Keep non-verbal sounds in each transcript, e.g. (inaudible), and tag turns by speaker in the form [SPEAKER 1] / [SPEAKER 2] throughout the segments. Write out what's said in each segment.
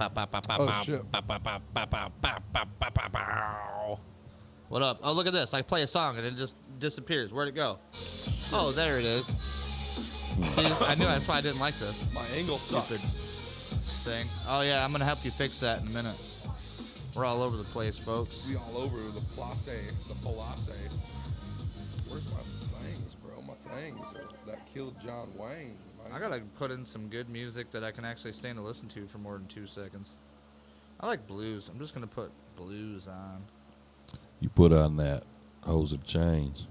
[SPEAKER 1] Oh, shit.
[SPEAKER 2] What up? Oh, look at this. I play a song and it just disappears. Where'd it go? Oh, there it is. See, (laughs) I knew that's why I didn't like this
[SPEAKER 1] My angle
[SPEAKER 2] stupid thing. Oh, yeah, I'm going to help you fix that in a minute. We're all over the place, folks.
[SPEAKER 1] We all over the place, the palace. Where's my things, bro? My things that killed John Wayne. man.
[SPEAKER 2] I gotta put in some good music that I can actually stand to listen to for more than two seconds. I like blues. I'm just gonna put blues on.
[SPEAKER 3] You put on that hose of chains.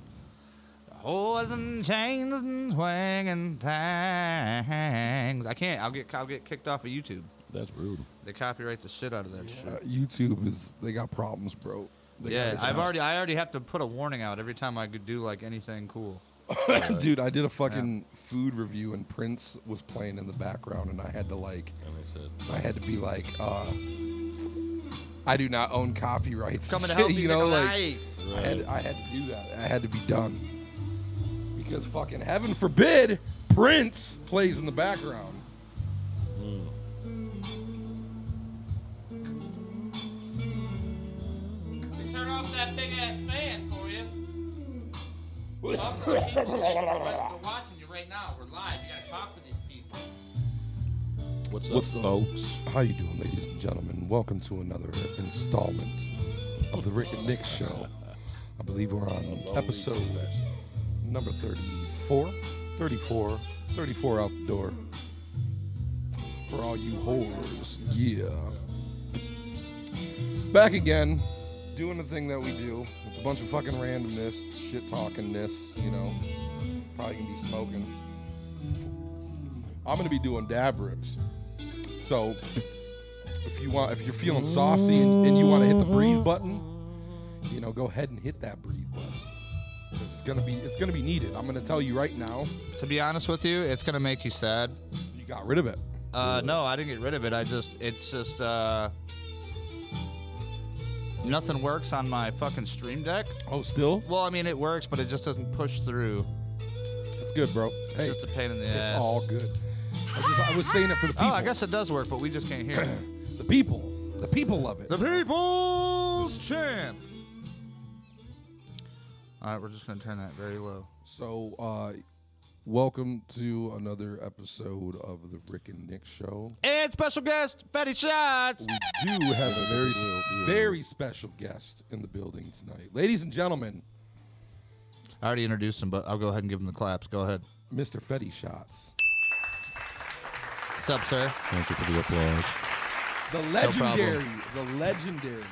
[SPEAKER 2] Whores and chains and swinging things. I can't. I'll get. I'll get kicked off of YouTube.
[SPEAKER 3] That's rude.
[SPEAKER 2] They copyright the shit out of that
[SPEAKER 1] Uh,
[SPEAKER 2] shit.
[SPEAKER 1] YouTube is they got problems, bro. They
[SPEAKER 2] Yeah,
[SPEAKER 1] got
[SPEAKER 2] I've already. I already have to put a warning out every time I could do like anything cool.
[SPEAKER 1] (coughs) issues. dude. I did a fucking food review and Prince was playing in the background, and I had to like,
[SPEAKER 3] And they said,
[SPEAKER 1] I had to be like, uh, I do not own copyrights.
[SPEAKER 2] Coming
[SPEAKER 1] (laughs)
[SPEAKER 2] to (laughs)
[SPEAKER 1] Shit,
[SPEAKER 2] help you,
[SPEAKER 1] know, like
[SPEAKER 2] Nikolai.
[SPEAKER 1] I had, I had to do that. I had to be done because fucking heaven forbid Prince plays in the background.
[SPEAKER 4] Let me turn off that big ass fan for you.
[SPEAKER 1] What?
[SPEAKER 4] Talk to the people. They're watching you right now. We're live. You gotta talk to these people.
[SPEAKER 3] "What's up,
[SPEAKER 1] What's up?
[SPEAKER 3] folks?"
[SPEAKER 1] How you doing, ladies and gentlemen? Welcome to another installment of the Rick and Nick Show. I believe we're on episode number 34. 34. 34 out the door. For all you whores. Yeah. Back again. Doing the thing that we do. It's a bunch of fucking randomness, shit talkingness, you know. Probably gonna be smoking. I'm gonna be doing dab rips. So if you want, if you're feeling saucy and, and you want to hit the breathe button, you know, go ahead and hit that breathe button. 'Cause It's gonna be, it's gonna be needed. I'm gonna tell you right now.
[SPEAKER 2] To be honest with you, it's gonna make you sad.
[SPEAKER 1] You got rid of it.
[SPEAKER 2] Uh, no, I didn't get rid of it. I just, it's just, uh, nothing works on my fucking stream deck.
[SPEAKER 1] Oh, still?
[SPEAKER 2] Well, I mean, it works, but it just doesn't push through.
[SPEAKER 1] It's good, bro.
[SPEAKER 2] It's
[SPEAKER 1] Hey,
[SPEAKER 2] just
[SPEAKER 1] it's
[SPEAKER 2] a pain in the ass.
[SPEAKER 1] all good. I, just, I was saying it for the people.
[SPEAKER 2] Oh, I guess it does work, but we just can't (clears throat) hear it.
[SPEAKER 1] the people, the people love it.
[SPEAKER 2] the People's Champ. All right, we're just gonna turn that very low.
[SPEAKER 1] So, uh, welcome to another episode of the Rick and Nick Show.
[SPEAKER 2] And special guest, Fatty Shots.
[SPEAKER 1] We do have a very, very special guest in the building tonight, ladies and gentlemen.
[SPEAKER 2] I already introduced him, but I'll go ahead and give him the claps. Go ahead.
[SPEAKER 1] Mr. Fetty Shots.
[SPEAKER 2] What's up, sir?
[SPEAKER 3] Thank you for the applause.
[SPEAKER 1] The legendary, the legendary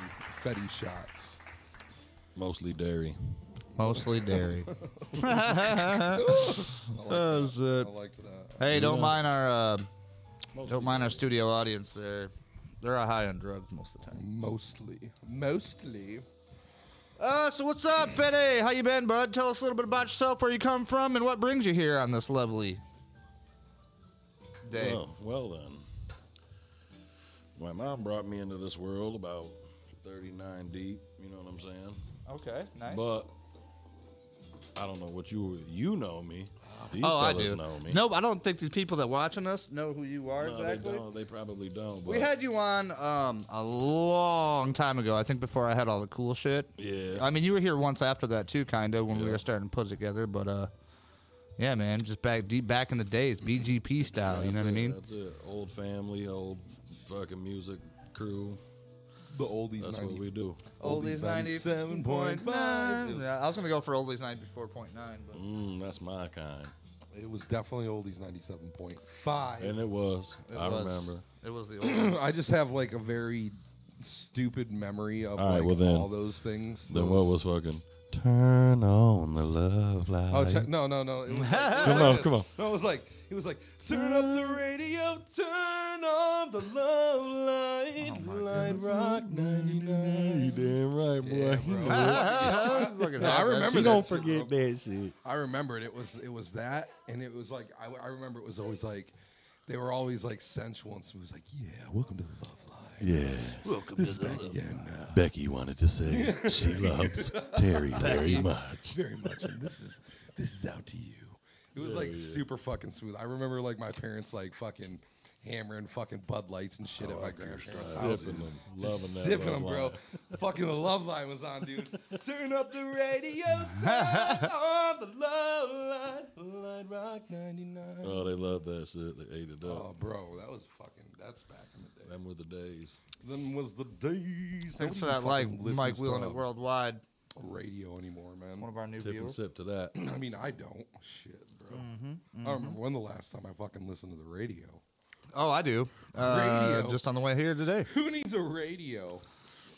[SPEAKER 1] Fetty Shots.
[SPEAKER 3] Mostly dairy.
[SPEAKER 2] Mostly (laughs) dairy.
[SPEAKER 1] I like,
[SPEAKER 2] oh shit.
[SPEAKER 1] I liked that.
[SPEAKER 2] Hey, don't mind our uh, don't mind our studio audience. They're they're high on drugs most of the time.
[SPEAKER 1] Mostly. Mostly.
[SPEAKER 2] Uh, so what's up, Fede? How you been, bud? Tell us a little bit about yourself, where you come from, and what brings you here on this lovely day.
[SPEAKER 3] Well, well then, my mom brought me into this world about 39 deep. You know what I'm saying?
[SPEAKER 2] Okay, nice.
[SPEAKER 3] But I don't know what you you know me. These
[SPEAKER 2] oh, I
[SPEAKER 3] fellas
[SPEAKER 2] do.
[SPEAKER 3] know me.
[SPEAKER 2] No, I don't think these people that watching us know who you are
[SPEAKER 3] No,
[SPEAKER 2] exactly.
[SPEAKER 3] they don't. They probably don't. But
[SPEAKER 2] We had you on um, a long time ago. I think before I had all the cool shit.
[SPEAKER 3] Yeah.
[SPEAKER 2] I mean, you were here once after that too, kind of when we
[SPEAKER 3] Yeah.
[SPEAKER 2] were starting to put together. But uh, yeah, man, just back deep back in the days, BGP style. you know what I
[SPEAKER 3] That's it,
[SPEAKER 2] mean?
[SPEAKER 3] That's it. Old family, old fucking music crew.
[SPEAKER 1] The oldies
[SPEAKER 3] That's
[SPEAKER 1] 90.
[SPEAKER 3] what we do.
[SPEAKER 2] Oldies ninety seven point
[SPEAKER 1] 97.9.
[SPEAKER 2] nine. Yeah, I was gonna go for oldies ninety four point nine, but
[SPEAKER 3] Mm, that's my kind.
[SPEAKER 1] It was definitely oldies 97.5.
[SPEAKER 3] And it was.
[SPEAKER 2] it
[SPEAKER 3] I
[SPEAKER 2] was-
[SPEAKER 3] remember.
[SPEAKER 2] it was the oldies.
[SPEAKER 1] (laughs) I just have like a very stupid memory of
[SPEAKER 3] All right,
[SPEAKER 1] like
[SPEAKER 3] well then-
[SPEAKER 1] all those things.
[SPEAKER 3] Then
[SPEAKER 1] Those-
[SPEAKER 3] what was fucking? Turn on the love light.
[SPEAKER 1] Oh check, no no no! It
[SPEAKER 3] (laughs)
[SPEAKER 1] was like, it was
[SPEAKER 2] Come
[SPEAKER 1] like
[SPEAKER 3] on,
[SPEAKER 1] this.
[SPEAKER 3] come on.
[SPEAKER 1] No, it was like it was like turn up the radio, turn on the love light, light
[SPEAKER 3] (laughs)
[SPEAKER 1] rock ninety
[SPEAKER 3] You
[SPEAKER 1] nine.
[SPEAKER 3] damn right, boy.
[SPEAKER 1] Yeah,
[SPEAKER 3] You
[SPEAKER 1] bro.
[SPEAKER 3] know it.
[SPEAKER 2] Look at
[SPEAKER 1] No, I
[SPEAKER 2] that.
[SPEAKER 1] remember
[SPEAKER 3] You
[SPEAKER 1] that
[SPEAKER 3] don't
[SPEAKER 1] shit,
[SPEAKER 3] forget
[SPEAKER 1] bro.
[SPEAKER 3] that shit.
[SPEAKER 1] I remember it. It was it was that, and it was like I, I remember it was always like they were always like sensual and smooth. It was like yeah, welcome to the love light.
[SPEAKER 3] Yeah.
[SPEAKER 1] This is back again now,
[SPEAKER 3] (laughs) Becky wanted to say
[SPEAKER 1] (laughs)
[SPEAKER 3] she loves Terry very much.
[SPEAKER 1] very much, and this is this is out to you. It was like super fucking smooth. I remember like my parents like fucking hammering fucking Bud Lights and
[SPEAKER 3] Oh,
[SPEAKER 1] shit at my grandparents' house.
[SPEAKER 3] Sipping them, loving
[SPEAKER 1] Just
[SPEAKER 3] that.
[SPEAKER 1] sipping
[SPEAKER 3] Bud
[SPEAKER 1] them, bro.
[SPEAKER 3] Light.
[SPEAKER 1] (laughs) fucking the love line was on, dude.
[SPEAKER 3] (laughs)
[SPEAKER 1] Turn up the radio, turn on the love line, Light Rock 99.
[SPEAKER 3] Oh, they love that shit. They ate it
[SPEAKER 1] Oh,
[SPEAKER 3] up.
[SPEAKER 1] bro, that was fucking. That's back in the day.
[SPEAKER 3] Them were the days.
[SPEAKER 1] Then was the days.
[SPEAKER 2] Thanks
[SPEAKER 1] Nobody
[SPEAKER 2] for that,
[SPEAKER 1] fucking
[SPEAKER 2] like
[SPEAKER 1] listens
[SPEAKER 2] Mike
[SPEAKER 1] to
[SPEAKER 2] wheeling it worldwide.
[SPEAKER 1] Radio anymore, man.
[SPEAKER 2] One of our new
[SPEAKER 3] Tip and
[SPEAKER 2] viewers.
[SPEAKER 3] sip
[SPEAKER 1] (clears throat)
[SPEAKER 3] to that.
[SPEAKER 1] I mean, I don't. Shit, bro.
[SPEAKER 2] Mm-hmm,
[SPEAKER 1] I don't remember when the last time I fucking listened to the radio.
[SPEAKER 2] Oh, I do. Uh,
[SPEAKER 1] Radio.
[SPEAKER 2] Just on the way here today.
[SPEAKER 1] Who needs a radio?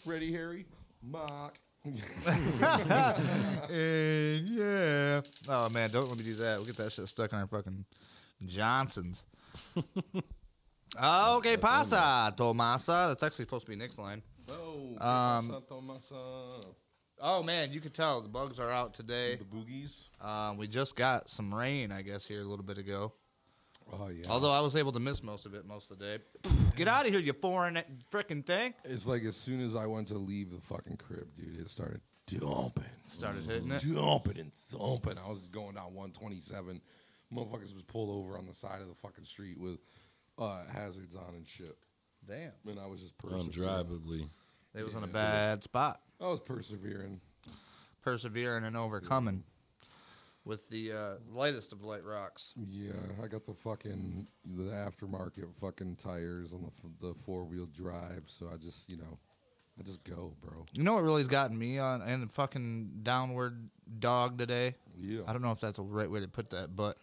[SPEAKER 1] Ready, Harry? Mock.
[SPEAKER 2] (laughs) Uh, yeah. Oh man, don't let me do that. We'll get that shit stuck in our fucking Johnsons. okay, pasa, Tomasa. That's actually supposed to be Nick's line.
[SPEAKER 1] oh,
[SPEAKER 2] Um,
[SPEAKER 1] Santo Masa.
[SPEAKER 2] Oh man, you can tell the bugs are out today.
[SPEAKER 1] the boogies.
[SPEAKER 2] Um, we just got some rain, I guess, here a little bit ago.
[SPEAKER 1] Oh yeah.
[SPEAKER 2] Although I was able to miss most of it most of the day. Get out of here, you foreign frickin' thing.
[SPEAKER 1] it's like as soon as I went to leave the fucking crib, dude, it started dumping,
[SPEAKER 2] Started hitting it.
[SPEAKER 1] dumping and thumping. I was going down 127. Motherfuckers was pulled over on the side of the fucking street with uh, hazards on and shit.
[SPEAKER 2] Damn.
[SPEAKER 1] And I was just persevering.
[SPEAKER 3] Undrivably.
[SPEAKER 2] They was in a
[SPEAKER 1] Yeah.
[SPEAKER 2] bad spot.
[SPEAKER 1] I was persevering.
[SPEAKER 2] Persevering and overcoming. With the uh, lightest of light rocks.
[SPEAKER 1] Yeah, I got the fucking the aftermarket fucking tires on the, the four wheel drive, so I just you know, I just go, bro.
[SPEAKER 2] You know what really's gotten me on and the fucking downward dog today?
[SPEAKER 1] Yeah,
[SPEAKER 2] I don't know if that's the right way to put that, but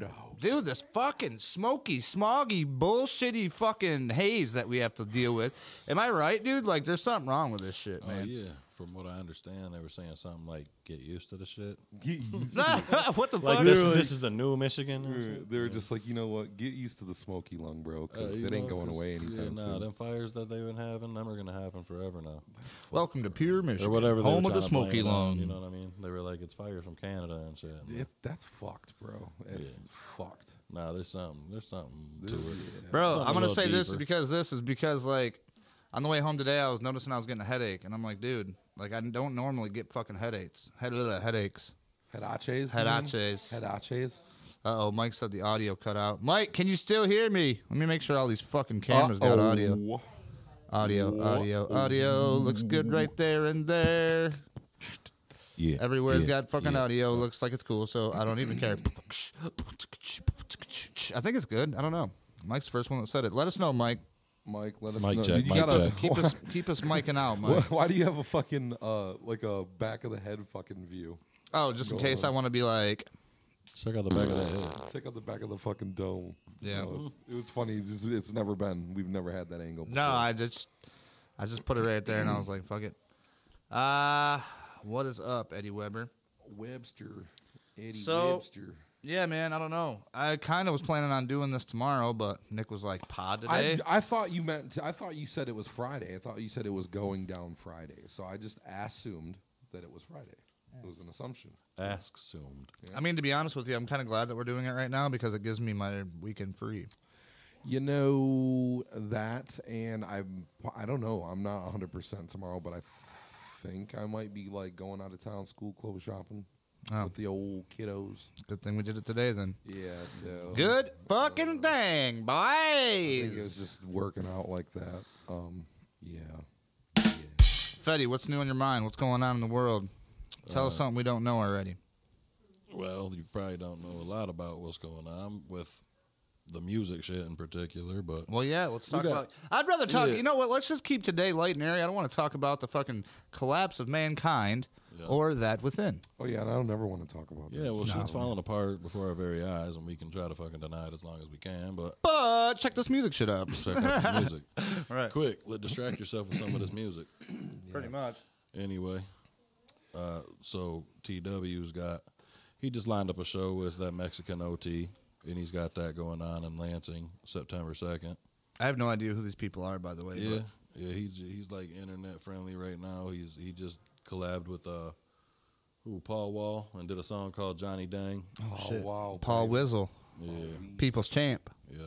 [SPEAKER 1] Downward dog.
[SPEAKER 2] dude, this fucking smoky, smoggy, bullshitty fucking haze that we have to deal with. Am I right, dude? Like, there's something wrong with this shit,
[SPEAKER 3] Oh
[SPEAKER 2] man. (laughs)
[SPEAKER 3] yeah. From what I understand, they were saying something like "get used to the shit."
[SPEAKER 1] (laughs)
[SPEAKER 2] what the
[SPEAKER 3] Like
[SPEAKER 2] fuck?
[SPEAKER 3] this, this is the new Michigan. or
[SPEAKER 1] They're,
[SPEAKER 3] something?
[SPEAKER 1] they're just like, you know what? Get used to the smoky lung, bro,
[SPEAKER 3] Uh,
[SPEAKER 1] because
[SPEAKER 3] you
[SPEAKER 1] it ain't
[SPEAKER 3] know,
[SPEAKER 1] going
[SPEAKER 3] 'cause-
[SPEAKER 1] away
[SPEAKER 3] yeah,
[SPEAKER 1] anytime
[SPEAKER 3] nah,
[SPEAKER 1] soon.
[SPEAKER 3] them fires that they've been having, them are gonna happen forever now.
[SPEAKER 2] Welcome to Pure Michigan,
[SPEAKER 3] Or whatever. they were
[SPEAKER 2] home of the
[SPEAKER 3] trying to blame
[SPEAKER 2] smoky
[SPEAKER 3] it on,
[SPEAKER 2] lung.
[SPEAKER 3] You know what I mean? They were like, it's fires from Canada and shit. I'm like,
[SPEAKER 1] It's, that's fucked, bro. It's fucked.
[SPEAKER 3] Nah, there's something. There's something to it.
[SPEAKER 2] Bro,
[SPEAKER 3] Something
[SPEAKER 2] I'm
[SPEAKER 3] a
[SPEAKER 2] gonna
[SPEAKER 3] little
[SPEAKER 2] say this is
[SPEAKER 3] deeper.
[SPEAKER 2] because this is because like on the way home today I was noticing I was getting a headache and I'm like, dude, like I don't normally get fucking headaches. Head headaches.
[SPEAKER 1] Hedaches? you mean?
[SPEAKER 2] Hedaches.
[SPEAKER 1] Hedaches?
[SPEAKER 2] Uh oh, Mike said the audio cut out. Mike, can you still hear me? Let me make sure all these fucking cameras got audio.
[SPEAKER 1] Uh-oh.
[SPEAKER 2] Audio, audio, audio. Looks good right there and there.
[SPEAKER 3] Yeah.
[SPEAKER 2] Everywhere's
[SPEAKER 3] yeah,
[SPEAKER 2] got fucking
[SPEAKER 3] yeah.
[SPEAKER 2] audio. Looks like it's cool, so I don't even care. I think it's good. I don't know. Mike's the first one that said it. Let us know, Mike.
[SPEAKER 1] Mike, let us
[SPEAKER 3] Mic
[SPEAKER 1] know.
[SPEAKER 3] check,
[SPEAKER 1] you
[SPEAKER 3] mic
[SPEAKER 1] gotta
[SPEAKER 3] check.
[SPEAKER 1] keep us.
[SPEAKER 2] Keep us micing out,
[SPEAKER 1] (laughs) Why,
[SPEAKER 2] Mike.
[SPEAKER 1] why do you have a fucking uh like a back of the head fucking view?
[SPEAKER 2] Oh, just in
[SPEAKER 1] Go
[SPEAKER 2] case I
[SPEAKER 1] on.
[SPEAKER 2] want to be like,
[SPEAKER 3] Check out the back of that head.
[SPEAKER 1] Check out the back of the fucking dome.
[SPEAKER 2] Yeah.
[SPEAKER 1] No, it's, it was funny. It's, just- it's never been. We've never had that angle.
[SPEAKER 2] no, I just, I just put it right there, and I was like, fuck it. Uh what is up, Eddie Weber?
[SPEAKER 1] Webster, Eddie
[SPEAKER 2] So-
[SPEAKER 1] Webster.
[SPEAKER 2] Yeah, man, I don't know. I kind of was planning on doing this tomorrow, but Nick was like, pod today.
[SPEAKER 1] I, I thought you meant. I thought you said it was Friday. I thought you said it was going down Friday. So I just assumed that it was Friday. It was an assumption.
[SPEAKER 3] Ask assumed.
[SPEAKER 2] I mean, to be honest with you, I'm kind of glad that we're doing it right now because it gives me my weekend free.
[SPEAKER 1] You know that, and I'm. I don't know. I'm not 100 percent tomorrow, but I think I might be like going out of town, school clothes shopping
[SPEAKER 2] Oh.
[SPEAKER 1] with the old kiddos.
[SPEAKER 2] Good thing we did it today, then.
[SPEAKER 1] Yeah. So
[SPEAKER 2] Good fucking thing,
[SPEAKER 1] I think it was
[SPEAKER 2] boys.
[SPEAKER 1] just working out like that. Um. Yeah.
[SPEAKER 2] Fetty, what's new on your mind? What's going on in the world? Tell
[SPEAKER 1] Uh,
[SPEAKER 2] us something we don't know already.
[SPEAKER 3] Well, you probably don't know a lot about what's going on with the music shit in particular, but
[SPEAKER 2] Well, yeah, let's talk
[SPEAKER 3] got-
[SPEAKER 2] about. I'd rather talk.
[SPEAKER 3] Yeah.
[SPEAKER 2] You know what? Let's just keep today light and airy. I don't want to talk about the fucking collapse of mankind
[SPEAKER 3] Yeah.
[SPEAKER 2] or that within.
[SPEAKER 1] Oh yeah. And I don't ever want to talk about that.
[SPEAKER 3] yeah, well, shit's falling apart before our very eyes, and we can try to fucking deny it as long as we can, but
[SPEAKER 2] But check this music shit out.
[SPEAKER 3] check out the music.
[SPEAKER 2] right.
[SPEAKER 3] Quick, let distract yourself with some of this music.
[SPEAKER 2] Pretty much.
[SPEAKER 3] anyway. Uh, so TW's got he just lined up a show with that Mexican OT, and he's got that going on in Lansing September second.
[SPEAKER 2] I have no idea who these people are, by the way.
[SPEAKER 3] Yeah, yeah, he's he's like internet friendly right now. He's he just collabed with uh, who Paul Wall and did a song called Johnny Dang.
[SPEAKER 2] but-
[SPEAKER 1] Oh
[SPEAKER 2] Shit.
[SPEAKER 1] wow.
[SPEAKER 2] Paul
[SPEAKER 1] babe.
[SPEAKER 2] Wizzle,
[SPEAKER 3] Yeah,
[SPEAKER 2] People's Champ.
[SPEAKER 3] yeah.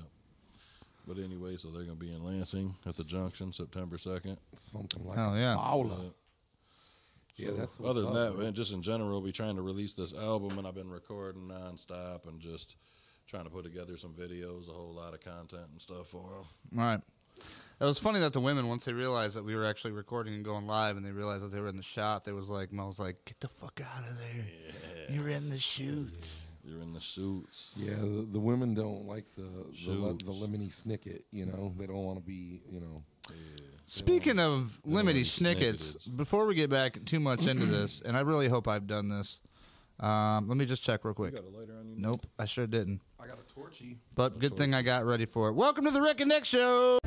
[SPEAKER 3] But anyway, so they're gonna be in Lansing at the Junction September second.
[SPEAKER 1] Something like
[SPEAKER 2] Hell,
[SPEAKER 1] a
[SPEAKER 2] yeah.
[SPEAKER 1] Paula.
[SPEAKER 3] Yeah.
[SPEAKER 1] Yeah, that's what's
[SPEAKER 3] other than
[SPEAKER 1] up,
[SPEAKER 3] that,
[SPEAKER 1] man.
[SPEAKER 3] man, just in general, be trying to release this album, and I've been recording nonstop and just trying to put together some videos, a whole lot of content and stuff for them.
[SPEAKER 2] All right. It was funny that the women, once they realized that we were actually recording and going live, and they realized that they were in the shot, they was like, Mel's like, get the fuck out of there. You're in the shoots.
[SPEAKER 3] They're in the suits.
[SPEAKER 1] Yeah, the, the women don't like the the, le-
[SPEAKER 3] Shoots.
[SPEAKER 1] the lemony snicket. You know, they don't want to be. You know,
[SPEAKER 2] Speaking of limity
[SPEAKER 3] Lemony
[SPEAKER 2] snickets,
[SPEAKER 3] Snickets.
[SPEAKER 2] before we get back too much into
[SPEAKER 3] (clears throat)
[SPEAKER 2] this, and I really hope I've done this, um, let me just check real quick.
[SPEAKER 3] a lighter on you?
[SPEAKER 2] Nope, I sure didn't.
[SPEAKER 1] I got a torchy.
[SPEAKER 2] But good thing I got ready for it. Welcome to the Rick and Nick Show.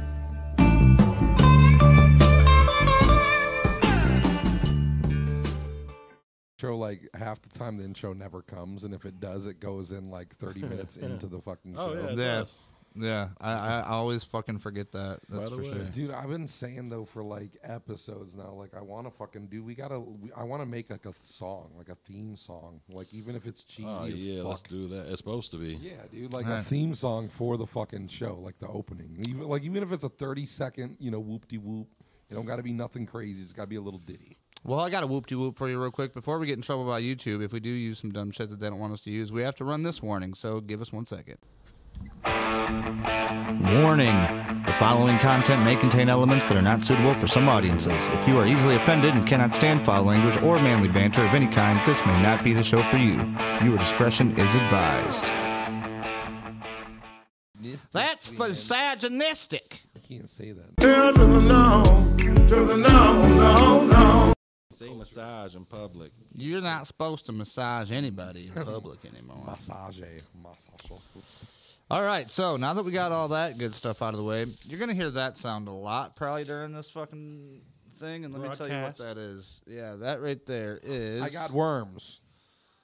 [SPEAKER 1] Intro like half the time the intro never comes, and if it does, it goes in like
[SPEAKER 3] (laughs)
[SPEAKER 1] 30 minutes into the fucking show.
[SPEAKER 3] Oh, yeah. That's
[SPEAKER 2] Yeah.
[SPEAKER 3] us.
[SPEAKER 2] Yeah, I, I I always fucking forget that. That's
[SPEAKER 3] the
[SPEAKER 2] for
[SPEAKER 3] way.
[SPEAKER 2] sure.
[SPEAKER 1] Dude, I've been saying though for like episodes now, like I want to fucking do. We gotta. We, I want to make like a song, like a theme song, like even if it's cheesy
[SPEAKER 3] Oh,
[SPEAKER 1] as
[SPEAKER 3] yeah, let's
[SPEAKER 1] fuck.
[SPEAKER 3] do that. It's supposed to be.
[SPEAKER 1] Yeah, dude, like a
[SPEAKER 2] Alright.
[SPEAKER 1] theme song for the fucking show, like the opening. Even like even if it's a 30 second, you know, whoop de whoop. It don't got to be nothing crazy. It's got to be a little ditty.
[SPEAKER 2] Well, I got a whoop de whoop for you real quick before we get in trouble by YouTube. If we do use some dumb shit that they don't want us to use, we have to run this warning. So give us one second. Warning: The following content may contain elements that are not suitable for some audiences. If you are easily offended and cannot stand foul language or manly banter of any kind, this may not be the show for you. Your discretion is advised. That's misogynistic.
[SPEAKER 1] I can't say that.
[SPEAKER 3] Say massage in public.
[SPEAKER 2] You're not supposed to massage anybody in public anymore.
[SPEAKER 1] Massage, massage.
[SPEAKER 2] All right, so now that we got all that good stuff out of the way, you're gonna hear that sound a lot probably during this fucking thing. And let me tell you what
[SPEAKER 3] Broadcast.
[SPEAKER 2] that is. Yeah, that right there is.
[SPEAKER 1] I got worms.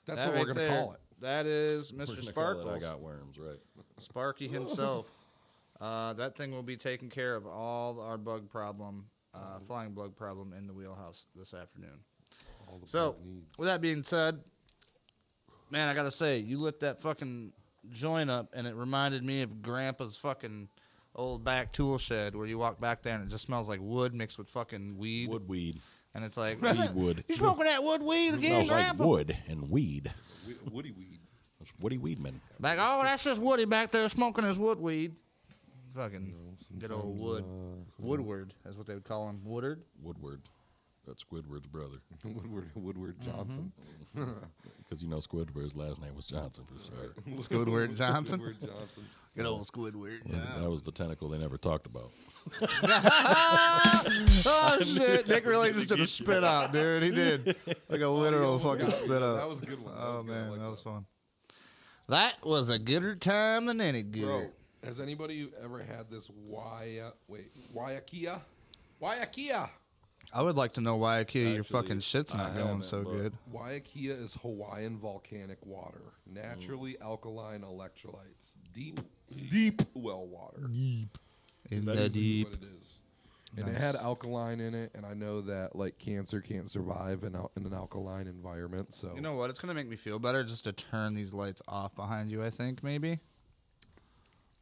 [SPEAKER 1] That's
[SPEAKER 2] that
[SPEAKER 1] what we're
[SPEAKER 2] right
[SPEAKER 1] gonna
[SPEAKER 2] there,
[SPEAKER 1] call it.
[SPEAKER 2] That is
[SPEAKER 3] We're
[SPEAKER 2] Mr.
[SPEAKER 3] gonna call it
[SPEAKER 2] Sparkles,
[SPEAKER 3] I got worms, right?
[SPEAKER 2] Sparky himself. (laughs) uh, that thing will be taking care of all our bug problem, uh, flying bug problem in the wheelhouse this afternoon.
[SPEAKER 1] All the
[SPEAKER 2] So,
[SPEAKER 1] bug needs.
[SPEAKER 2] with that being said, man, I gotta say, you lit that fucking joint up, and it reminded me of Grandpa's fucking old back tool shed where you walk back there and it just smells like wood mixed with fucking weed,
[SPEAKER 3] Wood weed.
[SPEAKER 2] and it's like
[SPEAKER 3] Weed wood.
[SPEAKER 2] (laughs) You smoking that wood
[SPEAKER 3] (laughs)
[SPEAKER 2] weed again,
[SPEAKER 3] smells like
[SPEAKER 2] Grandpa?
[SPEAKER 3] wood and weed.
[SPEAKER 1] Wo- woody weed.
[SPEAKER 3] It's Woody Weedman.
[SPEAKER 2] Like, oh, that's just Woody back there smoking his wood weed. Fucking good old
[SPEAKER 1] sometimes,
[SPEAKER 2] wood.
[SPEAKER 1] uh,
[SPEAKER 2] Woodward, that's what they would call him. Woodard.
[SPEAKER 3] Woodward. That's Squidward's brother.
[SPEAKER 1] (laughs)
[SPEAKER 3] (laughs)
[SPEAKER 1] Woodward, Woodward
[SPEAKER 2] Mm-hmm. (laughs)
[SPEAKER 1] Johnson.
[SPEAKER 3] Because you know Squidward's last name was Johnson for sure. (laughs)
[SPEAKER 2] Squidward Johnson.
[SPEAKER 1] Woodward Johnson.
[SPEAKER 2] Good old Squidward.
[SPEAKER 3] That was the tentacle they never talked about.
[SPEAKER 2] Oh shit! Nick really just did a spit out, dude. He did like a literal fucking spit out.
[SPEAKER 1] Oh, That was a good one. That
[SPEAKER 2] oh
[SPEAKER 1] was good. I
[SPEAKER 2] man,
[SPEAKER 1] like
[SPEAKER 2] that was fun. That was a gooder time than any gooder.
[SPEAKER 1] Bro, has anybody ever had this Waya? Wait, Waiakea? Waiakea.
[SPEAKER 2] I would like to know why IKEA your
[SPEAKER 3] Actually,
[SPEAKER 2] fucking shit's
[SPEAKER 3] I
[SPEAKER 2] not going
[SPEAKER 3] haven't,
[SPEAKER 2] so
[SPEAKER 3] but-
[SPEAKER 2] good.
[SPEAKER 1] Waiakea is Hawaiian volcanic water, naturally
[SPEAKER 2] Mm.
[SPEAKER 1] alkaline electrolytes, deep, deep well water. That
[SPEAKER 2] In the
[SPEAKER 1] is
[SPEAKER 2] deep.
[SPEAKER 1] what it is. And it had alkaline in it, and I know that like cancer can't survive in, al- in an alkaline environment. So
[SPEAKER 2] You know what? It's gonna make me feel better just to turn these lights off behind you. I think maybe.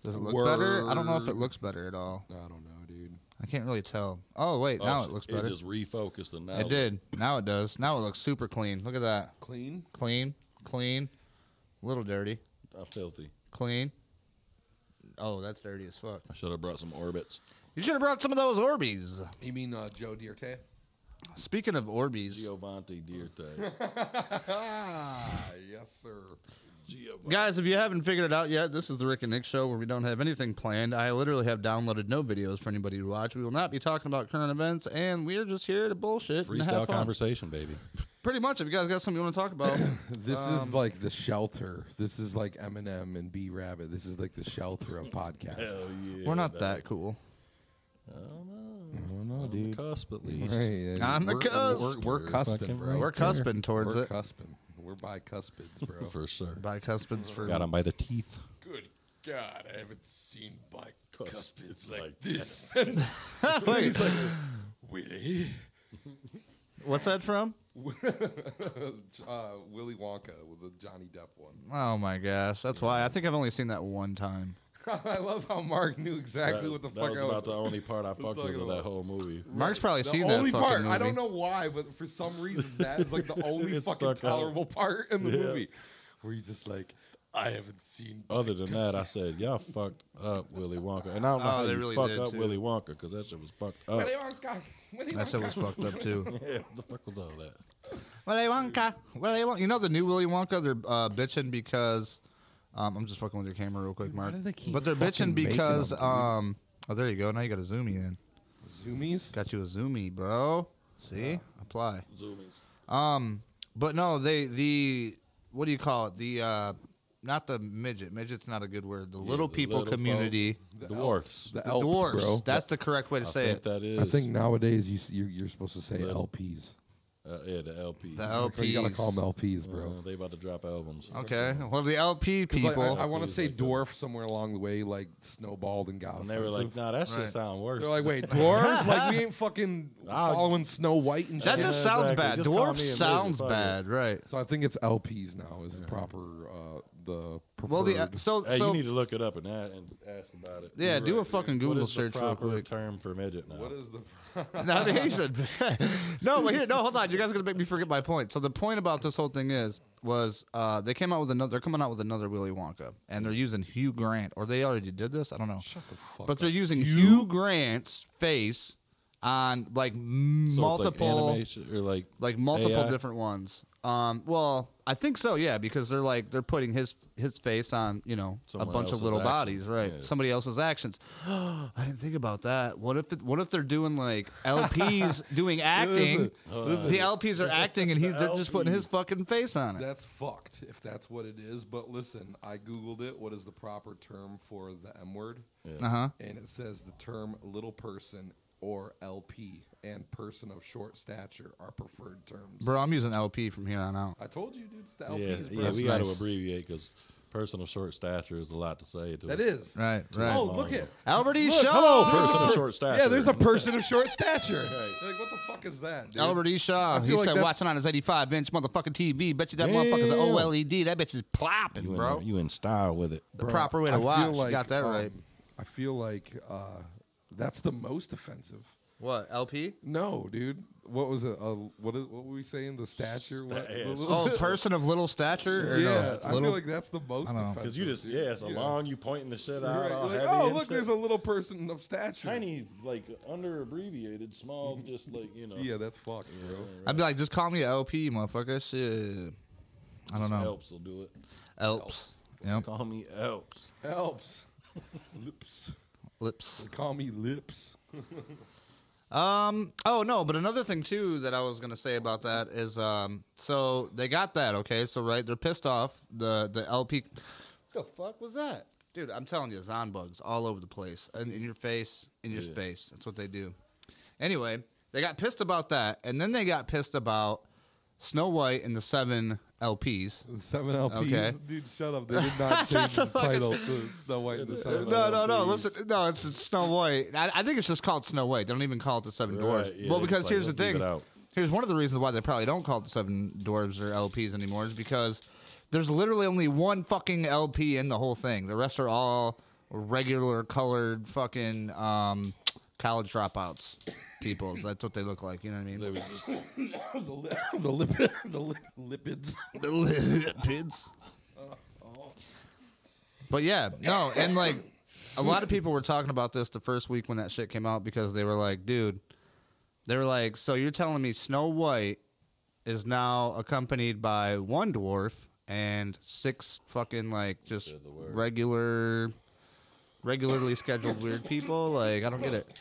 [SPEAKER 2] Does it look better? I don't know if it
[SPEAKER 1] Word.
[SPEAKER 2] looks better at all.
[SPEAKER 1] I don't know, dude.
[SPEAKER 2] I can't really tell. Oh wait, now
[SPEAKER 3] Oh,
[SPEAKER 2] it looks better.
[SPEAKER 3] It just refocused and now
[SPEAKER 2] it did. Now it does. Now it looks super clean. Look at that.
[SPEAKER 1] Clean.
[SPEAKER 2] clean, clean, a little dirty,
[SPEAKER 3] I'm filthy.
[SPEAKER 2] clean. Oh, that's dirty as fuck.
[SPEAKER 3] I should have brought some orbits.
[SPEAKER 2] You should have brought some of those Orbeez.
[SPEAKER 1] You mean uh, Joe Dierte?
[SPEAKER 2] Speaking of Orbeez,
[SPEAKER 3] Giovanni Dierte.
[SPEAKER 1] Ah, yes, sir.
[SPEAKER 3] Giovanni.
[SPEAKER 2] guys, if you haven't figured it out yet, this is the Rick and Nick show where we don't have anything planned. I literally have downloaded no videos for anybody to watch. We will not be talking about current events, and we are just here to bullshit. and have
[SPEAKER 3] Freestyle
[SPEAKER 2] fun.
[SPEAKER 3] conversation, baby.
[SPEAKER 2] Pretty much. If you guys got something you want to
[SPEAKER 1] (coughs)
[SPEAKER 2] talk about,
[SPEAKER 1] This is like the shelter. This is like Eminem and B Rabbit. This is like the shelter of podcasts.
[SPEAKER 3] yeah.
[SPEAKER 2] we're not that cool.
[SPEAKER 3] I
[SPEAKER 1] I
[SPEAKER 3] don't know.
[SPEAKER 1] don't know,
[SPEAKER 3] On the
[SPEAKER 1] dude.
[SPEAKER 3] cusp, at least.
[SPEAKER 1] Right, yeah,
[SPEAKER 2] On the
[SPEAKER 1] we're, we're-
[SPEAKER 2] cusp.
[SPEAKER 1] We're, we're
[SPEAKER 3] We're
[SPEAKER 1] cusping,
[SPEAKER 3] fucking
[SPEAKER 1] bro.
[SPEAKER 3] right
[SPEAKER 2] We're cusping towards
[SPEAKER 1] we're
[SPEAKER 2] it.
[SPEAKER 1] cusping. We're bicuspids, bro.
[SPEAKER 3] (laughs) For sure.
[SPEAKER 2] Bicuspids for
[SPEAKER 3] Got him by the teeth.
[SPEAKER 1] Good God, I haven't seen (laughs)
[SPEAKER 3] Cuspids like
[SPEAKER 1] this.
[SPEAKER 2] Wait,
[SPEAKER 1] Willy.
[SPEAKER 2] what's that from?
[SPEAKER 1] (laughs) uh, Willy Wonka with the Johnny Depp one. (laughs)
[SPEAKER 2] Oh my gosh, that's why I think I've only seen that one time.
[SPEAKER 1] I love how Mark knew exactly
[SPEAKER 3] That-
[SPEAKER 1] what the
[SPEAKER 3] that
[SPEAKER 1] fuck
[SPEAKER 3] was
[SPEAKER 1] I was.
[SPEAKER 3] about the only part I fucked with
[SPEAKER 1] talking
[SPEAKER 3] of
[SPEAKER 1] about.
[SPEAKER 3] that whole movie.
[SPEAKER 2] Mark's probably
[SPEAKER 1] the
[SPEAKER 2] seen that
[SPEAKER 1] only
[SPEAKER 2] fucking
[SPEAKER 1] part. I
[SPEAKER 2] movie.
[SPEAKER 1] don't know why, but for some reason that is like the only
[SPEAKER 3] It's
[SPEAKER 1] fucking
[SPEAKER 3] stuck out.
[SPEAKER 1] tolerable part in the
[SPEAKER 3] Yeah. Oh.
[SPEAKER 1] movie, where he's just like, I haven't seen.
[SPEAKER 3] Other than
[SPEAKER 2] (laughs)
[SPEAKER 3] that, I said y'all fucked up Willy Wonka, and I don't know
[SPEAKER 4] Oh,
[SPEAKER 3] how
[SPEAKER 4] they
[SPEAKER 3] you
[SPEAKER 4] really
[SPEAKER 3] fuck
[SPEAKER 4] did,
[SPEAKER 3] up
[SPEAKER 4] too.
[SPEAKER 3] Willy Wonka because that shit was fucked up.
[SPEAKER 1] Willy Wonka, Willy
[SPEAKER 4] That shit
[SPEAKER 1] Wonka.
[SPEAKER 4] was fucked up
[SPEAKER 1] (laughs)
[SPEAKER 4] too.
[SPEAKER 3] (laughs) yeah, what the fuck was all that?
[SPEAKER 2] Willy Wonka. Willy Wonka. You know the new Willy Wonka? They're uh, bitching because. Um, I'm just fucking with your camera real quick, Mark.
[SPEAKER 4] do they keep
[SPEAKER 2] but they're
[SPEAKER 4] fucking
[SPEAKER 2] bitching
[SPEAKER 4] making
[SPEAKER 2] because.
[SPEAKER 4] them, dude?
[SPEAKER 2] um, oh, there you go. Now you got a zoomie in.
[SPEAKER 1] Zoomies.
[SPEAKER 2] Got you a zoomie, bro. See? Apply.
[SPEAKER 3] Zoomies.
[SPEAKER 2] Um, but no, they the what do you call it? The uh, not the midget. Midget's not a good word. The little
[SPEAKER 3] the
[SPEAKER 2] people
[SPEAKER 3] little
[SPEAKER 2] community.
[SPEAKER 3] Dwarfs.
[SPEAKER 1] The,
[SPEAKER 2] The
[SPEAKER 1] Alps,
[SPEAKER 2] dwarfs.
[SPEAKER 1] bro.
[SPEAKER 2] That's the correct way to
[SPEAKER 3] I
[SPEAKER 2] say
[SPEAKER 3] think
[SPEAKER 2] it.
[SPEAKER 3] that is.
[SPEAKER 1] I think nowadays you s- you're, you're supposed to say
[SPEAKER 3] Little.
[SPEAKER 1] LPs.
[SPEAKER 3] Uh, yeah, the LPs.
[SPEAKER 2] The
[SPEAKER 1] You gotta
[SPEAKER 2] LPs.
[SPEAKER 1] call them LPs,
[SPEAKER 3] Uh,
[SPEAKER 1] bro.
[SPEAKER 3] they about to drop albums.
[SPEAKER 2] Okay. Well, the LP
[SPEAKER 1] 'Cause, like,
[SPEAKER 2] people.
[SPEAKER 1] I, want to
[SPEAKER 3] LPs
[SPEAKER 1] say
[SPEAKER 3] like that.
[SPEAKER 1] dwarf somewhere along the way, like snowballed and got.
[SPEAKER 3] And they were like,
[SPEAKER 1] offensive.
[SPEAKER 3] nah, that shit
[SPEAKER 2] Right.
[SPEAKER 3] sound worse.
[SPEAKER 1] they're like, wait, dwarves? like we ain't fucking
[SPEAKER 3] Ah,
[SPEAKER 1] following Snow White and
[SPEAKER 2] that
[SPEAKER 1] shit.
[SPEAKER 3] Yeah,
[SPEAKER 2] just sounds
[SPEAKER 3] exactly.
[SPEAKER 2] bad.
[SPEAKER 3] Just call
[SPEAKER 2] Dwarf
[SPEAKER 3] me a midget,
[SPEAKER 2] sounds
[SPEAKER 3] fuck it.
[SPEAKER 2] bad, right?
[SPEAKER 1] So I think it's LPs now is the proper uh, the preferred.
[SPEAKER 2] Well, the uh, so
[SPEAKER 3] (laughs) Hey,
[SPEAKER 2] so
[SPEAKER 3] you need to look it up and, that and ask about it.
[SPEAKER 2] Yeah,
[SPEAKER 3] You're
[SPEAKER 2] do a
[SPEAKER 3] dude.
[SPEAKER 2] fucking Google
[SPEAKER 3] what is
[SPEAKER 2] search
[SPEAKER 3] the
[SPEAKER 2] real
[SPEAKER 3] proper
[SPEAKER 2] quick.
[SPEAKER 3] term for midget now.
[SPEAKER 1] what is the (laughs)
[SPEAKER 2] (laughs) No, he
[SPEAKER 3] (laughs)
[SPEAKER 2] said, no, but here, no, hold on. You guys are gonna make me forget my point. So the point about this whole thing is, was uh, they came out with another. They're coming out with another Willy Wonka, and they're using Hugh Grant, or they already did this. I don't know. Shut the fuck. But they're using Hugh, Grant's face on like
[SPEAKER 3] so It's like
[SPEAKER 2] multiple, like,
[SPEAKER 3] animation or like
[SPEAKER 2] multiple
[SPEAKER 3] AI?
[SPEAKER 2] different ones. Um, well, I think so, yeah, because they're like they're putting his his face on you know
[SPEAKER 3] Someone
[SPEAKER 2] a bunch of
[SPEAKER 3] else's
[SPEAKER 2] little
[SPEAKER 3] action.
[SPEAKER 2] bodies, right?
[SPEAKER 3] Yeah.
[SPEAKER 2] Somebody else's actions. (gasps) I didn't think about that. What if it, what if they're doing like LPs
[SPEAKER 3] (laughs)
[SPEAKER 2] doing acting? the LPs are acting, and he's they're just putting his fucking face on it.
[SPEAKER 1] That's fucked if that's what it is. But listen, I googled it. What is the proper term for the M word?
[SPEAKER 3] Yeah.
[SPEAKER 2] uh huh.
[SPEAKER 1] And it says the term little person or LP and person of short stature are preferred terms.
[SPEAKER 2] Bro, I'm using LP from here on out.
[SPEAKER 1] I told you, dude, it's the
[SPEAKER 3] Yeah,
[SPEAKER 1] LPs, bro.
[SPEAKER 3] yeah, we
[SPEAKER 2] That's
[SPEAKER 3] got to
[SPEAKER 2] nice.
[SPEAKER 3] abbreviate because person of short stature is a lot to say. To
[SPEAKER 1] that
[SPEAKER 3] us.
[SPEAKER 1] is.
[SPEAKER 2] Right, right.
[SPEAKER 1] Oh, look at
[SPEAKER 2] Albert E.
[SPEAKER 1] Look,
[SPEAKER 2] Shaw.
[SPEAKER 1] hello,
[SPEAKER 3] person of short stature.
[SPEAKER 1] Yeah, there's a person of short
[SPEAKER 3] (laughs)
[SPEAKER 1] stature. Like, what the fuck is that, dude?
[SPEAKER 2] Albert E. Shaw.
[SPEAKER 1] I
[SPEAKER 2] He
[SPEAKER 1] feel like
[SPEAKER 2] said
[SPEAKER 1] that's-
[SPEAKER 2] watching on his 85 inch motherfucking TV. Bet you that motherfucker's a
[SPEAKER 3] Damn.
[SPEAKER 2] OLED. That bitch is plopping,
[SPEAKER 3] You in,
[SPEAKER 2] bro.
[SPEAKER 3] you in style with it.
[SPEAKER 2] the proper way to
[SPEAKER 1] I feel
[SPEAKER 2] watch. You
[SPEAKER 1] like,
[SPEAKER 2] got that
[SPEAKER 1] um,
[SPEAKER 2] right.
[SPEAKER 1] I feel like uh, that's the most offensive.
[SPEAKER 2] What LP?
[SPEAKER 1] No, dude. What was it? Uh, what, is, what were we saying? The stature? What,
[SPEAKER 3] Sta- yeah,
[SPEAKER 1] the little-
[SPEAKER 2] Oh,
[SPEAKER 1] (laughs)
[SPEAKER 2] person of little stature. Or no,
[SPEAKER 1] yeah, I feel
[SPEAKER 2] little-
[SPEAKER 1] like that's the most
[SPEAKER 2] I don't know.
[SPEAKER 1] offensive.
[SPEAKER 3] Because you just, yeah, it's a
[SPEAKER 1] Yeah.
[SPEAKER 3] long, you pointing the shit
[SPEAKER 1] You're
[SPEAKER 3] out.
[SPEAKER 1] right,
[SPEAKER 3] all
[SPEAKER 1] you're like,
[SPEAKER 3] heavy
[SPEAKER 1] oh,
[SPEAKER 3] and
[SPEAKER 1] look,
[SPEAKER 3] shit.
[SPEAKER 1] there's a little person of stature.
[SPEAKER 3] Tiny's like under abbreviated, small, just like, you know.
[SPEAKER 1] Mm-hmm. Yeah, that's fucked, bro.
[SPEAKER 2] I'd be like, just call me a LP, motherfucker. Shit. I don't
[SPEAKER 3] Just
[SPEAKER 2] know.
[SPEAKER 3] Elps will do it.
[SPEAKER 2] Elps. Yep.
[SPEAKER 3] Call me Elps.
[SPEAKER 1] Helps. lips.
[SPEAKER 2] Lips.
[SPEAKER 1] They call me lips.
[SPEAKER 2] Um. Oh no. But another thing too that I was gonna say about that is um. So they got that. Okay. So right, they're pissed off. The the LP. The fuck was that, dude? I'm telling you, zon bugs all over the place, in, in your face, in your space. That's what they do. Anyway, they got pissed about that, and then they got pissed about Snow White and the seven LPs.
[SPEAKER 1] Seven LPs.
[SPEAKER 2] Okay.
[SPEAKER 1] Dude, shut up. They did not change the title to Snow White and the Seven.
[SPEAKER 2] No, no, no.
[SPEAKER 3] please.
[SPEAKER 2] Listen, no, it's, it's Snow White. I, I think it's just called Snow White. They don't even call it the Seven
[SPEAKER 3] Right,
[SPEAKER 2] Dwarfs.
[SPEAKER 3] yeah,
[SPEAKER 2] well,
[SPEAKER 3] it's
[SPEAKER 2] because
[SPEAKER 3] like,
[SPEAKER 2] here's the
[SPEAKER 3] let's leave it
[SPEAKER 2] thing.
[SPEAKER 3] out.
[SPEAKER 2] Here's one of the reasons why they probably don't call it the Seven Dwarfs or LPs anymore is because there's literally only one fucking LP in the whole thing. The rest are all regular colored fucking um, college dropouts people. That's what they look like. You know what I mean?
[SPEAKER 3] They was just (laughs)
[SPEAKER 1] the, li- (laughs) the, lip- the lip- lipids.
[SPEAKER 3] (laughs)
[SPEAKER 2] lipids. But yeah, no, and like a lot of people were talking about this the first week when that shit came out because they were like, dude, they were like, so you're telling me Snow White is now accompanied by one dwarf and six fucking like just
[SPEAKER 3] Said the word.
[SPEAKER 2] regular, regularly scheduled weird people? Like, I don't get it.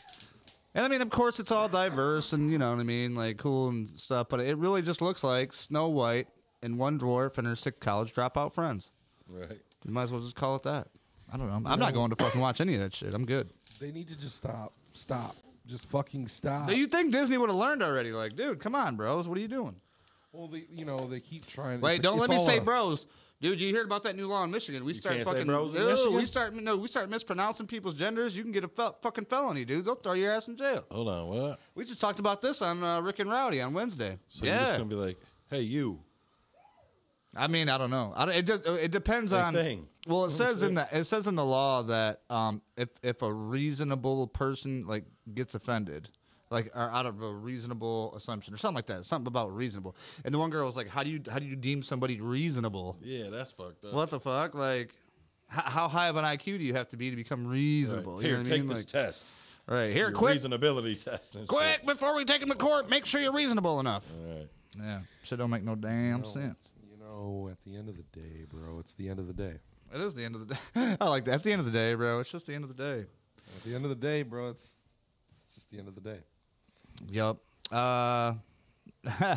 [SPEAKER 2] And I mean, of course, it's all diverse and you know what I mean, like cool and stuff. But it really just looks like Snow White and one dwarf and her sick college dropout friends.
[SPEAKER 3] right.
[SPEAKER 2] You might as well just call it that. I don't know. I'm, I'm not going to fucking watch any of that shit. I'm good.
[SPEAKER 1] They need to just stop. Stop. Just fucking stop.
[SPEAKER 2] Do you think Disney would have learned already? Like, dude, come on, bros. What are you doing?
[SPEAKER 1] well, they, you know, they keep trying.
[SPEAKER 2] Wait,
[SPEAKER 1] it's-
[SPEAKER 2] don't let
[SPEAKER 1] it's
[SPEAKER 2] me
[SPEAKER 1] all
[SPEAKER 2] say
[SPEAKER 1] a-
[SPEAKER 2] bros. Dude, you heard about that new law in Michigan? We start
[SPEAKER 3] can't say
[SPEAKER 2] fucking
[SPEAKER 3] bros in
[SPEAKER 2] Ew, We
[SPEAKER 3] Michigan?
[SPEAKER 2] start no, we start mispronouncing people's genders. You can get a fel- fucking felony, dude. They'll throw your ass in jail.
[SPEAKER 3] Hold on, what?
[SPEAKER 2] We just talked about this on uh, Rick and Rowdy on Wednesday.
[SPEAKER 3] So you're
[SPEAKER 2] yeah,
[SPEAKER 3] just going to be like, hey, you.
[SPEAKER 2] I mean, I don't know. I don't, it just it depends
[SPEAKER 3] Like
[SPEAKER 2] on.
[SPEAKER 3] thing.
[SPEAKER 2] Well, it says in the it says in the law that um, if if a reasonable person like gets offended, like are out of a reasonable assumption or something like that. Something about reasonable. And the one girl was like, "How do you how do you deem somebody reasonable?
[SPEAKER 3] Yeah, that's fucked up.
[SPEAKER 2] What the fuck? Like, h- how high of an IQ do you have to be to become reasonable?
[SPEAKER 3] Right.
[SPEAKER 2] You know
[SPEAKER 3] Here,
[SPEAKER 2] what I
[SPEAKER 3] take
[SPEAKER 2] mean?
[SPEAKER 3] this
[SPEAKER 2] Like,
[SPEAKER 3] test.
[SPEAKER 2] right here,
[SPEAKER 3] Your
[SPEAKER 2] quick,
[SPEAKER 3] reasonability test. and shit.
[SPEAKER 2] quick, before we take him to court, make sure you're reasonable enough.
[SPEAKER 3] All right.
[SPEAKER 2] Yeah, shit don't make no damn sense.
[SPEAKER 1] You know, at the end of the day, bro, it's the end of the day.
[SPEAKER 2] It is the end of the (laughs) day. I like that. At the end of the day, bro, it's just the end of the day.
[SPEAKER 1] At the end of the day, bro, it's, it's just the end of the day.
[SPEAKER 2] Yep. Uh, (laughs)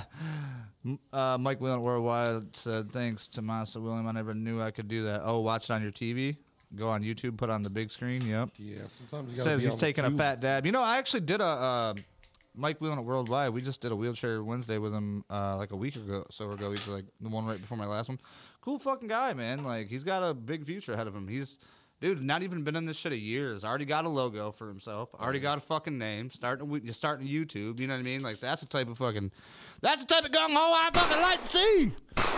[SPEAKER 2] M- uh, Mike Willen Worldwide said, "Thanks to Masa William, I never knew I could do that. Oh, watch it on your TV. Go on YouTube, put on the big screen. Yep.
[SPEAKER 1] Yeah, sometimes you gotta
[SPEAKER 2] Says
[SPEAKER 1] be
[SPEAKER 2] he's
[SPEAKER 1] on the
[SPEAKER 2] taking a
[SPEAKER 1] tube.
[SPEAKER 2] fat dab. You know, I actually did a uh, Mike Wheeling at Worldwide. We just did a wheelchair Wednesday with him uh, like a week ago, so ago. He's like the one right before my last one. Cool fucking guy, man. Like he's got a big future ahead of him. He's dude, not even been in this shit a year. He's already got a logo for himself. Already got a fucking name. Starting you starting YouTube. You know what I mean? Like that's the type of fucking that's the type of gung ho I fucking like to see.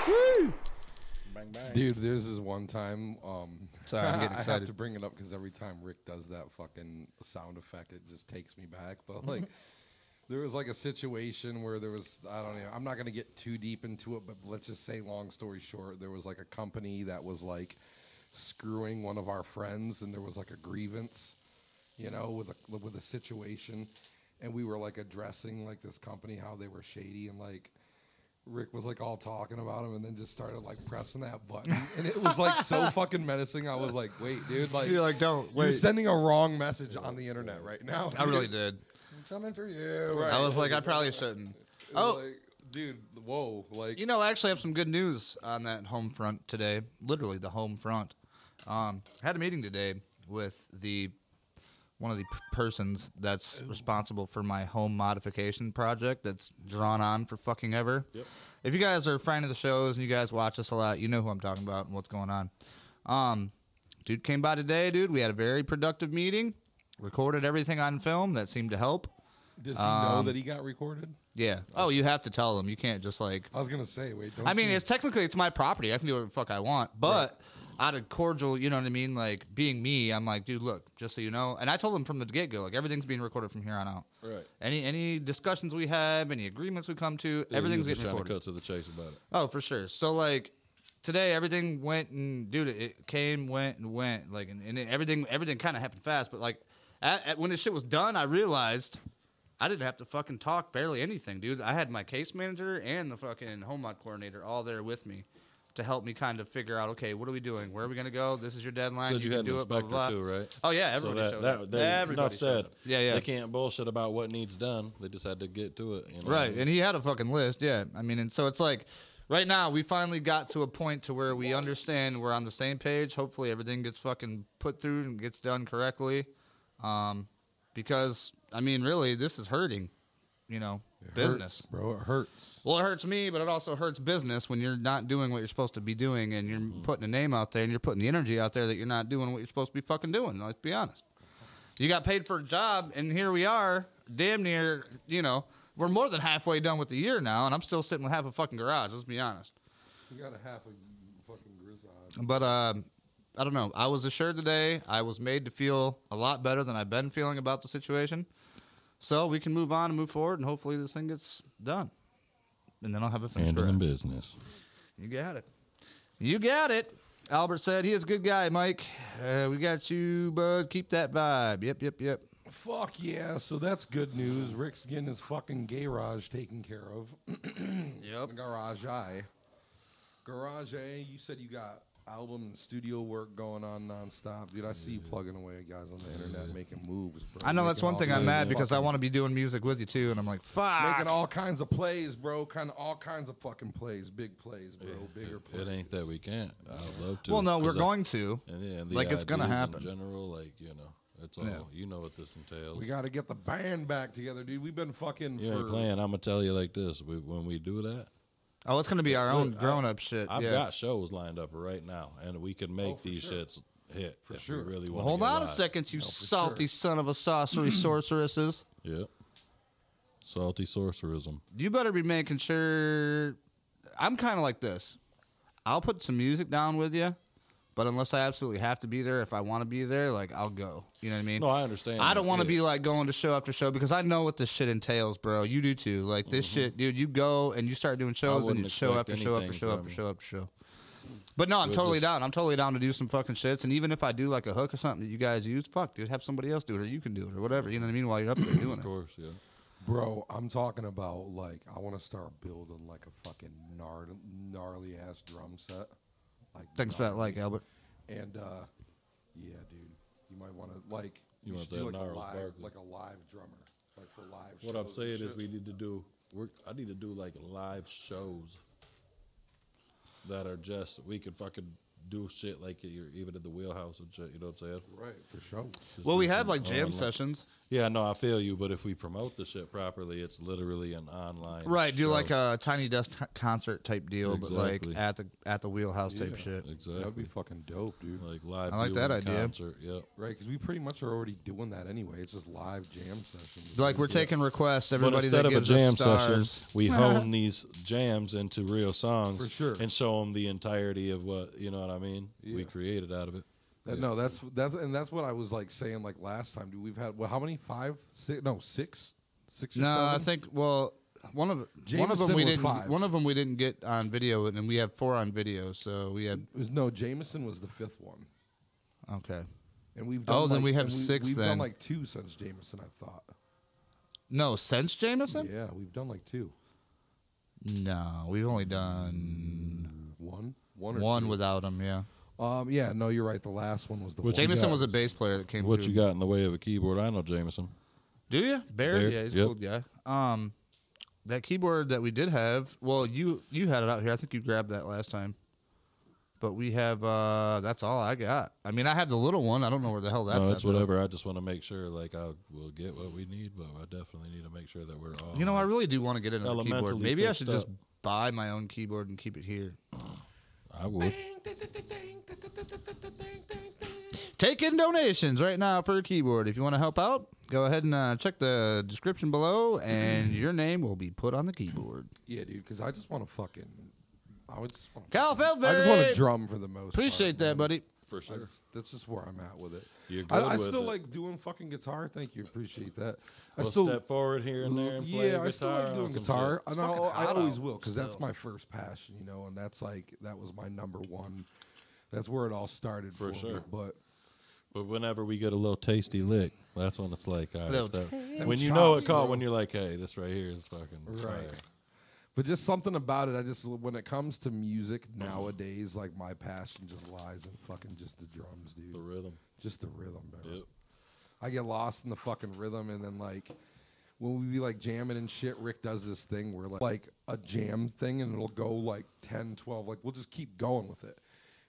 [SPEAKER 2] Woo!
[SPEAKER 3] Bang bang.
[SPEAKER 1] Dude, there's this one time. Um,
[SPEAKER 2] Sorry, I'm
[SPEAKER 1] (laughs)
[SPEAKER 2] getting
[SPEAKER 1] I
[SPEAKER 2] excited.
[SPEAKER 1] have to bring it up because every time Rick does that fucking sound effect, it just takes me back. But
[SPEAKER 2] (laughs)
[SPEAKER 1] like, there was like a situation where there was I don't know. I'm not gonna get too deep into it, but let's just say, long story short, there was like a company that was like screwing one of our friends, and there was like a grievance, you know, with a with a situation, and we were like addressing like this company how they were shady and like. Rick was like all talking about him and then just started like pressing that button. And it was like so fucking menacing. I was like, wait, dude, like,
[SPEAKER 2] You're like, don't
[SPEAKER 1] you're
[SPEAKER 2] wait.
[SPEAKER 1] sending a wrong message on the internet right now. (laughs)
[SPEAKER 2] I really did.
[SPEAKER 1] I'm coming for you.
[SPEAKER 2] I was like, I probably shouldn't. Oh,
[SPEAKER 1] Like, dude, whoa. Like,
[SPEAKER 2] You know, I actually have some good news on that home front today. Literally, the home front. Um, had a meeting today with the one of the p- persons that's responsible for my home modification project that's drawn on for fucking ever.
[SPEAKER 3] Yep.
[SPEAKER 2] If you guys are a fan of the shows and you guys watch us a lot, you know who I'm talking about and what's going on. Um, dude came by today, dude. We had a very productive meeting. Recorded everything on film. That seemed to help.
[SPEAKER 1] does he
[SPEAKER 2] Um,
[SPEAKER 1] know that he got recorded?
[SPEAKER 2] Yeah. Oh, you have to tell them. You can't just like
[SPEAKER 1] I was going to say, wait, don't
[SPEAKER 2] I mean,
[SPEAKER 1] you-
[SPEAKER 2] it's technically it's my property. I can do whatever the fuck I want. But out of cordial, you know what I mean? Like being me, I'm like, dude, look, just so you know. And I told him from the get go, like everything's being recorded from here on out.
[SPEAKER 3] Right.
[SPEAKER 2] Any any discussions we have, any agreements we come to,
[SPEAKER 3] Yeah,
[SPEAKER 2] everything's
[SPEAKER 3] he was just
[SPEAKER 2] getting
[SPEAKER 3] trying
[SPEAKER 2] recorded.
[SPEAKER 3] to cut to the chase about it.
[SPEAKER 2] Oh, for sure. So like today, everything went and dude, it came, went and went. Like and, and it- everything, everything kind of happened fast. But like at, at- when this shit was done, I realized I didn't have to fucking talk barely anything, dude. I had my case manager and the fucking home mod coordinator all there with me to help me kind of figure out, okay, what are we doing? Where are we gonna go? This is your deadline.
[SPEAKER 3] Said you, had
[SPEAKER 2] can
[SPEAKER 3] an
[SPEAKER 2] do it. Blah
[SPEAKER 3] inspector
[SPEAKER 2] blah. blah.
[SPEAKER 3] too, right?
[SPEAKER 2] Oh yeah,
[SPEAKER 3] So
[SPEAKER 2] everybody
[SPEAKER 3] that,
[SPEAKER 2] showed
[SPEAKER 3] that,
[SPEAKER 2] up.
[SPEAKER 3] They,
[SPEAKER 2] everybody
[SPEAKER 3] enough
[SPEAKER 2] showed
[SPEAKER 3] said.
[SPEAKER 2] up. Yeah, yeah.
[SPEAKER 3] They can't bullshit about what needs done. They just had to get to it. You know?
[SPEAKER 2] Right, and he had a fucking list, yeah. I mean, and so it's like, right now we finally got to a point to where we understand we're on the same page. Hopefully, everything gets fucking put through and gets done correctly, um, because I mean, really, this is hurting, you know,
[SPEAKER 1] it hurts,
[SPEAKER 2] business.
[SPEAKER 1] bro, it hurts.
[SPEAKER 2] Well, it hurts me, but it also hurts business when you're not doing what you're supposed to be doing, and you're putting a name out there, and you're putting the energy out there that you're not doing what you're supposed to be fucking doing. Let's be honest. You got paid for a job, and here we are, damn near. You know, we're more than halfway done with the year now, and I'm still sitting with half a fucking garage. Let's be honest.
[SPEAKER 1] You got a half a fucking grizzly.
[SPEAKER 2] But um, I don't know. I was assured today. I was made to feel a lot better than I've been feeling about the situation. So we can move on and move forward, and hopefully this thing gets done. And then I'll have a finished
[SPEAKER 3] Handling
[SPEAKER 2] product.
[SPEAKER 3] business.
[SPEAKER 2] You got it. You got it. Albert said he is a good guy, Mike. Uh, we got you, bud. Keep that vibe. Yep, yep, yep.
[SPEAKER 1] Fuck yeah. So that's good news. Rick's getting his fucking garage taken care of. (clears throat)
[SPEAKER 2] Yep.
[SPEAKER 1] Garage I. Garage A, you said you got album and studio work going on nonstop. Dude, I see you plugging away at guys on the internet making moves, bro.
[SPEAKER 2] I know that's
[SPEAKER 1] Making
[SPEAKER 2] one
[SPEAKER 1] all
[SPEAKER 2] thing I'm
[SPEAKER 1] kinds
[SPEAKER 2] mad
[SPEAKER 1] of
[SPEAKER 2] because I
[SPEAKER 1] fucking-
[SPEAKER 2] want to be doing music with you too, and I'm like, fuck.
[SPEAKER 1] making all kinds of plays, bro. Kind of all kinds of fucking plays, big plays, bro. Bigger plays.
[SPEAKER 3] It ain't that we can't. I'd love to.
[SPEAKER 2] well, no, we're
[SPEAKER 3] 'cause I-
[SPEAKER 2] going to.
[SPEAKER 3] And, yeah, and the
[SPEAKER 2] Like, it's gonna
[SPEAKER 3] ideas
[SPEAKER 2] happen.
[SPEAKER 3] In general, like you know, it's all
[SPEAKER 2] Yeah.
[SPEAKER 3] you know what this entails.
[SPEAKER 1] We got to get the band back together, dude. We've been fucking
[SPEAKER 3] you
[SPEAKER 1] for
[SPEAKER 3] ain't playing. I'm gonna tell you like this: we, when we do that,
[SPEAKER 2] Oh, it's gonna be our own
[SPEAKER 3] Look, I-
[SPEAKER 2] grown-up shit.
[SPEAKER 3] I've
[SPEAKER 2] yeah. Oh,
[SPEAKER 3] got shows lined up right now, and we can make
[SPEAKER 1] for
[SPEAKER 3] these
[SPEAKER 1] sure.
[SPEAKER 3] shits hit
[SPEAKER 1] For
[SPEAKER 3] if
[SPEAKER 1] sure.
[SPEAKER 3] we really
[SPEAKER 2] Well, hold
[SPEAKER 3] want. get
[SPEAKER 2] on a
[SPEAKER 3] live.
[SPEAKER 2] second, you
[SPEAKER 1] No, for
[SPEAKER 2] salty son of a (clears throat) sorcery sorceresses.
[SPEAKER 3] Yep. Salty sorcerism.
[SPEAKER 2] You better be making sure. I'm kind of like this. I'll put some music down with you, But unless I absolutely have to be there, if I want to be there, like I'll go. You know what I mean?
[SPEAKER 3] No, I understand.
[SPEAKER 2] I
[SPEAKER 3] that,
[SPEAKER 2] don't want to
[SPEAKER 3] yeah.
[SPEAKER 2] be like going to show after show because I know what this shit entails, bro. You do too. Like this shit, dude. You go and you start doing shows and
[SPEAKER 3] Mm-hmm. wouldn't
[SPEAKER 2] you show
[SPEAKER 3] expect
[SPEAKER 2] after show after
[SPEAKER 3] anything
[SPEAKER 2] show
[SPEAKER 3] from
[SPEAKER 2] after
[SPEAKER 3] you.
[SPEAKER 2] show after show. But no, I'm
[SPEAKER 3] We'll
[SPEAKER 2] totally
[SPEAKER 3] just-
[SPEAKER 2] down. I'm totally down to do some fucking shits. And even if I do like a hook or something that you guys use, fuck, dude, have somebody else do it or you can do it or whatever. You know what I mean? While you're up there doing
[SPEAKER 3] Of
[SPEAKER 2] it.
[SPEAKER 3] course, yeah.
[SPEAKER 1] Bro, I'm talking about like I want to start building like a fucking gnarly, gnarly ass drum set. Like
[SPEAKER 2] Thanks for that, like Albert.
[SPEAKER 1] And uh, yeah, dude, you might want to like we
[SPEAKER 3] You want
[SPEAKER 1] should do,
[SPEAKER 3] that
[SPEAKER 1] like a
[SPEAKER 3] gnarly
[SPEAKER 1] live,
[SPEAKER 3] sparkly.
[SPEAKER 1] like a live drummer, like for live.
[SPEAKER 3] What I'm
[SPEAKER 1] shows and
[SPEAKER 3] saying is
[SPEAKER 1] shit.
[SPEAKER 3] we need to do. We're, I need to do like live shows that are just we can fucking do shit like you're even at the wheelhouse and shit. You know what I'm saying?
[SPEAKER 1] right for sure.
[SPEAKER 3] Just
[SPEAKER 2] Well,
[SPEAKER 3] do
[SPEAKER 2] we have
[SPEAKER 3] some
[SPEAKER 2] like jam
[SPEAKER 3] online-
[SPEAKER 2] sessions.
[SPEAKER 3] Yeah, no, I feel you. But if we promote the shit properly, it's literally an online
[SPEAKER 2] Right, do
[SPEAKER 3] show.
[SPEAKER 2] like a tiny desk co- concert type deal, but
[SPEAKER 3] Exactly.
[SPEAKER 2] like at the at the wheelhouse type
[SPEAKER 1] Yeah. That'd
[SPEAKER 2] shit.
[SPEAKER 1] be
[SPEAKER 3] exactly
[SPEAKER 1] fucking dope, dude.
[SPEAKER 3] like live.
[SPEAKER 2] I like that
[SPEAKER 3] viewing
[SPEAKER 2] idea.
[SPEAKER 3] Concert. Yep.
[SPEAKER 1] Right, because we pretty much are already doing that anyway. It's just live jam sessions.
[SPEAKER 2] Like we're taking requests.
[SPEAKER 3] But
[SPEAKER 2] Everybody
[SPEAKER 3] instead
[SPEAKER 2] that
[SPEAKER 3] of a
[SPEAKER 2] gives
[SPEAKER 3] jam
[SPEAKER 2] us stars.
[SPEAKER 3] session,
[SPEAKER 2] (laughs)
[SPEAKER 3] we hone these jams into real songs
[SPEAKER 1] For sure.
[SPEAKER 3] and show them the entirety of what you know what I mean. We
[SPEAKER 1] Yeah.
[SPEAKER 3] created out of it.
[SPEAKER 1] That-
[SPEAKER 3] Yeah.
[SPEAKER 1] No, that's that's and that's what I was like saying like last time. Dude, we've had well, how many? Five, six? No, six, six. Or
[SPEAKER 2] No, I
[SPEAKER 1] seven?
[SPEAKER 2] think well, one of one of
[SPEAKER 1] Jameson
[SPEAKER 2] them we
[SPEAKER 1] was
[SPEAKER 2] didn't
[SPEAKER 1] five.
[SPEAKER 2] one of them we didn't get on video, and then we have four on video. So we had
[SPEAKER 1] It was- no. Jameson was the fifth one,
[SPEAKER 2] okay.
[SPEAKER 1] and we've done
[SPEAKER 2] Oh, then
[SPEAKER 1] like-
[SPEAKER 2] we have
[SPEAKER 1] and
[SPEAKER 2] six
[SPEAKER 1] We've
[SPEAKER 2] then.
[SPEAKER 1] done like two since Jameson. I thought.
[SPEAKER 2] No, since Jameson,
[SPEAKER 1] Yeah, we've done like two.
[SPEAKER 2] no, we've only done
[SPEAKER 1] One, one, or
[SPEAKER 2] one
[SPEAKER 1] two.
[SPEAKER 2] without him. Yeah,
[SPEAKER 1] Um, yeah, no, you're right. The last one was the
[SPEAKER 3] Which-
[SPEAKER 1] one.
[SPEAKER 2] Jameson
[SPEAKER 3] got?
[SPEAKER 2] was a bass player that came.
[SPEAKER 3] What
[SPEAKER 2] through.
[SPEAKER 3] you got in the way of a keyboard? I know Jameson.
[SPEAKER 2] Do you Baird?
[SPEAKER 3] Baird,
[SPEAKER 2] Yeah, he's a
[SPEAKER 3] yep.
[SPEAKER 2] cool guy. Um, that keyboard that we did have. Well, you you had it out here. I think you grabbed that last time. But we have. uh That's all I got. I mean, I had the little one. I don't know where the hell that's.
[SPEAKER 3] no,
[SPEAKER 2] at,
[SPEAKER 3] it's
[SPEAKER 2] though.
[SPEAKER 3] whatever. I just want to make sure, like, I will get what we need, but I definitely need to make sure that we're all.
[SPEAKER 2] You know, I really do want to get another keyboard.
[SPEAKER 3] Elementally
[SPEAKER 2] Maybe I
[SPEAKER 3] fixed
[SPEAKER 2] should just
[SPEAKER 3] up.
[SPEAKER 2] buy my own keyboard and keep it here.
[SPEAKER 3] I would.
[SPEAKER 2] Take in donations right now for a keyboard. If you want to help out, go ahead and uh, check the description below, and your name will be put on the keyboard.
[SPEAKER 1] Yeah, dude, because I just want to fucking. I would just want.
[SPEAKER 2] Kyle Feldberg.
[SPEAKER 1] I just want to drum for the most.
[SPEAKER 2] Appreciate
[SPEAKER 1] part, man.
[SPEAKER 2] that, buddy.
[SPEAKER 3] For
[SPEAKER 1] I just- that's just where I'm at with it.
[SPEAKER 3] You're
[SPEAKER 1] I,
[SPEAKER 3] good
[SPEAKER 1] I
[SPEAKER 3] with
[SPEAKER 1] still
[SPEAKER 3] it.
[SPEAKER 1] like doing fucking guitar. Thank you, appreciate that. I
[SPEAKER 3] We'll
[SPEAKER 1] still
[SPEAKER 3] step forward here and there and play
[SPEAKER 1] yeah,
[SPEAKER 3] guitar.
[SPEAKER 1] I still like
[SPEAKER 3] on
[SPEAKER 1] doing
[SPEAKER 3] some
[SPEAKER 1] guitar.
[SPEAKER 3] shit.
[SPEAKER 1] And I'll- I always will because that's my first passion, you know, and that's like that was my number one. That's where it all started for,
[SPEAKER 3] For
[SPEAKER 1] me,
[SPEAKER 3] sure.
[SPEAKER 1] But
[SPEAKER 3] But whenever we get a little tasty lick, that's when it's like, all right,
[SPEAKER 2] Little
[SPEAKER 3] step.
[SPEAKER 2] tasty
[SPEAKER 3] when you know
[SPEAKER 1] chops,
[SPEAKER 3] it caught,
[SPEAKER 1] bro.
[SPEAKER 3] when you're like, hey, this right here is fucking
[SPEAKER 1] Right.
[SPEAKER 3] fire.
[SPEAKER 1] but just something about it. I just when it comes to music nowadays, like my passion just lies in fucking just the drums, dude.
[SPEAKER 3] The rhythm.
[SPEAKER 1] just the rhythm, bro.
[SPEAKER 3] Yep.
[SPEAKER 1] I get lost in the fucking rhythm, and then like when we be like jamming and shit, Rick does this thing where like, like a jam thing, and it'll go like 10, 12, like we'll just keep going with it.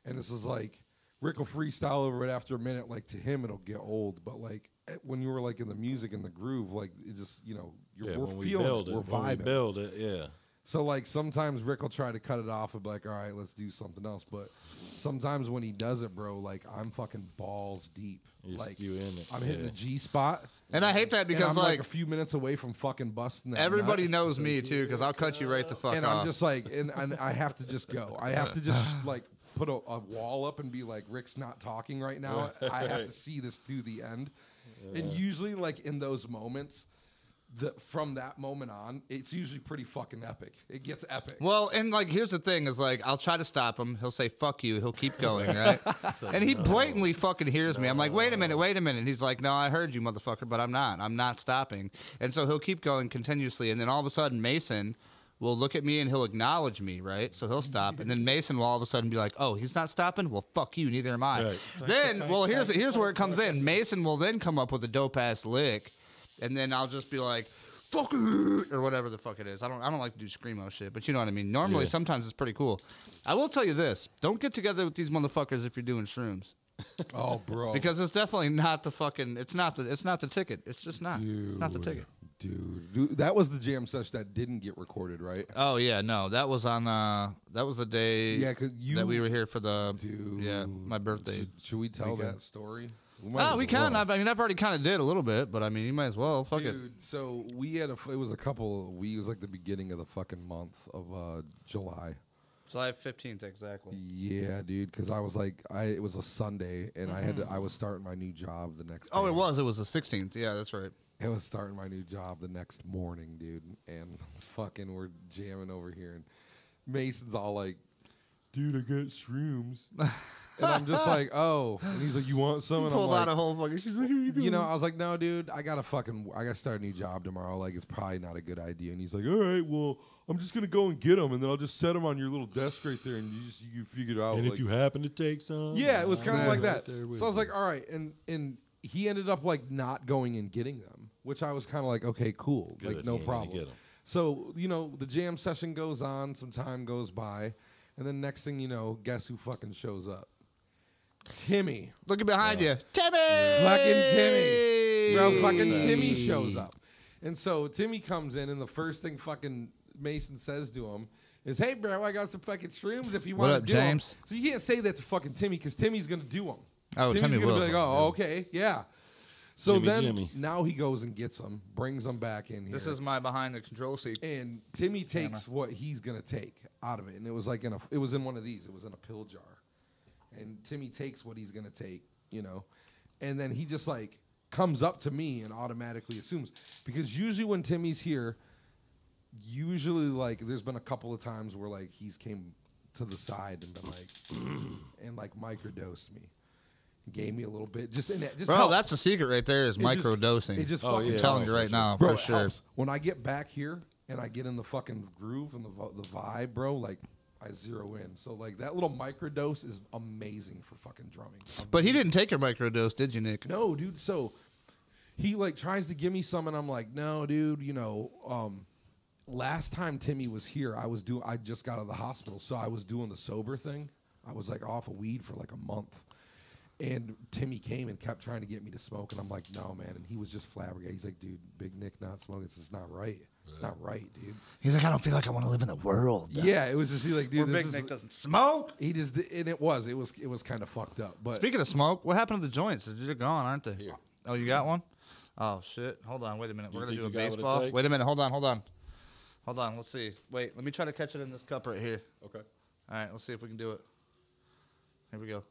[SPEAKER 1] And this is like Rick will freestyle over it after a minute. Like to him, it'll get old, but like eh, when you were like in the music and the groove, like it just you know you're,
[SPEAKER 3] Yeah,
[SPEAKER 1] we're
[SPEAKER 3] when we
[SPEAKER 1] feeling
[SPEAKER 3] build
[SPEAKER 1] it,
[SPEAKER 3] it,
[SPEAKER 1] we're
[SPEAKER 3] when we
[SPEAKER 1] vibing.
[SPEAKER 3] build it, yeah.
[SPEAKER 1] So like sometimes Rick will try to cut it off and be like, all right, let's do something else. But sometimes when he does it, bro, like I'm fucking balls deep.
[SPEAKER 3] You're s-
[SPEAKER 1] like
[SPEAKER 3] you in it,
[SPEAKER 1] I'm hitting
[SPEAKER 3] yeah.
[SPEAKER 1] the G spot.
[SPEAKER 2] And I hate that
[SPEAKER 1] and
[SPEAKER 2] because
[SPEAKER 1] I'm like,
[SPEAKER 2] like
[SPEAKER 1] a few minutes away from fucking busting that.
[SPEAKER 2] everybody
[SPEAKER 1] nut.
[SPEAKER 2] knows me too, because I'll cut you right the fuck
[SPEAKER 1] And
[SPEAKER 2] off.
[SPEAKER 1] I'm just like, and, and I have to just go. I have to just
[SPEAKER 2] (sighs)
[SPEAKER 1] like put a, a wall up and be like, Rick's not talking right now. I have to see this through the end. And usually, like in those moments, the, from that moment on, it's usually pretty fucking epic. It gets epic.
[SPEAKER 2] Well, and like here's the thing is like I'll try to stop him. He'll say fuck you. He'll keep going, right? and he blatantly fucking hears me. I'm like, "Wait a minute, wait a minute." And he's like, "No, I heard you, motherfucker, but I'm not. I'm not stopping." And so he'll keep going continuously and then all of a sudden Mason will look at me and he'll acknowledge me, right? So he'll stop and then Mason will all of a sudden be like, "Oh, he's not stopping? Well, fuck you, neither am (laughs) I."
[SPEAKER 3] Right.
[SPEAKER 2] Then, well, here's here's where it comes in. Mason will then come up with a dope ass lick and then I'll just be like, "Fuck it," or whatever the fuck it is. I don't I don't like to do screamo shit, but you know what I mean. Normally,
[SPEAKER 3] Yeah.
[SPEAKER 2] sometimes it's pretty cool. I will tell you this: don't get together with these motherfuckers if you're doing shrooms,
[SPEAKER 1] oh, bro.
[SPEAKER 2] because it's definitely not the fucking. It's not the. It's not the ticket. It's just not.
[SPEAKER 1] Dude,
[SPEAKER 2] It's not the ticket.
[SPEAKER 1] Dude, dude, that was the jam session that didn't get recorded, right?
[SPEAKER 2] Oh yeah, no, that was on. Uh, that was the day.
[SPEAKER 1] Yeah, 'cause you-
[SPEAKER 2] that we were here for the.
[SPEAKER 1] Dude,
[SPEAKER 2] yeah, my birthday.
[SPEAKER 1] Should, should we tell
[SPEAKER 2] weekend.
[SPEAKER 1] that story?
[SPEAKER 2] Oh, we can. I
[SPEAKER 1] not
[SPEAKER 2] I mean, I've already kind of did a little bit, but I mean, you might as well. Fuck
[SPEAKER 1] Dude,
[SPEAKER 2] it.
[SPEAKER 1] so we had a. f- It was a couple. We it was like the beginning of the fucking month of uh July,
[SPEAKER 2] July 15th, exactly.
[SPEAKER 1] Yeah, dude. Because I was like, I it was a Sunday, and I had to, I was starting my new job the next.
[SPEAKER 2] Mm-hmm. Oh,
[SPEAKER 1] day.
[SPEAKER 2] it was. It was the 16th. Yeah, that's right.
[SPEAKER 1] It was starting my new job the next morning, dude. And fucking, we're jamming over here, and Mason's all like, "Dude, I got shrooms,"
[SPEAKER 2] (laughs)
[SPEAKER 1] and I'm just like, "Oh," and he's like, "You want some?" And I'm
[SPEAKER 2] Pulled
[SPEAKER 1] like,
[SPEAKER 2] out a whole fucking. She's like, here (laughs) you go.
[SPEAKER 1] you know, I was like, no, dude, I gotta fucking, I gotta start a new job tomorrow. Like, it's probably not a good idea. And he's like, all right, well, I'm just gonna go and get them, and then I'll just set them on your little desk right there, and you just you figure it out.
[SPEAKER 3] And
[SPEAKER 1] like-
[SPEAKER 3] if you happen to take some,
[SPEAKER 1] yeah, it was kind of
[SPEAKER 3] I'm
[SPEAKER 1] like
[SPEAKER 3] right
[SPEAKER 1] that.
[SPEAKER 3] there with
[SPEAKER 1] so I was
[SPEAKER 3] you.
[SPEAKER 1] like, all right, and and he ended up like not going and getting them, which I was kind of like, okay, cool, like
[SPEAKER 3] Good,
[SPEAKER 1] no
[SPEAKER 3] he ain't gonna
[SPEAKER 1] problem.
[SPEAKER 3] get 'em.
[SPEAKER 1] So you know, the jam session goes on, some time goes by, and then next thing you know, guess who fucking shows up? Timmy.
[SPEAKER 2] Looking behind you. Timmy!
[SPEAKER 1] Fucking Timmy. Bro, fucking Timmy shows up. And so Timmy comes in, and the first thing fucking Mason says to him is, Hey, bro, I got some fucking shrooms if you
[SPEAKER 2] What
[SPEAKER 1] want
[SPEAKER 2] up,
[SPEAKER 1] to do 'em."
[SPEAKER 2] James?
[SPEAKER 1] So you can't say that to fucking Timmy because Timmy's going to do them.
[SPEAKER 2] Oh,
[SPEAKER 1] Timmy's
[SPEAKER 2] Timmy
[SPEAKER 1] gonna
[SPEAKER 2] will
[SPEAKER 1] be like, Oh, okay, yeah. So
[SPEAKER 3] Jimmy,
[SPEAKER 1] then
[SPEAKER 3] Jimmy.
[SPEAKER 1] now he goes and gets them, brings them back in here.
[SPEAKER 2] This is my behind the control seat.
[SPEAKER 1] and Timmy takes what he's gonna take out of it, and it was like in a, it was in one of these, it was in a pill jar, and Timmy takes what he's gonna take, you know, and then he just like comes up to me and automatically assumes because usually when Timmy's here, usually like there's been a couple of times where like he's came to the side and been like and like (clears throat) microdosed me, gave me a little bit, just in that, just
[SPEAKER 2] Bro,
[SPEAKER 1] helps.
[SPEAKER 2] that's the secret right there is
[SPEAKER 1] It just-
[SPEAKER 2] micro dosing.
[SPEAKER 1] It just
[SPEAKER 3] Oh,
[SPEAKER 1] fucking
[SPEAKER 3] yeah.
[SPEAKER 2] I'm telling you
[SPEAKER 3] Oh,
[SPEAKER 2] right
[SPEAKER 3] for
[SPEAKER 2] now,
[SPEAKER 1] bro,
[SPEAKER 2] for
[SPEAKER 1] it
[SPEAKER 2] sure.
[SPEAKER 1] helps. When I get back here and I get in the fucking groove and the vo- the vibe, bro, like I zero in. So like that little microdose is amazing for fucking drumming.
[SPEAKER 2] But he didn't take your micro dose, did you, Nick?
[SPEAKER 1] No, dude. So he like tries to give me some, and I'm like, no, dude. You know, um, last time Timmy was here, I was doing. I just got out of the hospital, so I was doing the sober thing. I was like off of weed for like a month. And Timmy came and kept trying to get me to smoke, and I'm like, no, man. And he was just flabbergasted. He's like, dude, Big Nick not smoking. It's just not right. It's not right, dude.
[SPEAKER 2] He's like, I don't feel like I want to live in the world.
[SPEAKER 1] Yeah, it was just he's like, dude, this is,
[SPEAKER 2] doesn't smoke.
[SPEAKER 1] he just and it was it was it was kind of fucked up. But
[SPEAKER 2] Speaking of smoke, what happened to the joints? They're gone, aren't they? Oh, you got one? Oh shit! Hold on, wait a minute.
[SPEAKER 3] You
[SPEAKER 2] We're gonna
[SPEAKER 3] think
[SPEAKER 2] do a
[SPEAKER 3] you got what it
[SPEAKER 2] baseball.
[SPEAKER 3] takes?
[SPEAKER 2] Wait a minute. Hold on. Hold on. Hold on. Let's see. Wait. Let me try to catch it in this cup right here.
[SPEAKER 3] okay.
[SPEAKER 2] All right. Let's see if we can do it. Here we go.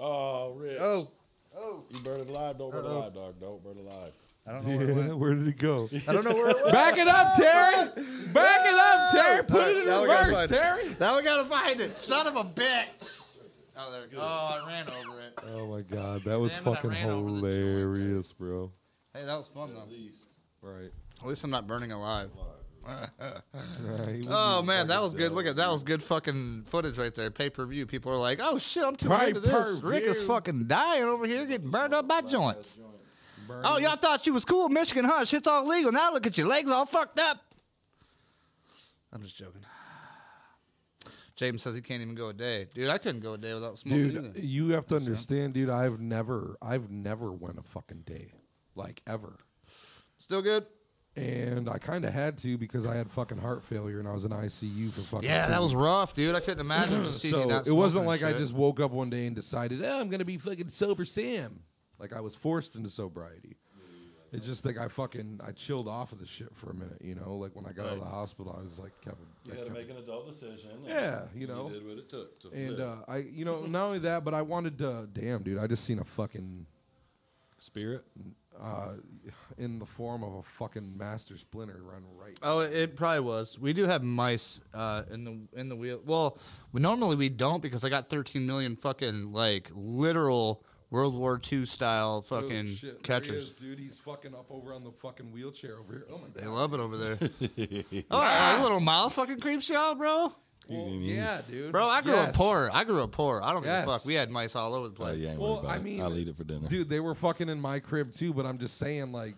[SPEAKER 3] Oh, Rick.
[SPEAKER 2] Oh. Oh.
[SPEAKER 3] You burn it alive. Don't burn it
[SPEAKER 2] Uh-oh.
[SPEAKER 3] alive, dog. Don't burn it alive.
[SPEAKER 2] I don't know where it went.
[SPEAKER 1] (laughs) where did he go?
[SPEAKER 2] I don't know where it went.
[SPEAKER 1] Back it up, Terry. Back it up, Terry. Put
[SPEAKER 2] All right,
[SPEAKER 1] it in
[SPEAKER 2] now we gotta
[SPEAKER 1] reverse,
[SPEAKER 2] find
[SPEAKER 1] Terry.
[SPEAKER 2] it. Now we gotta find it. Son of a bitch. Oh, there we go. Oh, I ran over it.
[SPEAKER 1] Oh my god, that was
[SPEAKER 5] Damn it, I
[SPEAKER 1] fucking
[SPEAKER 5] ran over the joint.
[SPEAKER 1] hilarious, bro.
[SPEAKER 2] Hey, that was fun though.
[SPEAKER 1] Right.
[SPEAKER 2] At least I'm not burning alive.
[SPEAKER 1] Right.
[SPEAKER 2] Oh man, that was good. Look at that was good fucking footage right there. Pay per view. People are like, oh shit, I'm too into this.
[SPEAKER 1] Pay-per-view.
[SPEAKER 2] Rick is fucking dying over here, getting burned up by joints. Oh, y'all thought you was cool, Michigan, huh? Shit's all legal now. Look at your legs all fucked up. I'm just joking. James says he can't even go a day, dude. I couldn't go a day without smoking.
[SPEAKER 1] dude, uh,
[SPEAKER 2] either.
[SPEAKER 1] you have to understand, dude. I've never, I've never went a fucking day, like ever.
[SPEAKER 2] Still good.
[SPEAKER 1] And I kind of had to because I had fucking heart failure and I was in ICU for fucking.
[SPEAKER 2] Yeah,
[SPEAKER 1] two
[SPEAKER 2] that was
[SPEAKER 1] weeks.
[SPEAKER 2] rough, dude. I couldn't
[SPEAKER 1] (clears throat)
[SPEAKER 2] imagine just seeing you
[SPEAKER 1] So
[SPEAKER 2] not
[SPEAKER 1] it wasn't like
[SPEAKER 2] smoking
[SPEAKER 1] I
[SPEAKER 2] shit.
[SPEAKER 1] just woke up one day and decided, oh, I'm gonna be fucking sober Sam. Like I was forced into sobriety. It's just like I fucking I chilled off of the shit for a minute, you know. Like when I got out of the
[SPEAKER 3] Right.
[SPEAKER 1] hospital, I was like, Kevin,
[SPEAKER 3] You had to make an adult decision. and
[SPEAKER 1] Yeah, you know.
[SPEAKER 3] did what it took. To
[SPEAKER 1] and
[SPEAKER 3] live.
[SPEAKER 1] uh, I, you know, not only that, but I wanted to. Damn, dude, I just seen a fucking
[SPEAKER 3] Spirit.
[SPEAKER 1] uh, in the form of a fucking master splinter run right.
[SPEAKER 2] Oh, it- it probably was. We do have mice uh, in the in the wheel. Well, we- normally we don't because I got 13 million fucking like literal World War II style
[SPEAKER 1] Oh,
[SPEAKER 2] fucking
[SPEAKER 1] shit, there he is,
[SPEAKER 2] catchers.
[SPEAKER 1] dude. He's fucking up over on the fucking wheelchair over here. Oh my
[SPEAKER 2] They
[SPEAKER 1] god.
[SPEAKER 2] love it over
[SPEAKER 1] (laughs)
[SPEAKER 2] there. oh, a little mouse fucking creeps you out, bro.
[SPEAKER 1] Well, yeah, dude.
[SPEAKER 2] Bro, I grew up
[SPEAKER 1] Yes.
[SPEAKER 2] poor. I grew up poor. I don't
[SPEAKER 1] Yes.
[SPEAKER 2] give a fuck. We had mice all over the
[SPEAKER 3] Oh,
[SPEAKER 2] place.
[SPEAKER 3] you ain't
[SPEAKER 1] Well,
[SPEAKER 3] worried about
[SPEAKER 1] I
[SPEAKER 3] it.
[SPEAKER 1] mean,
[SPEAKER 3] I'll eat it for (laughs) dinner.
[SPEAKER 1] Dude, they were fucking in my crib too, but I'm just saying, like,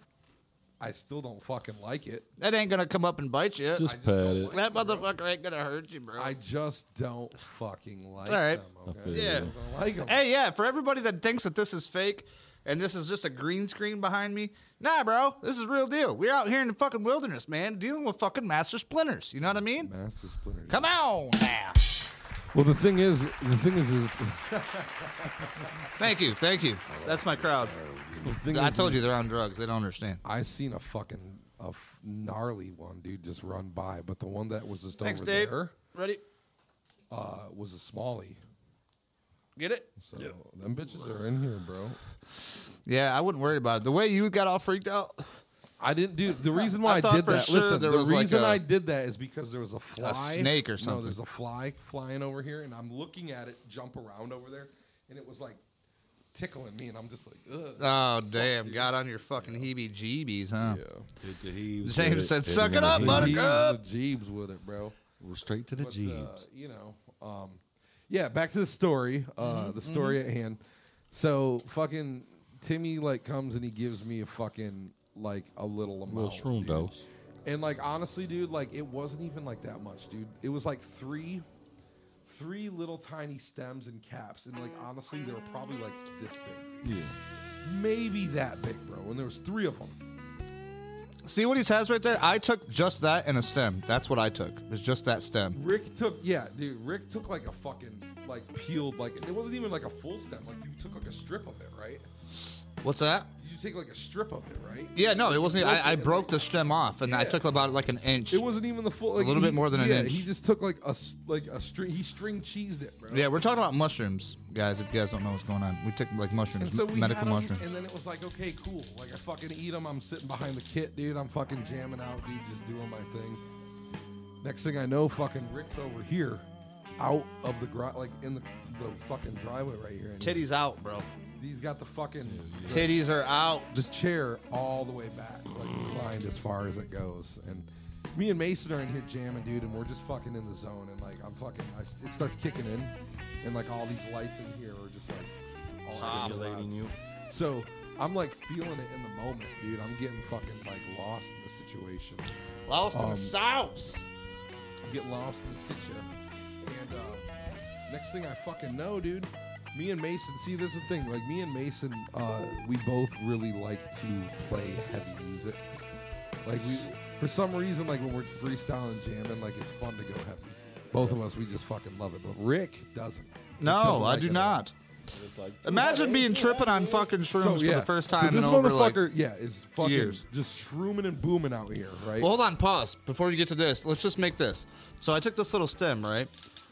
[SPEAKER 1] I still don't fucking like it.
[SPEAKER 2] That ain't gonna come up and bite you.
[SPEAKER 3] just
[SPEAKER 1] I just
[SPEAKER 3] pat
[SPEAKER 1] don't
[SPEAKER 3] it.
[SPEAKER 1] like-
[SPEAKER 2] that motherfucker ain't gonna hurt you, bro.
[SPEAKER 1] I just don't fucking like
[SPEAKER 2] All right.
[SPEAKER 1] them.
[SPEAKER 3] I
[SPEAKER 1] Okay?
[SPEAKER 3] feel
[SPEAKER 2] Yeah.
[SPEAKER 1] I
[SPEAKER 3] you.
[SPEAKER 1] don't like 'em.
[SPEAKER 2] Hey, yeah, for everybody that thinks that this is fake and this is just a green screen behind me, nah, bro, this is real deal. We're out here in the fucking wilderness, man, dealing with fucking master splinters. You know what I mean?
[SPEAKER 1] Master Splinter.
[SPEAKER 2] Come on now.
[SPEAKER 1] Well, the thing is, the thing is, is
[SPEAKER 2] Thank you, thank you. That's my crowd.
[SPEAKER 1] the thing
[SPEAKER 2] I
[SPEAKER 1] is,
[SPEAKER 2] told
[SPEAKER 1] is
[SPEAKER 2] you they're on drugs. They don't understand.
[SPEAKER 1] I seen a fucking a f- gnarly one, dude, just run by, but the one that was just
[SPEAKER 2] Thanks,
[SPEAKER 1] over
[SPEAKER 2] Dave.
[SPEAKER 1] there
[SPEAKER 6] Ready?
[SPEAKER 1] uh, was a smallie.
[SPEAKER 6] Get it?
[SPEAKER 1] So them bitches are in here, bro.
[SPEAKER 2] Yeah, I wouldn't worry about it. The way you got all freaked out,
[SPEAKER 1] I didn't do
[SPEAKER 2] (laughs)
[SPEAKER 1] the reason
[SPEAKER 2] I
[SPEAKER 1] why I,
[SPEAKER 2] thought
[SPEAKER 1] did
[SPEAKER 2] for
[SPEAKER 1] that.
[SPEAKER 2] sure
[SPEAKER 1] listen,
[SPEAKER 2] there
[SPEAKER 1] the
[SPEAKER 2] was like
[SPEAKER 1] reason
[SPEAKER 2] a-
[SPEAKER 1] I did that is because there was a fly,
[SPEAKER 2] snake or
[SPEAKER 1] No,
[SPEAKER 2] something.
[SPEAKER 1] there's a fly flying over here, and I'm looking at it jump around over there, and it was like tickling me, and I'm just like, ugh.
[SPEAKER 2] oh damn, got on your fucking heebie-jeebies, huh?
[SPEAKER 3] Hit the heaves
[SPEAKER 2] James
[SPEAKER 3] with it,
[SPEAKER 2] said,
[SPEAKER 3] hit
[SPEAKER 2] "Suck it
[SPEAKER 3] him in
[SPEAKER 2] up,
[SPEAKER 3] the
[SPEAKER 2] buddy."
[SPEAKER 3] heaves.
[SPEAKER 2] Buttercup!
[SPEAKER 1] The Jeebs with it, bro.
[SPEAKER 3] We're straight to the
[SPEAKER 1] But, uh,
[SPEAKER 3] jeeves.
[SPEAKER 1] you know, um, yeah. Back to the story. Uh,
[SPEAKER 2] Mm-hmm,
[SPEAKER 1] the story at hand. So fucking Timmy like comes and he gives me a fucking like a little amount.
[SPEAKER 3] Little shroom
[SPEAKER 1] dude.
[SPEAKER 3] dose.
[SPEAKER 1] And like honestly, dude, like it wasn't even like that much, dude. It was like three, three little tiny stems and caps, and like honestly, they were probably like this big,
[SPEAKER 3] Yeah.
[SPEAKER 1] maybe that big, bro. And there was three of them.
[SPEAKER 2] See what he has right there? I took just that and a stem. That's what I took. It was just that stem.
[SPEAKER 1] Rick took, yeah, dude. Rick took like a fucking like peeled like it wasn't even like a full stem. Like you took like a strip of it, right?
[SPEAKER 2] What's that?
[SPEAKER 1] You take like a strip of it, right?
[SPEAKER 2] Yeah, no, it wasn't. I, I broke the stem off, and I
[SPEAKER 1] Yeah.
[SPEAKER 2] took about like an inch.
[SPEAKER 1] It wasn't even the full. Like,
[SPEAKER 2] little
[SPEAKER 1] he-
[SPEAKER 2] bit more than an
[SPEAKER 1] yeah,
[SPEAKER 2] inch.
[SPEAKER 1] He just took like a s- like a string. He string cheesed it, bro.
[SPEAKER 2] Yeah, we're talking about mushrooms, guys. If you guys don't know what's going on, we took like mushrooms,
[SPEAKER 1] And so
[SPEAKER 2] m-
[SPEAKER 1] we
[SPEAKER 2] medical
[SPEAKER 1] had 'em,
[SPEAKER 2] mushrooms.
[SPEAKER 1] And then it was like, okay, cool. Like I fucking eat them. I'm sitting behind the kit, dude. I'm fucking jamming out, dude. Just doing my thing. Next thing I know, fucking Rick's over here, out of the garage, like in the, the fucking driveway right here. And he's-
[SPEAKER 2] Titties out, bro.
[SPEAKER 1] He's got the fucking the,
[SPEAKER 2] Titties are out.
[SPEAKER 1] the chair all the way back, like reclined as far as it goes. And me and Mason are in here jamming, dude, and we're just fucking in the zone. And like I'm fucking, I s it starts kicking in, and like all these lights in here are just like
[SPEAKER 2] Ah,
[SPEAKER 1] all over the garage.
[SPEAKER 3] Stimulating you.
[SPEAKER 1] So I'm like feeling it in the moment, dude. I'm getting fucking like lost in the situation.
[SPEAKER 2] Lost in
[SPEAKER 1] Um,
[SPEAKER 2] the sauce.
[SPEAKER 1] I'm getting lost in the situ. And uh, next thing I fucking know, dude, me and Mason, see, this is the thing. Like, me and Mason, uh, we both really like to play heavy music. Like, we, for some reason, like, when we're freestyling and jamming, like, it's fun to go heavy. Both of us, we just fucking love it. But Rick doesn't. He
[SPEAKER 2] No,
[SPEAKER 1] doesn't
[SPEAKER 2] I
[SPEAKER 1] like
[SPEAKER 2] do
[SPEAKER 1] it at all.
[SPEAKER 2] not. Imagine being tripping on fucking shrooms for the first time
[SPEAKER 1] So this
[SPEAKER 2] in over like.
[SPEAKER 1] motherfucker, yeah, is fucking
[SPEAKER 2] years.
[SPEAKER 1] just shrooming and booming out here, right?
[SPEAKER 2] Well, hold on, pause before you get to this. Let's just make this. So I took this little stem, right?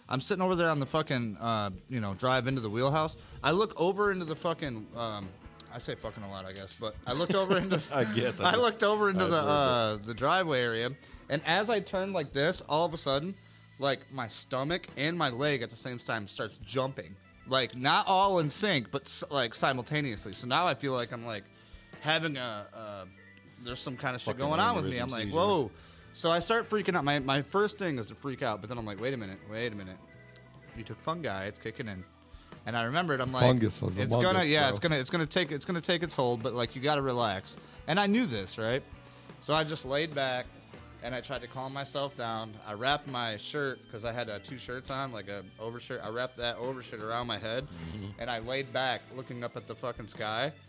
[SPEAKER 2] I'm sitting over there on the fucking, uh, you know, drive into the wheelhouse. I look over into the fucking. Um, I say fucking a lot, I guess, but I looked over into.
[SPEAKER 3] (laughs) I guess I
[SPEAKER 2] I,
[SPEAKER 3] just-
[SPEAKER 2] looked over into
[SPEAKER 3] I
[SPEAKER 2] the
[SPEAKER 3] heard
[SPEAKER 2] uh, the driveway area, and as I turned like this, all of a sudden, like my stomach and my leg at the same time starts jumping, like not all in sync, but s- like simultaneously. So now I feel like I'm like having a. Uh, there's some kind of shit
[SPEAKER 3] Fucking
[SPEAKER 2] going on with me.
[SPEAKER 3] aneurysm
[SPEAKER 2] I'm like,
[SPEAKER 3] seizure.
[SPEAKER 2] whoa. So I start freaking out. My my first thing is to freak out, but then I'm like, wait a minute, wait a minute. You took fungi. It's kicking in. And I remembered, I'm like,
[SPEAKER 1] Fungus is
[SPEAKER 2] it's
[SPEAKER 1] among
[SPEAKER 2] gonna,
[SPEAKER 1] us,
[SPEAKER 2] yeah,
[SPEAKER 1] bro.
[SPEAKER 2] it's gonna, it's gonna take, it's gonna take its hold, but like you gotta relax. And I knew this, right? So I just laid back, and I tried to calm myself down. I wrapped my shirt because I had uh, two shirts on, like a overshirt. I wrapped that overshirt around my head,
[SPEAKER 1] Mm-hmm.
[SPEAKER 2] and I laid back, looking up at the fucking sky. (laughs)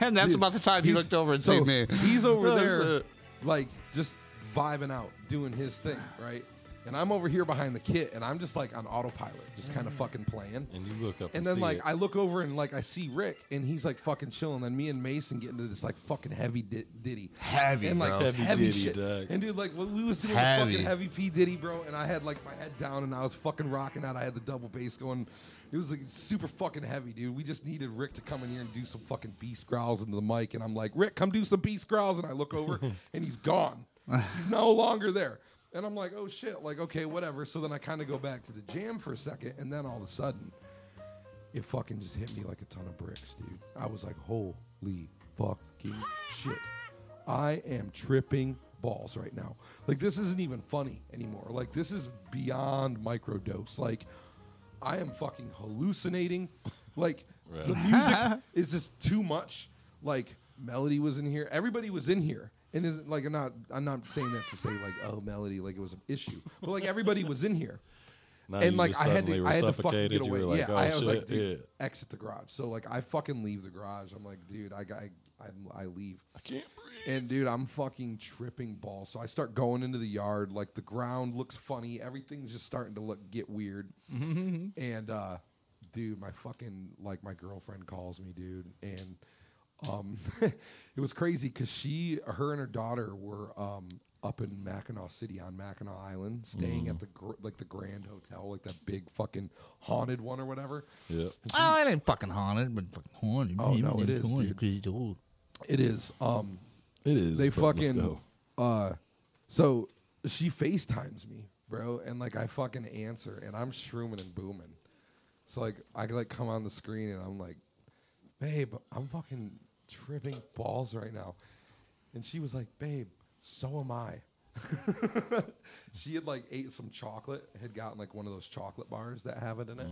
[SPEAKER 2] and that's
[SPEAKER 1] Dude,
[SPEAKER 2] about the time he
[SPEAKER 1] he's-
[SPEAKER 2] looked over and
[SPEAKER 1] so
[SPEAKER 2] seen me.
[SPEAKER 1] He's
[SPEAKER 2] (laughs)
[SPEAKER 1] over
[SPEAKER 2] That's
[SPEAKER 1] there,
[SPEAKER 2] it.
[SPEAKER 1] like just vibing out, doing his thing, right? And I'm over here behind the kit, and I'm just like on autopilot, just
[SPEAKER 2] Mm.
[SPEAKER 1] kind of fucking playing.
[SPEAKER 3] And you look up and,
[SPEAKER 1] And then
[SPEAKER 3] see
[SPEAKER 1] like
[SPEAKER 3] it.
[SPEAKER 1] I look over and like I see Rick, and he's like fucking chilling. Then me and Mason get into this like fucking heavy di- diddy,
[SPEAKER 2] Heavy,
[SPEAKER 1] and like
[SPEAKER 2] bro.
[SPEAKER 1] this
[SPEAKER 3] Heavy
[SPEAKER 1] heavy
[SPEAKER 3] ditty,
[SPEAKER 1] shit.
[SPEAKER 3] dog.
[SPEAKER 1] And dude, like when we was doing
[SPEAKER 2] Heavy.
[SPEAKER 1] the fucking heavy P Diddy, bro, and I had like my head down and I was fucking rocking out. I had the double bass going. It was like super fucking heavy, dude. We just needed Rick to come in here and do some fucking beast growls into the mic, and I'm like, Rick, come do some beast growls, and I look over and he's gone. He's no longer there. And I'm like, oh shit, like okay, whatever. So then I kind of go back to the jam for a second, and then all of a sudden, it fucking just hit me like a ton of bricks, dude. I was like, holy fucking shit. I am tripping balls right now. Like, this isn't even funny anymore. Like, this is beyond microdose. Like, I am fucking hallucinating. Like, the music (laughs) is just too much. Like, Melody was in here. Everybody was in here. And isn't like I'm not I'm not saying that to say like oh Melody like it was an issue, but like everybody was in here
[SPEAKER 3] Now
[SPEAKER 1] and
[SPEAKER 3] you
[SPEAKER 1] like
[SPEAKER 3] just
[SPEAKER 1] I had
[SPEAKER 3] suddenly
[SPEAKER 1] to,
[SPEAKER 3] were
[SPEAKER 1] I had to fucking
[SPEAKER 3] suffocated.
[SPEAKER 1] get
[SPEAKER 3] You were
[SPEAKER 1] away.
[SPEAKER 3] like,
[SPEAKER 1] yeah,
[SPEAKER 3] oh,
[SPEAKER 1] I was
[SPEAKER 3] shit,
[SPEAKER 1] like, dude,
[SPEAKER 3] yeah.
[SPEAKER 1] exit the garage. So like, I fucking leave the garage. I'm like, dude, I got, I, I, I leave. I can't breathe. And dude, I'm fucking tripping balls. So I start going into the yard. Like the ground looks funny. Everything's just starting to look get weird. and uh, dude, my fucking like my girlfriend calls me, dude, (laughs) and um, it was crazy because she, her and her daughter were um up in Mackinac City on Mackinac Island, staying at the gr- like the Grand Hotel, like that big fucking haunted one or whatever.
[SPEAKER 3] Yeah.
[SPEAKER 4] Oh, it ain't fucking haunted, but fucking haunted.
[SPEAKER 1] Oh, no, it is,
[SPEAKER 4] Haunted
[SPEAKER 1] dude.
[SPEAKER 4] 'cause it's old.
[SPEAKER 1] It is. Um,
[SPEAKER 3] It is.
[SPEAKER 1] they
[SPEAKER 3] but let's
[SPEAKER 1] fucking
[SPEAKER 3] go.
[SPEAKER 1] uh so she FaceTimes me, bro, and like I fucking answer and I'm shrooming and booming. So like I like come on the screen and I'm like, babe, I'm fucking tripping balls right now. And she was like, babe, so am I. (laughs) she had like ate some chocolate, had gotten like one of those chocolate bars that have it in it.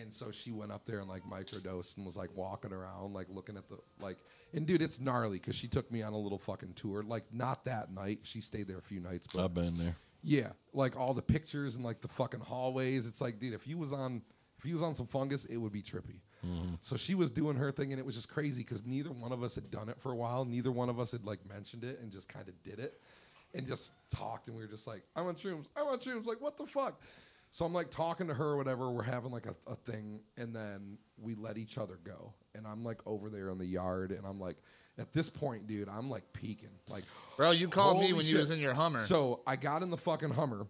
[SPEAKER 1] And so she went up there and like microdosed and was like walking around, like looking at the like. And dude, it's gnarly because she took me on a little fucking tour. Like not that night, she stayed there a few nights, but
[SPEAKER 3] I've been there.
[SPEAKER 1] yeah, like all the pictures and like the fucking hallways. It's like, dude, if you was on if you was on some fungus, it would be trippy. So she was doing her thing, and it was just crazy because neither one of us had done it for a while. Neither one of us had like mentioned it and just kind of did it, and just talked, and we were just like, "I'm on shrooms, I'm on shrooms." Like, what the fuck? So I'm like talking to her, or whatever. We're having like a, a thing, and then we let each other go. And I'm like over there in the yard, and I'm like, at this point, dude, I'm like peeking, like.
[SPEAKER 4] Bro, you called me
[SPEAKER 1] Holy
[SPEAKER 4] when you
[SPEAKER 1] shit.
[SPEAKER 4] was in your Hummer.
[SPEAKER 1] So I got in the fucking Hummer,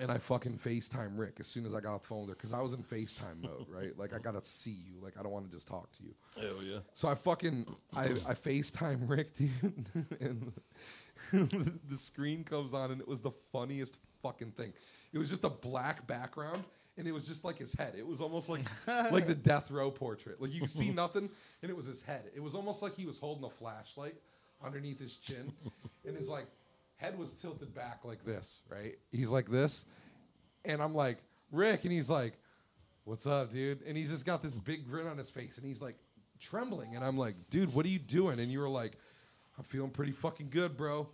[SPEAKER 1] and I fucking FaceTime Rick as soon as I got off the phone with her because I was in FaceTime mode, right? Like I gotta see you. Like I don't want to just talk to you.
[SPEAKER 3] Hell yeah.
[SPEAKER 1] So I fucking I, I FaceTime (laughs) Rick, dude, and (laughs) the, the screen comes on, and it was the funniest fucking thing. It was just a black background. And it was just like his head. It was almost like like the death row portrait. Like you could see nothing, and it was his head. It was almost like he was holding a flashlight underneath his chin, and his like head was tilted back like this. Right? He's like this, and I'm like Rick, and he's like, what's up, dude? And he's just got this big grin on his face and he's like trembling. And I'm like, dude, what are you doing? And you were like, I'm feeling pretty fucking good,
[SPEAKER 3] (laughs)
[SPEAKER 1] bro.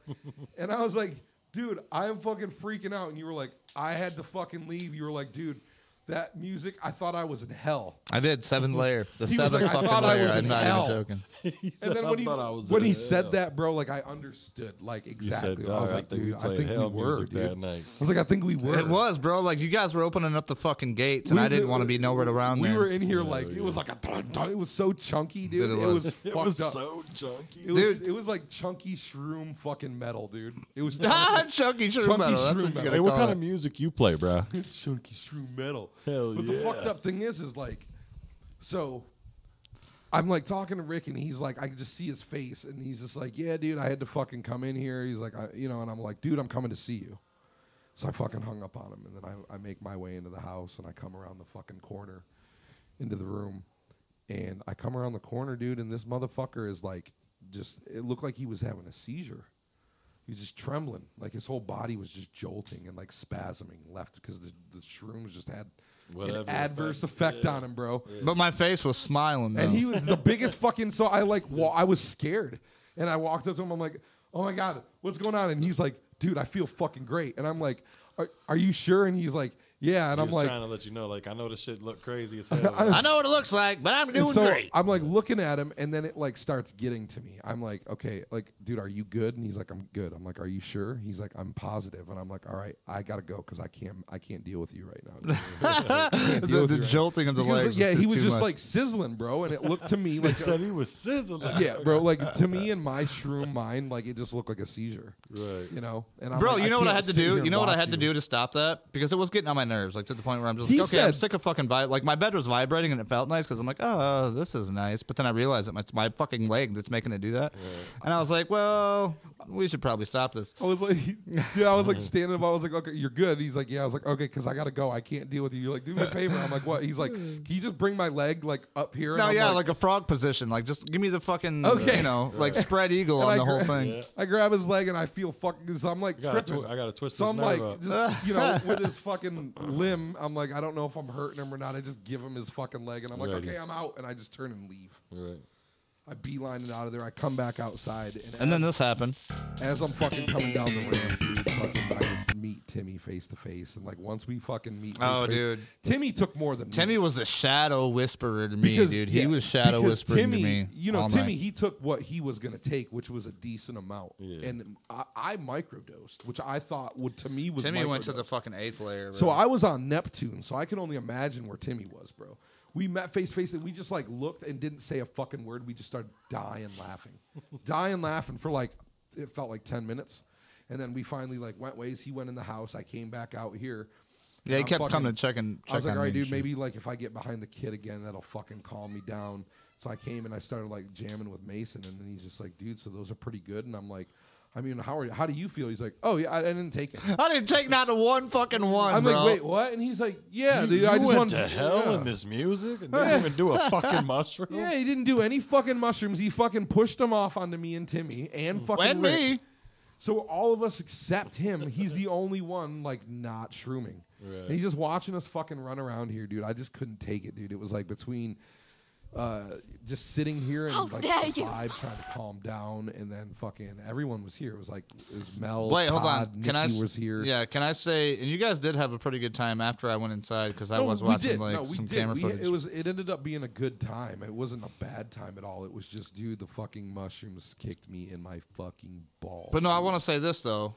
[SPEAKER 1] and I was like, dude, I'm fucking freaking out. And you were like, I had to fucking leave. You were like, dude, that music, I thought I was in hell.
[SPEAKER 4] I did seventh layer, the
[SPEAKER 1] He was
[SPEAKER 4] seventh
[SPEAKER 1] like, "I
[SPEAKER 4] fucking
[SPEAKER 1] thought I
[SPEAKER 4] layer.
[SPEAKER 1] was
[SPEAKER 4] I'm
[SPEAKER 1] in
[SPEAKER 4] not
[SPEAKER 1] hell."
[SPEAKER 4] even joking.
[SPEAKER 1] And then
[SPEAKER 3] (laughs) I
[SPEAKER 1] when he,
[SPEAKER 3] thought I was
[SPEAKER 1] when
[SPEAKER 3] in
[SPEAKER 1] he
[SPEAKER 3] hell.
[SPEAKER 1] said that, bro, like I understood, like
[SPEAKER 3] You said,
[SPEAKER 1] exactly. I
[SPEAKER 3] "Dog,
[SPEAKER 1] was like, dude, I
[SPEAKER 3] played
[SPEAKER 1] think we
[SPEAKER 3] hell
[SPEAKER 1] were,
[SPEAKER 3] music
[SPEAKER 1] dude.
[SPEAKER 3] that night.
[SPEAKER 1] I was like, I think we were.
[SPEAKER 4] It was, bro. Like you guys were opening up the fucking gates, and
[SPEAKER 1] We
[SPEAKER 4] I didn't
[SPEAKER 1] did-
[SPEAKER 4] want to be nowhere around
[SPEAKER 1] we
[SPEAKER 4] there.
[SPEAKER 1] were
[SPEAKER 4] (laughs)
[SPEAKER 1] in here like it was like a it was so chunky, dude.
[SPEAKER 4] Dude, it
[SPEAKER 1] it
[SPEAKER 4] was.
[SPEAKER 1] was,
[SPEAKER 3] (laughs) It
[SPEAKER 1] fucked
[SPEAKER 3] was
[SPEAKER 1] up.
[SPEAKER 3] so
[SPEAKER 1] It
[SPEAKER 3] junky.
[SPEAKER 1] was,
[SPEAKER 4] Dude.
[SPEAKER 1] it was like chunky shroom fucking metal, dude. It
[SPEAKER 3] (laughs)
[SPEAKER 1] was
[SPEAKER 4] Ah, chunky
[SPEAKER 1] chunky,
[SPEAKER 4] shroom
[SPEAKER 1] Chunky
[SPEAKER 4] metal. That's
[SPEAKER 1] shroom
[SPEAKER 4] what you
[SPEAKER 1] metal.
[SPEAKER 4] gotta
[SPEAKER 3] Hey, what
[SPEAKER 4] call
[SPEAKER 3] kind
[SPEAKER 4] it.
[SPEAKER 3] of music you play, bro?
[SPEAKER 1] chunky shroom metal.
[SPEAKER 3] Hell
[SPEAKER 1] but the
[SPEAKER 3] yeah.
[SPEAKER 1] fucked up thing is, is like, so I'm like talking to Rick, and he's like, I can just see his face, and he's just like, yeah, dude, I had to fucking come in here. He's like, I, you know, and I'm like, dude, I'm coming to see you. So I fucking hung up on him, and then I, I make my way into the house, and I come around the fucking corner into the room, and I come around the corner, dude, and this motherfucker is like, just it looked like he was having a seizure. He was just trembling, like his whole body was just jolting and like spasming left because the, the shrooms just had
[SPEAKER 3] Whatever
[SPEAKER 1] an adverse effect, on him, bro.
[SPEAKER 4] But my face was smiling. Though.
[SPEAKER 1] And he was
[SPEAKER 4] (laughs)
[SPEAKER 1] the biggest fucking. So I like, wa- I was scared, and I walked up to him. I'm like, "Oh my god, what's going on?" And he's like, "Dude, I feel fucking great." And I'm like, "Are, are you sure?" And he's like, "Yeah." And
[SPEAKER 3] He
[SPEAKER 1] I'm
[SPEAKER 3] was
[SPEAKER 1] like,
[SPEAKER 3] trying to let you know, like I know this shit look crazy as hell. but
[SPEAKER 4] I know what it looks like, but I'm
[SPEAKER 1] and
[SPEAKER 4] doing
[SPEAKER 1] so
[SPEAKER 4] great.
[SPEAKER 1] I'm like looking at him, and then it like starts getting to me. I'm like, okay, like, dude, are you good? And he's like, I'm good. I'm like, are you sure? He's like, I'm positive. And I'm like, all right, I gotta go because I can't, I can't deal with you right
[SPEAKER 4] (laughs)
[SPEAKER 1] now. I can't
[SPEAKER 4] The-
[SPEAKER 1] deal with
[SPEAKER 4] the
[SPEAKER 1] you right
[SPEAKER 4] jolting of the
[SPEAKER 1] Because,
[SPEAKER 4] legs
[SPEAKER 1] Yeah,
[SPEAKER 4] was
[SPEAKER 1] he
[SPEAKER 4] just
[SPEAKER 1] was
[SPEAKER 4] too
[SPEAKER 1] just
[SPEAKER 4] much.
[SPEAKER 1] like sizzling, bro, and it looked
[SPEAKER 4] (laughs)
[SPEAKER 1] to me like.
[SPEAKER 3] He said he was sizzling.
[SPEAKER 1] yeah, bro.
[SPEAKER 3] (laughs)
[SPEAKER 1] Like to me in my shroom mind, like it just looked like a seizure.
[SPEAKER 3] Right.
[SPEAKER 1] You know. And I'm
[SPEAKER 4] Bro,
[SPEAKER 1] like,
[SPEAKER 4] you know what I had
[SPEAKER 1] can't
[SPEAKER 4] to
[SPEAKER 1] sit here
[SPEAKER 4] do?
[SPEAKER 1] and
[SPEAKER 4] You know what I
[SPEAKER 1] watch
[SPEAKER 4] had to
[SPEAKER 1] you.
[SPEAKER 4] do to stop that? Because it was getting on my nerves, like to the point where I'm just
[SPEAKER 1] He
[SPEAKER 4] like, okay, I'm
[SPEAKER 1] said-
[SPEAKER 4] sick of fucking vi Like my bed was vibrating and it felt nice because I'm like, oh, this is nice. But then I realized that it's my fucking leg that's making it do that, and I was like, well, we should probably stop this.
[SPEAKER 1] I was like, (laughs) yeah, I
[SPEAKER 3] (laughs)
[SPEAKER 1] was like standing up. I was like, okay, you're good. He's like, yeah. I was like, okay, because I gotta go. I can't deal with you. You're like, do me a favor. I'm like, what? He's
[SPEAKER 3] (laughs)
[SPEAKER 1] like, can you just bring my leg like up here?
[SPEAKER 4] No,
[SPEAKER 1] I'm
[SPEAKER 4] yeah, like, a frog position. Like just give me the fucking,
[SPEAKER 1] Okay.
[SPEAKER 4] you (laughs) know, like spread eagle
[SPEAKER 1] And
[SPEAKER 4] on
[SPEAKER 1] I
[SPEAKER 4] the whole
[SPEAKER 1] gra-
[SPEAKER 4] thing.
[SPEAKER 1] I grab his leg and I feel fucking. So I'm like
[SPEAKER 3] I gotta,
[SPEAKER 1] tripping.
[SPEAKER 3] twi- I gotta twist
[SPEAKER 1] so
[SPEAKER 3] this
[SPEAKER 1] I'm
[SPEAKER 3] nerve
[SPEAKER 1] like,
[SPEAKER 3] up.
[SPEAKER 1] just you know, with
[SPEAKER 3] (laughs)
[SPEAKER 1] his fucking limb, I'm like, I don't know if I'm hurting him or not. I just give him his fucking leg, and I'm like,
[SPEAKER 3] Righty.
[SPEAKER 1] okay, I'm out, and I just turn and leave.
[SPEAKER 3] Right.
[SPEAKER 1] I beeline it out of there. I come back outside, and,
[SPEAKER 4] And
[SPEAKER 1] as,
[SPEAKER 4] then this happened.
[SPEAKER 1] as I'm fucking coming down the ramp, dude, fucking, I just meet Timmy face to face, and like once we fucking meet, face
[SPEAKER 4] Oh,
[SPEAKER 1] to face-
[SPEAKER 4] dude.
[SPEAKER 1] Timmy took more than
[SPEAKER 4] Timmy
[SPEAKER 1] me.
[SPEAKER 4] was the shadow whisperer to me, dude. He
[SPEAKER 1] yeah,
[SPEAKER 4] was shadow
[SPEAKER 1] because
[SPEAKER 4] whispering
[SPEAKER 1] Timmy,
[SPEAKER 4] to me.
[SPEAKER 1] You know,
[SPEAKER 4] all
[SPEAKER 1] Timmy,
[SPEAKER 4] night.
[SPEAKER 1] he took what he was gonna take, which was a decent amount,
[SPEAKER 3] Yeah.
[SPEAKER 1] and I, I microdosed, which I thought would to me was
[SPEAKER 4] Timmy went to
[SPEAKER 1] microdosed.
[SPEAKER 4] the fucking eighth layer.
[SPEAKER 1] So
[SPEAKER 4] bro.
[SPEAKER 1] I was on Neptune, so I can only imagine where Timmy was, bro. We met face to face and we just like looked and didn't say a fucking
[SPEAKER 2] (laughs)
[SPEAKER 1] word. We just started dying laughing. dying laughing for like, it felt like 10 minutes. And then we finally like went ways. He went in the house. I came back out here.
[SPEAKER 2] Yeah, he
[SPEAKER 1] I'm
[SPEAKER 2] kept
[SPEAKER 1] fucking-
[SPEAKER 2] coming and checking.
[SPEAKER 1] I was
[SPEAKER 2] check
[SPEAKER 1] like, all
[SPEAKER 2] on me
[SPEAKER 1] right,
[SPEAKER 2] and
[SPEAKER 1] dude,
[SPEAKER 2] shit.
[SPEAKER 1] maybe like if I get behind the kid again, that'll fucking calm me down. So I came and I started like jamming with Mason, and then he's just like, dude, so those are pretty good. And I'm like, I mean, how are you, how do you feel? He's like, oh yeah, I, I didn't take it.
[SPEAKER 2] I didn't take not a one fucking one.
[SPEAKER 1] I'm
[SPEAKER 2] bro.
[SPEAKER 1] like, wait, what? And he's like, yeah, dude,
[SPEAKER 3] you
[SPEAKER 1] I just
[SPEAKER 3] went
[SPEAKER 1] wanted
[SPEAKER 3] to hell
[SPEAKER 1] yeah.
[SPEAKER 3] in this music and didn't even do a fucking mushroom.
[SPEAKER 1] Yeah, he didn't do any fucking mushrooms. He fucking pushed them off onto me and Timmy and fucking
[SPEAKER 2] when
[SPEAKER 1] Rick.
[SPEAKER 2] me?
[SPEAKER 1] So all of us except him, he's the only one like not shrooming.
[SPEAKER 3] Right.
[SPEAKER 1] And he's just watching us fucking run around here, dude. I just couldn't take it, dude. It was like between uh, just sitting here and
[SPEAKER 7] How
[SPEAKER 1] like
[SPEAKER 7] dare
[SPEAKER 1] the
[SPEAKER 7] you.
[SPEAKER 1] vibe trying to calm down, and then fucking everyone was here. It was like it was Mel.
[SPEAKER 2] Wait, hold
[SPEAKER 1] Todd,
[SPEAKER 2] on.
[SPEAKER 1] Nikki
[SPEAKER 2] Can I? s-
[SPEAKER 1] was here.
[SPEAKER 2] Yeah, can I say? And you guys did have a pretty good time after I went inside because I
[SPEAKER 1] No,
[SPEAKER 2] was
[SPEAKER 1] we
[SPEAKER 2] watching
[SPEAKER 1] did.
[SPEAKER 2] like
[SPEAKER 1] no, we
[SPEAKER 2] some
[SPEAKER 1] did.
[SPEAKER 2] camera
[SPEAKER 1] we,
[SPEAKER 2] footage.
[SPEAKER 1] It was. It ended up being a good time. It wasn't a bad time at all. It was just, dude, the fucking mushrooms kicked me in my fucking balls.
[SPEAKER 2] But no, I want to say this though.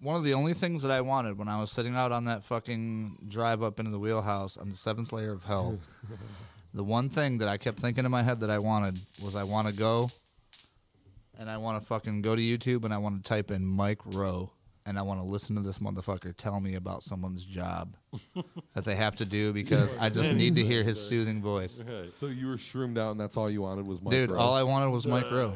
[SPEAKER 2] One of the only things that I wanted when I was sitting out on that fucking drive up into the wheelhouse on the seventh layer
[SPEAKER 1] (laughs)
[SPEAKER 2] of hell, the one thing that I kept thinking in my head that I wanted was I want to go and I want to fucking go to YouTube and I want to type in Mike Rowe and I want to listen to this motherfucker tell me about
[SPEAKER 1] (laughs)
[SPEAKER 2] someone's job that they have to do because I just need to hear his soothing voice.
[SPEAKER 3] Right.
[SPEAKER 1] So you were shroomed out, and that's all you wanted was Mike.
[SPEAKER 2] Dude,
[SPEAKER 1] Rowe.
[SPEAKER 2] all I wanted was Mike Rowe.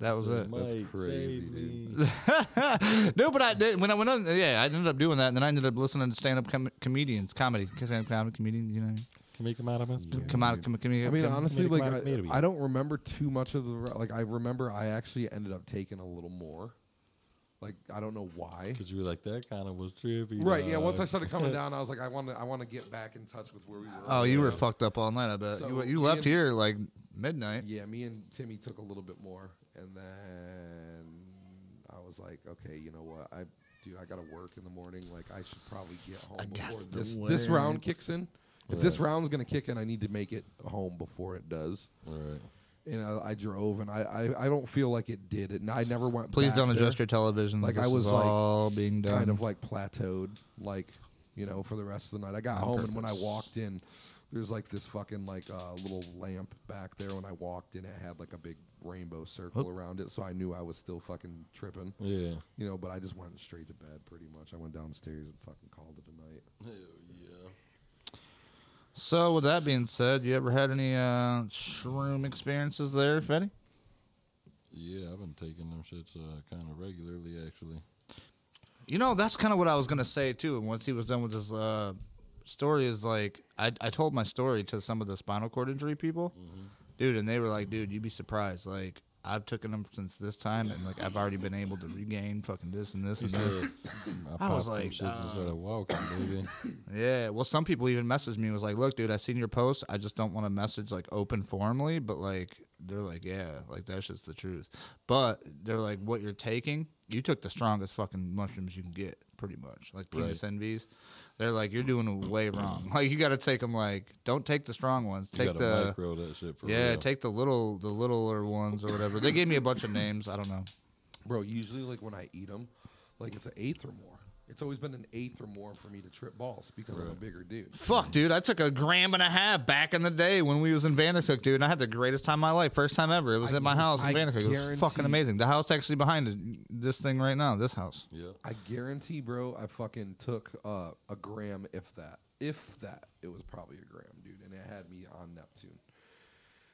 [SPEAKER 2] That was it.
[SPEAKER 1] That's crazy, dude.
[SPEAKER 2] No, but I did when I went on. Yeah, I ended up doing that, and then I ended up listening to stand up com- comedians, comedy, stand up comedy comedians. You know,
[SPEAKER 3] (laughs) Can we come out of this?
[SPEAKER 2] come out, come, come,
[SPEAKER 1] I mean,
[SPEAKER 2] come-
[SPEAKER 1] honestly,
[SPEAKER 3] Comedic
[SPEAKER 1] like
[SPEAKER 3] Mike Maybe.
[SPEAKER 1] I, I don't remember too much of the re- like. I remember I actually ended up taking a little more. Like I don't know why.
[SPEAKER 3] Because you uh, were like, that kind of was trippy.
[SPEAKER 1] Right? Yeah. Once I
[SPEAKER 3] dog."
[SPEAKER 1] started
[SPEAKER 3] (laughs)
[SPEAKER 1] coming down, I was like, I want to. I want to get back in touch with where we were.
[SPEAKER 2] Oh, you were
[SPEAKER 1] know?
[SPEAKER 2] fucked up all night. I bet
[SPEAKER 1] So,
[SPEAKER 2] you you
[SPEAKER 1] me
[SPEAKER 2] left
[SPEAKER 1] and-
[SPEAKER 2] here like midnight.
[SPEAKER 1] Yeah, me and Timmy took a little bit more, and then I was like, okay, you know what, I, dude, I gotta work in the morning. Like, I should probably get home before
[SPEAKER 2] got to
[SPEAKER 1] this this
[SPEAKER 2] work.
[SPEAKER 1] round kicks in. If this round's gonna kick in, I need to make it home before it does.
[SPEAKER 3] Right.
[SPEAKER 1] And I, I drove, and I, I, I don't feel like it did, and I never went.
[SPEAKER 2] Please
[SPEAKER 1] back
[SPEAKER 2] don't
[SPEAKER 1] there
[SPEAKER 2] adjust your television.
[SPEAKER 1] Like,
[SPEAKER 2] This
[SPEAKER 1] I was,
[SPEAKER 2] is
[SPEAKER 1] like,
[SPEAKER 2] all being done.
[SPEAKER 1] kind of like plateaued, like you know, for the rest of the night. I got home and when I walked in, there's like this fucking like uh, little lamp back there. When I walked in, it had like a big rainbow circle around it, so I knew I was still fucking tripping,
[SPEAKER 3] Yeah.
[SPEAKER 1] you know. But I just went straight to bed pretty much. I went downstairs and fucking called it a night.
[SPEAKER 2] so, with that being said, you ever had any uh, shroom experiences there, Fetty?
[SPEAKER 3] Yeah, I've been taking them shits uh, kind of regularly, actually.
[SPEAKER 2] You know, that's kind of what I was gonna say too. And once he was done with his uh, story, is like I, I told my story to some of the spinal cord injury people, dude, and they were like, "Dude, you'd be surprised. Like I've taken them since this time, and like I've already been able to regain fucking this and this and this."
[SPEAKER 3] I,
[SPEAKER 2] was
[SPEAKER 3] popped them
[SPEAKER 2] like,
[SPEAKER 3] shits and started walking, baby.
[SPEAKER 2] yeah. Well, some people even messaged me and was like, "Look, dude, I seen your post. I just don't want to message like open formally, but like." They're like, yeah, like that's just the truth. But they're like, what you're taking, you took the strongest fucking mushrooms you can get, pretty much, like penis envies. They're like, you're doing way wrong. (laughs) Like you got to take them. Like, don't take the strong ones.
[SPEAKER 3] You
[SPEAKER 2] Take
[SPEAKER 3] gotta
[SPEAKER 2] the
[SPEAKER 3] micro that shit for
[SPEAKER 2] yeah,
[SPEAKER 3] real.
[SPEAKER 2] take the little, the littler ones or whatever. they gave me a bunch of names. I don't know.
[SPEAKER 1] Bro, usually like when I eat them, like it's an eighth or more. It's always been an eighth or more for me to trip balls because I'm a bigger dude.
[SPEAKER 2] Fuck, dude. I took a gram and a half back in the day when we was in Vandercook, dude, and I had the greatest time of my life. First time ever. It was
[SPEAKER 1] I-
[SPEAKER 2] at my house
[SPEAKER 1] I
[SPEAKER 2] in Vandercook. It was
[SPEAKER 1] guarantee-
[SPEAKER 2] fucking amazing. The house actually behind it, this thing right now, this house.
[SPEAKER 3] Yeah.
[SPEAKER 1] I guarantee, bro, I fucking took uh, a gram, if that. If that, it was probably a gram, dude. And it had me on Neptune.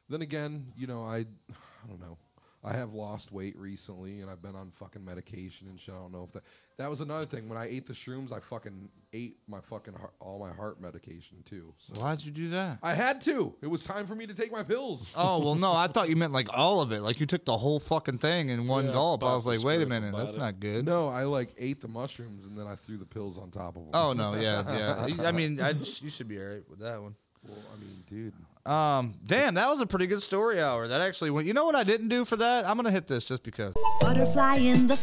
[SPEAKER 1] Then again, you know, I, I don't know. I have lost weight recently, and I've been on fucking medication and shit. I don't know if that. That was another thing. When I ate the shrooms, I fucking ate my fucking heart, all my heart medication too. So
[SPEAKER 2] Why'd you do that?
[SPEAKER 1] I had to. It was time for me to take my pills. Uh,
[SPEAKER 2] Oh well, no, I thought you meant like all of it. Like you took the whole fucking thing in one
[SPEAKER 3] Yeah,
[SPEAKER 2] gulp. I
[SPEAKER 3] about
[SPEAKER 2] was
[SPEAKER 3] the
[SPEAKER 2] like, wait a
[SPEAKER 3] script
[SPEAKER 2] minute,
[SPEAKER 3] about
[SPEAKER 2] that's
[SPEAKER 3] it.
[SPEAKER 2] not good.
[SPEAKER 1] No, I like ate the mushrooms, and then I threw the pills on top of them.
[SPEAKER 2] Oh no, yeah, yeah. I mean, I, you should be alright with that one.
[SPEAKER 1] well, I mean, dude.
[SPEAKER 2] Um, damn, that was a pretty good story hour. That actually went. You know what I didn't do for that? I'm gonna hit this just because.
[SPEAKER 8] Butterfly in the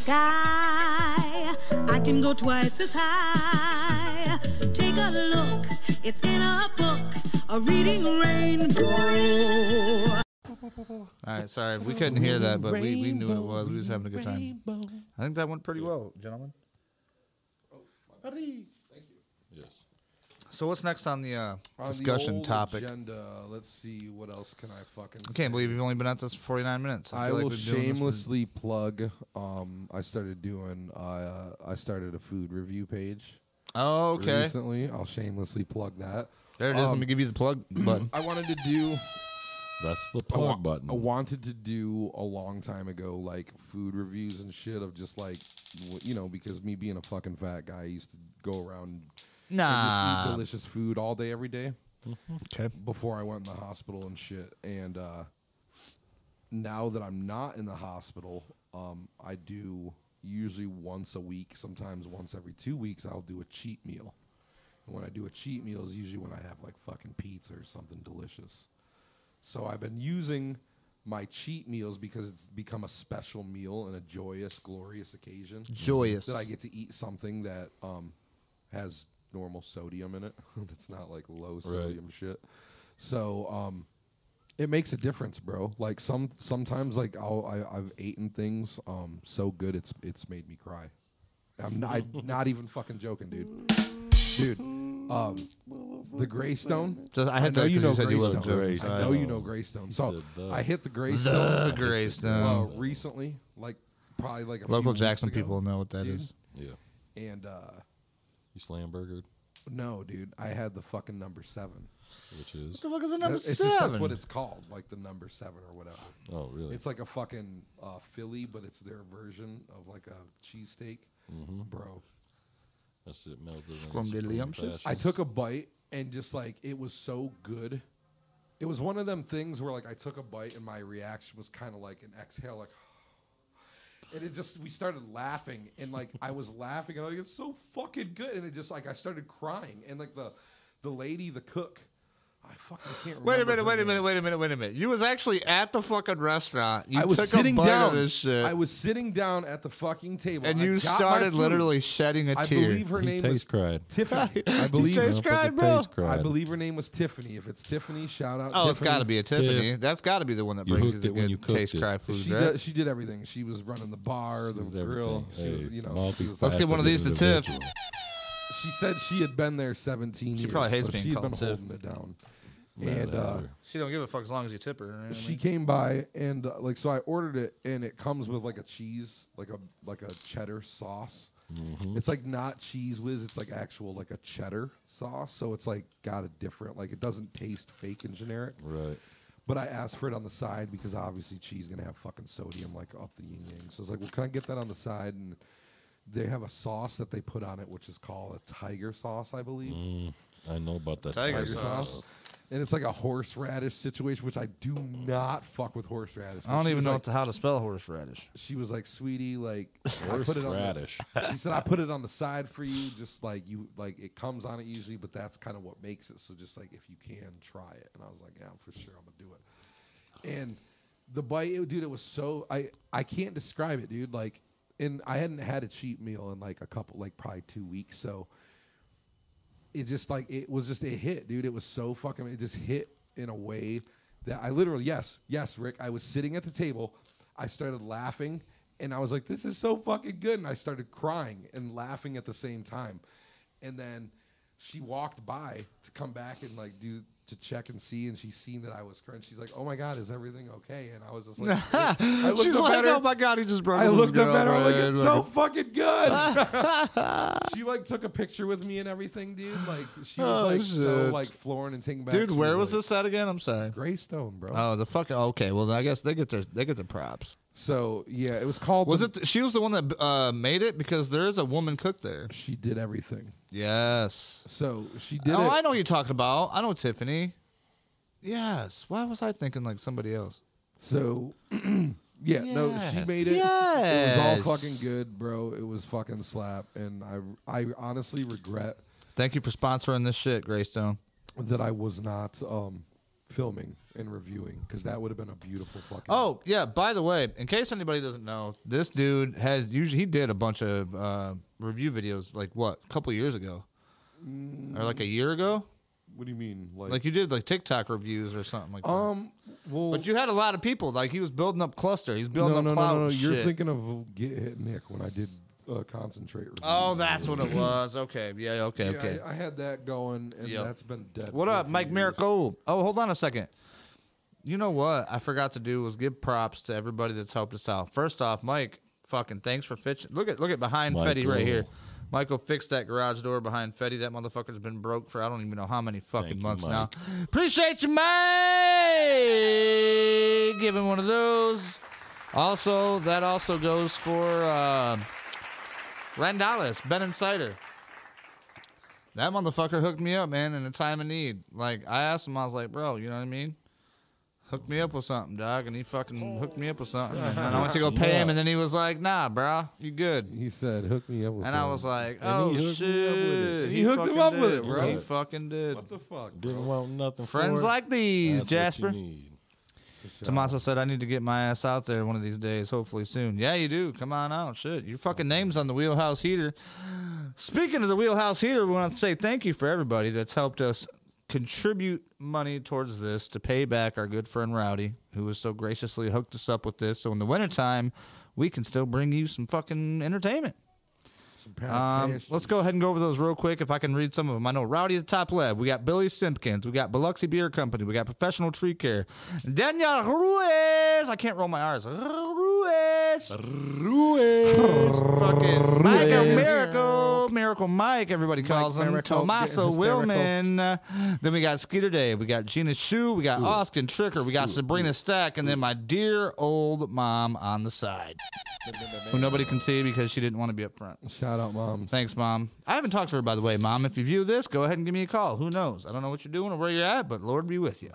[SPEAKER 8] sky. I can go twice as high. Take a look, it's in a book, a reading rainbow.
[SPEAKER 2] All right, sorry, we couldn't hear that, but we, we knew what it was. We was having a good time. I think that went pretty well, gentlemen.
[SPEAKER 3] Yes.
[SPEAKER 2] So what's next on the uh,
[SPEAKER 1] On the
[SPEAKER 2] discussion
[SPEAKER 1] old
[SPEAKER 2] topic?
[SPEAKER 1] Agenda. Let's see what else can I fucking.
[SPEAKER 2] I can't
[SPEAKER 1] say.
[SPEAKER 2] believe you've only been at this for 49 minutes.
[SPEAKER 1] I,
[SPEAKER 2] feel like
[SPEAKER 1] will
[SPEAKER 2] we've been doing this for-
[SPEAKER 1] shamelessly plug. Um, I started doing. Uh, I started a food review page
[SPEAKER 2] Oh, okay.
[SPEAKER 1] recently. I'll shamelessly plug that.
[SPEAKER 2] There it is. Let
[SPEAKER 1] Um,
[SPEAKER 2] me give you the plug button.
[SPEAKER 1] I wanted to do.
[SPEAKER 3] Mm-hmm. That's the
[SPEAKER 1] I wa-
[SPEAKER 3] plug button.
[SPEAKER 1] I wanted to do a long time ago, like food reviews and shit of just like, w- you know, because me being a fucking fat guy, I used to go around and just eat
[SPEAKER 2] Nah. Mm-hmm.
[SPEAKER 1] delicious food all day, every day
[SPEAKER 2] Okay.
[SPEAKER 1] before I went in the hospital and shit. And uh, now that I'm not in the hospital, um, I do usually once a week, sometimes once every two weeks, I'll do a cheat meal. And when I do a cheat meal is usually when I have like fucking pizza or something delicious. So I've been using my cheat meals because it's become a special meal and a joyous, glorious occasion
[SPEAKER 2] Joyous.
[SPEAKER 1] that I get to eat something that um, has normal sodium in it. (laughs) That's not like low sodium shit. So um, it makes a difference, bro. Like some sometimes like I'll, I, I've eaten things um, so good it's it's made me cry. I'm not I'm
[SPEAKER 3] (laughs)
[SPEAKER 1] not even fucking joking, dude. Dude, um, the Greystone.
[SPEAKER 2] Just- I had
[SPEAKER 1] know
[SPEAKER 2] that
[SPEAKER 1] you
[SPEAKER 2] 'cause
[SPEAKER 1] know
[SPEAKER 2] you said you
[SPEAKER 1] Greystone.
[SPEAKER 2] love
[SPEAKER 1] I know
[SPEAKER 3] Greystone.
[SPEAKER 1] you know Greystone. So
[SPEAKER 3] said the-
[SPEAKER 1] I hit the
[SPEAKER 2] the
[SPEAKER 1] Greystone uh,
[SPEAKER 2] Greystone.
[SPEAKER 1] recently, like probably like a few
[SPEAKER 2] Local
[SPEAKER 1] weeks
[SPEAKER 2] Jackson
[SPEAKER 1] ago.
[SPEAKER 2] people know what that is.
[SPEAKER 1] Dude.
[SPEAKER 3] yeah.
[SPEAKER 1] And uh,
[SPEAKER 3] You slam burgered,
[SPEAKER 1] no, dude, I had the fucking number seven.
[SPEAKER 3] which
[SPEAKER 2] What
[SPEAKER 3] is.
[SPEAKER 2] the fuck is the
[SPEAKER 1] That-
[SPEAKER 2] number
[SPEAKER 1] it's
[SPEAKER 2] seven?
[SPEAKER 1] Just, that's what it's called, like the number seven or whatever.
[SPEAKER 3] Oh, really?
[SPEAKER 1] It's like a fucking uh, Philly, but it's their version of like a cheesesteak, bro.
[SPEAKER 3] that shit melted. in
[SPEAKER 2] Squamdiddlyumptious.
[SPEAKER 3] its
[SPEAKER 1] I took a bite and just like it was so good. It was one of them things where like I took a bite and my reaction was kind of like an exhale, like, (sighs) and it just we started laughing and like I
[SPEAKER 3] (laughs)
[SPEAKER 1] was laughing and like it's so fucking good and it just like I started crying and like the the lady the cook, I fucking can't.
[SPEAKER 2] Wait a
[SPEAKER 1] remember
[SPEAKER 2] minute,
[SPEAKER 1] her
[SPEAKER 2] wait a
[SPEAKER 1] name.
[SPEAKER 2] minute, wait a minute, wait a minute. You was actually at the fucking restaurant. You
[SPEAKER 1] I was
[SPEAKER 2] took
[SPEAKER 1] sitting
[SPEAKER 2] a bite
[SPEAKER 1] down.
[SPEAKER 2] of this shit.
[SPEAKER 1] I was sitting down at the fucking table,
[SPEAKER 2] and
[SPEAKER 1] I
[SPEAKER 2] you
[SPEAKER 1] got my
[SPEAKER 2] started
[SPEAKER 1] food.
[SPEAKER 2] literally shedding a
[SPEAKER 1] I
[SPEAKER 2] tear.
[SPEAKER 1] believe her
[SPEAKER 3] He
[SPEAKER 1] name was
[SPEAKER 3] taste cried. (laughs)
[SPEAKER 1] Tiffany. I
[SPEAKER 2] He
[SPEAKER 1] believe.
[SPEAKER 2] taste
[SPEAKER 1] her-
[SPEAKER 2] cried, bro.
[SPEAKER 3] Taste cried.
[SPEAKER 1] I believe her name was Tiffany. If it's Tiffany, shout out.
[SPEAKER 2] oh,
[SPEAKER 1] Tiffany.
[SPEAKER 2] it's got to be a Tiffany.
[SPEAKER 3] Tiff.
[SPEAKER 2] That's got to be the one that
[SPEAKER 3] You
[SPEAKER 2] brings you
[SPEAKER 3] hooked
[SPEAKER 2] the
[SPEAKER 3] it when
[SPEAKER 2] good
[SPEAKER 3] you cooked
[SPEAKER 2] taste
[SPEAKER 3] it.
[SPEAKER 2] cry food,
[SPEAKER 1] She
[SPEAKER 2] right?
[SPEAKER 1] did, she did everything. She was running the bar, the
[SPEAKER 3] Did everything.
[SPEAKER 1] grill. She
[SPEAKER 3] Hey,
[SPEAKER 1] was, you know, she, was- uh,
[SPEAKER 3] multifaceted
[SPEAKER 2] Let's give one of these to Tiff.
[SPEAKER 3] individual.
[SPEAKER 1] she said she had been there 17 years.
[SPEAKER 2] probably hates
[SPEAKER 1] so
[SPEAKER 2] being
[SPEAKER 1] she had
[SPEAKER 2] called
[SPEAKER 1] been
[SPEAKER 2] Tiff.
[SPEAKER 1] holding it down.
[SPEAKER 3] Mad
[SPEAKER 1] and uh,
[SPEAKER 3] at her.
[SPEAKER 2] She don't give a fuck as long as you tip her. you know what I mean?
[SPEAKER 1] she came by and uh, like so I ordered it and it comes with like a cheese, like a like a cheddar sauce.
[SPEAKER 3] Mm-hmm.
[SPEAKER 1] It's like not cheese whiz, it's like actual like a cheddar sauce. So it's like got a different like it doesn't taste fake and generic.
[SPEAKER 3] Right.
[SPEAKER 1] But I asked for it on the side because obviously cheese gonna have fucking sodium like up the yin yang. So I was like, well, can I get that on the side? And they have a sauce that they put on it, which is called a tiger sauce, I believe.
[SPEAKER 3] I know about that.
[SPEAKER 2] Tiger
[SPEAKER 3] Mm. tiger
[SPEAKER 2] sauce.
[SPEAKER 3] sauce.
[SPEAKER 1] And it's like a horseradish situation, which I do not fuck with horseradish.
[SPEAKER 2] I don't
[SPEAKER 1] She
[SPEAKER 2] even
[SPEAKER 1] was
[SPEAKER 2] know
[SPEAKER 1] like-
[SPEAKER 2] how to spell horseradish.
[SPEAKER 1] she was like, "Sweetie, like I put it on." The,
[SPEAKER 3] Horseradish.
[SPEAKER 1] she said, "I put it on the side for you, just like you like it comes on it usually, but that's kind of what makes it. So just like if you can try it." And I was like, "Yeah, for sure, I'm gonna do it." And the bite, it, dude, it was so I I can't describe it, dude. Like, and I hadn't had a cheat meal in like a couple, like probably two weeks, so it just like it was just a hit, dude. It was so fucking. It just hit in a way that I literally yes, yes, Rick. I was sitting at the table. I started laughing, and I was like, "This is so fucking good," and I started crying and laughing at the same time. And then she walked by to come back and like do to check and see, and she's seen that I was crying. She's like, "Oh my god, is everything okay?" And I was just
[SPEAKER 2] (laughs)
[SPEAKER 1] like, I looked
[SPEAKER 2] She's
[SPEAKER 1] up
[SPEAKER 2] like,
[SPEAKER 1] at her.
[SPEAKER 2] oh my god, he just broke
[SPEAKER 1] I
[SPEAKER 2] up with his
[SPEAKER 1] looked up at her. I'm like,
[SPEAKER 2] girlfriend."
[SPEAKER 1] it's so fucking good.
[SPEAKER 2] (laughs)
[SPEAKER 1] she like took a picture with me and everything, dude. Like she was
[SPEAKER 2] Oh,
[SPEAKER 1] like so
[SPEAKER 2] shit.
[SPEAKER 1] like floored and taken back.
[SPEAKER 2] Dude,
[SPEAKER 1] She
[SPEAKER 2] where was
[SPEAKER 1] like,
[SPEAKER 2] this at again? I'm sorry.
[SPEAKER 1] Greystone, bro?
[SPEAKER 2] Oh, the fuck. Okay, well, I guess they get their they get their props.
[SPEAKER 1] so yeah, it was called.
[SPEAKER 2] Was
[SPEAKER 1] the-
[SPEAKER 2] it? th- she was the one that uh, made it because there is a woman cook there.
[SPEAKER 1] (laughs) she did everything.
[SPEAKER 2] Yes.
[SPEAKER 1] So she did
[SPEAKER 2] oh,
[SPEAKER 1] it.
[SPEAKER 2] I know what you're talking about. I know Tiffany. Yes. Why was I thinking like somebody else?
[SPEAKER 1] So (clears throat) yeah, no, she
[SPEAKER 2] Yes.
[SPEAKER 1] made it. It
[SPEAKER 2] Yes.
[SPEAKER 1] was all fucking good, bro. It was fucking slap, and I I honestly regret
[SPEAKER 2] Thank you for sponsoring this shit, Greystone.
[SPEAKER 1] that I was not um filming and reviewing because that would have been a beautiful fucking.
[SPEAKER 2] Oh yeah. By the way, in case anybody doesn't know, this dude has usually he did a bunch of uh, review videos like what a couple years ago, or like a year ago.
[SPEAKER 1] what do you mean? Like,
[SPEAKER 2] Like you did like TikTok reviews or something like that.
[SPEAKER 1] um, well,
[SPEAKER 2] but you had a lot of people. Like he was building up cluster. He's building up clout. and
[SPEAKER 1] You're
[SPEAKER 2] shit.
[SPEAKER 1] thinking of Get Hit Nick when I did uh, concentrate. Reviews.
[SPEAKER 4] Oh, that's what it was. Okay. Yeah. Okay.
[SPEAKER 1] Yeah,
[SPEAKER 4] Okay.
[SPEAKER 1] I, I had that going, and
[SPEAKER 4] Yep.
[SPEAKER 1] that's been dead.
[SPEAKER 2] What
[SPEAKER 1] for a
[SPEAKER 2] up,
[SPEAKER 1] few
[SPEAKER 2] Mike
[SPEAKER 1] years.
[SPEAKER 2] Miracle? Oh, hold on a second. You know what I forgot to do was give props to everybody that's helped us out. First off, Mike, fucking thanks for fitching. Look at look at behind Fetty right
[SPEAKER 3] Michael.
[SPEAKER 2] here. Michael fixed that garage door behind Fetty. That motherfucker's been broke for I don't even know how many fucking
[SPEAKER 3] Thank you,
[SPEAKER 2] months now.
[SPEAKER 3] Mike.
[SPEAKER 2] Appreciate you, Mike. Give him one of those. Also, that also goes for uh, Randallis, Ben and Cider. That motherfucker hooked me up, man, in a time of need. Like I asked him, I was like, bro, you know what I mean? Hook me up with something, dog, and he fucking hooked me up with something. And then I went to go pay him, and then he was like, nah, bro, you good.
[SPEAKER 1] He said, "Hook me up with."
[SPEAKER 2] And I
[SPEAKER 1] some."
[SPEAKER 2] was like,
[SPEAKER 3] And
[SPEAKER 2] oh
[SPEAKER 3] he hooked me up with it.
[SPEAKER 2] shit.
[SPEAKER 1] He hooked him
[SPEAKER 2] fucking
[SPEAKER 1] up with
[SPEAKER 2] did.
[SPEAKER 1] it, bro.
[SPEAKER 2] He fucking did.
[SPEAKER 1] "What the fuck?"
[SPEAKER 3] Didn't want nothing. for
[SPEAKER 2] Friends
[SPEAKER 3] it.
[SPEAKER 2] like these,
[SPEAKER 3] That's what you
[SPEAKER 2] Jasper.
[SPEAKER 3] need.
[SPEAKER 2] Tommaso said, I need to get my ass out there one of these days, hopefully soon. Yeah, you do. Come on out. Shit. Your fucking name's on the wheelhouse heater. Speaking of the wheelhouse heater, we want to say thank you for everybody that's helped us contribute money towards this to pay back our good friend Rowdy, who was so graciously hooked us up with this. So in the wintertime, we can still bring you some fucking entertainment.
[SPEAKER 1] Some pound
[SPEAKER 2] Um,
[SPEAKER 1] cash.
[SPEAKER 2] let's go ahead and go over those real quick if I can read some of them. I know Rowdy the Top Lev. We got Billy Simpkins. We got Biloxi Beer Company. We got Professional Tree Care. Daniel Ruiz. I can't roll my R's. Ruiz. Ruiz. Fucking Michael Miracle. Miracle Mike, everybody calls him.
[SPEAKER 1] Miracle,
[SPEAKER 2] Tommaso
[SPEAKER 1] getting hysterical.
[SPEAKER 2] Willman. Then we got Skeeter Dave. We got Gina Shu. We got Austin Tricker. We got Sabrina Stack. And then my dear old mom on the side, who nobody can see because she didn't want to be up front.
[SPEAKER 1] Shout out, moms.
[SPEAKER 2] Thanks, Mom. I haven't talked to her, by the way, Mom. If you view this, go ahead and give me a call. Who knows? I don't know what you're doing or where you're at, but Lord be with you.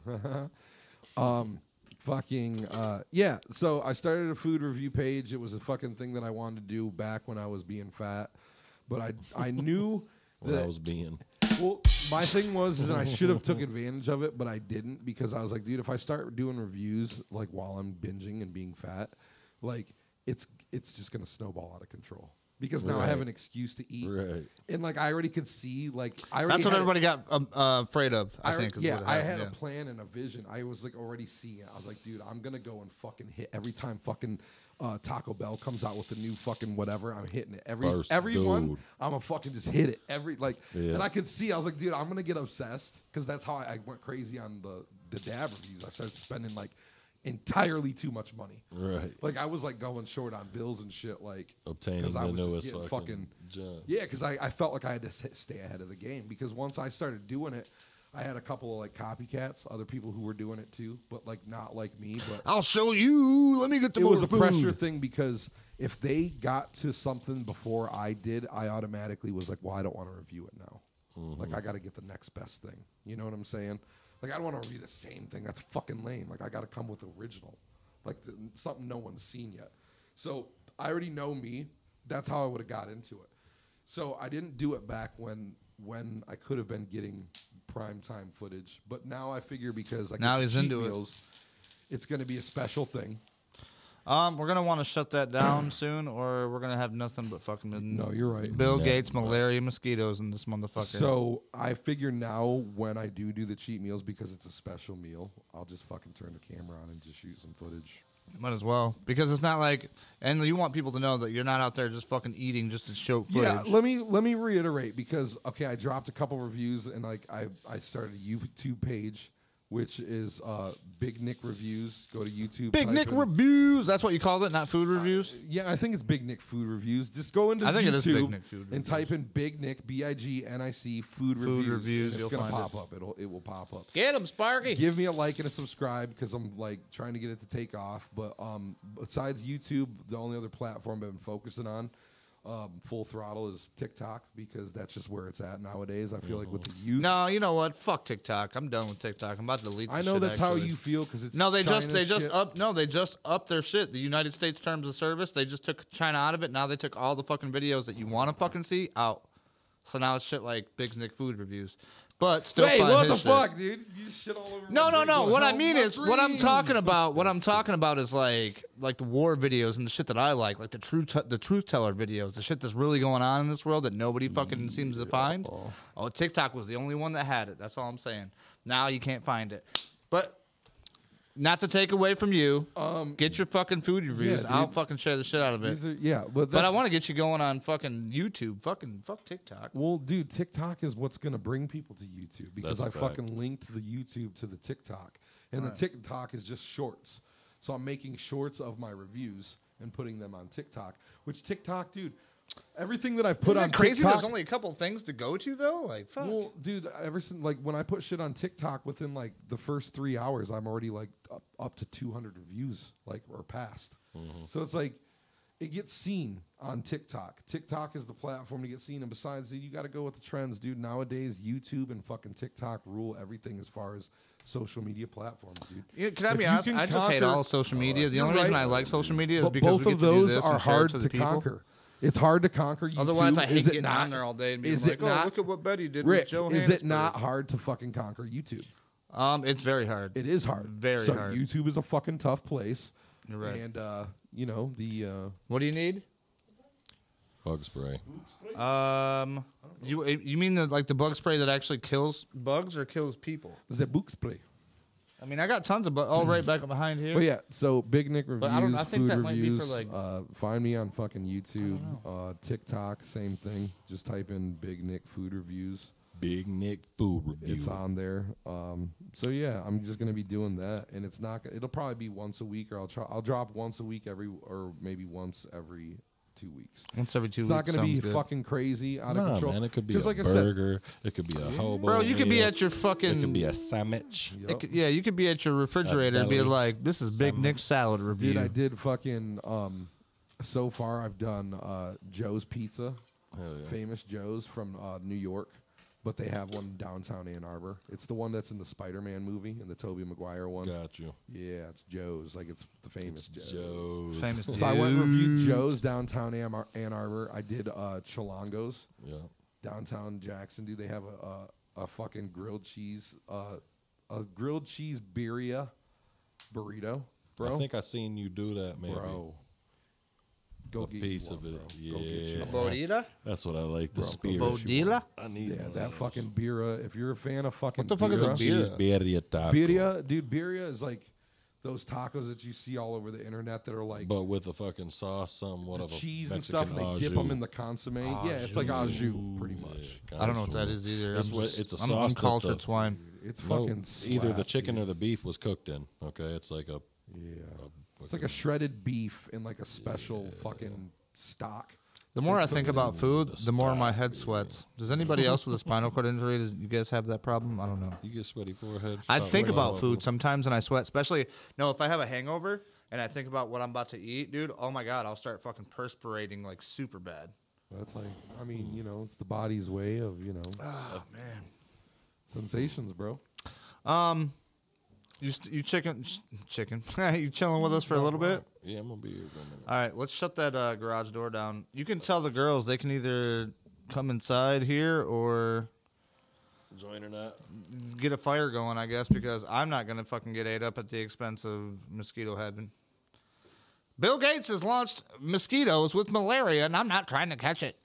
[SPEAKER 1] fucking uh, yeah. So I started a food review page. It was a fucking thing that I wanted to do back when I was being fat, but I I
[SPEAKER 2] (laughs)
[SPEAKER 1] knew
[SPEAKER 3] When I
[SPEAKER 1] that
[SPEAKER 3] was being.
[SPEAKER 1] well, my thing was is that I should
[SPEAKER 2] (laughs)
[SPEAKER 1] have took advantage of it, but I didn't because I was like, dude, if I start doing reviews like while I'm binging and being fat, like it's it's just gonna snowball out of control because now I have
[SPEAKER 3] Right.
[SPEAKER 1] an excuse to eat,
[SPEAKER 3] Right.
[SPEAKER 1] and like I already could see like I already
[SPEAKER 2] That's what
[SPEAKER 1] had-
[SPEAKER 2] everybody got um, uh, afraid of, I,
[SPEAKER 1] alre-
[SPEAKER 2] think. is
[SPEAKER 1] yeah,
[SPEAKER 2] what
[SPEAKER 1] I had
[SPEAKER 2] happened,
[SPEAKER 1] a plan and a vision. I was like already seeing it. I was like, dude, I'm gonna go and fucking hit every time fucking uh, Taco Bell comes out with the new fucking whatever. I'm hitting it every
[SPEAKER 3] First
[SPEAKER 1] everyone.
[SPEAKER 3] dude.
[SPEAKER 1] I'm gonna fucking just hit it every like.
[SPEAKER 3] Yeah.
[SPEAKER 1] And I could see. I was like, dude, I'm gonna get obsessed because that's how I, I went crazy on the the dab reviews. I started spending like entirely too much money.
[SPEAKER 3] Right.
[SPEAKER 1] Like I was like going short on bills and shit. Like
[SPEAKER 3] Obtaining
[SPEAKER 1] 'cause I
[SPEAKER 3] the
[SPEAKER 1] was just
[SPEAKER 3] newest
[SPEAKER 1] getting
[SPEAKER 3] fucking
[SPEAKER 1] fucking
[SPEAKER 3] junk.
[SPEAKER 1] yeah, because I, I felt like I had to s- stay ahead of the game because once I started doing it, I had a couple of like copycats, other people who were doing it too, but like not like me. But
[SPEAKER 2] I'll show you. Let me get the
[SPEAKER 1] it was a
[SPEAKER 2] motor
[SPEAKER 1] pressure
[SPEAKER 2] boot.
[SPEAKER 1] thing because if they got to something before I did, I automatically was like, well, I don't want to review it now.
[SPEAKER 2] Mm-hmm.
[SPEAKER 1] Like I got to get the next best thing. You know what I'm saying? Like I don't want to review the same thing. That's fucking lame. Like I got to come with the original, like the, something no one's seen yet. So I already know me. That's how I would have got into it. So I didn't do it back when when I could have been getting prime time footage, but now I figure because I
[SPEAKER 2] Now
[SPEAKER 1] get
[SPEAKER 2] he's
[SPEAKER 1] cheat
[SPEAKER 2] into it.
[SPEAKER 1] meals, it's going to be a special thing.
[SPEAKER 2] Um, we're going to want to shut that down (coughs) soon, or we're going to have nothing but fucking
[SPEAKER 1] No, you're right.
[SPEAKER 2] Bill Gates, malaria, mosquitoes in this motherfucker.
[SPEAKER 1] So I figure now when I do do the cheat meals because it's a special meal, I'll just fucking turn the camera on and just shoot some footage.
[SPEAKER 2] Might as well. Because it's not like, and you want people to know that you're not out there just fucking eating just to show footage.
[SPEAKER 1] Yeah, let me let me reiterate because okay, I dropped a couple reviews and like I I started a YouTube page, which is uh Big Nick reviews. Go to YouTube.
[SPEAKER 2] Big
[SPEAKER 1] type
[SPEAKER 2] Nick
[SPEAKER 1] in-
[SPEAKER 2] reviews. That's what you called it, not food reviews.
[SPEAKER 1] Yeah, I think it's Big Nick Food Reviews. Just go into
[SPEAKER 2] I think
[SPEAKER 1] YouTube
[SPEAKER 2] it is Big Nick Food
[SPEAKER 1] and
[SPEAKER 2] Reviews.
[SPEAKER 1] type in Big Nick B I G N I C Food Reviews. and
[SPEAKER 2] Reviews,
[SPEAKER 1] It's
[SPEAKER 2] you'll
[SPEAKER 1] gonna
[SPEAKER 2] find
[SPEAKER 1] pop
[SPEAKER 2] it.
[SPEAKER 1] up. It'll it will pop up.
[SPEAKER 4] Get him, Sparky.
[SPEAKER 1] (laughs) Give me a like and a subscribe because I'm like trying to get it to take off. But um, besides YouTube, the only other platform I've been focusing on. Um, full throttle is TikTok because that's just where it's at nowadays. I feel like with the youth,
[SPEAKER 2] No, you know what? Fuck TikTok. I'm done with TikTok. I'm about to delete. This
[SPEAKER 1] I know
[SPEAKER 2] shit,
[SPEAKER 1] that's how
[SPEAKER 2] actually.
[SPEAKER 1] you feel because it's
[SPEAKER 2] No, they just
[SPEAKER 1] China's
[SPEAKER 2] they just
[SPEAKER 1] shit.
[SPEAKER 2] up no they just up their shit. The United States Terms of Service. They just took China out of it. Now they took all the fucking videos that you want to fucking see out. So now it's shit like Big Nick food reviews. But still,
[SPEAKER 1] Wait,
[SPEAKER 2] find
[SPEAKER 1] what the
[SPEAKER 2] his shit.
[SPEAKER 1] fuck, dude? You shit all over. my
[SPEAKER 2] No, no, no.
[SPEAKER 1] dreams.
[SPEAKER 2] What I
[SPEAKER 1] No,
[SPEAKER 2] mean
[SPEAKER 1] my
[SPEAKER 2] is, what I'm
[SPEAKER 1] dreams.
[SPEAKER 2] talking about, what I'm talking about is like, like the war videos and the shit that I like, like the true, t- the truth teller videos, the shit that's really going on in this world that nobody fucking seems to find.
[SPEAKER 1] Mm,
[SPEAKER 2] Oh, TikTok was the only one that had it. That's all I'm saying. Now you can't find it, but Not to take away from you. get your fucking food reviews.
[SPEAKER 1] Um, yeah,
[SPEAKER 2] I'll
[SPEAKER 1] dude.
[SPEAKER 2] fucking share the shit out of it.
[SPEAKER 1] These are, yeah, but
[SPEAKER 2] But I
[SPEAKER 1] that's-
[SPEAKER 2] want to get you going on fucking YouTube. Fucking fuck TikTok.
[SPEAKER 1] Well, dude, TikTok is what's going to bring people to YouTube because
[SPEAKER 3] a
[SPEAKER 1] I
[SPEAKER 3] fact.
[SPEAKER 1] fucking linked the YouTube to the TikTok. And the TikTok is just shorts. So I'm making shorts of my reviews and putting them on TikTok, which TikTok, dude, everything that I've put
[SPEAKER 2] Isn't
[SPEAKER 1] on
[SPEAKER 2] it crazy?
[SPEAKER 1] TikTok
[SPEAKER 2] There's only a couple things to go to though. Like fuck.
[SPEAKER 1] well, dude, ever since like when I put shit on TikTok, within like the first three hours, I'm already like up, up to 200 reviews, like or past.
[SPEAKER 2] Mm-hmm.
[SPEAKER 1] So it's like it gets seen on TikTok. TikTok is the platform to get seen, and besides, you got to go with the trends, dude. Nowadays, YouTube and fucking TikTok rule everything as far as social media platforms, dude.
[SPEAKER 2] Yeah, can I
[SPEAKER 1] If
[SPEAKER 2] be
[SPEAKER 1] you
[SPEAKER 2] honest?
[SPEAKER 1] can
[SPEAKER 2] I just hate
[SPEAKER 1] conquer-
[SPEAKER 2] all social media. The only
[SPEAKER 1] You're
[SPEAKER 2] reason
[SPEAKER 1] right.
[SPEAKER 2] I like social media is
[SPEAKER 1] But
[SPEAKER 2] because
[SPEAKER 1] both
[SPEAKER 2] we get
[SPEAKER 1] of
[SPEAKER 2] to do
[SPEAKER 1] those
[SPEAKER 2] this
[SPEAKER 1] are
[SPEAKER 2] and share it
[SPEAKER 1] hard
[SPEAKER 2] to,
[SPEAKER 1] to,
[SPEAKER 2] the people.
[SPEAKER 1] conquer. It's hard to conquer. YouTube.
[SPEAKER 2] Otherwise, I hate
[SPEAKER 1] Is it
[SPEAKER 2] getting
[SPEAKER 1] not-
[SPEAKER 2] on there all day and being
[SPEAKER 1] is
[SPEAKER 2] like,
[SPEAKER 1] it
[SPEAKER 2] "Oh,
[SPEAKER 1] not,
[SPEAKER 2] look at what Betty did with
[SPEAKER 1] Rick, Is
[SPEAKER 2] Johannesburg."
[SPEAKER 1] it not hard to fucking conquer YouTube?
[SPEAKER 2] Um, it's very hard.
[SPEAKER 1] It is hard.
[SPEAKER 2] Very
[SPEAKER 1] so
[SPEAKER 2] hard.
[SPEAKER 1] YouTube is a fucking tough place.
[SPEAKER 2] You're right.
[SPEAKER 1] And uh, you know the uh,
[SPEAKER 2] What do you need?
[SPEAKER 3] Bug spray.
[SPEAKER 2] Um, you you mean the, like the bug spray that actually kills bugs or kills people?
[SPEAKER 1] the book spray.
[SPEAKER 2] I mean, I got tons of bugs. Oh, right back behind here.
[SPEAKER 1] But yeah, so Big Nick reviews,
[SPEAKER 2] I don't- I think
[SPEAKER 1] food
[SPEAKER 2] that might be for,
[SPEAKER 1] reviews.
[SPEAKER 2] like-
[SPEAKER 1] uh, find me on fucking YouTube, uh, TikTok, same thing. Just type in Big Nick food reviews.
[SPEAKER 3] Big Nick food review.
[SPEAKER 1] It's on there. Um, so yeah, I'm just gonna be doing that, and it's not. gonna- It'll probably be once a week, or I'll try. I'll drop once a week every, or maybe once every two weeks.
[SPEAKER 2] Once every two
[SPEAKER 1] It's
[SPEAKER 2] weeks.
[SPEAKER 1] not gonna
[SPEAKER 2] sounds
[SPEAKER 1] be
[SPEAKER 2] good.
[SPEAKER 1] fucking crazy out of
[SPEAKER 3] Nah,
[SPEAKER 1] control.
[SPEAKER 3] man, it could be
[SPEAKER 1] Just
[SPEAKER 3] a
[SPEAKER 1] like I said,
[SPEAKER 3] burger. It could be a hobo.
[SPEAKER 2] Bro, you could be
[SPEAKER 3] meal.
[SPEAKER 2] at your fucking.
[SPEAKER 3] It could be a sandwich.
[SPEAKER 1] Yup.
[SPEAKER 2] It could- yeah, you could be at your refrigerator and be
[SPEAKER 3] belly.
[SPEAKER 2] like, "This is Big Nick salad review."
[SPEAKER 1] Dude, I did fucking. Um, so far, I've done uh, Joe's Pizza,
[SPEAKER 3] Hell yeah.
[SPEAKER 1] famous Joe's from uh, New York, but they have one in downtown Ann Arbor. It's the one that's in the Spider-Man movie and the Toby Maguire one.
[SPEAKER 3] Got you.
[SPEAKER 1] Yeah, it's Joe's. Like it's the famous Joe's.
[SPEAKER 3] Joe's.
[SPEAKER 2] Famous.
[SPEAKER 1] So I went and reviewed Joe's downtown Am- Ann Arbor. I did uh, Cholongo's
[SPEAKER 3] Yeah.
[SPEAKER 1] downtown Jackson. Dude, they have a a, a fucking grilled cheese uh, a grilled cheese birria burrito, bro
[SPEAKER 3] I think I seen you do that, maybe.
[SPEAKER 1] bro. Go
[SPEAKER 3] a
[SPEAKER 1] get you
[SPEAKER 3] piece
[SPEAKER 1] one,
[SPEAKER 3] of it.
[SPEAKER 1] bro. Go get you
[SPEAKER 3] Yeah.
[SPEAKER 1] one.
[SPEAKER 2] Bodila.
[SPEAKER 3] That's what I like. The
[SPEAKER 1] Bro,
[SPEAKER 3] spear.
[SPEAKER 2] Bodila.
[SPEAKER 3] I need
[SPEAKER 1] Yeah, that fucking birra. If you're a fan of fucking
[SPEAKER 2] What the fuck is a
[SPEAKER 1] birra-
[SPEAKER 2] beer?
[SPEAKER 3] Cheese birria taco.
[SPEAKER 1] birria, dude? Birria is like those tacos that you see all over the internet that are like
[SPEAKER 3] But with the fucking sauce, somewhat
[SPEAKER 1] the
[SPEAKER 3] of a
[SPEAKER 1] cheese and
[SPEAKER 3] Mexican
[SPEAKER 1] stuff, and they dip
[SPEAKER 3] au jus.
[SPEAKER 1] them in the consomme. Yeah, it's like au jus, pretty
[SPEAKER 3] Yeah,
[SPEAKER 1] much.
[SPEAKER 2] I don't know what that
[SPEAKER 3] consomme.
[SPEAKER 2] is either.
[SPEAKER 3] It's,
[SPEAKER 2] I'm
[SPEAKER 3] what,
[SPEAKER 2] just-
[SPEAKER 3] it's a
[SPEAKER 2] I'm
[SPEAKER 3] sauce. that
[SPEAKER 2] uncultured
[SPEAKER 3] the-
[SPEAKER 2] swine.
[SPEAKER 1] It's
[SPEAKER 3] no,
[SPEAKER 1] fucking
[SPEAKER 3] either the
[SPEAKER 1] slap,
[SPEAKER 3] chicken or the beef was cooked in. Okay, it's like a
[SPEAKER 1] dude. Yeah, it's like a shredded beef and like a special fucking stock.
[SPEAKER 2] The more I think about food, the more my head sweats. Does anybody else with a spinal cord injury? Does you guys have that problem? I don't know.
[SPEAKER 3] you get sweaty forehead.
[SPEAKER 2] I
[SPEAKER 3] shot
[SPEAKER 2] think
[SPEAKER 3] right
[SPEAKER 2] about
[SPEAKER 3] off.
[SPEAKER 2] food sometimes and I sweat, especially no, if I have a hangover and I think about what I'm about to eat, dude, oh my god, I'll start fucking perspirating like super bad.
[SPEAKER 1] That's like, I mean, you know, it's the body's way of, you know,
[SPEAKER 2] Oh man.
[SPEAKER 1] sensations, bro.
[SPEAKER 2] You st- you chicken sh- chicken. (laughs) you chilling with us for a little bit?
[SPEAKER 3] Yeah, I'm gonna be here for a minute.
[SPEAKER 2] All right, let's shut that uh, garage door down. You can tell the girls they can either come inside here or
[SPEAKER 3] Join or not?
[SPEAKER 2] get a fire going, I guess, because I'm not going to fucking get ate up at the expense of mosquito heaven. Bill Gates has launched mosquitoes with malaria, and I'm not trying to catch it.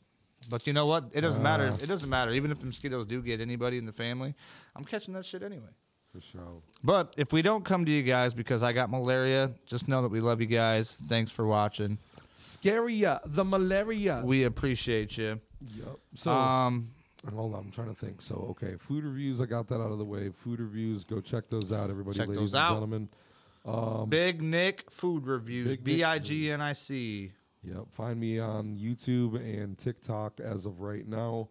[SPEAKER 2] But you know what? It doesn't
[SPEAKER 1] Uh.
[SPEAKER 2] matter. It doesn't matter. Even if the mosquitoes do get anybody in the family, I'm catching that shit anyway.
[SPEAKER 1] For sure.
[SPEAKER 2] But if we don't come to you guys because I got malaria, just know that we love you guys. Thanks for watching.
[SPEAKER 1] Scaria, the malaria.
[SPEAKER 2] We appreciate you.
[SPEAKER 1] Yep. So
[SPEAKER 2] Um,
[SPEAKER 1] hold on, I'm trying to think. So okay, food reviews. I got that out of the way. Food reviews. Go check those out, everybody,
[SPEAKER 2] Check
[SPEAKER 1] ladies
[SPEAKER 2] those
[SPEAKER 1] and
[SPEAKER 2] out.
[SPEAKER 1] gentlemen.
[SPEAKER 2] Big Nick Food Reviews,
[SPEAKER 1] Um, Big Nick
[SPEAKER 2] B I G N I C.
[SPEAKER 1] Yep. Find me on YouTube and TikTok as of right now.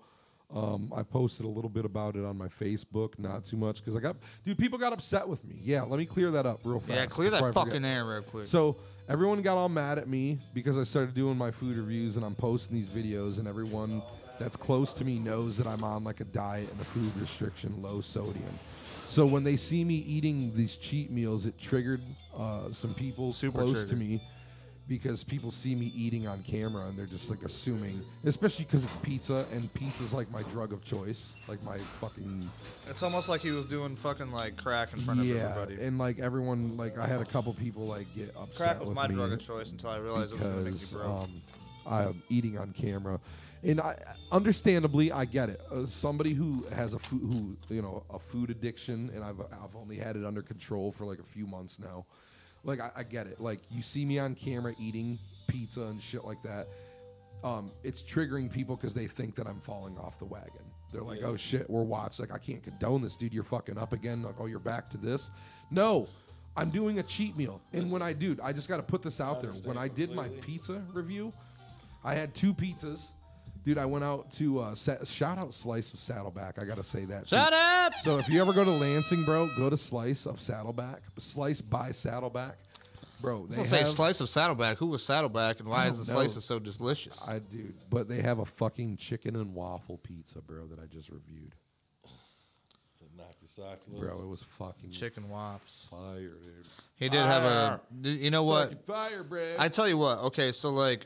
[SPEAKER 1] Um, I posted a little bit about it on my Facebook, not too much because I got dude. People got upset with me. Yeah, let me clear that up real fast.
[SPEAKER 2] Yeah, clear that
[SPEAKER 1] before I forget.
[SPEAKER 2] fucking air real quick.
[SPEAKER 1] So everyone got all mad at me because I started doing my food reviews and I'm posting these videos, and everyone that's close to me knows that I'm on like a diet and a food restriction, low sodium. So when they see me eating these cheat meals, it triggered uh, some people
[SPEAKER 2] Super
[SPEAKER 1] close to
[SPEAKER 2] triggered.
[SPEAKER 1] me because people see me eating on camera and they're just like assuming, especially because it's pizza and pizza's like my drug of choice, like my fucking
[SPEAKER 2] It's almost like he was doing fucking like crack in front
[SPEAKER 1] yeah.
[SPEAKER 2] of everybody.
[SPEAKER 1] And like everyone, like I had a couple people like get upset
[SPEAKER 2] Crack was
[SPEAKER 1] with
[SPEAKER 2] my
[SPEAKER 1] me
[SPEAKER 2] drug of choice until I realized it was gonna make
[SPEAKER 1] because
[SPEAKER 2] you broke.
[SPEAKER 1] um, uh, eating on camera. And I, understandably, I get it. Uh, somebody who has a food, who you know, a food addiction, and I've I've only had it under control for like a few months now. Like I, I get it. Like you see me on camera eating pizza and shit like that. Um, it's triggering people because they think that I'm falling off the wagon. They're like, "Oh shit, we're watched." Like I can't condone this, dude. You're fucking up again. Like, oh, you're back to this. No, I'm doing a cheat meal. And when I do, I just got to put this out there. When I did my pizza review, I had two pizzas. Dude, I went out to uh, sa- shout out Slice of Saddleback. I gotta say that. too.
[SPEAKER 2] Shut up!
[SPEAKER 1] So if you ever go to Lansing, bro, go to Slice of Saddleback. Slice by Saddleback, bro. They
[SPEAKER 2] I'll say
[SPEAKER 1] have,
[SPEAKER 2] slice of saddleback. Who was saddleback, and why
[SPEAKER 1] I
[SPEAKER 2] is the
[SPEAKER 1] don't know.
[SPEAKER 2] slices so delicious?
[SPEAKER 1] I do, but they have a fucking chicken and waffle pizza, bro, that I just reviewed.
[SPEAKER 3] Knock your socks loose.
[SPEAKER 1] Bro, it was fucking
[SPEAKER 2] Chicken wops.
[SPEAKER 3] Fire, dude.
[SPEAKER 2] He did have a. d- You know what?
[SPEAKER 1] fucking fire, bro.
[SPEAKER 2] I tell you what. Okay, so like,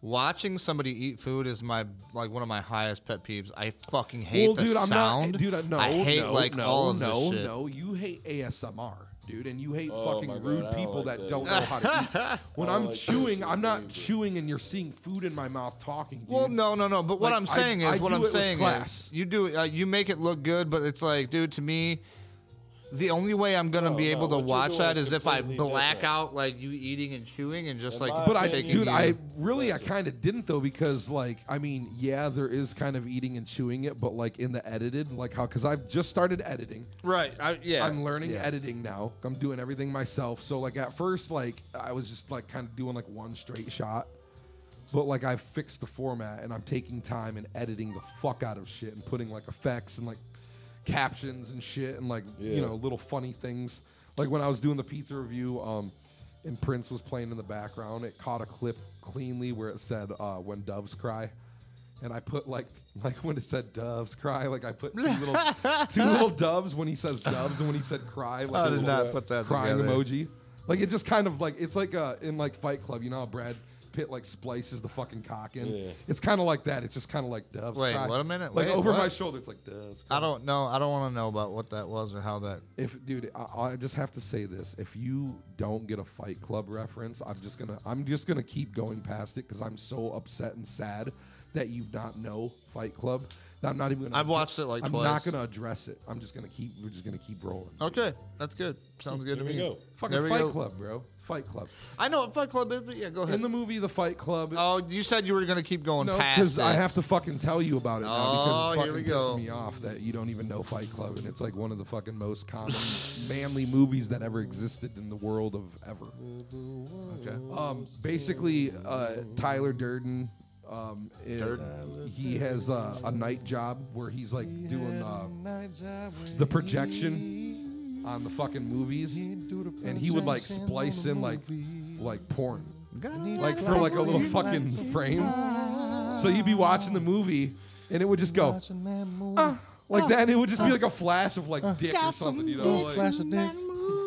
[SPEAKER 2] watching somebody eat food is my like one of my highest pet peeves. I fucking hate
[SPEAKER 1] well,
[SPEAKER 2] the
[SPEAKER 1] dude, I'm
[SPEAKER 2] sound.
[SPEAKER 1] not, dude. I- No,
[SPEAKER 2] I hate
[SPEAKER 1] no,
[SPEAKER 2] like
[SPEAKER 1] no,
[SPEAKER 2] all of this
[SPEAKER 1] no,
[SPEAKER 2] shit.
[SPEAKER 1] no. You hate ASMR, dude, and you hate
[SPEAKER 3] Oh,
[SPEAKER 1] fucking
[SPEAKER 3] my God,
[SPEAKER 1] rude
[SPEAKER 3] I don't
[SPEAKER 1] people
[SPEAKER 3] like
[SPEAKER 1] that,
[SPEAKER 3] that.
[SPEAKER 1] don't know how
[SPEAKER 2] (laughs)
[SPEAKER 1] to eat. When
[SPEAKER 3] I don't
[SPEAKER 1] I'm
[SPEAKER 3] like that
[SPEAKER 1] chewing,
[SPEAKER 3] shit
[SPEAKER 1] I'm not
[SPEAKER 3] either.
[SPEAKER 1] chewing, and you're seeing food in my mouth talking. Dude.
[SPEAKER 2] Well, no, no, no. But what
[SPEAKER 1] Like,
[SPEAKER 2] I'm saying
[SPEAKER 1] I-
[SPEAKER 2] is,
[SPEAKER 1] I
[SPEAKER 2] what
[SPEAKER 1] do
[SPEAKER 2] I'm
[SPEAKER 1] it with
[SPEAKER 2] saying
[SPEAKER 1] class.
[SPEAKER 2] is, you do it- uh, you make it look good, but it's like, dude, to me, the only way I'm gonna
[SPEAKER 3] No,
[SPEAKER 2] be
[SPEAKER 3] no,
[SPEAKER 2] able to
[SPEAKER 3] what you're
[SPEAKER 2] watch
[SPEAKER 3] doing
[SPEAKER 2] that
[SPEAKER 3] is
[SPEAKER 2] is if I
[SPEAKER 3] completely
[SPEAKER 2] black
[SPEAKER 3] different.
[SPEAKER 2] out like you eating and chewing and just
[SPEAKER 3] In
[SPEAKER 2] like.
[SPEAKER 3] my
[SPEAKER 1] But I,
[SPEAKER 3] Taking
[SPEAKER 1] dude,
[SPEAKER 2] you-
[SPEAKER 1] I really, I kind of didn't though because, like, I mean, yeah, there is kind of eating and chewing it, but like in the edited, like how, because I've just started editing.
[SPEAKER 2] Right. I, yeah.
[SPEAKER 1] I'm learning editing now. I'm doing everything myself. So like at first, like I was just like kind of doing like one straight shot, but like I fixed the format and I'm taking time and editing the fuck out of shit and putting like effects and like captions and shit and like you
[SPEAKER 3] Yeah.
[SPEAKER 1] know little funny things. Like when I was doing the pizza review, um, and Prince was playing in the background, it caught a clip cleanly where it said uh, "When Doves Cry." And I put like (laughs) like when it said doves cry, like I put two little
[SPEAKER 2] (laughs)
[SPEAKER 1] two little doves when he says doves and when he said cry, like
[SPEAKER 2] I
[SPEAKER 1] a
[SPEAKER 2] did
[SPEAKER 1] little uh,
[SPEAKER 2] not put that
[SPEAKER 1] crying
[SPEAKER 2] together.
[SPEAKER 1] emoji. Like it just kind of like it's like uh in like Fight Club, you know how Brad Pitt like splices the fucking cock in.
[SPEAKER 3] Yeah.
[SPEAKER 1] It's kind of like that. It's just kind of like doves.
[SPEAKER 2] Wait,
[SPEAKER 1] cry.
[SPEAKER 2] what a minute.
[SPEAKER 1] Like
[SPEAKER 2] Wait,
[SPEAKER 1] over my
[SPEAKER 2] what?
[SPEAKER 1] shoulder, it's like doves. Cry.
[SPEAKER 2] I don't know. I don't want to know about what that was or how that.
[SPEAKER 1] If dude, I, I just have to say this: if you don't get a Fight Club reference, I'm just gonna I'm just gonna keep going past it because I'm so upset and sad that you not know Fight Club. that I'm not even. Gonna
[SPEAKER 2] I've watched it, like,
[SPEAKER 1] I'm
[SPEAKER 2] twice.
[SPEAKER 1] not gonna address it. I'm just gonna keep. We're just gonna keep rolling.
[SPEAKER 2] Okay, that's good. Sounds good to
[SPEAKER 3] There we
[SPEAKER 2] me.
[SPEAKER 3] go.
[SPEAKER 1] Fucking
[SPEAKER 2] There we
[SPEAKER 1] Fight
[SPEAKER 2] go.
[SPEAKER 1] Club, bro. Fight Club.
[SPEAKER 2] I know what Fight Club is, but yeah, go ahead.
[SPEAKER 1] In the movie The Fight Club.
[SPEAKER 2] oh, you said you were gonna keep going
[SPEAKER 1] no,
[SPEAKER 2] past.
[SPEAKER 1] because I
[SPEAKER 2] it.
[SPEAKER 1] have to fucking tell you about it now because
[SPEAKER 2] Oh,
[SPEAKER 1] it's
[SPEAKER 2] here we
[SPEAKER 1] fucking
[SPEAKER 2] go.
[SPEAKER 1] pissing me off that you don't even know Fight Club and it's like one of the fucking most common manly movies that ever existed in the world of ever.
[SPEAKER 2] Okay.
[SPEAKER 1] Um, basically, uh, Tyler Durden. Um, is- He has uh, a night job where he's like doing uh, the projection on the fucking movies, and he would like splice in like like porn, like for like a little fucking frame. So you'd be watching the movie, and it would just go "Ah," like that, and it would just be like a flash of like dick or something, you know? Like,
[SPEAKER 9] Flash a dick.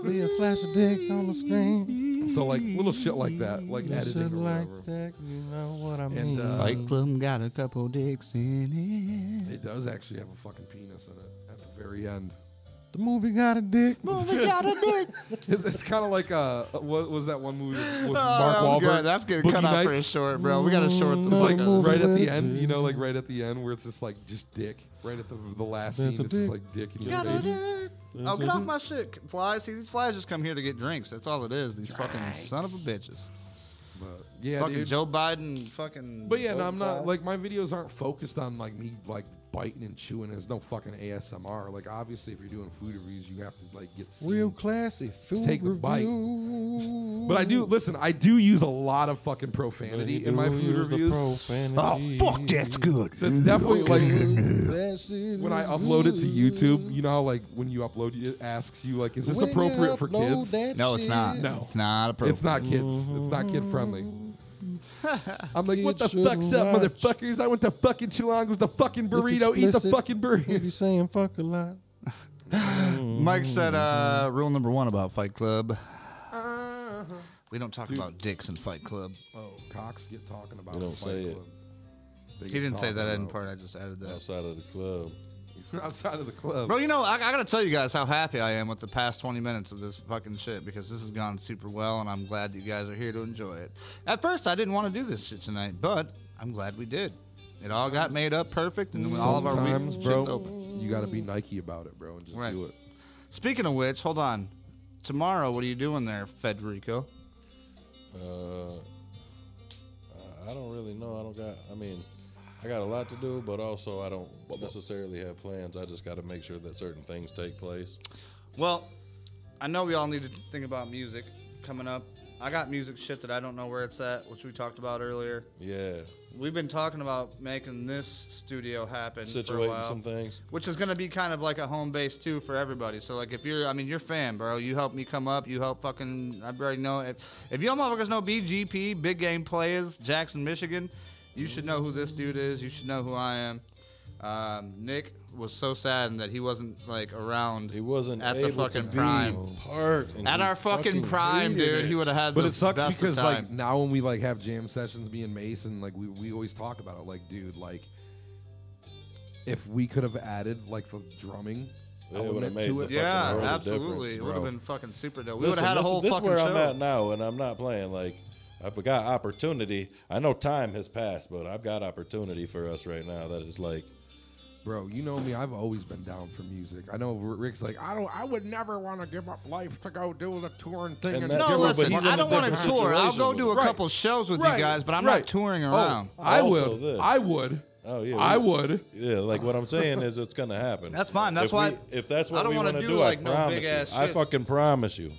[SPEAKER 9] Be a flash of dick on the screen.
[SPEAKER 1] so like little shit like that, like editing or
[SPEAKER 9] like
[SPEAKER 1] whatever.
[SPEAKER 9] that, you know what I
[SPEAKER 1] And
[SPEAKER 9] mean.
[SPEAKER 1] uh,
[SPEAKER 4] Fight Club got a couple dicks in
[SPEAKER 1] It does actually have a fucking penis in it at the very end. (laughs)
[SPEAKER 9] the movie got a dick. Movie got a dick.
[SPEAKER 1] It's, it's kind of like uh, what was that one movie with Mark
[SPEAKER 2] Oh, that was
[SPEAKER 1] Wahlberg?
[SPEAKER 2] good. That's getting cut
[SPEAKER 1] Boogie
[SPEAKER 2] off pretty
[SPEAKER 1] Nights?
[SPEAKER 2] short, bro. We gotta short
[SPEAKER 1] It's
[SPEAKER 2] this.
[SPEAKER 1] like
[SPEAKER 2] Like a,
[SPEAKER 1] right at the end, you know, like right at the end where it's just like just dick. Right at the the last
[SPEAKER 9] There's
[SPEAKER 1] scene,
[SPEAKER 9] a
[SPEAKER 1] it's just
[SPEAKER 9] dick.
[SPEAKER 1] like dick in your
[SPEAKER 2] Got a
[SPEAKER 1] face.
[SPEAKER 2] dick. Oh, get off my shit, flies. See, these flies just come here to get drinks. That's all it is. These fucking son of a bitches.
[SPEAKER 1] But yeah,
[SPEAKER 2] fucking
[SPEAKER 1] dude.
[SPEAKER 2] Joe Biden, fucking.
[SPEAKER 1] But yeah, no, I'm not like my videos aren't focused on like me like biting and chewing. There's no fucking ASMR. Like obviously, if you're doing food reviews, you have to like get seen.
[SPEAKER 9] Real classy. Food
[SPEAKER 1] Take the bite.
[SPEAKER 9] review.
[SPEAKER 1] But I do listen. I do use a lot of fucking
[SPEAKER 9] But
[SPEAKER 1] profanity
[SPEAKER 9] he
[SPEAKER 1] in my
[SPEAKER 9] do
[SPEAKER 1] food
[SPEAKER 9] use the
[SPEAKER 1] reviews.
[SPEAKER 9] profanity.
[SPEAKER 4] that's good.
[SPEAKER 1] So it's definitely like
[SPEAKER 9] (laughs) That shit
[SPEAKER 1] when I
[SPEAKER 9] is
[SPEAKER 1] upload it to
[SPEAKER 9] good.
[SPEAKER 1] YouTube, you know, how, like when you upload, it asks you like, is this
[SPEAKER 9] When you
[SPEAKER 1] appropriate for kids?
[SPEAKER 9] upload that
[SPEAKER 2] No, it's not.
[SPEAKER 9] shit,
[SPEAKER 1] No.
[SPEAKER 2] it's not appropriate.
[SPEAKER 1] It's not kids. It's not kid
[SPEAKER 9] (laughs)
[SPEAKER 1] friendly. I'm like, what the
[SPEAKER 9] Kids
[SPEAKER 1] fuck's up,
[SPEAKER 9] shouldn't watch.
[SPEAKER 1] motherfuckers? I want the fucking chilong with the fucking burrito. Eat the
[SPEAKER 9] explicit.
[SPEAKER 1] fucking
[SPEAKER 9] You (laughs)
[SPEAKER 1] burrito.
[SPEAKER 9] be saying fuck a lot.
[SPEAKER 2] Mike said uh,
[SPEAKER 1] Mm-hmm.
[SPEAKER 2] rule number one about Fight Club. We don't talk about dicks in Fight Club.
[SPEAKER 1] Oh, Cox, get talking about.
[SPEAKER 3] They don't
[SPEAKER 1] Fight
[SPEAKER 3] say it.
[SPEAKER 1] Club. They
[SPEAKER 2] He
[SPEAKER 1] get
[SPEAKER 2] didn't say
[SPEAKER 1] talking
[SPEAKER 2] that in
[SPEAKER 1] about-
[SPEAKER 2] part. I just added that.
[SPEAKER 3] Outside of the club.
[SPEAKER 1] (laughs) outside of the club.
[SPEAKER 2] Bro, you know, I, I gotta tell you guys how happy I am with the past 20 minutes of this fucking shit because this has gone super well, and I'm glad that you guys are here to enjoy it. At first, I didn't want to do this shit tonight, but I'm glad we did. It all got made up perfect, and when all of our
[SPEAKER 1] Sometimes,
[SPEAKER 2] weeks
[SPEAKER 1] bro,
[SPEAKER 2] shit's open.
[SPEAKER 1] you gotta be Nike about it, bro, and just
[SPEAKER 2] Right.
[SPEAKER 1] do it.
[SPEAKER 2] Speaking of which, hold on. Tomorrow, what are you doing there, Federico?
[SPEAKER 3] Uh, I- I don't really know. I don't got. I mean, I got a lot to do, but also I don't necessarily have plans. I just got to make sure that certain things take place.
[SPEAKER 2] Well, I know we all need to think about music coming up. I got music shit that I don't know where it's at, which we talked about earlier.
[SPEAKER 3] Yeah,
[SPEAKER 2] We've been talking about making this studio happen for a
[SPEAKER 3] situating
[SPEAKER 2] while.
[SPEAKER 3] some things.
[SPEAKER 2] which is going to be kind of like a home base too for everybody. So like if you're, I mean, you're a fan, bro. You help me come up. You help fucking. I already know if if y'all motherfuckers know BGP, Big Game Players, Jackson, Michigan, you should know who this dude is. You should know who I am. Um, Nick was so saddened that he wasn't like around.
[SPEAKER 3] He wasn't
[SPEAKER 2] at the
[SPEAKER 3] able
[SPEAKER 2] fucking
[SPEAKER 3] to be
[SPEAKER 2] prime.
[SPEAKER 3] part. and
[SPEAKER 2] At
[SPEAKER 3] he
[SPEAKER 2] our fucking, prime,
[SPEAKER 3] hated
[SPEAKER 2] dude.
[SPEAKER 3] it.
[SPEAKER 2] He would have had.
[SPEAKER 1] But
[SPEAKER 2] the
[SPEAKER 1] it sucks
[SPEAKER 2] best of
[SPEAKER 1] because like
[SPEAKER 2] time.
[SPEAKER 1] now when we like have jam sessions, me and Mason, like we, we always talk about it. Like, dude, like if we could have added like the drumming
[SPEAKER 3] It would've
[SPEAKER 1] element
[SPEAKER 3] made
[SPEAKER 1] to
[SPEAKER 3] the
[SPEAKER 1] it,
[SPEAKER 3] fucking
[SPEAKER 2] yeah,
[SPEAKER 3] world of
[SPEAKER 2] absolutely.
[SPEAKER 3] difference,
[SPEAKER 2] It would have
[SPEAKER 1] bro.
[SPEAKER 2] been fucking super dope. We would
[SPEAKER 3] Listen,
[SPEAKER 2] have had a
[SPEAKER 3] this-
[SPEAKER 2] whole
[SPEAKER 3] this is
[SPEAKER 2] fucking
[SPEAKER 3] where
[SPEAKER 2] show.
[SPEAKER 3] I'm at now, and I'm not playing. Like, I forgot opportunity. I know time has passed, but I've got opportunity for us right now. That is like,
[SPEAKER 1] bro. You know me; I've always been down for music. I know R- Rick's like, I don't, I would never want to give up life to go do the touring thing.
[SPEAKER 3] And
[SPEAKER 1] and
[SPEAKER 3] that's
[SPEAKER 1] do
[SPEAKER 2] No,
[SPEAKER 1] it,
[SPEAKER 3] Jimmer, but
[SPEAKER 2] listen,
[SPEAKER 3] he's in
[SPEAKER 2] I
[SPEAKER 3] a
[SPEAKER 2] don't want to
[SPEAKER 3] different
[SPEAKER 2] tour. I'll go
[SPEAKER 3] situation
[SPEAKER 2] do a
[SPEAKER 3] with it.
[SPEAKER 2] couple shows with
[SPEAKER 1] Right,
[SPEAKER 2] you guys, but I'm
[SPEAKER 1] right.
[SPEAKER 2] not touring
[SPEAKER 1] Oh,
[SPEAKER 2] around.
[SPEAKER 1] I
[SPEAKER 3] Also
[SPEAKER 1] would.
[SPEAKER 3] this.
[SPEAKER 1] I would.
[SPEAKER 3] oh yeah,
[SPEAKER 1] I
[SPEAKER 3] we-
[SPEAKER 1] would.
[SPEAKER 3] Yeah, like what I'm saying is it's gonna happen.
[SPEAKER 2] That's fine. That's
[SPEAKER 3] if
[SPEAKER 2] why-
[SPEAKER 3] we, if that's
[SPEAKER 2] I
[SPEAKER 3] what
[SPEAKER 2] don't
[SPEAKER 3] we
[SPEAKER 2] wanna
[SPEAKER 3] want to
[SPEAKER 2] do,
[SPEAKER 3] do,
[SPEAKER 2] like,
[SPEAKER 3] I
[SPEAKER 2] no
[SPEAKER 3] promise you.
[SPEAKER 2] big-ass
[SPEAKER 3] I
[SPEAKER 2] shits.
[SPEAKER 3] fucking promise you.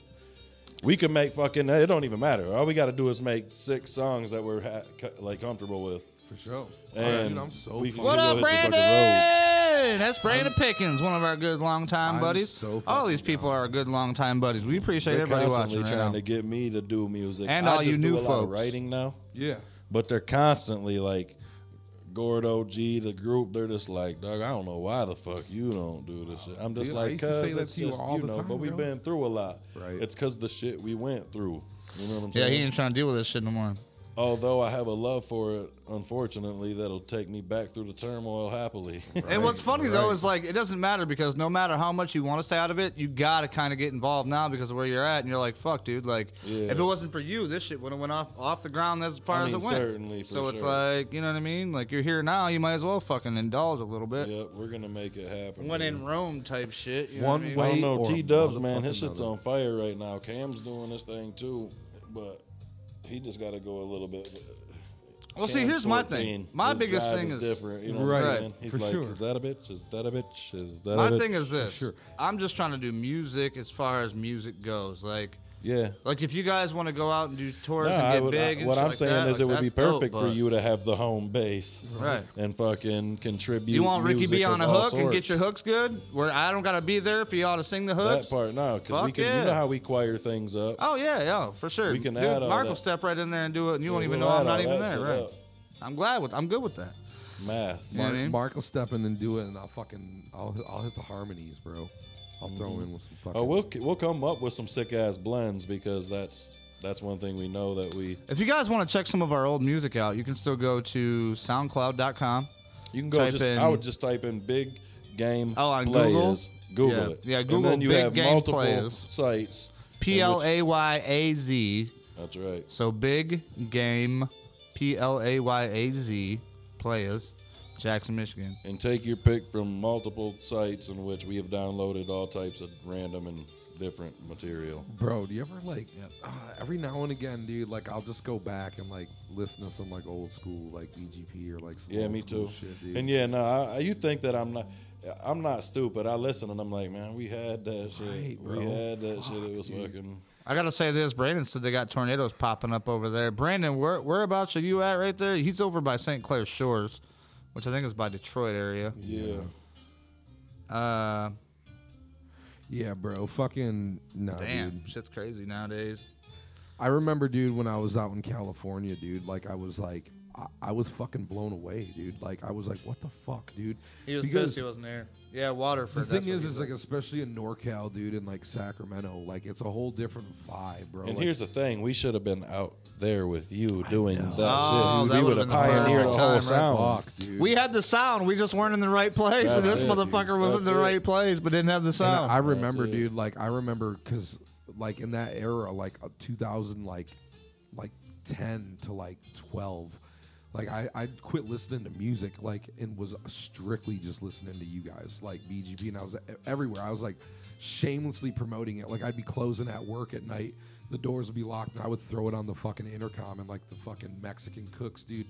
[SPEAKER 3] We can make fucking. It don't even matter. All we got to do is make six songs that we're ha- co- like comfortable with.
[SPEAKER 1] For sure.
[SPEAKER 3] And
[SPEAKER 1] Dude, I'm so
[SPEAKER 3] we
[SPEAKER 1] fucking-
[SPEAKER 3] can-
[SPEAKER 2] What
[SPEAKER 3] go
[SPEAKER 2] up,
[SPEAKER 3] hit the fucking
[SPEAKER 2] Brandon? That's Brandon Pickens, one of our good longtime
[SPEAKER 1] I'm
[SPEAKER 2] buddies.
[SPEAKER 1] so
[SPEAKER 2] All
[SPEAKER 1] fucking
[SPEAKER 2] these people are our good longtime buddies. We appreciate
[SPEAKER 3] They're
[SPEAKER 2] everybody
[SPEAKER 3] constantly
[SPEAKER 2] watching right
[SPEAKER 3] trying
[SPEAKER 2] now.
[SPEAKER 3] to get me to do music
[SPEAKER 2] And
[SPEAKER 3] I
[SPEAKER 2] all you
[SPEAKER 3] just
[SPEAKER 2] new
[SPEAKER 3] do a lot of
[SPEAKER 2] folks.
[SPEAKER 3] writing now,
[SPEAKER 1] Yeah.
[SPEAKER 3] but they're constantly like. Gordo G, the group, they're just like, Doug, I don't know why the fuck you don't do this shit. I'm just
[SPEAKER 1] Dude, I
[SPEAKER 3] like,
[SPEAKER 1] used to
[SPEAKER 3] cuz,
[SPEAKER 1] say that
[SPEAKER 3] it's
[SPEAKER 1] to you
[SPEAKER 3] just,
[SPEAKER 1] all the
[SPEAKER 3] know,
[SPEAKER 1] time,
[SPEAKER 3] but we've
[SPEAKER 1] bro.
[SPEAKER 3] been through a lot.
[SPEAKER 1] Right.
[SPEAKER 3] It's cuz the shit we went through. You know what I'm
[SPEAKER 2] yeah,
[SPEAKER 3] saying?
[SPEAKER 2] he ain't trying to deal with this shit no more.
[SPEAKER 3] Although I have a love for it, unfortunately, that'll take me back through the turmoil happily. (laughs)
[SPEAKER 2] and what's funny though is like it doesn't matter because no matter how much you want to stay out of it, you gotta kind of get involved now because of where you're at, and you're like, fuck, dude. Like,
[SPEAKER 3] Yeah.
[SPEAKER 2] if it wasn't for you, this shit would have went off off the ground as far
[SPEAKER 3] I
[SPEAKER 2] as
[SPEAKER 3] mean,
[SPEAKER 2] it went.
[SPEAKER 3] certainly, for
[SPEAKER 2] so it's
[SPEAKER 3] sure.
[SPEAKER 2] like, you know what I mean? Like you're here now, you might as well fucking indulge a little bit.
[SPEAKER 3] yep, we're gonna make it happen.
[SPEAKER 2] When
[SPEAKER 3] dude.
[SPEAKER 2] in Rome type shit. You know
[SPEAKER 1] One
[SPEAKER 2] what I mean?
[SPEAKER 1] way-
[SPEAKER 3] I don't know,
[SPEAKER 1] or
[SPEAKER 3] T Dubs, man, his
[SPEAKER 1] motherfucking
[SPEAKER 3] shit's
[SPEAKER 1] another.
[SPEAKER 3] on fire right now. Cam's doing this thing too, but he just got to go a little bit.
[SPEAKER 2] Well, see,
[SPEAKER 3] Cam's
[SPEAKER 2] here's my
[SPEAKER 3] 14.
[SPEAKER 2] thing. My
[SPEAKER 3] His
[SPEAKER 2] biggest
[SPEAKER 3] drive
[SPEAKER 2] thing is
[SPEAKER 3] different. You know what
[SPEAKER 1] Right,
[SPEAKER 3] I'm saying? He's
[SPEAKER 1] for
[SPEAKER 3] like,
[SPEAKER 1] sure.
[SPEAKER 3] is that a bitch? Is that a bitch? Is that a
[SPEAKER 2] My
[SPEAKER 3] bitch?
[SPEAKER 2] thing is this.
[SPEAKER 1] Sure.
[SPEAKER 2] I'm just trying to do music as far as music goes. Like,
[SPEAKER 3] yeah.
[SPEAKER 2] like if you guys want to go out and do tours
[SPEAKER 3] No,
[SPEAKER 2] and
[SPEAKER 3] I
[SPEAKER 2] get
[SPEAKER 3] would, I-
[SPEAKER 2] big, and
[SPEAKER 3] what
[SPEAKER 2] shit
[SPEAKER 3] I'm
[SPEAKER 2] like
[SPEAKER 3] saying
[SPEAKER 2] that, like,
[SPEAKER 3] is it would be
[SPEAKER 2] that's dope,
[SPEAKER 3] perfect for
[SPEAKER 2] but-
[SPEAKER 3] you to have the home base,
[SPEAKER 2] Right.
[SPEAKER 3] And fucking contribute.
[SPEAKER 2] You want Ricky
[SPEAKER 3] music
[SPEAKER 2] B on
[SPEAKER 3] of
[SPEAKER 2] a
[SPEAKER 3] all
[SPEAKER 2] hook and get
[SPEAKER 3] sorts.
[SPEAKER 2] your hooks good, where I don't gotta be there for y'all to sing the hooks.
[SPEAKER 3] That part, no, because we
[SPEAKER 2] Fuck
[SPEAKER 3] can.
[SPEAKER 2] yeah.
[SPEAKER 3] You know how we choir things up.
[SPEAKER 2] Oh yeah, yeah, for sure.
[SPEAKER 3] We can
[SPEAKER 2] Dude,
[SPEAKER 3] add all
[SPEAKER 2] Mark will
[SPEAKER 3] that.
[SPEAKER 2] step right in there and do it, and you won't
[SPEAKER 3] Yeah,
[SPEAKER 2] even
[SPEAKER 3] we'll
[SPEAKER 2] know
[SPEAKER 3] add
[SPEAKER 2] I'm not
[SPEAKER 3] all
[SPEAKER 2] even
[SPEAKER 3] that
[SPEAKER 2] there.
[SPEAKER 3] shit
[SPEAKER 2] Right.
[SPEAKER 3] up.
[SPEAKER 2] I'm glad with. I'm good with that.
[SPEAKER 3] Math.
[SPEAKER 2] You know what I mean?
[SPEAKER 1] Mark will step in and do it, and I'll fucking, I'll, I'll hit the harmonies, bro. I'll
[SPEAKER 2] Mm-hmm.
[SPEAKER 1] throw in with some fucking.
[SPEAKER 3] Oh, we'll we'll come up with some sick ass blends because that's that's one thing we know that we
[SPEAKER 2] If you guys want to check some of our old music out, you can still go to SoundCloud.com.
[SPEAKER 3] you can go
[SPEAKER 2] Type
[SPEAKER 3] just
[SPEAKER 2] in-
[SPEAKER 3] I would just type in big game
[SPEAKER 2] Oh, on
[SPEAKER 3] players.
[SPEAKER 2] Google?
[SPEAKER 3] Google,
[SPEAKER 2] Yeah.
[SPEAKER 3] it.
[SPEAKER 2] Yeah,
[SPEAKER 3] and
[SPEAKER 2] Google
[SPEAKER 3] then you
[SPEAKER 2] big
[SPEAKER 3] have
[SPEAKER 2] game
[SPEAKER 3] multiple
[SPEAKER 2] players.
[SPEAKER 3] sites. in
[SPEAKER 2] P L A Y A Z.
[SPEAKER 3] which- That's right.
[SPEAKER 2] So big game, P L A Y A Z players, Jackson, Michigan.
[SPEAKER 3] And take your pick from multiple sites in which we have downloaded all types of random and different material.
[SPEAKER 1] Bro, do you ever like uh, every now and again, dude? Like I'll just go back and like listen to some like old school like BGP or like some
[SPEAKER 3] Yeah,
[SPEAKER 1] old
[SPEAKER 3] me
[SPEAKER 1] school
[SPEAKER 3] too.
[SPEAKER 1] Shit, dude.
[SPEAKER 3] And yeah, no, I, I- you think that I'm not. I'm not stupid. I listen and I'm like, man, we had that shit.
[SPEAKER 1] Right,
[SPEAKER 3] we
[SPEAKER 1] bro.
[SPEAKER 3] had that shit. It was fucking.
[SPEAKER 2] I gotta say this, Brandon said they got tornadoes popping up over there. Brandon, where whereabouts are you at right there? He's over by St. Clair Shores, which I think is by Detroit area.
[SPEAKER 3] Yeah.
[SPEAKER 2] Uh,
[SPEAKER 1] yeah, bro, fucking no,
[SPEAKER 2] damn,
[SPEAKER 1] Oh, dude.
[SPEAKER 2] shit's crazy nowadays.
[SPEAKER 1] I remember, dude, when I was out in California, dude, like I was like, I, I was fucking blown away, dude. Like I was like, what the fuck, dude?
[SPEAKER 2] He was
[SPEAKER 1] Because
[SPEAKER 2] pissed he wasn't there. Yeah, Waterford.
[SPEAKER 1] The thing
[SPEAKER 2] that's what
[SPEAKER 1] is,
[SPEAKER 2] he
[SPEAKER 1] is
[SPEAKER 2] was
[SPEAKER 1] like, especially in NorCal, dude, and like Sacramento, like it's a whole different vibe, bro.
[SPEAKER 3] And
[SPEAKER 1] Like,
[SPEAKER 3] here's the thing: we should have been out there with you doing that
[SPEAKER 2] Oh,
[SPEAKER 3] shit.
[SPEAKER 2] that
[SPEAKER 3] we would
[SPEAKER 2] would've been
[SPEAKER 3] have
[SPEAKER 2] the perfect
[SPEAKER 3] pioneered the whole
[SPEAKER 2] time, right?
[SPEAKER 3] sound.
[SPEAKER 1] fuck, dude.
[SPEAKER 2] We had the sound. We just weren't in the right place. and
[SPEAKER 3] That's
[SPEAKER 2] this
[SPEAKER 3] it,
[SPEAKER 2] motherfucker
[SPEAKER 3] dude.
[SPEAKER 2] was in
[SPEAKER 3] That's
[SPEAKER 2] the
[SPEAKER 3] it.
[SPEAKER 2] right place, but didn't have the
[SPEAKER 1] And
[SPEAKER 2] sound.
[SPEAKER 1] I remember,
[SPEAKER 3] it.
[SPEAKER 1] dude. Like I remember because, like in that era, like uh, 2000, like like 10 to like 12, like I I quit listening to music, like and was strictly just listening to you guys, like BGB, and I was e- everywhere. I was like shamelessly promoting it. Like I'd be closing at work at night, the doors would be locked, and I would throw it on the fucking intercom and like the fucking Mexican cooks, dude.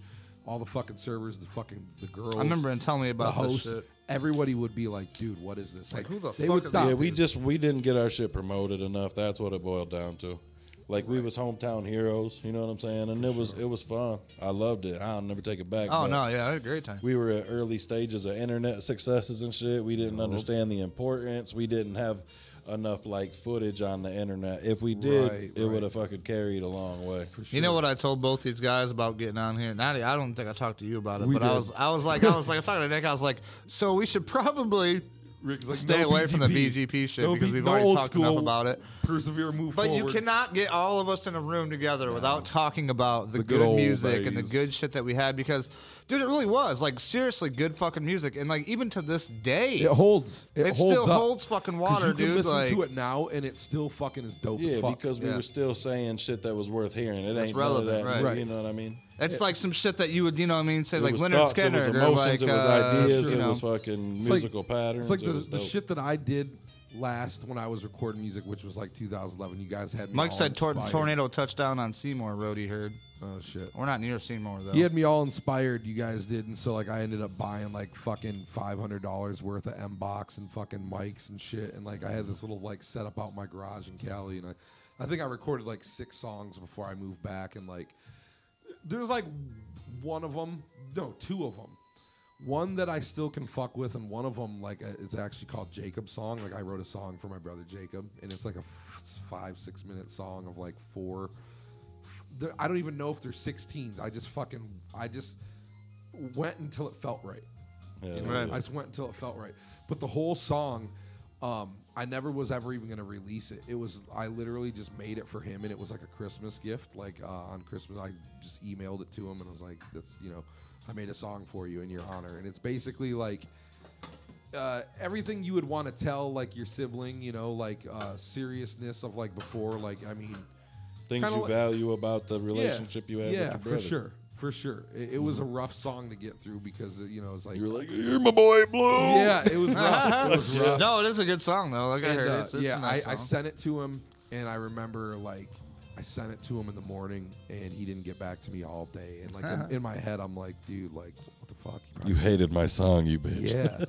[SPEAKER 1] All the fucking servers, the fucking the girls.
[SPEAKER 2] I remember him telling me
[SPEAKER 1] the
[SPEAKER 2] about this
[SPEAKER 1] host.
[SPEAKER 2] shit.
[SPEAKER 1] Everybody would be like, "Dude, what is this?"
[SPEAKER 2] Like, who the
[SPEAKER 1] they
[SPEAKER 2] fuck
[SPEAKER 1] would
[SPEAKER 2] are
[SPEAKER 1] stop.
[SPEAKER 3] Yeah, we
[SPEAKER 1] dude.
[SPEAKER 3] just we didn't get our shit promoted enough. That's what it boiled down to. Like we was hometown heroes, you know what I'm saying? And it was it was fun. I loved it. I'll never take it back.
[SPEAKER 2] Oh
[SPEAKER 3] but
[SPEAKER 2] no, yeah, I had a great time.
[SPEAKER 3] We were at early stages of internet successes and shit. We didn't understand the importance. We didn't have enough like footage on the internet. If we did,
[SPEAKER 1] Right,
[SPEAKER 3] it
[SPEAKER 1] right.
[SPEAKER 3] would have fucking carried a long way.
[SPEAKER 2] You know what I told both these guys about getting on here? Not, I don't think I talked to you about it,
[SPEAKER 1] We
[SPEAKER 2] but I
[SPEAKER 1] did.
[SPEAKER 2] was, I was like, I was like, I was talking to Nick. I was like, so we should probably stay
[SPEAKER 1] no
[SPEAKER 2] away from the
[SPEAKER 1] BGP.
[SPEAKER 2] BGP shit
[SPEAKER 1] No
[SPEAKER 2] because
[SPEAKER 1] B-
[SPEAKER 2] we've
[SPEAKER 1] no
[SPEAKER 2] already
[SPEAKER 1] old
[SPEAKER 2] talked
[SPEAKER 1] school.
[SPEAKER 2] enough about it.
[SPEAKER 1] Persevere, move
[SPEAKER 2] But
[SPEAKER 1] forward.
[SPEAKER 2] you cannot get all of us in a room together without talking about the,
[SPEAKER 1] The good
[SPEAKER 2] good,
[SPEAKER 1] old
[SPEAKER 2] music and the
[SPEAKER 1] days.
[SPEAKER 2] good shit that we had because, dude, it really was like seriously good fucking music, and like even to this day,
[SPEAKER 1] It holds. It,
[SPEAKER 2] It
[SPEAKER 1] holds
[SPEAKER 2] still
[SPEAKER 1] up.
[SPEAKER 2] holds fucking
[SPEAKER 1] 'Cause
[SPEAKER 2] water,
[SPEAKER 1] you can
[SPEAKER 2] dude,
[SPEAKER 1] Listen to
[SPEAKER 2] like-
[SPEAKER 1] it now, and it still fucking is dope. as
[SPEAKER 3] Yeah,
[SPEAKER 1] fuck.
[SPEAKER 3] because we
[SPEAKER 2] Yeah.
[SPEAKER 3] were still saying shit that was worth hearing. It ain't
[SPEAKER 2] relevant,
[SPEAKER 3] relevant, that,
[SPEAKER 2] right.
[SPEAKER 3] You know what I mean?
[SPEAKER 2] That's like some shit that you would, you know, what I mean, say
[SPEAKER 3] It
[SPEAKER 2] like
[SPEAKER 3] was
[SPEAKER 2] Leonard
[SPEAKER 3] thoughts,
[SPEAKER 2] Skinner,
[SPEAKER 3] it was
[SPEAKER 2] or
[SPEAKER 3] emotions,
[SPEAKER 2] like,
[SPEAKER 3] it was
[SPEAKER 2] uh,
[SPEAKER 3] ideas,
[SPEAKER 2] you
[SPEAKER 3] it
[SPEAKER 2] know.
[SPEAKER 3] was fucking
[SPEAKER 1] It's like-
[SPEAKER 3] musical patterns.
[SPEAKER 1] It's like
[SPEAKER 3] it
[SPEAKER 1] the,
[SPEAKER 3] was
[SPEAKER 1] the
[SPEAKER 3] dope.
[SPEAKER 1] shit that I did last when I was recording music, which was like 2011. You guys had me
[SPEAKER 2] Mike
[SPEAKER 1] all
[SPEAKER 2] said tor-
[SPEAKER 1] inspired.
[SPEAKER 2] tornado touchdown on Seymour Road. He heard
[SPEAKER 1] Oh shit.
[SPEAKER 2] we're not near Seymour though.
[SPEAKER 1] He had me all inspired. You guys did, and so like I ended up buying like fucking five hundred dollars worth of M box and fucking mics and shit. And like I had this little like setup out my garage in Cali, and I, I think I recorded like six songs before I moved back. And like, there's like one of them, no, two of them. One that I still can fuck with, and one of them like uh, it's actually called Jacob's song. Like I wrote a song for my brother Jacob, and it's like a f- five six minute song of like four there, I don't even know if they're 16s. I just fucking I just went until it felt right.
[SPEAKER 3] Yeah.
[SPEAKER 2] Right.
[SPEAKER 1] I just went until it felt right. But the whole song, um, I never was ever even gonna release it. It was I literally just made it for him, and it was like a Christmas gift. Like uh, on Christmas, I just emailed it to him, and I was like, "That's you know, I made a song for you in your honor." And it's basically like uh, everything you would want to tell like your sibling, you know, like uh, seriousness of like before. Like I mean,
[SPEAKER 3] Things
[SPEAKER 1] kinda
[SPEAKER 3] you
[SPEAKER 1] like-
[SPEAKER 3] value about the relationship you have
[SPEAKER 1] yeah,
[SPEAKER 3] with your brother. Mm-hmm.
[SPEAKER 1] for sure, for sure. It, it was a rough song to get through because uh, you know it's like,
[SPEAKER 3] You were like, you're my boy, Blue.
[SPEAKER 1] yeah, it
[SPEAKER 3] (laughs)
[SPEAKER 1] was rough. It was rough.
[SPEAKER 2] no, it is a good song though. Like I
[SPEAKER 1] And,
[SPEAKER 2] heard,
[SPEAKER 1] uh,
[SPEAKER 2] it's, it's
[SPEAKER 1] yeah,
[SPEAKER 2] a nice
[SPEAKER 1] I, I
[SPEAKER 2] song.
[SPEAKER 1] sent it to him, and I remember like I sent it to him in the morning, and he didn't get back to me all day. And like in,
[SPEAKER 2] (laughs)
[SPEAKER 1] in my head, I'm like, dude, like what the fuck? He probably-
[SPEAKER 3] You hated my song, you bitch.
[SPEAKER 1] yeah.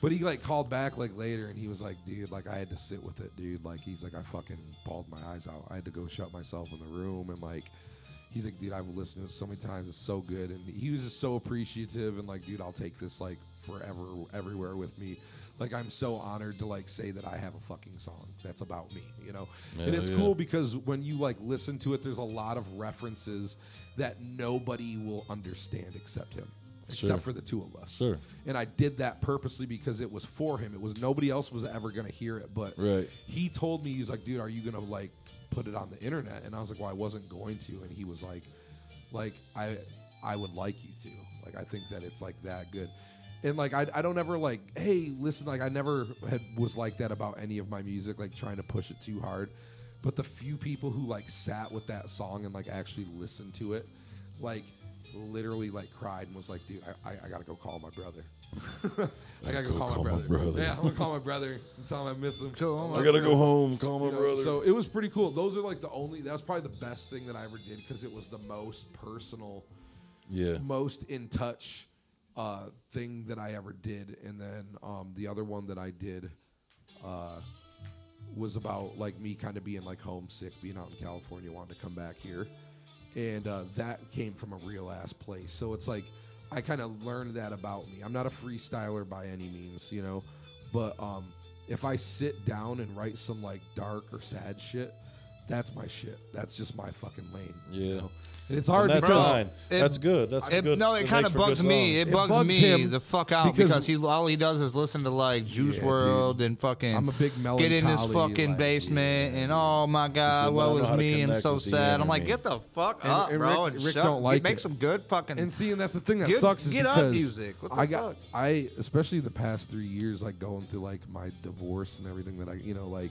[SPEAKER 1] But he like called back like later and he was like, dude, like I had to sit with it, dude. Like he's like, I fucking bawled my eyes out. I had to go shut myself in the room and like he's like, dude, I've listened to it so many times, it's so good. And he was just so appreciative and like, dude, I'll take this like forever everywhere with me. Like I'm so honored to like say that I have a fucking song that's about me, you know? and
[SPEAKER 3] Yeah,
[SPEAKER 1] it's
[SPEAKER 3] yeah.
[SPEAKER 1] cool because when you like listen to it, there's a lot of references that nobody will understand except him. Except
[SPEAKER 3] Sure.
[SPEAKER 1] for the two of us.
[SPEAKER 3] Sure.
[SPEAKER 1] And I did that purposely because it was for him. It was nobody else was ever going to hear it. But
[SPEAKER 3] Right.
[SPEAKER 1] he told me, he's like, dude, are you going to like put it on the internet? And I was like, well, I wasn't going to. And he was like, like, I, I would like you to. Like, I think that it's like that good. And like, I, I don't ever like, hey, listen, like, I never had, was like that about any of my music, like trying to push it too hard. But the few people who like sat with that song and like actually listened to it, like, literally like cried and was like, dude, I, I, I gotta go call my brother. (laughs) I gotta go, call, my, brother. Yeah, I'm gonna call my brother and tell him I miss him.
[SPEAKER 2] Call
[SPEAKER 3] I gotta go home, call my
[SPEAKER 1] You know,
[SPEAKER 3] brother.
[SPEAKER 1] So it was pretty cool. Those are like the only. That was probably the best thing that I ever did because it was the most personal,
[SPEAKER 3] yeah.
[SPEAKER 1] most in touch uh, thing that I ever did. And then um, the other one that I did uh, was about like me kind of being like homesick, being out in California, wanting to come back here, and uh, that came from a real ass place. So it's like I kind of learned that about me. I'm not a freestyler by any means, you know, but um, if I sit down and write some like dark or sad shit, That's my shit. That's just my fucking lane.
[SPEAKER 3] Yeah.
[SPEAKER 1] And it's hard
[SPEAKER 3] that's
[SPEAKER 1] because
[SPEAKER 3] fine.
[SPEAKER 2] it-
[SPEAKER 3] that's good. That's
[SPEAKER 2] It,
[SPEAKER 3] good.
[SPEAKER 2] no, it, kind of bugs me. It,
[SPEAKER 1] It
[SPEAKER 2] bugs,
[SPEAKER 1] bugs
[SPEAKER 2] me
[SPEAKER 1] him
[SPEAKER 2] the fuck out
[SPEAKER 1] because-
[SPEAKER 2] because, he all he does is listen to like Juice
[SPEAKER 1] Yeah, dude.
[SPEAKER 2] World and fucking.
[SPEAKER 1] I'm a big
[SPEAKER 2] Get in his
[SPEAKER 1] melancholy,
[SPEAKER 2] fucking
[SPEAKER 1] like,
[SPEAKER 2] basement and oh my
[SPEAKER 3] said,
[SPEAKER 2] god,
[SPEAKER 3] "Well, I
[SPEAKER 2] woe
[SPEAKER 3] know how
[SPEAKER 2] is
[SPEAKER 3] to
[SPEAKER 2] me. I'm
[SPEAKER 3] connect
[SPEAKER 2] so
[SPEAKER 3] with the
[SPEAKER 2] sad. I'm like,
[SPEAKER 3] enemy."
[SPEAKER 2] get the fuck
[SPEAKER 1] And-
[SPEAKER 2] up,
[SPEAKER 1] and
[SPEAKER 2] bro,
[SPEAKER 1] Rick-
[SPEAKER 2] and
[SPEAKER 1] Rick
[SPEAKER 2] shut.
[SPEAKER 1] don't like
[SPEAKER 2] make
[SPEAKER 1] it.
[SPEAKER 2] some good fucking.
[SPEAKER 1] And see, and that's the thing that
[SPEAKER 2] Get-
[SPEAKER 1] sucks is
[SPEAKER 2] get up
[SPEAKER 1] because
[SPEAKER 2] music. What the
[SPEAKER 1] I got
[SPEAKER 2] fuck?
[SPEAKER 1] I especially the past three years, like going through like my divorce and everything that I you know like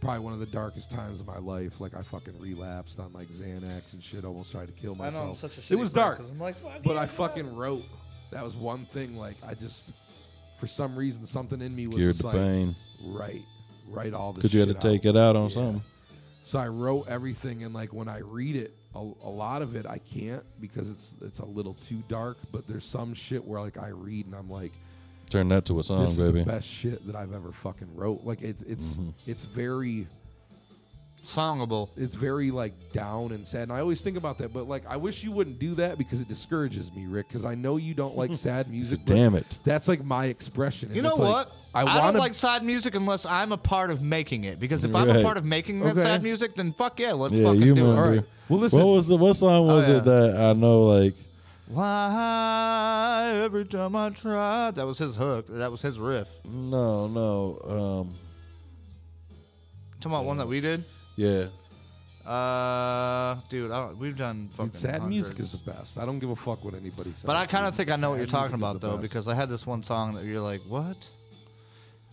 [SPEAKER 1] probably one of the darkest times of my life. Like I fucking relapsed on like Xanax and shit, almost tried to kill
[SPEAKER 2] I
[SPEAKER 1] myself.
[SPEAKER 2] know I'm such a shitty
[SPEAKER 1] it was
[SPEAKER 2] friend
[SPEAKER 1] dark,
[SPEAKER 2] 'cause I'm like, fuck
[SPEAKER 1] but I fucking wrote. That was one thing. Like I just for some reason something in me was
[SPEAKER 3] Cured
[SPEAKER 1] just
[SPEAKER 3] the
[SPEAKER 1] like
[SPEAKER 3] pain.
[SPEAKER 1] right, right all this.
[SPEAKER 3] Because you had to
[SPEAKER 1] shit
[SPEAKER 3] take it out on something.
[SPEAKER 1] so I wrote everything, and like when I read it, a, a lot of it I can't because it's it's a little too dark. But there's some shit where like I read and I'm like,
[SPEAKER 3] Turn that to a
[SPEAKER 1] this
[SPEAKER 3] song,
[SPEAKER 1] is
[SPEAKER 3] Oh, baby. Mm-hmm.
[SPEAKER 1] the best shit that I've ever fucking wrote. Like it's it's it's very
[SPEAKER 2] songable.
[SPEAKER 1] it's very like down and sad. And I always think about that, but like I wish you wouldn't do that because it discourages me, Rick. Because I know you don't
[SPEAKER 3] (laughs)
[SPEAKER 1] like sad music. but
[SPEAKER 3] Damn it.
[SPEAKER 1] that's like my expression. and
[SPEAKER 2] You know
[SPEAKER 1] it's, like,
[SPEAKER 2] what?
[SPEAKER 1] I
[SPEAKER 2] I,
[SPEAKER 1] want
[SPEAKER 2] don't like sad music unless I'm a part of making it. Because if I'm a
[SPEAKER 3] Right.
[SPEAKER 2] part of making that
[SPEAKER 1] Okay.
[SPEAKER 2] sad music, then fuck yeah, let's
[SPEAKER 3] Yeah,
[SPEAKER 2] fucking
[SPEAKER 3] you
[SPEAKER 2] do it.
[SPEAKER 3] remember.
[SPEAKER 1] All right. Well, listen.
[SPEAKER 3] What was the what song was
[SPEAKER 2] yeah.
[SPEAKER 3] it that I know? Like
[SPEAKER 2] Why every time I try? That was his hook. That was his riff.
[SPEAKER 3] no, no, um,
[SPEAKER 2] Talking about one that we did.
[SPEAKER 3] yeah.
[SPEAKER 2] Uh, dude, I don't, we've done fucking.
[SPEAKER 1] Dude, sad music
[SPEAKER 2] hundreds.
[SPEAKER 1] is the best. I don't give a fuck what anybody says.
[SPEAKER 2] But I kind of
[SPEAKER 1] dude.
[SPEAKER 2] think I know what
[SPEAKER 1] Sad
[SPEAKER 2] you're talking
[SPEAKER 1] music is
[SPEAKER 2] about
[SPEAKER 1] the
[SPEAKER 2] though,
[SPEAKER 1] best.
[SPEAKER 2] because I had this one song that you're like, what?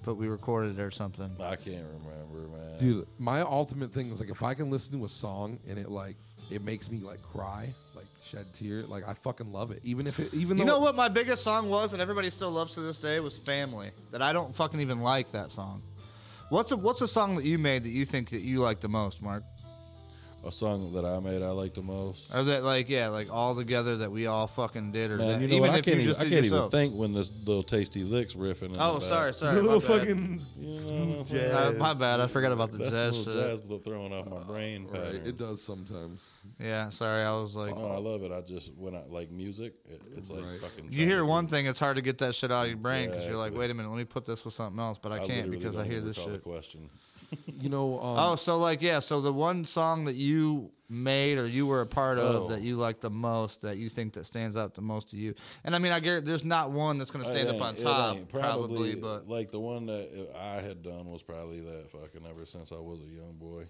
[SPEAKER 2] But we recorded it or something.
[SPEAKER 3] I can't remember, man.
[SPEAKER 1] dude my ultimate thing is like if i can listen to a song and it like it makes me like cry like shed tear like i fucking love it even if it even
[SPEAKER 2] You
[SPEAKER 1] though
[SPEAKER 2] know what my biggest song was, and everybody still loves to this day, was "Family." That I don't fucking even like that song. What's a, what's a song that you made that you think that you like the most, Mark?
[SPEAKER 3] A song that I made I like the most.
[SPEAKER 2] Or that like yeah, like all together that we all fucking did, or
[SPEAKER 3] Man,
[SPEAKER 2] that,
[SPEAKER 3] you know
[SPEAKER 2] even
[SPEAKER 3] what? I
[SPEAKER 2] if you
[SPEAKER 3] can't, even,
[SPEAKER 2] just
[SPEAKER 3] I
[SPEAKER 2] did
[SPEAKER 3] can't even
[SPEAKER 2] yourself.
[SPEAKER 3] think when this little tasty licks riffing. In
[SPEAKER 2] Oh,
[SPEAKER 3] the back.
[SPEAKER 2] sorry, sorry. (laughs)
[SPEAKER 1] the
[SPEAKER 2] My
[SPEAKER 1] little
[SPEAKER 2] bad.
[SPEAKER 1] fucking
[SPEAKER 3] You know,
[SPEAKER 2] Uh, my bad. I forgot about the
[SPEAKER 3] That's
[SPEAKER 2] jazz.
[SPEAKER 3] little
[SPEAKER 2] shit.
[SPEAKER 3] jazz blo- throwing off my
[SPEAKER 1] (laughs)
[SPEAKER 3] brain
[SPEAKER 1] right
[SPEAKER 3] patterns.
[SPEAKER 1] it does sometimes
[SPEAKER 2] Yeah, sorry. I was like,
[SPEAKER 3] No, I love it. I just when I like music, it, it's like
[SPEAKER 1] Right.
[SPEAKER 3] fucking.
[SPEAKER 2] you hear
[SPEAKER 3] trying to-
[SPEAKER 2] one thing, it's hard to get that shit out of your brain because you're like,
[SPEAKER 3] Exactly.
[SPEAKER 2] wait a minute, let me put this with something else, but I, can't
[SPEAKER 3] literally
[SPEAKER 2] because I
[SPEAKER 3] don't
[SPEAKER 2] hear
[SPEAKER 3] even
[SPEAKER 2] this
[SPEAKER 3] recall the
[SPEAKER 2] shit.
[SPEAKER 3] Question.
[SPEAKER 1] you
[SPEAKER 2] (laughs)
[SPEAKER 1] know um,
[SPEAKER 2] Oh, so like yeah, so the one song that you made or you were a part of
[SPEAKER 3] Oh.
[SPEAKER 2] that you like the most that you think that stands out the most to you, and I mean I guarantee there's not one that's gonna stand
[SPEAKER 3] Uh, It
[SPEAKER 2] up on
[SPEAKER 3] ain't- it
[SPEAKER 2] top
[SPEAKER 3] ain't.
[SPEAKER 2] probably, but
[SPEAKER 3] like the one that I had done was probably that fucking ever since I was a young boy.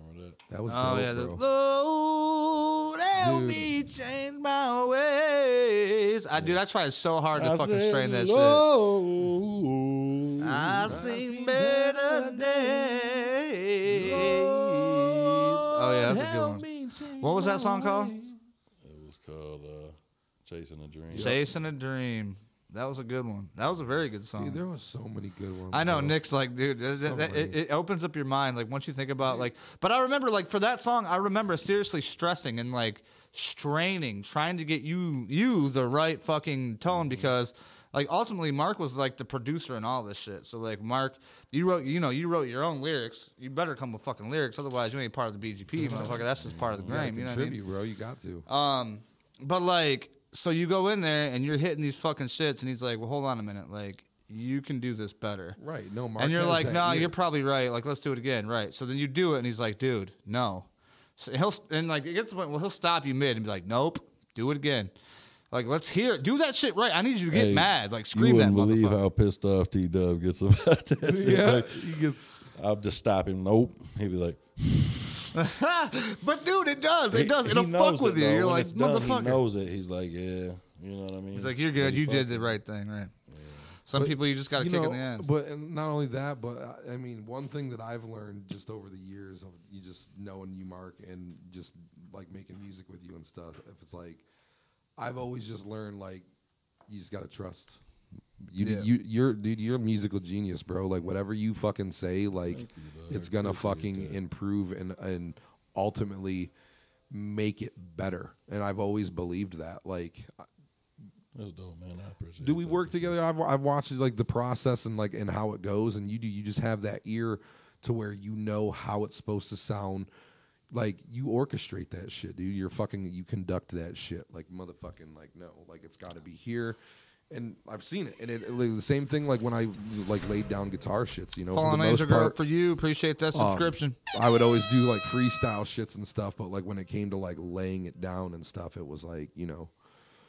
[SPEAKER 3] Remember that?
[SPEAKER 1] that was
[SPEAKER 2] Oh
[SPEAKER 1] dope,
[SPEAKER 2] yeah, the
[SPEAKER 1] bro.
[SPEAKER 2] Lord help
[SPEAKER 1] Dude.
[SPEAKER 2] me change my ways. I dude, I tried so hard to fucking strain that shit.
[SPEAKER 3] shit.
[SPEAKER 2] I sing better days. Oh yeah, that's a good one. What was that song called? Ah.
[SPEAKER 3] It was called uh, Chasing a Dream.
[SPEAKER 2] Chasing a Dream. That was a good one. That was a very good song.
[SPEAKER 1] Dude, there was so many good ones
[SPEAKER 2] I know
[SPEAKER 1] bro.
[SPEAKER 2] Nick's like, dude, th- th- th- it,
[SPEAKER 1] many.
[SPEAKER 2] it opens up your mind. Like once you think about like, but I remember like for that song, I remember seriously stressing and like straining, trying to get you you the right fucking tone because like ultimately Mark was like the producer and all this shit. So like Mark, you wrote you know you wrote your own lyrics. You better come with fucking lyrics, otherwise you ain't part of the BGP, motherfucker. That's just part of the
[SPEAKER 1] you, gotta
[SPEAKER 2] game. You know what I mean?
[SPEAKER 1] contribute, bro you got to
[SPEAKER 2] Um, but like, so you go in there and you're hitting these fucking shits, and he's like, "Well, hold on a minute, like." You can do this better.
[SPEAKER 1] right no Mark
[SPEAKER 2] And you're
[SPEAKER 1] has
[SPEAKER 2] like,
[SPEAKER 1] that
[SPEAKER 2] no,
[SPEAKER 1] ear.
[SPEAKER 2] you're probably right. Like, let's do it again, right? So then you do it, and he's like, dude, no. So he'll and like it gets to the point. Well, he'll stop you mid and be like, nope, do it again. Like, let's hear, do that shit right. I need you to get
[SPEAKER 3] Hey,
[SPEAKER 2] mad, like
[SPEAKER 3] you
[SPEAKER 2] scream that
[SPEAKER 3] wouldn't believe
[SPEAKER 2] motherfucker.
[SPEAKER 3] how pissed off T Dub gets
[SPEAKER 2] (laughs)
[SPEAKER 3] about that.
[SPEAKER 1] (laughs)
[SPEAKER 3] shit.
[SPEAKER 1] yeah
[SPEAKER 3] Like,
[SPEAKER 1] he gets
[SPEAKER 3] I'll just stop him. Nope. He'd be like,
[SPEAKER 2] (laughs) but dude, it does, it
[SPEAKER 3] He-
[SPEAKER 2] does.
[SPEAKER 3] he
[SPEAKER 2] It'll
[SPEAKER 3] knows
[SPEAKER 2] fuck with
[SPEAKER 3] it,
[SPEAKER 2] you.
[SPEAKER 3] though.
[SPEAKER 2] You're
[SPEAKER 3] When
[SPEAKER 2] like,
[SPEAKER 3] it's done, He
[SPEAKER 2] motherfucker.
[SPEAKER 3] knows it. He's like, yeah. You know what I mean?
[SPEAKER 2] He's like, you're good.
[SPEAKER 3] But he
[SPEAKER 2] You did
[SPEAKER 3] fucked
[SPEAKER 2] the
[SPEAKER 3] him.
[SPEAKER 2] right thing, right? Some people you just got to
[SPEAKER 1] you
[SPEAKER 2] kick
[SPEAKER 1] know,
[SPEAKER 2] in the ass.
[SPEAKER 1] But and not only that, but uh, I mean, one thing that I've learned just over the years of you just knowing you, Mark, and just like making music with you and stuff. If it's like, I've always just learned like, you just gotta trust. You,
[SPEAKER 2] Yeah.
[SPEAKER 1] you, you're, dude, you're a musical genius, bro. Like whatever you fucking say, like
[SPEAKER 3] dog.
[SPEAKER 1] it's gonna
[SPEAKER 3] Appreciate
[SPEAKER 1] fucking
[SPEAKER 3] that.
[SPEAKER 1] improve and and ultimately make it better. And I've always believed that. Like
[SPEAKER 3] That's dope, man. I appreciate
[SPEAKER 1] do we
[SPEAKER 3] that.
[SPEAKER 1] work together I've, I've watched like the process and like and how it goes and you do you just have that ear to where you know how it's supposed to sound like you orchestrate that shit dude you're fucking you conduct that shit like motherfucking like no like it's got to be here and I've seen it, and it, like, the same thing like when I like laid down guitar shits, you know. for
[SPEAKER 2] Fallen
[SPEAKER 1] the most
[SPEAKER 2] Angel Girl
[SPEAKER 1] part,
[SPEAKER 2] for you. Appreciate that
[SPEAKER 1] um,
[SPEAKER 2] subscription.
[SPEAKER 1] I would always do like freestyle shits and stuff, but like when it came to like laying it down and stuff, it was like you know,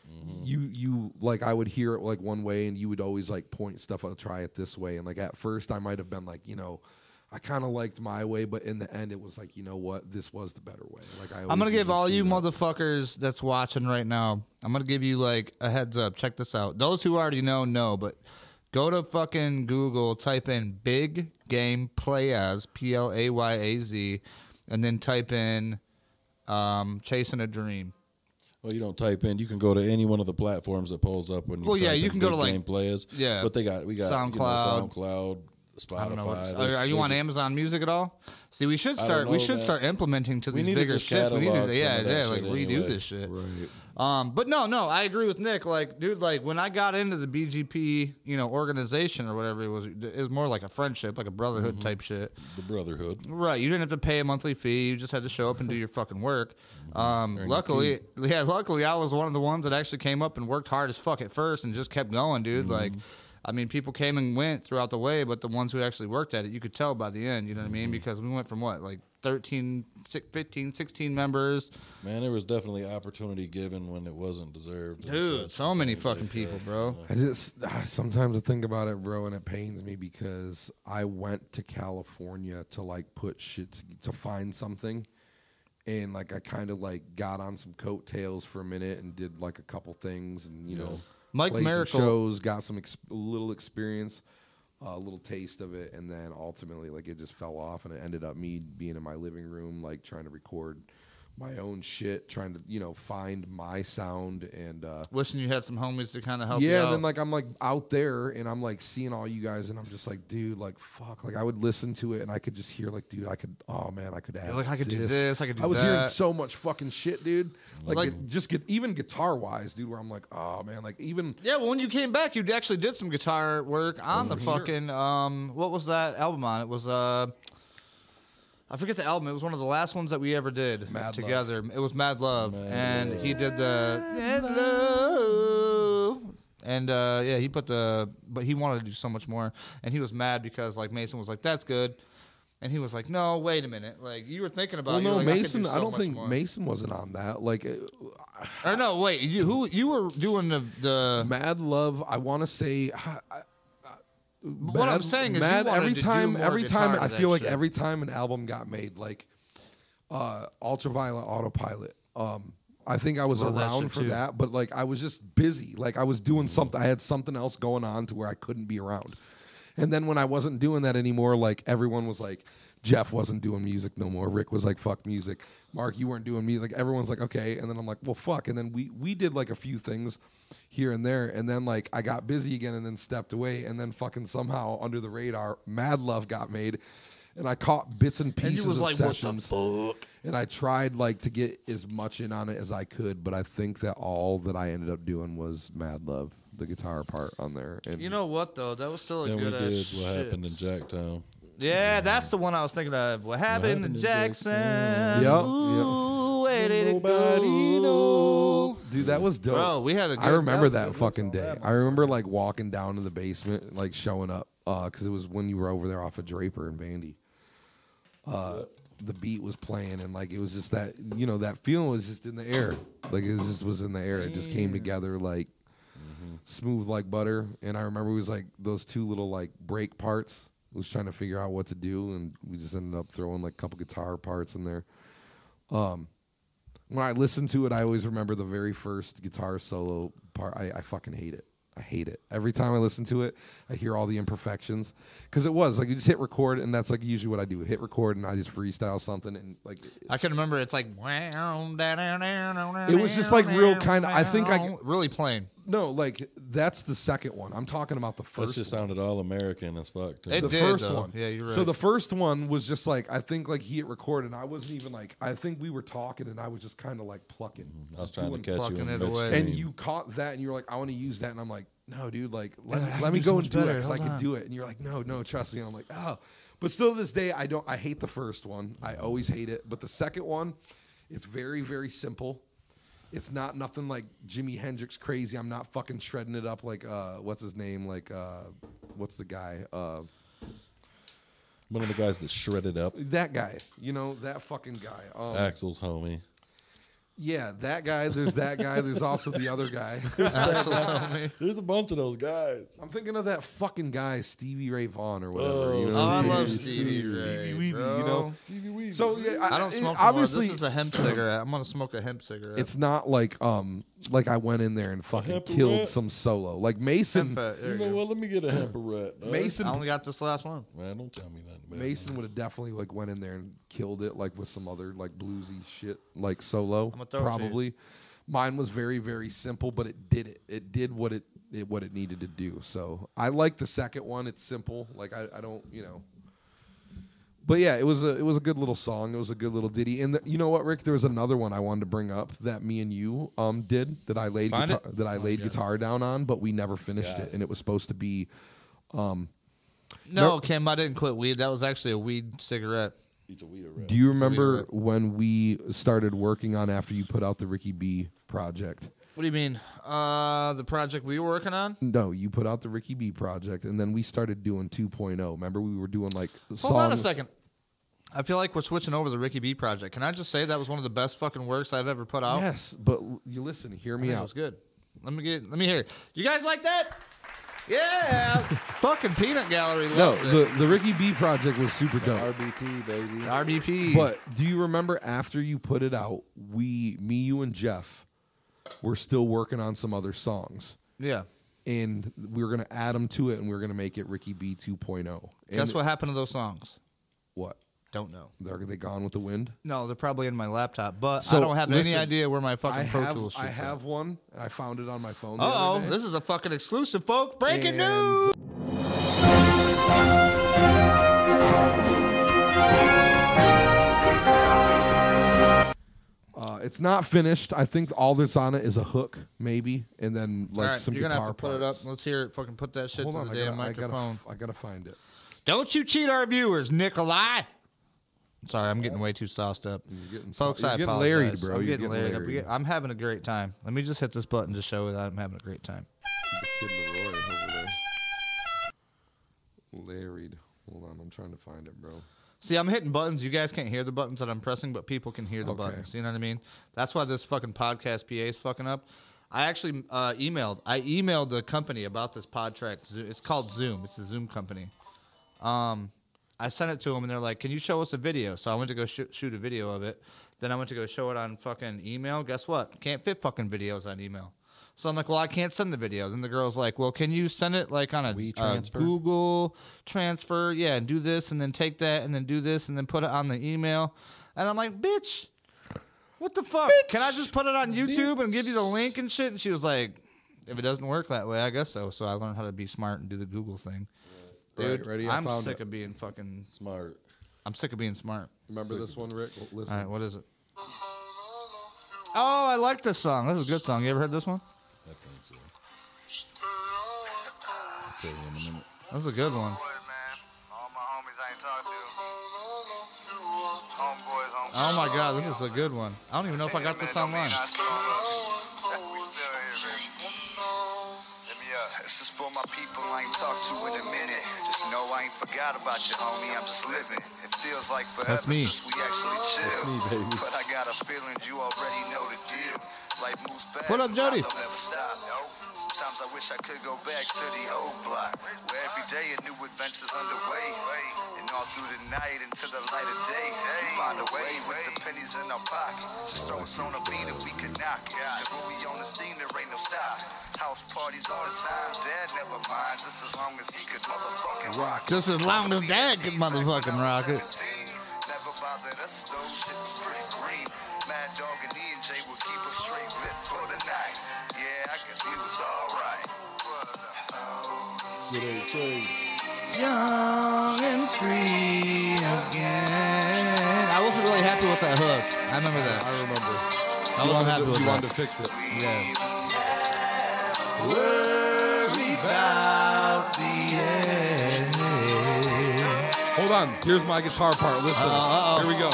[SPEAKER 2] Mm-hmm.
[SPEAKER 1] you you like I would hear it like one way, and you would always like point stuff. I'll try it this way, and like at first I might have been like you know. I kind of liked my way, but in the end, it was like you know what, this was the better way. Like I,
[SPEAKER 2] I'm gonna
[SPEAKER 1] always
[SPEAKER 2] give
[SPEAKER 1] usually
[SPEAKER 2] all
[SPEAKER 1] see
[SPEAKER 2] you
[SPEAKER 1] that.
[SPEAKER 2] motherfuckers that's watching right now. I'm gonna give you like a heads up. Check this out. Those who already know know, but go to fucking Google, type in "big game play as" p l a y a z, and then type in um, "chasing a dream."
[SPEAKER 3] Well, you don't type in. You can go to any one of the platforms that pulls up when you.
[SPEAKER 2] Well,
[SPEAKER 3] type
[SPEAKER 2] yeah, you
[SPEAKER 3] in
[SPEAKER 2] can go
[SPEAKER 3] big
[SPEAKER 2] to, like-
[SPEAKER 3] game players.
[SPEAKER 2] yeah,
[SPEAKER 3] But they got we got you know,
[SPEAKER 2] SoundCloud.
[SPEAKER 3] SoundCloud, Spotify.
[SPEAKER 2] I don't know. What,
[SPEAKER 3] There's-
[SPEAKER 2] are, are you on
[SPEAKER 3] there's-
[SPEAKER 2] Amazon Music at all? See, we should
[SPEAKER 3] I don't
[SPEAKER 2] start. We
[SPEAKER 3] know
[SPEAKER 2] should
[SPEAKER 3] that.
[SPEAKER 2] start implementing to
[SPEAKER 3] We
[SPEAKER 2] these
[SPEAKER 3] need to
[SPEAKER 2] bigger
[SPEAKER 3] just
[SPEAKER 2] shits. We need
[SPEAKER 3] catalog
[SPEAKER 2] to, yeah,
[SPEAKER 3] some of that
[SPEAKER 2] yeah, like
[SPEAKER 3] shit
[SPEAKER 2] redo
[SPEAKER 3] anyway.
[SPEAKER 2] this shit. Um, but no, no, I agree with Nick. Like, dude, like when I got into the BGP, you know, organization or whatever it was, it was more like a friendship, like a brotherhood
[SPEAKER 3] Mm-hmm.
[SPEAKER 2] type shit.
[SPEAKER 3] The Brotherhood.
[SPEAKER 2] Right. You didn't have to pay a monthly fee. You just had to show up and do your fucking work. Um, luckily, (laughs) yeah, luckily I was one of the ones that actually came up and worked hard as fuck at first and just kept going, dude. Like, I mean, people came and went throughout the way, but the ones who actually worked at it, you could tell by the end, you know what I mean? Because we went from what, like 13, six- 15, 16 members.
[SPEAKER 3] Man, there was definitely opportunity given when it wasn't deserved. and
[SPEAKER 2] Dude,
[SPEAKER 3] such.
[SPEAKER 2] so many fucking people, bro.
[SPEAKER 1] I just ah, sometimes I think about it, bro, and it pains me because I went to California to like put shit to, to find something, and like I kind of like got on some coattails for a minute and did like a couple things, and you know,
[SPEAKER 2] Mike
[SPEAKER 1] played some
[SPEAKER 2] Miracle-
[SPEAKER 1] shows, got some ex- a little experience, a little taste of it, and then ultimately like it just fell off, and it ended up me being in my living room like trying to record my own shit, trying to you know find my sound and. uh
[SPEAKER 2] Wishing you had some homies to kind of help you
[SPEAKER 1] yeah,
[SPEAKER 2] out.
[SPEAKER 1] then like I'm like out there and I'm like seeing all you guys and I'm just like, dude, like fuck, like I would listen to it and I could just hear like, dude, I could, oh man, I could add,
[SPEAKER 2] like, I could do this, I could do
[SPEAKER 1] I was hearing
[SPEAKER 2] that.
[SPEAKER 1] so much fucking shit, dude. Like,
[SPEAKER 2] Like-
[SPEAKER 1] it- just get even guitar wise, dude, where I'm like, oh man, like even
[SPEAKER 2] Yeah, well, when you came back, you actually did some guitar work on the fucking um, what was that album on? It was uh, I forget the album. It was one of the last ones that we ever did
[SPEAKER 1] Mad Love.
[SPEAKER 2] together. It was Mad Love,
[SPEAKER 3] Mad
[SPEAKER 2] and he did the Mad Love, and uh, yeah, he put the but he wanted to do so much more, and he was mad because like Mason was like, "That's good," and he was like, "No, wait a minute, like you were thinking about
[SPEAKER 1] well,
[SPEAKER 2] you
[SPEAKER 1] no,
[SPEAKER 2] were like, I could do
[SPEAKER 1] Mason. I,
[SPEAKER 2] so
[SPEAKER 1] don't
[SPEAKER 2] much
[SPEAKER 1] think
[SPEAKER 2] more.
[SPEAKER 1] Mason wasn't on that. Like, it,
[SPEAKER 2] or no, wait, you who you were doing the the
[SPEAKER 1] Mad Love. I want to say. (sighs) I, I-
[SPEAKER 2] what I'm saying is you wanted
[SPEAKER 1] every
[SPEAKER 2] to do
[SPEAKER 1] time,
[SPEAKER 2] more
[SPEAKER 1] every
[SPEAKER 2] guitar
[SPEAKER 1] time
[SPEAKER 2] to
[SPEAKER 1] I
[SPEAKER 2] that
[SPEAKER 1] feel like
[SPEAKER 2] shit.
[SPEAKER 1] every time an album got made, like uh, Ultraviolet Autopilot. Um, I think I was
[SPEAKER 2] Love that
[SPEAKER 1] around
[SPEAKER 2] shit
[SPEAKER 1] for
[SPEAKER 2] too.
[SPEAKER 1] that, but like I was just busy. Like I was doing something. I had something else going on to where I couldn't be around. And then when I wasn't doing that anymore, like everyone was like, Jeff wasn't doing music no more. Rick was like, "Fuck music." Mark, you weren't doing music. Like everyone's like, "Okay," and then I'm like, "Well, fuck." And then we we did like a few things here and there, and then like I got busy again, and then stepped away, and then fucking somehow under the radar, Mad Love got made, and I caught bits and pieces
[SPEAKER 2] was
[SPEAKER 1] of
[SPEAKER 2] like, "What the
[SPEAKER 1] sessions, and I tried like to get as much in on it as I could, but I think that all that I ended up doing was Mad Love, the guitar part on there, and
[SPEAKER 2] You know what though? That was still a
[SPEAKER 3] Then we
[SPEAKER 2] good ass
[SPEAKER 3] did
[SPEAKER 2] shit.
[SPEAKER 3] what happened in Jacktown.
[SPEAKER 2] Yeah, that's the one I was thinking of. What happened,
[SPEAKER 3] happened
[SPEAKER 2] to
[SPEAKER 3] in
[SPEAKER 2] Jackson?
[SPEAKER 3] Jackson?
[SPEAKER 1] Yep,
[SPEAKER 2] Ooh, way did it
[SPEAKER 3] Nobody
[SPEAKER 2] go.
[SPEAKER 1] Dude, that was dope.
[SPEAKER 2] Bro, we had a
[SPEAKER 1] I
[SPEAKER 2] good-
[SPEAKER 1] remember
[SPEAKER 2] that
[SPEAKER 1] that,
[SPEAKER 2] was a good
[SPEAKER 1] fucking day. I remember like walking down to the basement, like showing up, because it was when you were over there off of Draper and Vandy. Uh, the beat was playing, and like it was just that you know that feeling was just in the air. Like it was just was in the air. It just came together like smooth like butter. And I remember it was like those two little like break parts. I was trying to figure out what to do, and we just ended up throwing like a couple guitar parts in there when I listen to it, I always remember the very first guitar solo part. I, I fucking hate it. I hate it. Every time I listen to it, I hear all the imperfections. Because it was like you just hit record, and that's like usually what I do. Hit record, and I just freestyle something, and like
[SPEAKER 2] I can remember. It's like it
[SPEAKER 1] It was just like real kinda- I think I-
[SPEAKER 2] (laughs) really plain.
[SPEAKER 1] no, like that's the second one. I'm talking about the
[SPEAKER 3] That
[SPEAKER 1] first.
[SPEAKER 3] just
[SPEAKER 1] one.
[SPEAKER 3] sounded all American as fuck. too.
[SPEAKER 2] It
[SPEAKER 1] the
[SPEAKER 2] did,
[SPEAKER 1] first
[SPEAKER 2] though.
[SPEAKER 1] one.
[SPEAKER 2] Yeah, you're
[SPEAKER 1] So
[SPEAKER 2] right.
[SPEAKER 1] the first one was just like I think like he hit record, and I wasn't even like I think we were talking, and I was just kind of like plucking.
[SPEAKER 3] Mm-hmm. I was trying to
[SPEAKER 1] doing
[SPEAKER 3] catch you in
[SPEAKER 2] fucking it away.
[SPEAKER 1] and
[SPEAKER 3] midstream.
[SPEAKER 1] you caught that and you were like, I want to use that. And I'm like, no, dude, like, let,
[SPEAKER 2] Yeah, I
[SPEAKER 1] me-
[SPEAKER 2] can
[SPEAKER 1] let me
[SPEAKER 2] do so
[SPEAKER 1] go
[SPEAKER 2] much
[SPEAKER 1] and do it
[SPEAKER 2] better.
[SPEAKER 1] because I
[SPEAKER 2] Hold
[SPEAKER 1] can
[SPEAKER 2] on.
[SPEAKER 1] do it. And you're like, no, no, trust me. And I'm like, oh. But still to this day, I don't, I hate the first one. I always hate it. But the second one, it's very, very simple. It's not nothing like Jimi Hendrix crazy. I'm not fucking shredding it up like uh, what's his name? Like uh, what's the guy? Uh,
[SPEAKER 3] One of the guys that
[SPEAKER 2] (laughs)
[SPEAKER 3] shredded up
[SPEAKER 1] that guy. You know that fucking guy. Um,
[SPEAKER 3] Axel's homie.
[SPEAKER 1] Yeah, that guy. There's that guy. There's also the other
[SPEAKER 2] (laughs)
[SPEAKER 1] guy.
[SPEAKER 3] There's a bunch of those guys.
[SPEAKER 1] I'm thinking of that fucking guy, Stevie Ray Vaughan or whatever. you know?
[SPEAKER 2] Oh, I love
[SPEAKER 3] Stevie,
[SPEAKER 2] Stevie
[SPEAKER 1] Stevie
[SPEAKER 2] Ray.
[SPEAKER 1] Weeby,
[SPEAKER 2] bro.
[SPEAKER 1] you know.
[SPEAKER 3] Stevie Weed.
[SPEAKER 1] So yeah,
[SPEAKER 2] I don't
[SPEAKER 1] it-
[SPEAKER 2] smoke.
[SPEAKER 1] obviously,
[SPEAKER 2] Obviously, this is a hemp cigarette. I'm gonna smoke a hemp cigarette.
[SPEAKER 1] it's not like um like I went in there and fucking
[SPEAKER 3] hemp
[SPEAKER 1] killed
[SPEAKER 3] rat.
[SPEAKER 1] some solo. Like
[SPEAKER 2] hemp.
[SPEAKER 1] Mason,
[SPEAKER 2] uh, there
[SPEAKER 3] you
[SPEAKER 2] you
[SPEAKER 3] know
[SPEAKER 2] go.
[SPEAKER 3] what? Let me get
[SPEAKER 2] (clears throat)
[SPEAKER 3] a hamperette. dog.
[SPEAKER 1] Mason,
[SPEAKER 2] I only got this last one.
[SPEAKER 3] man, don't tell me nothing. About
[SPEAKER 1] Mason would have definitely like went in there and killed it like with some other like bluesy shit like solo.
[SPEAKER 2] I'ma throw it to you.
[SPEAKER 1] probably. Mine was very very simple, but it did it. It did what it, it what it needed to do. So I like the second one. It's simple. Like I, I don't you know. But yeah, it was a it was a good little song. It was a good little ditty. And the, you know what, Rick? There was another one I wanted to bring up that me and you um did that I laid
[SPEAKER 2] Find
[SPEAKER 1] guitar,
[SPEAKER 2] it? Oh,
[SPEAKER 1] that I laid guitar down on, but we never finished
[SPEAKER 3] Got
[SPEAKER 1] it.
[SPEAKER 3] it.
[SPEAKER 1] And it was supposed to be
[SPEAKER 2] No, Kim, I didn't quit weed. That was actually a weed cigarette.
[SPEAKER 3] Eat a weed rat.
[SPEAKER 1] Do you remember when we started working on after you put out the Ricky B project?
[SPEAKER 2] What do you mean? Uh, the project we were working on.
[SPEAKER 1] No, you put out the Ricky B project, and then we started doing 2.0. Remember, we were doing like songs.
[SPEAKER 2] Hold on a second. I feel like we're switching over to the Ricky B project. Can I just say that was one of the best fucking works I've ever put out?
[SPEAKER 1] Yes, but l- you listen, hear me
[SPEAKER 2] Yeah, it
[SPEAKER 1] out.
[SPEAKER 2] was good. Let me get. Let me hear. It. You guys like that?
[SPEAKER 1] (laughs)
[SPEAKER 2] Yeah. fucking Peanut Gallery
[SPEAKER 1] No,
[SPEAKER 2] loves
[SPEAKER 1] the,
[SPEAKER 2] it.
[SPEAKER 1] the Ricky B project was super dope.
[SPEAKER 10] RBT, baby.
[SPEAKER 2] RBP.
[SPEAKER 1] But do you remember after you put it out, we, me, you, and Jeff were still working on some other songs.
[SPEAKER 2] yeah.
[SPEAKER 1] And we were going to add them to it, and we were going to make it Ricky B 2.0. And
[SPEAKER 2] Guess what happened to those songs?
[SPEAKER 1] What?
[SPEAKER 2] Don't know.
[SPEAKER 1] Are they gone with the wind?
[SPEAKER 2] No, they're probably in my laptop, but
[SPEAKER 1] So,
[SPEAKER 2] I don't have
[SPEAKER 1] listen,
[SPEAKER 2] any idea where my fucking
[SPEAKER 1] I
[SPEAKER 2] Pro
[SPEAKER 1] have,
[SPEAKER 2] Tools.
[SPEAKER 1] I have one. and I found it on my phone. the
[SPEAKER 2] Uh
[SPEAKER 1] other
[SPEAKER 2] oh,
[SPEAKER 1] day.
[SPEAKER 2] this is a fucking exclusive, folk. Breaking
[SPEAKER 1] And-
[SPEAKER 2] news.
[SPEAKER 1] Uh, it's not finished. I think all that's on it is a hook, maybe, and then
[SPEAKER 2] All
[SPEAKER 1] like
[SPEAKER 2] right,
[SPEAKER 1] some
[SPEAKER 2] you're gonna
[SPEAKER 1] guitar
[SPEAKER 2] have to put it up.
[SPEAKER 1] parts.
[SPEAKER 2] Let's hear it. Fucking put that shit
[SPEAKER 1] Hold
[SPEAKER 2] to
[SPEAKER 1] on,
[SPEAKER 2] the
[SPEAKER 1] I
[SPEAKER 2] damn
[SPEAKER 1] gotta, I gotta,
[SPEAKER 2] microphone.
[SPEAKER 1] I gotta find it.
[SPEAKER 2] Don't you cheat our viewers, Nikolai. Sorry, I'm getting way too sauced up. You're
[SPEAKER 1] getting sau-
[SPEAKER 2] Folks,
[SPEAKER 1] you're
[SPEAKER 2] I
[SPEAKER 1] getting
[SPEAKER 2] apologize.
[SPEAKER 1] larried, bro.
[SPEAKER 2] I'm
[SPEAKER 1] You're
[SPEAKER 2] getting,
[SPEAKER 1] getting
[SPEAKER 2] larried. I'm,
[SPEAKER 1] larried.
[SPEAKER 2] get- I'm having a great time. Let me just hit this button to show that I'm having a great time.
[SPEAKER 3] Kid Leroy over there.
[SPEAKER 1] Larried. Hold on, I'm trying to find it, bro.
[SPEAKER 2] See, I'm hitting buttons. You guys can't hear the buttons that I'm pressing, but people can hear the
[SPEAKER 1] Okay.
[SPEAKER 2] buttons. You know what I mean? That's why this fucking podcast PA is fucking up. I actually uh, emailed. I emailed the company about this pod track. Zo- It's called Zoom. It's the Zoom company. Um, I sent it to them, and they're like, "Can you show us a video?" So I went to go shoot, shoot a video of it. Then I went to go show it on fucking email. Guess what? Can't fit fucking videos on email. So I'm like, "Well, I can't send the video." Then the girl's like, "Well, can you send it like on a uh,
[SPEAKER 10] transfer?
[SPEAKER 2] Google transfer? Yeah, and do this, and then take that, and then do this, and then put it on the email." And I'm like, "Bitch, what the fuck? Can I just put it on YouTube and give you the link and shit? And she was like, if it doesn't work that way, I guess so. So I learned how to be smart and do the Google thing.
[SPEAKER 1] Right,
[SPEAKER 2] Dude,
[SPEAKER 1] ready? I
[SPEAKER 2] I'm
[SPEAKER 1] found
[SPEAKER 2] sick
[SPEAKER 1] it.
[SPEAKER 2] of being fucking.
[SPEAKER 3] Smart.
[SPEAKER 2] I'm sick of being smart.
[SPEAKER 1] Remember this one, Rick? Well,
[SPEAKER 2] All
[SPEAKER 1] Listen,
[SPEAKER 2] right, what is it? Oh, I like this song. This is a good song. You ever heard this one?
[SPEAKER 3] I think so. I'll tell you in a minute.
[SPEAKER 2] This is a good one. Oh my god, this is a good one. I don't even know if I got this online.
[SPEAKER 11] This is for my people I ain't talked to in a minute. Just know I ain't forgot about you, homie. I'm just living. It feels like forever
[SPEAKER 2] That's me.
[SPEAKER 11] since we actually chilled.
[SPEAKER 3] me, baby.
[SPEAKER 11] But I got a feeling you already know the deal. Life moves fast.
[SPEAKER 2] What up, Jody?
[SPEAKER 11] sometimes I'll never stop. Sometimes I wish I could go back to the old block, where every day a new adventure's underway. And all through the night until the light of day, we find a way with the pennies in our pocket. Just throw us on a beat and we could knock it. 'Cause when we on the scene, there ain't no stop. House parties all the time, dad never mind. Just as long as he could motherfucking rock. it.
[SPEAKER 2] Just as long as dad could motherfucking rock it.
[SPEAKER 11] Never bothered us though, shit was pretty green. Mad Dog and E and J would keep us straight lit for the night. Yeah, I guess we was alright.
[SPEAKER 3] Shit ain't changed.
[SPEAKER 2] Young and free again. I wasn't really happy with that hook. I remember that. I remember. I wasn't happy with
[SPEAKER 1] you
[SPEAKER 2] that.
[SPEAKER 1] wanted to fix it.
[SPEAKER 2] yeah. Worry about the end.
[SPEAKER 1] Hold on. Here's my guitar part. Listen.
[SPEAKER 2] Uh-oh, uh-oh.
[SPEAKER 1] Here we go.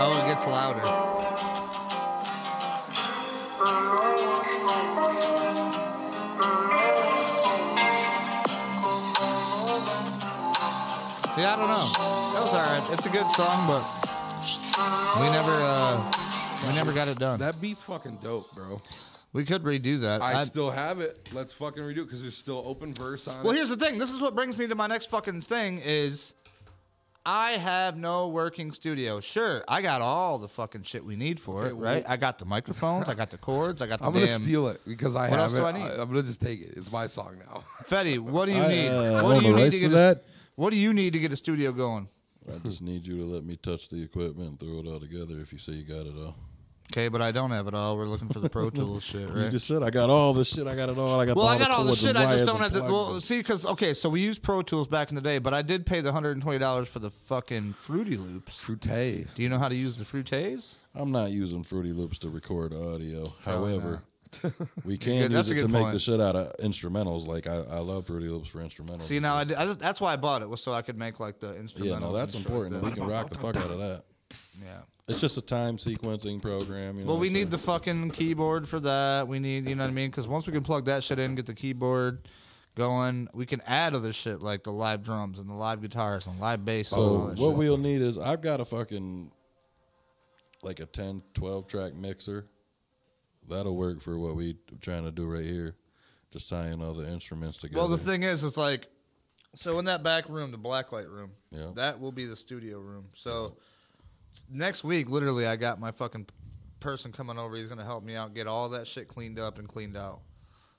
[SPEAKER 2] Oh, gets louder. Yeah, I don't know. That was alright. It's a good song, but we never uh, we never got it done.
[SPEAKER 1] That beat's fucking dope, bro.
[SPEAKER 2] We could redo that.
[SPEAKER 1] I,
[SPEAKER 2] I'd-
[SPEAKER 1] still have it. Let's fucking redo it because there's still open verse on
[SPEAKER 2] Well,
[SPEAKER 1] it.
[SPEAKER 2] here's the thing. This is what brings me to my next fucking thing is I have no working studio. Sure, I got all the fucking shit we need for it,
[SPEAKER 1] well-
[SPEAKER 2] right? I got the microphones, I got the cords, I got the
[SPEAKER 1] I'm gonna
[SPEAKER 2] damn
[SPEAKER 1] steal it because I
[SPEAKER 2] What else
[SPEAKER 1] have it.
[SPEAKER 2] do I need?
[SPEAKER 1] I, am gonna just take it. It's my song now. (laughs)
[SPEAKER 2] Fetty, what do you
[SPEAKER 9] I,
[SPEAKER 2] need?
[SPEAKER 9] uh,
[SPEAKER 2] what
[SPEAKER 9] own
[SPEAKER 2] do you
[SPEAKER 9] the
[SPEAKER 2] need
[SPEAKER 9] rights
[SPEAKER 2] to
[SPEAKER 9] to
[SPEAKER 2] get a,
[SPEAKER 9] that.
[SPEAKER 2] What do you need to get a studio going?
[SPEAKER 3] I just need you to let me touch the equipment and throw it all together if you say you got it all.
[SPEAKER 2] Okay, but I don't have it all. We're looking for the Pro Tools shit,
[SPEAKER 3] You
[SPEAKER 2] right?
[SPEAKER 3] just said I got all this shit. I got it all. I got
[SPEAKER 2] well,
[SPEAKER 3] all
[SPEAKER 2] I got
[SPEAKER 3] the
[SPEAKER 2] all the
[SPEAKER 3] cords
[SPEAKER 2] shit.
[SPEAKER 3] and
[SPEAKER 2] I just
[SPEAKER 3] wires
[SPEAKER 2] don't
[SPEAKER 3] and
[SPEAKER 2] have the.
[SPEAKER 3] plugs
[SPEAKER 2] Well,
[SPEAKER 3] and-
[SPEAKER 2] see, because okay, so we used Pro Tools back in the day, but I did pay the hundred and twenty dollars for the fucking Fruity Loops.
[SPEAKER 1] Frute.
[SPEAKER 2] Do you know how to use the Fruites?
[SPEAKER 3] I'm not using Fruity Loops to record audio. However,
[SPEAKER 2] (laughs)
[SPEAKER 3] we
[SPEAKER 2] good.
[SPEAKER 3] can
[SPEAKER 2] That's
[SPEAKER 3] use
[SPEAKER 2] a
[SPEAKER 3] it to
[SPEAKER 2] good
[SPEAKER 3] make
[SPEAKER 2] point.
[SPEAKER 3] the shit out of instrumentals. Like I, I love Fruity Loops for instrumentals.
[SPEAKER 2] See now, I, did- I just- that's why I bought it was so I could make like the instrumental.
[SPEAKER 3] yeah, no, that's important. we can rock the fuck out of that.
[SPEAKER 2] Yeah.
[SPEAKER 3] It's just a time sequencing program. You know
[SPEAKER 2] Well,
[SPEAKER 3] what
[SPEAKER 2] we
[SPEAKER 3] I'm
[SPEAKER 2] need the
[SPEAKER 3] saying?
[SPEAKER 2] fucking keyboard for that. We need, you know what I mean? Because once we can plug that shit in, get the keyboard going, we can add other shit like the live drums and the live guitars and live bass. and all
[SPEAKER 3] So
[SPEAKER 2] that
[SPEAKER 3] what
[SPEAKER 2] shit.
[SPEAKER 3] we'll need is I've got a fucking like a 10, 12 track mixer. That'll work for what we trying to do right here. Just tying all the instruments together.
[SPEAKER 2] Well, the thing is, it's like, so in that back room, the blacklight room,
[SPEAKER 3] Yeah.
[SPEAKER 2] that will be the studio room. So next week, literally, I got my fucking person coming over. He's gonna help me out, get all that shit cleaned up and cleaned out.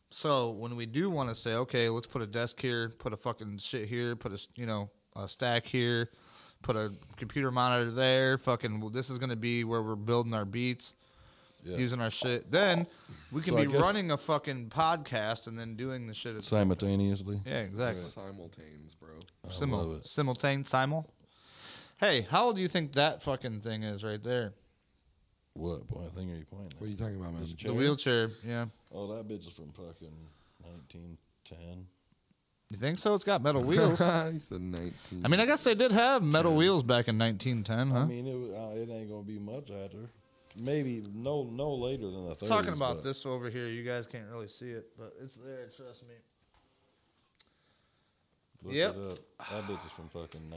[SPEAKER 2] So when we do want to say, okay, let's put a desk here, put a fucking shit here, put a s- you know a stack here, put a computer monitor there. Fucking, well, this is gonna be where we're building our beats
[SPEAKER 3] Yeah.
[SPEAKER 2] using our shit. Then we can
[SPEAKER 3] So I
[SPEAKER 2] be
[SPEAKER 3] guess-
[SPEAKER 2] running a fucking podcast and then doing the shit at the same.
[SPEAKER 3] simultaneously.
[SPEAKER 2] Yeah, exactly.
[SPEAKER 1] Simultaneous, bro.
[SPEAKER 2] Simul,
[SPEAKER 3] love it.
[SPEAKER 2] simultane, simul. Hey, how old do you think that fucking thing is right there?
[SPEAKER 3] What boy, thing are you playing? at?
[SPEAKER 1] What are you talking about, man?
[SPEAKER 2] The wheelchair. Yeah.
[SPEAKER 3] Oh, that bitch is from fucking 1910.
[SPEAKER 2] You think so? It's got metal (laughs)
[SPEAKER 3] (laughs)
[SPEAKER 2] wheels. I
[SPEAKER 1] he said 19.
[SPEAKER 2] mean, I guess they did have metal wheels back in 1910, huh?
[SPEAKER 3] I mean, it, wa- uh, it ain't gonna be much after. Maybe no, no later than the 30s.
[SPEAKER 2] Talking about
[SPEAKER 3] but
[SPEAKER 2] this over here, you guys can't really see it, but it's there. Trust me.
[SPEAKER 3] look
[SPEAKER 2] Yep.
[SPEAKER 3] it up. That bitch is from fucking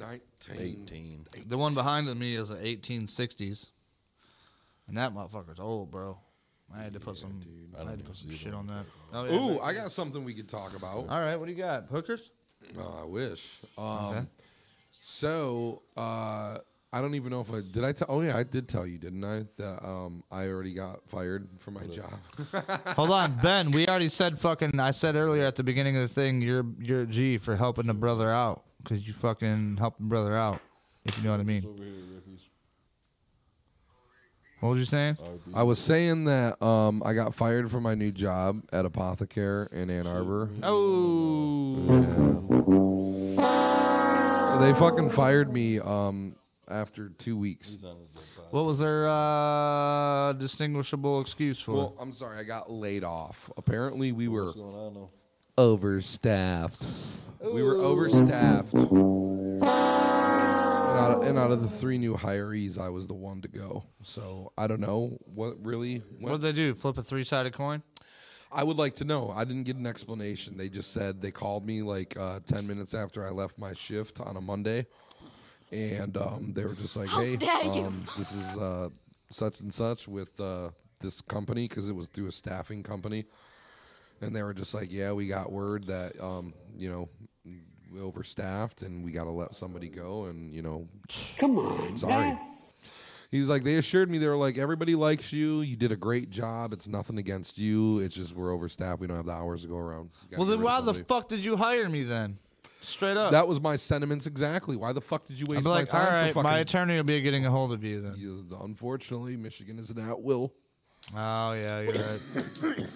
[SPEAKER 3] 1918.
[SPEAKER 1] 19.
[SPEAKER 2] The one behind me is the 1860s, and that motherfucker's old, bro. I had to put some,
[SPEAKER 3] I
[SPEAKER 2] I,
[SPEAKER 3] don't
[SPEAKER 2] had to
[SPEAKER 3] even
[SPEAKER 2] put some
[SPEAKER 3] see the
[SPEAKER 2] shit
[SPEAKER 3] one
[SPEAKER 2] on that. Oh, yeah,
[SPEAKER 1] Ooh,
[SPEAKER 2] but-
[SPEAKER 1] I got something we could talk about.
[SPEAKER 2] all right. What do you got? Hookers?
[SPEAKER 1] Oh, I wish. Um,
[SPEAKER 2] Okay.
[SPEAKER 1] So uh, I don't even know if I did. I tell. Oh yeah, I did tell you, didn't I? That um, I already got fired from my (laughs) job.
[SPEAKER 2] Hold on, Ben. We already said fucking. I said earlier at the beginning of the thing, you're you're a G for helping the brother out because you fucking helping brother out. If you know what I mean.
[SPEAKER 3] Over here, Ricky's.
[SPEAKER 2] What was you saying?
[SPEAKER 1] I was saying that um, I got fired from my new job at Apothecare in Ann Arbor.
[SPEAKER 2] Oh,
[SPEAKER 1] They fucking fired me um, after two weeks.
[SPEAKER 2] what was their uh, distinguishable excuse for?
[SPEAKER 1] Well, I'm sorry, I got laid off. Apparently, we were
[SPEAKER 3] What's going on though?
[SPEAKER 1] overstaffed. We were overstaffed. And out, of, and out of the three new hirees, I was the one to go. So I don't know what really.
[SPEAKER 2] what
[SPEAKER 1] Went.
[SPEAKER 2] did they do? Flip a three-sided coin?
[SPEAKER 1] I would like to know. I didn't get an explanation. They just said they called me like uh, 10 minutes after I left my shift on a Monday. And um, they were just like, hey, um, this is uh, such and such with uh, this company because it was through a staffing company. and they were just like, "Yeah, we got word that um, you know, we overstaffed and we got to let somebody go." And you know, come on, sorry. He was like, they assured me they were like, everybody likes you. You did a great job. It's nothing against you. It's just we're overstaffed. We don't have the hours to go around. You gotta
[SPEAKER 2] Well,
[SPEAKER 1] get rid
[SPEAKER 2] then
[SPEAKER 1] of
[SPEAKER 2] why the
[SPEAKER 1] somebody."
[SPEAKER 2] fuck did you hire me then? Straight up.
[SPEAKER 1] That was my sentiments exactly. Why the fuck did you
[SPEAKER 2] I'd
[SPEAKER 1] waste
[SPEAKER 2] be like,
[SPEAKER 1] my
[SPEAKER 2] all
[SPEAKER 1] time?
[SPEAKER 2] right,
[SPEAKER 1] for
[SPEAKER 2] my
[SPEAKER 1] fucking-
[SPEAKER 2] attorney will be getting a hold of you then.
[SPEAKER 1] You- (laughs) Unfortunately, Michigan is an at will.
[SPEAKER 2] Oh yeah, you're right.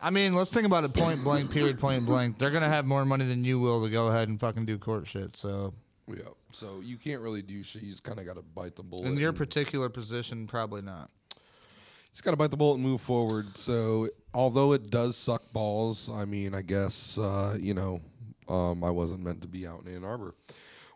[SPEAKER 2] I mean, let's think about it point blank, period, point blank. They're gonna have more money than you will to go ahead and fucking do court shit. So
[SPEAKER 1] Yeah, so you can't really do shit. You just kind of got to bite the bullet.
[SPEAKER 2] in your
[SPEAKER 1] and-
[SPEAKER 2] particular position, probably not.
[SPEAKER 1] just got to bite the bullet and move forward. So, although it does suck balls, I mean, I guess uh, you know, um, I wasn't meant to be out in Ann Arbor.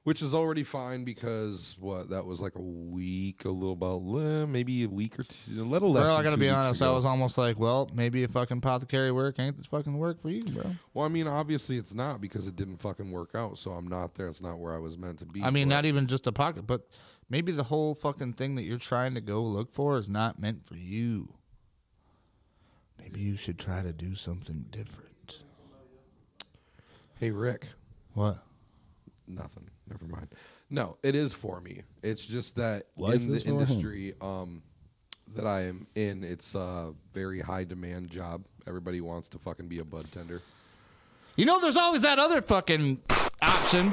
[SPEAKER 1] which is already fine because what that was like a week, a little about eh, maybe a week or two, a little less.
[SPEAKER 2] Bro, I
[SPEAKER 1] than
[SPEAKER 2] gotta
[SPEAKER 1] two
[SPEAKER 2] be
[SPEAKER 1] weeks
[SPEAKER 2] honest. I
[SPEAKER 1] ago.
[SPEAKER 2] was almost like, well, maybe a fucking apothecary work ain't this fucking work for you, bro.
[SPEAKER 1] Well, I mean, obviously it's not because it didn't fucking work out. So I'm not there. It's not where I was meant to be.
[SPEAKER 2] I mean,
[SPEAKER 1] but-
[SPEAKER 2] not even just a pocket, but maybe the whole fucking thing that you're trying to go look for is not meant for you. Maybe you should try to do something different.
[SPEAKER 1] Hey, Rick.
[SPEAKER 2] What?
[SPEAKER 1] Nothing. Never mind. No, it is for me. It's just that
[SPEAKER 3] Life
[SPEAKER 1] in the
[SPEAKER 3] is for him.
[SPEAKER 1] industry um, that I am in, it's a very high demand job. Everybody wants to fucking be a bud tender.
[SPEAKER 2] You know, there's always that other fucking option.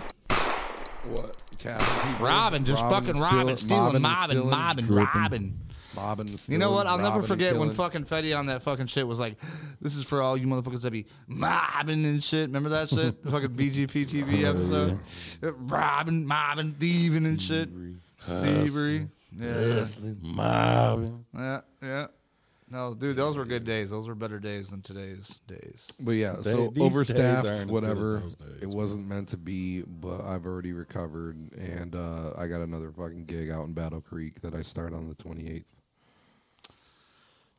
[SPEAKER 1] What? Cabin people?
[SPEAKER 2] Robbing, just fucking robbing, stealing, mobbing, mobbing, robbing.
[SPEAKER 1] Mobbing and
[SPEAKER 2] You know
[SPEAKER 1] stealing,
[SPEAKER 2] what? I'll never
[SPEAKER 1] robbing and
[SPEAKER 2] forget when
[SPEAKER 1] killing.
[SPEAKER 2] fucking Fetty on that fucking shit was like, "This is for all you motherfuckers that be mobbing and shit." Remember that (laughs) shit? The fucking BGP TV episode, robbing, mobbing, thieving and shit, thievery. Yeah,
[SPEAKER 3] Mobbing.
[SPEAKER 2] yeah, yeah. No, dude, those were good days. Those were better days than today's days.
[SPEAKER 1] But yeah,
[SPEAKER 3] They-
[SPEAKER 1] so
[SPEAKER 3] these days aren't as
[SPEAKER 1] overstaffed,
[SPEAKER 3] good
[SPEAKER 1] whatever.
[SPEAKER 3] as those days,
[SPEAKER 1] it wasn't meant to be, but I've already recovered, and uh, I got another fucking gig out in Battle Creek that I start on the 28th.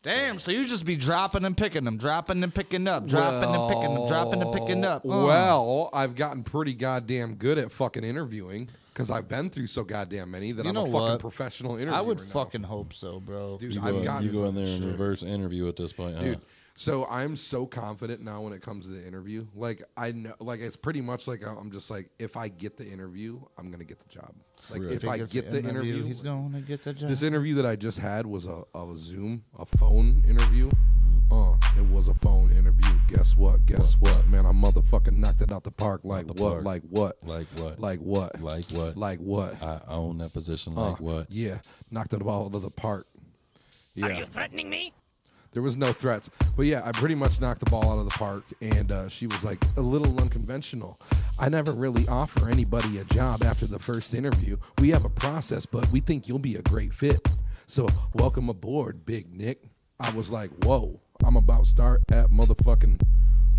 [SPEAKER 2] Damn, so you just be dropping and picking them, dropping and picking up, dropping and picking them, dropping and picking up. Uh.
[SPEAKER 1] Well, I've gotten pretty goddamn good at fucking interviewing because I've been through so goddamn many that
[SPEAKER 2] You
[SPEAKER 1] I'm
[SPEAKER 2] know
[SPEAKER 1] a fucking
[SPEAKER 2] what?
[SPEAKER 1] professional interviewer.
[SPEAKER 2] I would
[SPEAKER 1] now.
[SPEAKER 2] fucking hope so, bro.
[SPEAKER 1] dude.
[SPEAKER 3] You go,
[SPEAKER 1] I've
[SPEAKER 3] in-
[SPEAKER 1] gotten
[SPEAKER 3] you go in there and
[SPEAKER 1] Sure.
[SPEAKER 3] reverse interview at this point, huh?
[SPEAKER 1] dude. So I'm so confident now when it comes to the interview. Like I know, like it's pretty much like uh, I'm just like if I get the interview, I'm gonna get the job. Like
[SPEAKER 3] Really?
[SPEAKER 1] if I get the interview,
[SPEAKER 2] he's gonna get the job.
[SPEAKER 1] This interview that I just had was a, a Zoom, a phone interview. Uh, it was a phone interview. Guess what? Guess what? Man, I motherfucking knocked it out the park. Like
[SPEAKER 3] the
[SPEAKER 1] what?
[SPEAKER 3] park.
[SPEAKER 1] Like what?
[SPEAKER 3] Like what?
[SPEAKER 1] Like what?
[SPEAKER 3] Like what?
[SPEAKER 1] Like what?
[SPEAKER 3] I own that position.
[SPEAKER 1] Uh,
[SPEAKER 3] Like what?
[SPEAKER 1] Yeah, knocked it all out of the park. Yeah.
[SPEAKER 8] threatening me?
[SPEAKER 1] There was no threats. But yeah, I pretty much knocked the ball out of the park. And uh, she was like, a little unconventional. I never really offer anybody a job after the first interview. We have a process, but we think you'll be a great fit. So welcome aboard, Big Nick. I was like, whoa, I'm about to start at motherfucking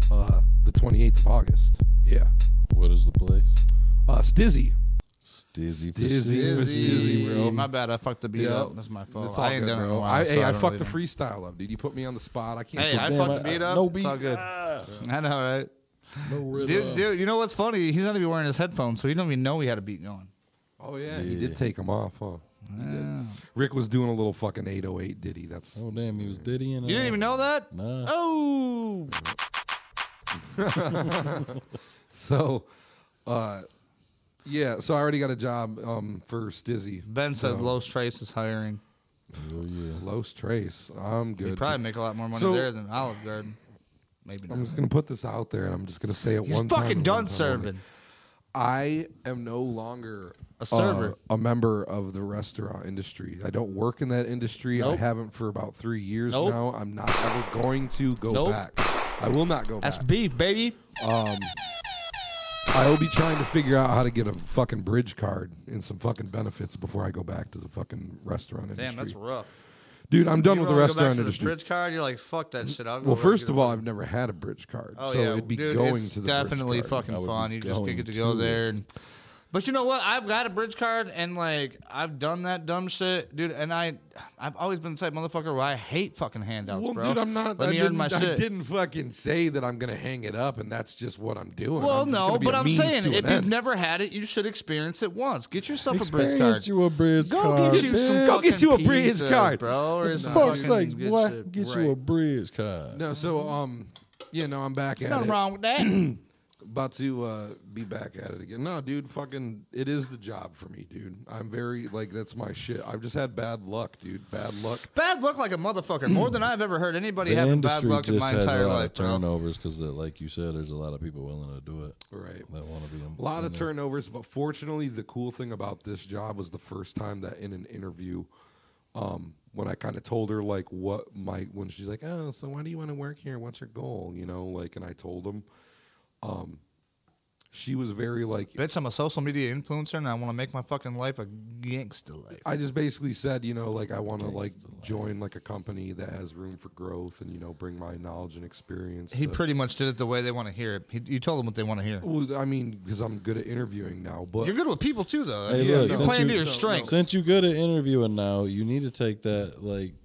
[SPEAKER 1] uh, the 28th of August. Yeah.
[SPEAKER 3] What is the place?
[SPEAKER 1] Uh, Stizzy.
[SPEAKER 3] Stizzy.
[SPEAKER 1] Stizzy. Stizzy, bro.
[SPEAKER 2] My bad, I fucked the beat
[SPEAKER 1] Yeah.
[SPEAKER 2] up. That's my fault.
[SPEAKER 1] It's all
[SPEAKER 2] I ain't
[SPEAKER 1] good,
[SPEAKER 2] done it in a
[SPEAKER 1] bro.
[SPEAKER 2] while,
[SPEAKER 1] I,
[SPEAKER 2] so
[SPEAKER 1] hey, I,
[SPEAKER 2] don't
[SPEAKER 1] fucked the
[SPEAKER 2] really
[SPEAKER 1] freestyle up, dude. You put me on the spot. I
[SPEAKER 2] know.
[SPEAKER 1] can't.
[SPEAKER 2] Hey, I
[SPEAKER 1] sit
[SPEAKER 3] Damn,
[SPEAKER 2] fucked the
[SPEAKER 3] I-
[SPEAKER 2] beat up.
[SPEAKER 3] no
[SPEAKER 2] It's all
[SPEAKER 3] beat.
[SPEAKER 2] good.
[SPEAKER 3] Ah,
[SPEAKER 2] I know, right?
[SPEAKER 3] no rhythm.
[SPEAKER 2] Dude, dude, you know what's funny? He's not even wearing his headphones, so he don't even know he had a beat going.
[SPEAKER 1] Oh yeah, he did take him off, huh? He did. Rick was doing a little fucking 808 Diddy. That's
[SPEAKER 3] Oh damn, he was Diddy and uh,
[SPEAKER 2] You didn't even know that?
[SPEAKER 3] Nah.
[SPEAKER 2] Oh,
[SPEAKER 1] so. uh Yeah, so I already got a job um for Stizzy.
[SPEAKER 2] Ben said Los Trace is hiring.
[SPEAKER 3] Oh yeah.
[SPEAKER 1] Los Trace. I'm
[SPEAKER 2] You
[SPEAKER 1] good.
[SPEAKER 2] probably make a lot more money
[SPEAKER 1] So-
[SPEAKER 2] there than Olive Garden. Maybe
[SPEAKER 1] I'm
[SPEAKER 2] not.
[SPEAKER 1] just gonna put this out there, and I'm just gonna say it
[SPEAKER 2] He's
[SPEAKER 1] one time.
[SPEAKER 2] fucking
[SPEAKER 1] and
[SPEAKER 2] done
[SPEAKER 1] one time only.
[SPEAKER 2] serving.
[SPEAKER 1] I am no longer
[SPEAKER 2] A server.
[SPEAKER 1] uh, a member of the restaurant industry. I don't work in that industry. I
[SPEAKER 2] Nope.
[SPEAKER 1] haven't for about three years
[SPEAKER 2] Nope.
[SPEAKER 1] now. I'm not ever going to go
[SPEAKER 2] Nope.
[SPEAKER 1] back. I will not go
[SPEAKER 2] That's
[SPEAKER 1] back.
[SPEAKER 2] beef, baby.
[SPEAKER 1] I will be trying to figure out how to get a fucking bridge card and some fucking benefits before I go back to the fucking restaurant industry.
[SPEAKER 2] Damn, that's rough.
[SPEAKER 1] dude. I'm done
[SPEAKER 2] You
[SPEAKER 1] with the
[SPEAKER 2] wanna go back
[SPEAKER 1] restaurant
[SPEAKER 2] to the
[SPEAKER 1] industry.
[SPEAKER 2] bridge card, you're like, fuck that shit. I'll go
[SPEAKER 1] well,
[SPEAKER 2] work
[SPEAKER 1] first
[SPEAKER 2] at
[SPEAKER 1] of
[SPEAKER 2] a-
[SPEAKER 1] all, I've never had a bridge card,
[SPEAKER 2] Oh
[SPEAKER 1] so
[SPEAKER 2] yeah,
[SPEAKER 1] it'd be
[SPEAKER 2] Dude,
[SPEAKER 1] going
[SPEAKER 2] it's
[SPEAKER 1] to the
[SPEAKER 2] definitely
[SPEAKER 1] bridge card.
[SPEAKER 3] I
[SPEAKER 2] fucking
[SPEAKER 3] would
[SPEAKER 2] fun.
[SPEAKER 3] be
[SPEAKER 2] You just
[SPEAKER 3] going
[SPEAKER 2] get to go
[SPEAKER 3] to
[SPEAKER 2] there. And, but you know what? I've got a bridge card, and like I've done that dumb shit, dude. And I, I've always been the type of motherfucker where I hate fucking handouts,
[SPEAKER 1] Well,
[SPEAKER 2] bro.
[SPEAKER 1] dude, I'm not.
[SPEAKER 2] Let
[SPEAKER 1] I,
[SPEAKER 2] me
[SPEAKER 1] didn't,
[SPEAKER 2] earn my
[SPEAKER 1] I
[SPEAKER 2] shit.
[SPEAKER 1] didn't fucking say that I'm gonna hang it up, and that's just what I'm doing.
[SPEAKER 2] well,
[SPEAKER 1] I'm just gonna
[SPEAKER 2] no,
[SPEAKER 1] be
[SPEAKER 2] but
[SPEAKER 1] a
[SPEAKER 2] I'm
[SPEAKER 1] means
[SPEAKER 2] saying
[SPEAKER 1] to an
[SPEAKER 2] if
[SPEAKER 1] end.
[SPEAKER 2] you've never had it, you should experience it once. Get yourself a bridge
[SPEAKER 3] Experience
[SPEAKER 2] card.
[SPEAKER 3] you a bridge
[SPEAKER 2] go
[SPEAKER 3] card.
[SPEAKER 2] get you some
[SPEAKER 3] bitch.
[SPEAKER 1] Go get
[SPEAKER 2] fucking
[SPEAKER 1] you a bridge
[SPEAKER 2] pizzas,
[SPEAKER 1] card.
[SPEAKER 2] bro. Or some
[SPEAKER 3] Fuck's
[SPEAKER 2] fucking
[SPEAKER 3] sakes,
[SPEAKER 2] good
[SPEAKER 3] boy.
[SPEAKER 2] shit.
[SPEAKER 3] Get
[SPEAKER 2] Right.
[SPEAKER 3] you a bridge card.
[SPEAKER 1] no, so um, yeah, no, I'm back at
[SPEAKER 2] Nothing
[SPEAKER 1] it.
[SPEAKER 2] wrong
[SPEAKER 1] (clears throat)
[SPEAKER 2] with that.
[SPEAKER 1] About to uh, be back at it again. No, dude, fucking, it is the job for me, dude. I'm very like that's my shit. I've just had bad luck, dude. Bad luck.
[SPEAKER 2] bad luck like a motherfucker. More than I've ever heard anybody
[SPEAKER 3] The
[SPEAKER 2] having bad
[SPEAKER 3] industry
[SPEAKER 2] luck
[SPEAKER 3] just
[SPEAKER 2] in my
[SPEAKER 3] has
[SPEAKER 2] entire
[SPEAKER 3] a lot
[SPEAKER 2] life,
[SPEAKER 3] of
[SPEAKER 2] bro.
[SPEAKER 3] turnovers because, like you said, there's a lot of people willing to do it
[SPEAKER 1] Right.
[SPEAKER 3] that want to be. in-
[SPEAKER 1] A lot of
[SPEAKER 2] Mm-hmm.
[SPEAKER 3] in there.
[SPEAKER 1] turnovers, but fortunately, the cool thing about this job was the first time that in an interview, um, when I kind of told her like what my when she's like, oh, so why do you want to work here? What's your goal? You know, like, and I told them, um, She was very like
[SPEAKER 2] Bitch, I'm a social media influencer and I want to make my fucking life a gangster life.
[SPEAKER 1] I just basically said, you know, like I want to like join like a company that has room for growth and you know bring my knowledge and experience.
[SPEAKER 2] He
[SPEAKER 1] to-
[SPEAKER 2] pretty much did it the way they want to hear it. He, you told them what they want to hear.
[SPEAKER 1] well, I mean, because I'm good at interviewing now, but
[SPEAKER 2] You're good with people too, though.
[SPEAKER 3] Hey,
[SPEAKER 2] you,
[SPEAKER 3] look,
[SPEAKER 2] you
[SPEAKER 3] since
[SPEAKER 2] play into
[SPEAKER 3] you-
[SPEAKER 2] your strengths.
[SPEAKER 3] Since you good at interviewing now, you need to take that like.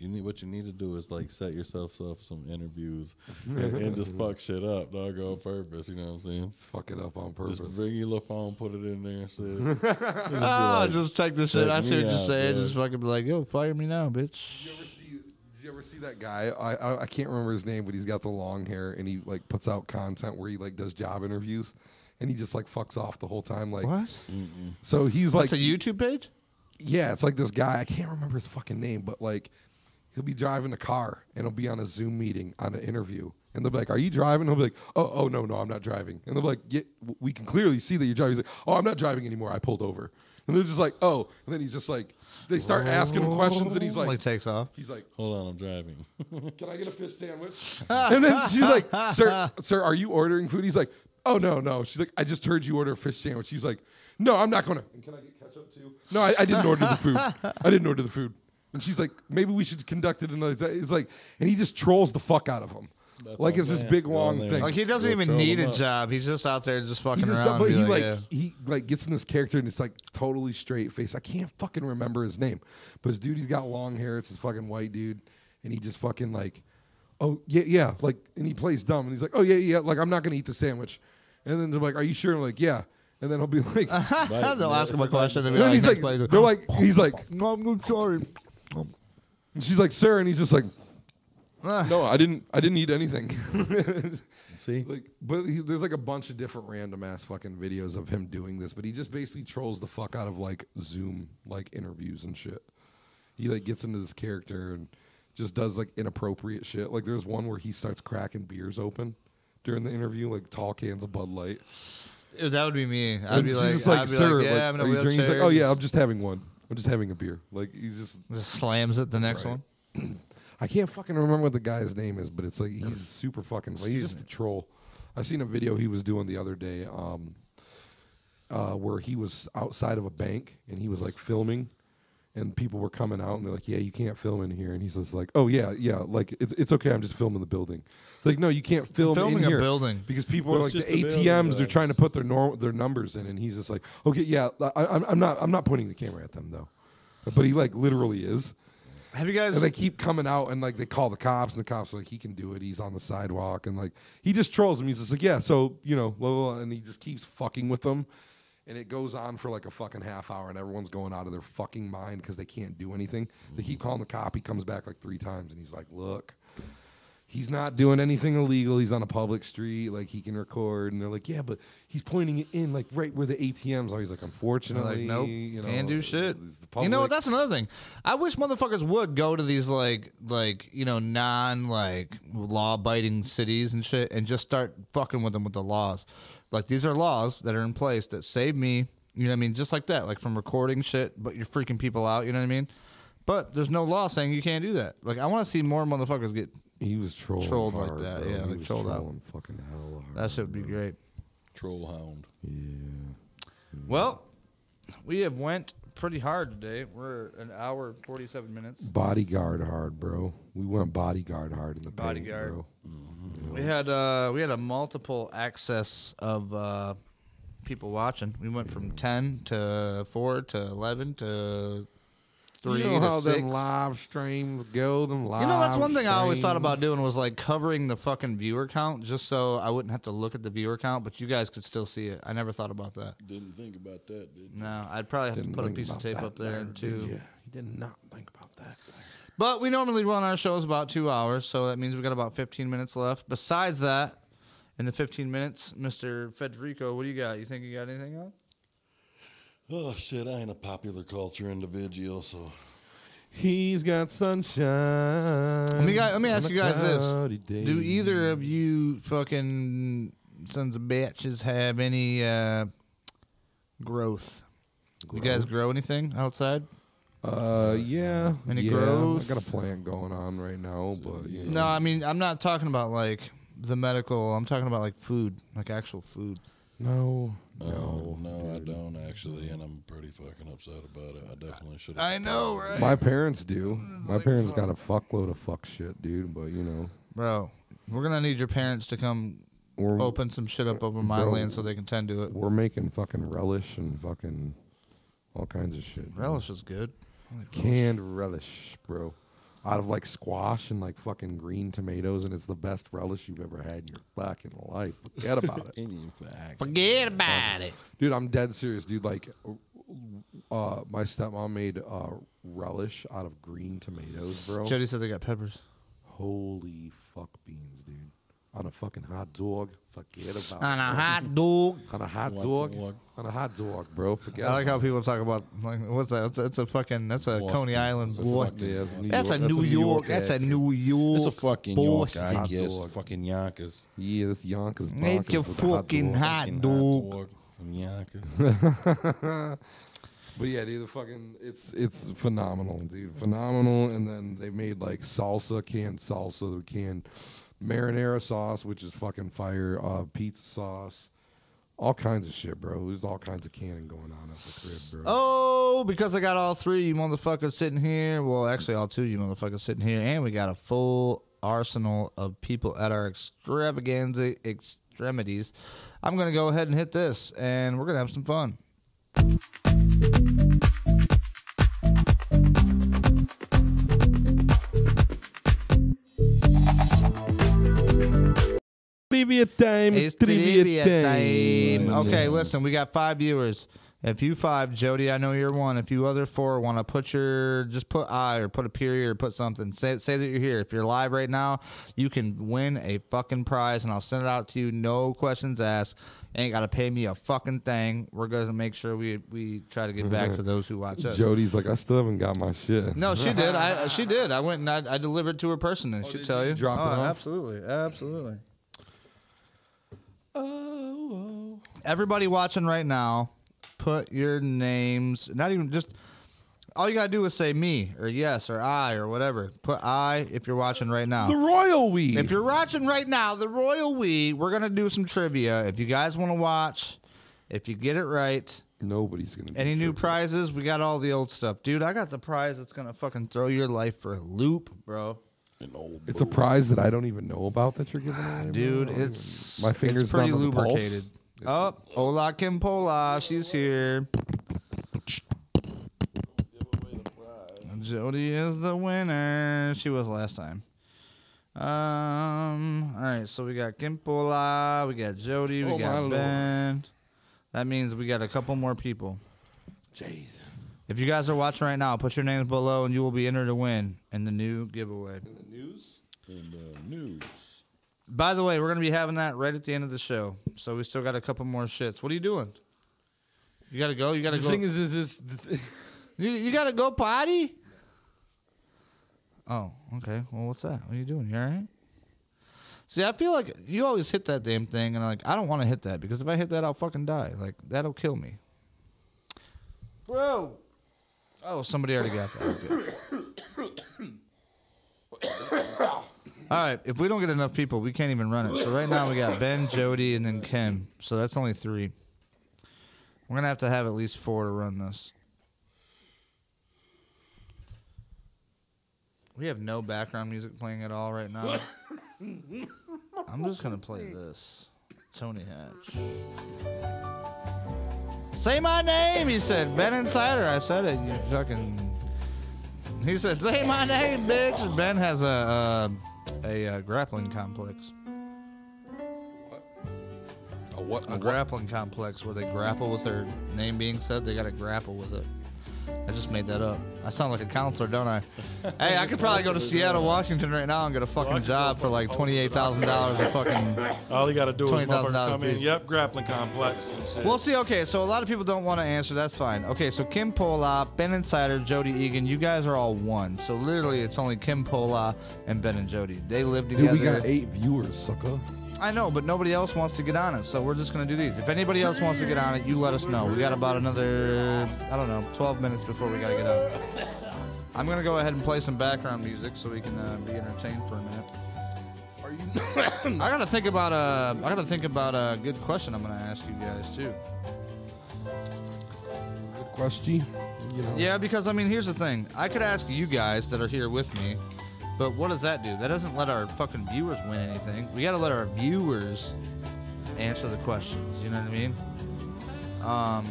[SPEAKER 3] You need what you need to do is like set yourself up some interviews and, and (laughs) just fuck shit up, dog, on purpose. You know what I'm saying?
[SPEAKER 1] Let's fuck it up on purpose.
[SPEAKER 3] Just bring your little phone, put it in there, and shit. (laughs) Just be
[SPEAKER 2] Ah,
[SPEAKER 3] like,
[SPEAKER 2] just take this
[SPEAKER 3] check
[SPEAKER 2] shit. I see
[SPEAKER 3] me
[SPEAKER 2] what you're
[SPEAKER 3] out,
[SPEAKER 2] saying.
[SPEAKER 3] bro.
[SPEAKER 2] Just fucking be like, yo, fire me now, bitch.
[SPEAKER 1] Did you ever see? Did you ever see that guy? I, I I can't remember his name, but he's got the long hair and he like puts out content where he like does job interviews, and he just like fucks off the whole time. Like
[SPEAKER 2] What?
[SPEAKER 1] So he's
[SPEAKER 2] That's
[SPEAKER 1] like,
[SPEAKER 2] a YouTube page?
[SPEAKER 1] yeah, it's like this guy. I can't remember his fucking name, but like he'll be driving a car and he'll be on a Zoom meeting on an interview, and they'll be like, "Are you driving?" He'll be like, "Oh, oh no, no, I'm not driving." And they'll be like, yeah, w- we can clearly see that you're driving." He's like, "Oh, I'm not driving anymore. I pulled over." And they're just like, "Oh," and then he's just like, they start asking him questions, and he's
[SPEAKER 2] Like,
[SPEAKER 1] like,
[SPEAKER 2] takes off.
[SPEAKER 1] he's like.
[SPEAKER 3] Hold on, I'm driving. (laughs)
[SPEAKER 1] can I get a fish sandwich? and then she's like, sir, sir, are you ordering food? He's like, oh, no, no. She's like, I just heard you order a fish sandwich. She's like, no, I'm not going to. And can I get ketchup too? No, I, I didn't order the food. I didn't order the food. And she's like, maybe we should conduct it another time. It's like, and he just trolls the fuck out of him.
[SPEAKER 3] That's
[SPEAKER 1] like
[SPEAKER 3] what
[SPEAKER 1] it's
[SPEAKER 3] I'm
[SPEAKER 1] this
[SPEAKER 3] saying.
[SPEAKER 1] big
[SPEAKER 3] Go
[SPEAKER 1] long
[SPEAKER 3] in there.
[SPEAKER 1] thing.
[SPEAKER 2] Like,
[SPEAKER 1] Like
[SPEAKER 2] he doesn't
[SPEAKER 3] Go
[SPEAKER 2] even
[SPEAKER 3] troll
[SPEAKER 2] need
[SPEAKER 3] them
[SPEAKER 2] a
[SPEAKER 3] up.
[SPEAKER 2] job. He's just out there just fucking
[SPEAKER 1] he just,
[SPEAKER 2] around.
[SPEAKER 1] but
[SPEAKER 2] and
[SPEAKER 1] he
[SPEAKER 2] be
[SPEAKER 1] like,
[SPEAKER 2] yeah. (laughs)
[SPEAKER 1] he like gets in this character and it's like totally straight face. I can't fucking remember his name, but his dude, he's got long hair. It's this fucking white dude, and he just fucking like, oh yeah, yeah, like, and he plays dumb and he's like, oh yeah, yeah, like I'm not gonna eat the sandwich, and then they're like, are you sure? I'm like, yeah, and then he'll be (laughs) like, and
[SPEAKER 2] They'll ask him a question. (laughs) And
[SPEAKER 1] then he's like, they're like, he's like, (laughs)
[SPEAKER 2] no, I'm good, sorry.
[SPEAKER 1] and she's like, sir, and he's just like, "Ah, no, I didn't, I didn't eat anything. (laughs)
[SPEAKER 3] See,
[SPEAKER 1] like, but he, there's like a bunch of different random ass fucking videos of him doing this, but he just basically trolls the fuck out of like Zoom like interviews and shit. He like gets into this character and just does like inappropriate shit. Like there's one where he starts cracking beers open during the interview, like tall cans of Bud Light.
[SPEAKER 2] That would be me. I'd
[SPEAKER 1] And
[SPEAKER 2] be
[SPEAKER 1] she's
[SPEAKER 2] (laughs) like,
[SPEAKER 1] just
[SPEAKER 2] I'd be
[SPEAKER 1] sir,
[SPEAKER 2] like, yeah,
[SPEAKER 1] like,
[SPEAKER 2] I'm in a
[SPEAKER 1] are you
[SPEAKER 2] wheelchair.
[SPEAKER 1] drinking? He's like, oh yeah, I'm just having one. I'm just having a beer. Like he's just,
[SPEAKER 2] Just slams it the next one.
[SPEAKER 1] I can't fucking remember what the guy's name is, but it's like he's super fucking. he's just a troll. I seen a video he was doing the other day, um, uh, where he was outside of a bank and he was like filming, and people were coming out and they're like, "Yeah, you can't film in here," and he's just like, "Oh yeah, yeah, like it's it's okay. I'm just filming the building." It's like, no, you can't film
[SPEAKER 2] Filming
[SPEAKER 1] in
[SPEAKER 2] a
[SPEAKER 1] here
[SPEAKER 2] building.
[SPEAKER 1] because people are
[SPEAKER 3] Well,
[SPEAKER 1] like
[SPEAKER 3] it's
[SPEAKER 1] the,
[SPEAKER 3] just the
[SPEAKER 1] ATMs.
[SPEAKER 3] building,
[SPEAKER 1] They're
[SPEAKER 3] right.
[SPEAKER 1] trying to put their norm their numbers in, and he's just like, "Okay, yeah, I, I'm I'm not I'm not pointing the camera at them though," but he like literally is.
[SPEAKER 2] Have you guys?
[SPEAKER 1] And they keep coming out and like they call the cops and the cops are like he can do it. He's on the sidewalk and like he just trolls him. He's just like yeah, so you know, blah, blah, blah, and he just keeps fucking with them. And it goes on for like a fucking half hour, and everyone's going out of their fucking mind because they can't do anything. They keep calling the cop. He comes back like three times, and he's like, "Look, he's not doing anything illegal. He's on a public street. Like he can record." And they're like, "Yeah, but he's pointing it in like right where the ATMs are." He's like,
[SPEAKER 2] They're
[SPEAKER 1] "Unfortunately,
[SPEAKER 2] like, nope,
[SPEAKER 1] you know,
[SPEAKER 2] can't do shit.
[SPEAKER 1] it's the
[SPEAKER 2] You know
[SPEAKER 1] public."
[SPEAKER 2] what? That's another thing. I wish motherfuckers would go to these like, like you know, non like law biting cities and shit, and just start fucking with them with the laws. Like these are laws that are in place that save me. You know what I mean? Just like that, like from recording shit, but you're freaking people out. You know what I mean? But there's no law saying you can't do that. Like I want to see more motherfuckers get.
[SPEAKER 1] He was trolled.
[SPEAKER 2] Trolled like that, yeah,
[SPEAKER 1] He
[SPEAKER 2] like
[SPEAKER 1] was
[SPEAKER 2] trolled out.
[SPEAKER 1] trolling Fucking hell hard.
[SPEAKER 2] That shit would be great.
[SPEAKER 3] troll hound.
[SPEAKER 2] Well, we have went pretty hard today. We're an hour and forty seven minutes.
[SPEAKER 1] Bodyguard hard, bro. We went bodyguard hard in the paint,
[SPEAKER 2] Bodyguard.
[SPEAKER 1] bro.
[SPEAKER 2] We had uh, we had a multiple access of uh, people watching. We went from ten to four to eleven to three
[SPEAKER 1] you know
[SPEAKER 2] to
[SPEAKER 1] how
[SPEAKER 2] six.
[SPEAKER 1] them live streams go? Them live.
[SPEAKER 2] you know that's one thing I always thought about
[SPEAKER 1] streams.
[SPEAKER 2] doing was like covering the fucking viewer count, just so I wouldn't have to look at the viewer count, but you guys could still see it. I never thought about that.
[SPEAKER 3] Didn't think about that. Did
[SPEAKER 2] No, I'd probably have
[SPEAKER 1] Didn't
[SPEAKER 2] to put a
[SPEAKER 1] think
[SPEAKER 2] piece of
[SPEAKER 1] about
[SPEAKER 2] tape
[SPEAKER 1] that
[SPEAKER 2] up there and two.
[SPEAKER 1] Yeah, he did not think about that.
[SPEAKER 2] But we normally run our shows about two hours, so that means we got about 15 minutes left. Besides that, in the 15 minutes, Mr. Federico, what do you got? You think you got anything on?
[SPEAKER 3] Oh shit! I ain't a popular culture individual, so
[SPEAKER 1] He's got sunshine.
[SPEAKER 2] Let me, guy- let me ask you guys
[SPEAKER 1] cloudy
[SPEAKER 2] this. Do
[SPEAKER 1] day.
[SPEAKER 2] either of you fucking sons of bitches have any uh, growth? You guys grow anything outside?
[SPEAKER 1] Uh, yeah.
[SPEAKER 2] Any
[SPEAKER 1] yeah,
[SPEAKER 2] growth?
[SPEAKER 1] I got a plan going on right now, but you know,
[SPEAKER 2] No, I mean, I'm not talking about like the medical. I'm talking about like food, like actual food.
[SPEAKER 1] No.
[SPEAKER 3] No, uh, no, I don't actually, and I'm pretty fucking upset about it. I definitely should.
[SPEAKER 2] I know, right?
[SPEAKER 1] My parents do. My parents got a fuckload of fuck shit, dude. But you know,
[SPEAKER 2] Bro, we're gonna need your parents to come
[SPEAKER 1] we're
[SPEAKER 2] open some shit up over my
[SPEAKER 1] Bro.
[SPEAKER 2] land so they can tend to it.
[SPEAKER 1] we're making fucking relish and fucking all kinds of shit. bro.
[SPEAKER 2] Relish is good.
[SPEAKER 1] Canned relish, bro. Out of like squash and like fucking green tomatoes, and it's the best relish you've ever had in your fucking life. Forget about
[SPEAKER 2] (laughs)
[SPEAKER 1] it,
[SPEAKER 3] In fact,
[SPEAKER 2] Forget about it.
[SPEAKER 1] dude. I'm dead serious, dude. Like, uh, my stepmom made uh relish out of green tomatoes, bro.
[SPEAKER 2] Jody said they got peppers.
[SPEAKER 1] Holy fuck beans, dude. On a fucking hot dog. Forget about
[SPEAKER 2] On
[SPEAKER 1] it.
[SPEAKER 2] a hot dog.
[SPEAKER 1] On a hot
[SPEAKER 3] Hot
[SPEAKER 1] dog.
[SPEAKER 3] dog.
[SPEAKER 1] On a hot dog, bro. Forget
[SPEAKER 2] I like
[SPEAKER 1] about
[SPEAKER 2] how people talk about like what's that? That's, that's a fucking that's a
[SPEAKER 3] Boston.
[SPEAKER 2] Coney Island
[SPEAKER 3] That's a
[SPEAKER 1] (laughs)
[SPEAKER 2] boy.
[SPEAKER 3] fucking
[SPEAKER 1] Yeah, it's
[SPEAKER 3] Boston.
[SPEAKER 1] New
[SPEAKER 2] That's a New York. That's a
[SPEAKER 1] accent.
[SPEAKER 2] New York.
[SPEAKER 3] It's a fucking York,
[SPEAKER 2] Boston.
[SPEAKER 3] I
[SPEAKER 1] Hot
[SPEAKER 3] guess.
[SPEAKER 1] dog.
[SPEAKER 3] Fucking Yonkers.
[SPEAKER 1] it. Yeah, this Yonkers bonkers
[SPEAKER 2] It's a
[SPEAKER 1] with the
[SPEAKER 2] fucking
[SPEAKER 1] dog.
[SPEAKER 2] hot
[SPEAKER 3] Fucking
[SPEAKER 2] dog.
[SPEAKER 3] dog From (laughs) Yonkers.
[SPEAKER 1] But yeah, dude, the fucking it's it's phenomenal, dude. Phenomenal. And then they made like salsa, canned salsa, canned marinara sauce, which is fucking fire, uh, pizza sauce. All kinds of shit, bro. There's all kinds of canning going on at the crib, bro.
[SPEAKER 2] Oh, because I got all three of you motherfuckers sitting here. Well, actually, all two of you motherfuckers sitting here, and we got a full arsenal of people at our extravaganza extremities. I'm gonna go ahead and hit this, and we're gonna have some fun.
[SPEAKER 1] Trivia time.
[SPEAKER 2] It's trivia time. Okay, listen, we got five viewers. If you five, Jody, I know you're one. If you other four want to put your, just put I or put a period or put something. Say say that you're here. If you're live right now, you can win a fucking prize, and I'll send it out to you. No questions asked. Ain't gotta pay me a fucking thing. We're gonna make sure we we try to get back to those who watch us.
[SPEAKER 1] Jody's like, I still haven't got my shit.
[SPEAKER 2] No, she did. I uh, she did. I went and I, I delivered to her person, and she tell you.
[SPEAKER 1] Dropped it
[SPEAKER 2] oh,
[SPEAKER 1] off?
[SPEAKER 2] absolutely, absolutely.
[SPEAKER 1] Oh,
[SPEAKER 2] Everybody watching right now, put your names. Not even just. All you gotta do is say me or yes or I or whatever. Put I if you're watching right now.
[SPEAKER 1] The royal we.
[SPEAKER 2] If you're watching right now, the Royal We, we're gonna do some trivia. If you guys want to watch, if you get it right,
[SPEAKER 1] Nobody's gonna.
[SPEAKER 2] any
[SPEAKER 1] be
[SPEAKER 2] new
[SPEAKER 1] tripping.
[SPEAKER 2] prizes? We got all the old stuff, dude. I got the prize that's gonna fucking throw your life for a loop, bro.
[SPEAKER 3] An old
[SPEAKER 1] It's a prize that I don't even know about that you're giving away, bro.
[SPEAKER 2] Dude,
[SPEAKER 1] I don't
[SPEAKER 2] it's
[SPEAKER 1] even- my fingers
[SPEAKER 2] it's pretty
[SPEAKER 1] down to the pulse.
[SPEAKER 2] lubricated. Oh, hola Kim Pola, she's here. Jody is the winner. She was last time. Um. All right, so we got Kim Pola, we got Jody, we
[SPEAKER 1] Oh, my
[SPEAKER 2] got
[SPEAKER 1] lord.
[SPEAKER 2] Ben. That means we got a couple more people.
[SPEAKER 1] Jeez.
[SPEAKER 2] If you guys are watching right now, put your names below and you will be entered to win in the new giveaway.
[SPEAKER 3] in the news.
[SPEAKER 2] By the way, we're going to be having that right at the end of the show. So we still got a couple more shits. What are you doing? You got to go? You got to go?
[SPEAKER 10] is, is this. (laughs)
[SPEAKER 2] you you got to go potty? Oh, okay. Well, what's that? What are you doing? You all right? See, I feel like you always hit that damn thing, and like I don't want to hit that because if I hit that, I'll fucking die. Like that'll kill me. Bro. Oh, somebody already got that.
[SPEAKER 10] (laughs)
[SPEAKER 2] Okay. All right. If we don't get enough people, we can't even run it. So right now we got Ben, Jody, and then Kim. So that's only three. We're gonna have to have at least four to run this. We have no background music playing at all right now. I'm just gonna play this. Tony Hatch. Say my name, he said. Ben Insider. I said it. You fucking. He said, "Say my name, bitch." And Ben has a a, a, uh grappling complex.
[SPEAKER 1] A what?
[SPEAKER 2] A grappling complex where they grapple with their name being said. They gotta grapple with it. I just made that up. I sound like a counselor, don't
[SPEAKER 1] (laughs)
[SPEAKER 2] I? hey, I could probably go to Seattle, Washington right now and get a fucking job for like twenty-eight thousand dollars a fucking.
[SPEAKER 10] All you got to do is
[SPEAKER 2] $20,000
[SPEAKER 10] motherfucker come in.
[SPEAKER 2] piece.
[SPEAKER 10] Yep, grappling complex and shit.
[SPEAKER 2] We'll see. Okay, so a lot of people don't want to answer. That's fine. Okay, so Kim Pola, Ben Insider, Jody Egan, you guys are all one. So literally, it's only Kim Pola and Ben and Jody. They live
[SPEAKER 1] Dude,
[SPEAKER 2] together.
[SPEAKER 1] we got eight viewers, sucker.
[SPEAKER 2] I know, but nobody else wants to get on it, so we're just gonna do these. If anybody else wants to get on it, you let us know. We got about another, I don't know, 12 minutes before we gotta get up. I'm gonna go ahead and play some background music so we can uh, be entertained for a minute.
[SPEAKER 1] Are you? (coughs)
[SPEAKER 2] I gotta think about a. I gotta think about a good question I'm gonna ask you guys too.
[SPEAKER 1] Good question. You know.
[SPEAKER 2] Yeah, because I mean, here's the thing. I could ask you guys that are here with me, but what does that do? That doesn't let our fucking viewers win anything. We got to let our viewers answer the questions. You know what I mean?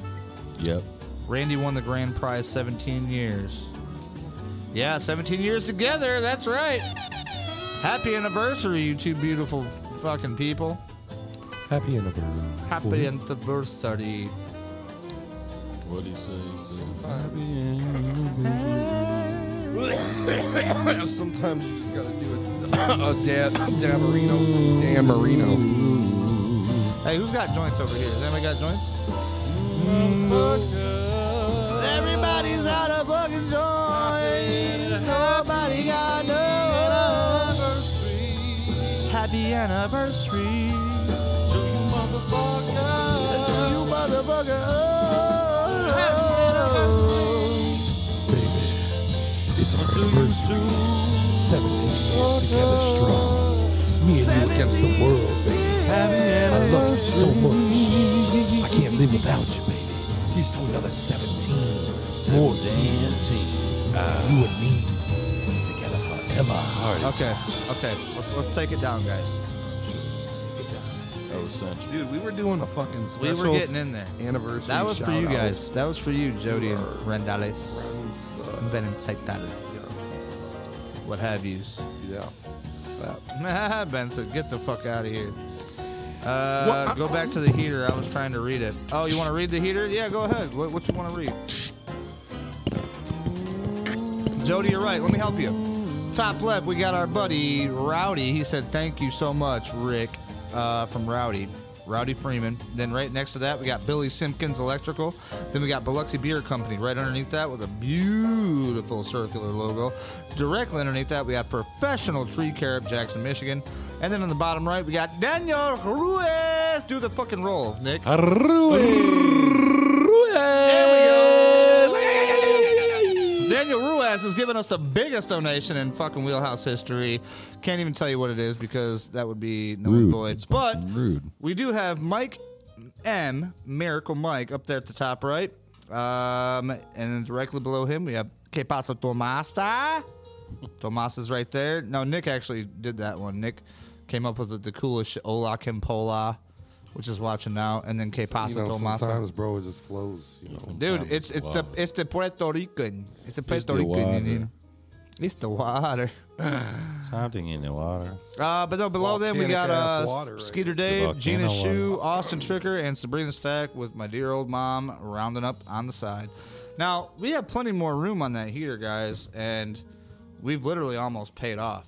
[SPEAKER 2] Um,
[SPEAKER 3] Yep.
[SPEAKER 2] Randy won the grand prize 17 years. Yeah, 17 years together. That's right. Happy anniversary, you two beautiful fucking people.
[SPEAKER 9] Happy anniversary.
[SPEAKER 2] Happy anniversary.
[SPEAKER 3] What do you say? He said,
[SPEAKER 1] Sometimes you just gotta do it. uh, a dab, dab Marino, Dan Marino.
[SPEAKER 2] Hey, who's got joints over here? Has anybody got joints? Everybody's out of fucking joints. Nobody got no Happy anniversary. To you motherfucker. To you motherfucker.
[SPEAKER 9] It's our anniversary. 17 years together strong. Me and you against the world, baby. I love you so much. I can't live without you, baby. Here's to another 17. More dance. You and me together forever.
[SPEAKER 2] Okay, okay. Let's, let's take it down, guys.
[SPEAKER 3] that was central.
[SPEAKER 1] Dude, we were doing a fucking
[SPEAKER 2] We
[SPEAKER 1] special
[SPEAKER 2] were getting in there.
[SPEAKER 1] anniversary.
[SPEAKER 2] That was for you
[SPEAKER 1] shout-out.
[SPEAKER 2] guys. That was for you, Jody and Rendales.
[SPEAKER 1] Uh,
[SPEAKER 2] Beninsektare. What have yous.
[SPEAKER 1] yeah. That.
[SPEAKER 2] (laughs) ben said, get the fuck out of here. Uh, go back to the heater. I was trying to read it. Oh, you want to read the heater? Yeah, go ahead. What, what you want to read? Jody, you're right. Let me help you. Top left, we got our buddy Rowdy. He said, thank you so much, Rick, uh, from Rowdy. Rowdy Freeman. Then right next to that, we got Billy Simpkins Electrical. Then we got Biloxi Beer Company right underneath that with a beautiful circular logo. Directly underneath that, we have Professional Tree Care of Jackson, Michigan. And then on the bottom right, we got Daniel Ruiz. Do the fucking roll, Nick. There we go. Daniel Ruiz has given us the biggest donation in fucking wheelhouse history. Can't even tell you what it is because that would be no and
[SPEAKER 3] Rude.
[SPEAKER 2] void.
[SPEAKER 3] It's
[SPEAKER 2] But
[SPEAKER 3] fucking rude.
[SPEAKER 2] we do have Mike M, Miracle Mike, up there at the top right. Um, and then directly below him, we have Que Pasa
[SPEAKER 3] (laughs)
[SPEAKER 2] Tomasa. Tomas is right there. No, Nick actually did that one. Nick came up with the, the coolest shit, Ola Kempola, which is watching now. And then Que Pasa
[SPEAKER 1] You know,
[SPEAKER 2] Tomasa.
[SPEAKER 1] sometimes, bro, it just flows. You know.
[SPEAKER 2] Dude, it's it's the
[SPEAKER 3] Wow.
[SPEAKER 2] it's the Puerto Rican. It's the Puerto
[SPEAKER 3] the
[SPEAKER 2] Rican in
[SPEAKER 3] water.
[SPEAKER 2] here. It's the water. (laughs)
[SPEAKER 3] Something in the water.
[SPEAKER 2] Uh, but no, below them we got
[SPEAKER 1] Volcanic-ass
[SPEAKER 2] uh,
[SPEAKER 1] water right
[SPEAKER 2] Skeeter
[SPEAKER 3] the
[SPEAKER 2] Dave, Gina
[SPEAKER 3] volcano
[SPEAKER 2] Shu, Austin Tricker, and Sabrina Stack with my dear old mom rounding up on the side. Now we have plenty more room on that heater, guys, and we've literally almost paid off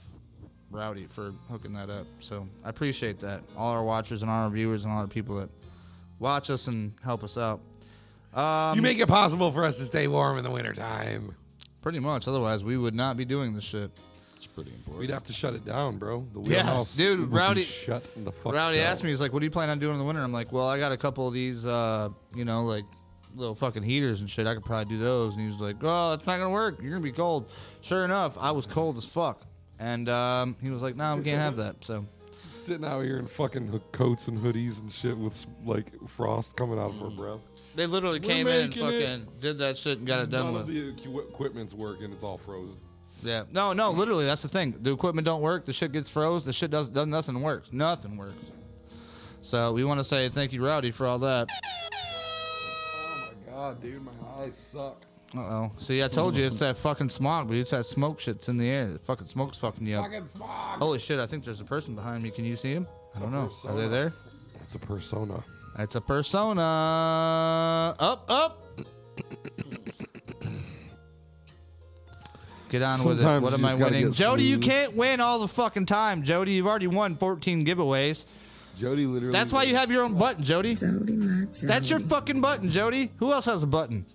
[SPEAKER 2] Rowdy for hooking that up. So I appreciate that, all our watchers and all our viewers and all our people that watch us and help us out. Um,
[SPEAKER 12] you make it possible for us to stay warm in the wintertime.
[SPEAKER 2] Pretty much, otherwise we would not be doing this shit.
[SPEAKER 3] It's pretty
[SPEAKER 1] We'd
[SPEAKER 3] important.
[SPEAKER 1] have to shut it down, bro. The
[SPEAKER 2] Yeah,
[SPEAKER 1] wheelhouse.
[SPEAKER 2] dude,
[SPEAKER 1] would be
[SPEAKER 2] Rowdy-
[SPEAKER 1] Shut the fuck
[SPEAKER 2] Rowdy
[SPEAKER 1] down.
[SPEAKER 2] asked me, he's like, "What do you plan on doing in the winter?" I'm like, "Well, I got a couple of these, uh, you know, like little fucking heaters and shit. I could probably do those." And he was like, "Oh, that's not gonna work. You're gonna be cold." Sure enough, I was cold as fuck, and um, he was like, "No, we can't have that." So
[SPEAKER 1] Sitting out here in fucking ho- coats and hoodies and shit with like frost coming out of our breath.
[SPEAKER 2] they literally came in and
[SPEAKER 1] making
[SPEAKER 2] fucking
[SPEAKER 1] it.
[SPEAKER 2] did that shit and got it done
[SPEAKER 1] None
[SPEAKER 2] with.
[SPEAKER 1] of the equi- equipment's working. It's all frozen.
[SPEAKER 2] yeah, no, no, literally, that's the thing. The equipment don't work. The shit gets froze. The shit does, does nothing works. Nothing works. So we want to say thank you, Rowdy, for all that.
[SPEAKER 1] Oh my god, dude, my eyes suck.
[SPEAKER 2] Uh oh. See, I told you it's that fucking smog, but it's that smoke shit's in the air. The fucking smoke's fucking you up.
[SPEAKER 1] Fucking smog.
[SPEAKER 2] Holy shit, I think there's a person behind me. Can you see him? I don't know. Are they
[SPEAKER 1] persona.
[SPEAKER 2] there?
[SPEAKER 1] It's a persona.
[SPEAKER 2] It's a persona. Up, up. Get on with it.
[SPEAKER 1] Sometimes
[SPEAKER 2] What
[SPEAKER 1] you
[SPEAKER 2] am I
[SPEAKER 1] just gotta
[SPEAKER 2] winning?
[SPEAKER 1] get
[SPEAKER 2] Jody, you
[SPEAKER 1] smooth.
[SPEAKER 2] can't win all the fucking time, Jody. You've already won 14 giveaways.
[SPEAKER 1] Jody literally.
[SPEAKER 2] That's why you have your own button, Jody. That's your fucking button, Jody. Who else has a button?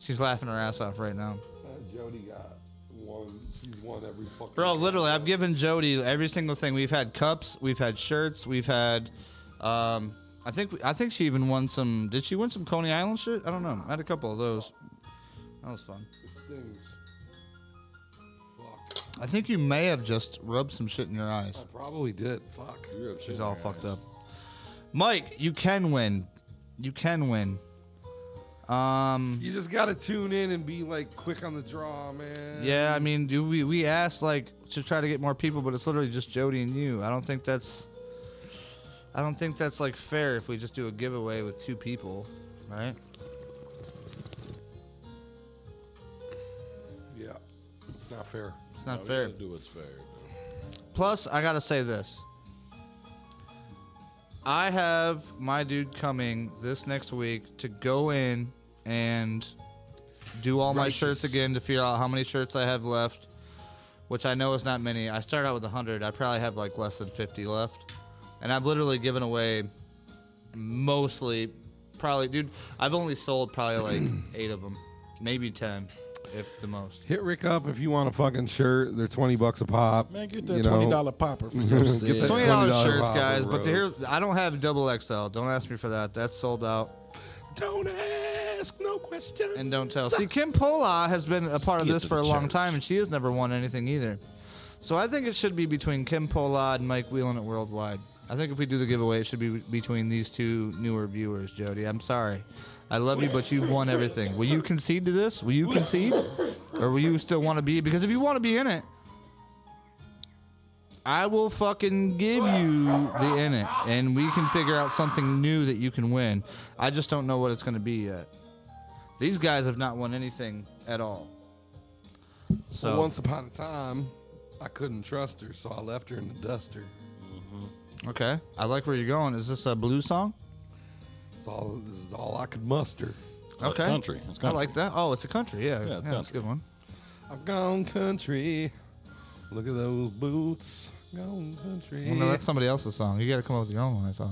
[SPEAKER 2] She's laughing her ass off right now.
[SPEAKER 1] Uh, Jody got one. She's won every fucking.
[SPEAKER 2] Bro, literally, I've given Jody every single thing. We've had cups, we've had shirts, we've had. Um, I think I think she even won some. Did she win some Coney Island shit? I don't know. I had a couple of those. That was fun.
[SPEAKER 1] It stings. Fuck.
[SPEAKER 2] I think you may have just rubbed some shit in your eyes.
[SPEAKER 1] Probably did. Fuck.
[SPEAKER 2] She's all fucked up. Mike, you can win. You can win. Um.
[SPEAKER 1] You just gotta tune in and be like quick on the draw, man.
[SPEAKER 2] Yeah, I mean, do we we asked like to try to get more people, but it's literally just Jody and you. I don't think that's. I don't think that's like fair if we just do a giveaway with two people, right?
[SPEAKER 1] Yeah. It's not fair.
[SPEAKER 2] It's not
[SPEAKER 3] No, we
[SPEAKER 2] fair.
[SPEAKER 3] gotta do what's fair. dude.
[SPEAKER 2] Plus, I gotta say this. I have my dude coming this next week to go in and do all my shirts again to figure out how many shirts I have left, which I know is not many. I started out with 100. I probably have like less than 50 left. And I've literally given away mostly, probably, dude, I've only sold probably like (clears throat) eight of them, maybe 10, if the most.
[SPEAKER 1] Hit Rick up if you want a fucking shirt. They're twenty bucks a pop.
[SPEAKER 3] Man,
[SPEAKER 1] you
[SPEAKER 3] get that
[SPEAKER 1] know.
[SPEAKER 3] twenty dollar popper (laughs) for
[SPEAKER 1] Get
[SPEAKER 3] your
[SPEAKER 1] that
[SPEAKER 3] sake.
[SPEAKER 2] Twenty dollars
[SPEAKER 1] $20
[SPEAKER 2] shirts,
[SPEAKER 1] pop,
[SPEAKER 2] guys. But
[SPEAKER 1] Rose.
[SPEAKER 2] here's I don't have double XL. Don't ask me for that. That's sold out.
[SPEAKER 1] Don't ask no questions.
[SPEAKER 2] And don't tell. See, Kim Pola has been a part of
[SPEAKER 4] Get
[SPEAKER 2] this
[SPEAKER 4] to
[SPEAKER 2] for
[SPEAKER 4] the
[SPEAKER 2] a long
[SPEAKER 4] church.
[SPEAKER 2] time, and she has never won anything either. So I think it should be between Kim Pola and Mike Whelan at Worldwide. I think if we do the giveaway, it should be between these two newer viewers, Jody. I'm sorry. I love you, but you've won everything. Will you concede to this? Will you concede? Or will you still want to be? Because if you want to be in it, I will fucking give you the in it, and we can figure out something new that you can win. I just don't know what it's going to be yet. These guys have not won anything at all. So
[SPEAKER 1] Well, once upon a time, I couldn't trust her, so I left her in the duster.
[SPEAKER 2] okay, I like where you're going. Is this a blue song?
[SPEAKER 3] Oh,
[SPEAKER 1] It's all this is all I could muster.
[SPEAKER 3] It's
[SPEAKER 2] Okay,
[SPEAKER 3] country. It's
[SPEAKER 2] I
[SPEAKER 3] country.
[SPEAKER 2] like that. Oh, it's a country. Yeah,
[SPEAKER 3] Yeah, it's
[SPEAKER 2] that's a good one.
[SPEAKER 1] I've gone country. Look at those boots. Gone country.
[SPEAKER 2] Well, no, that's somebody else's song. You got to come up with your own one. I thought.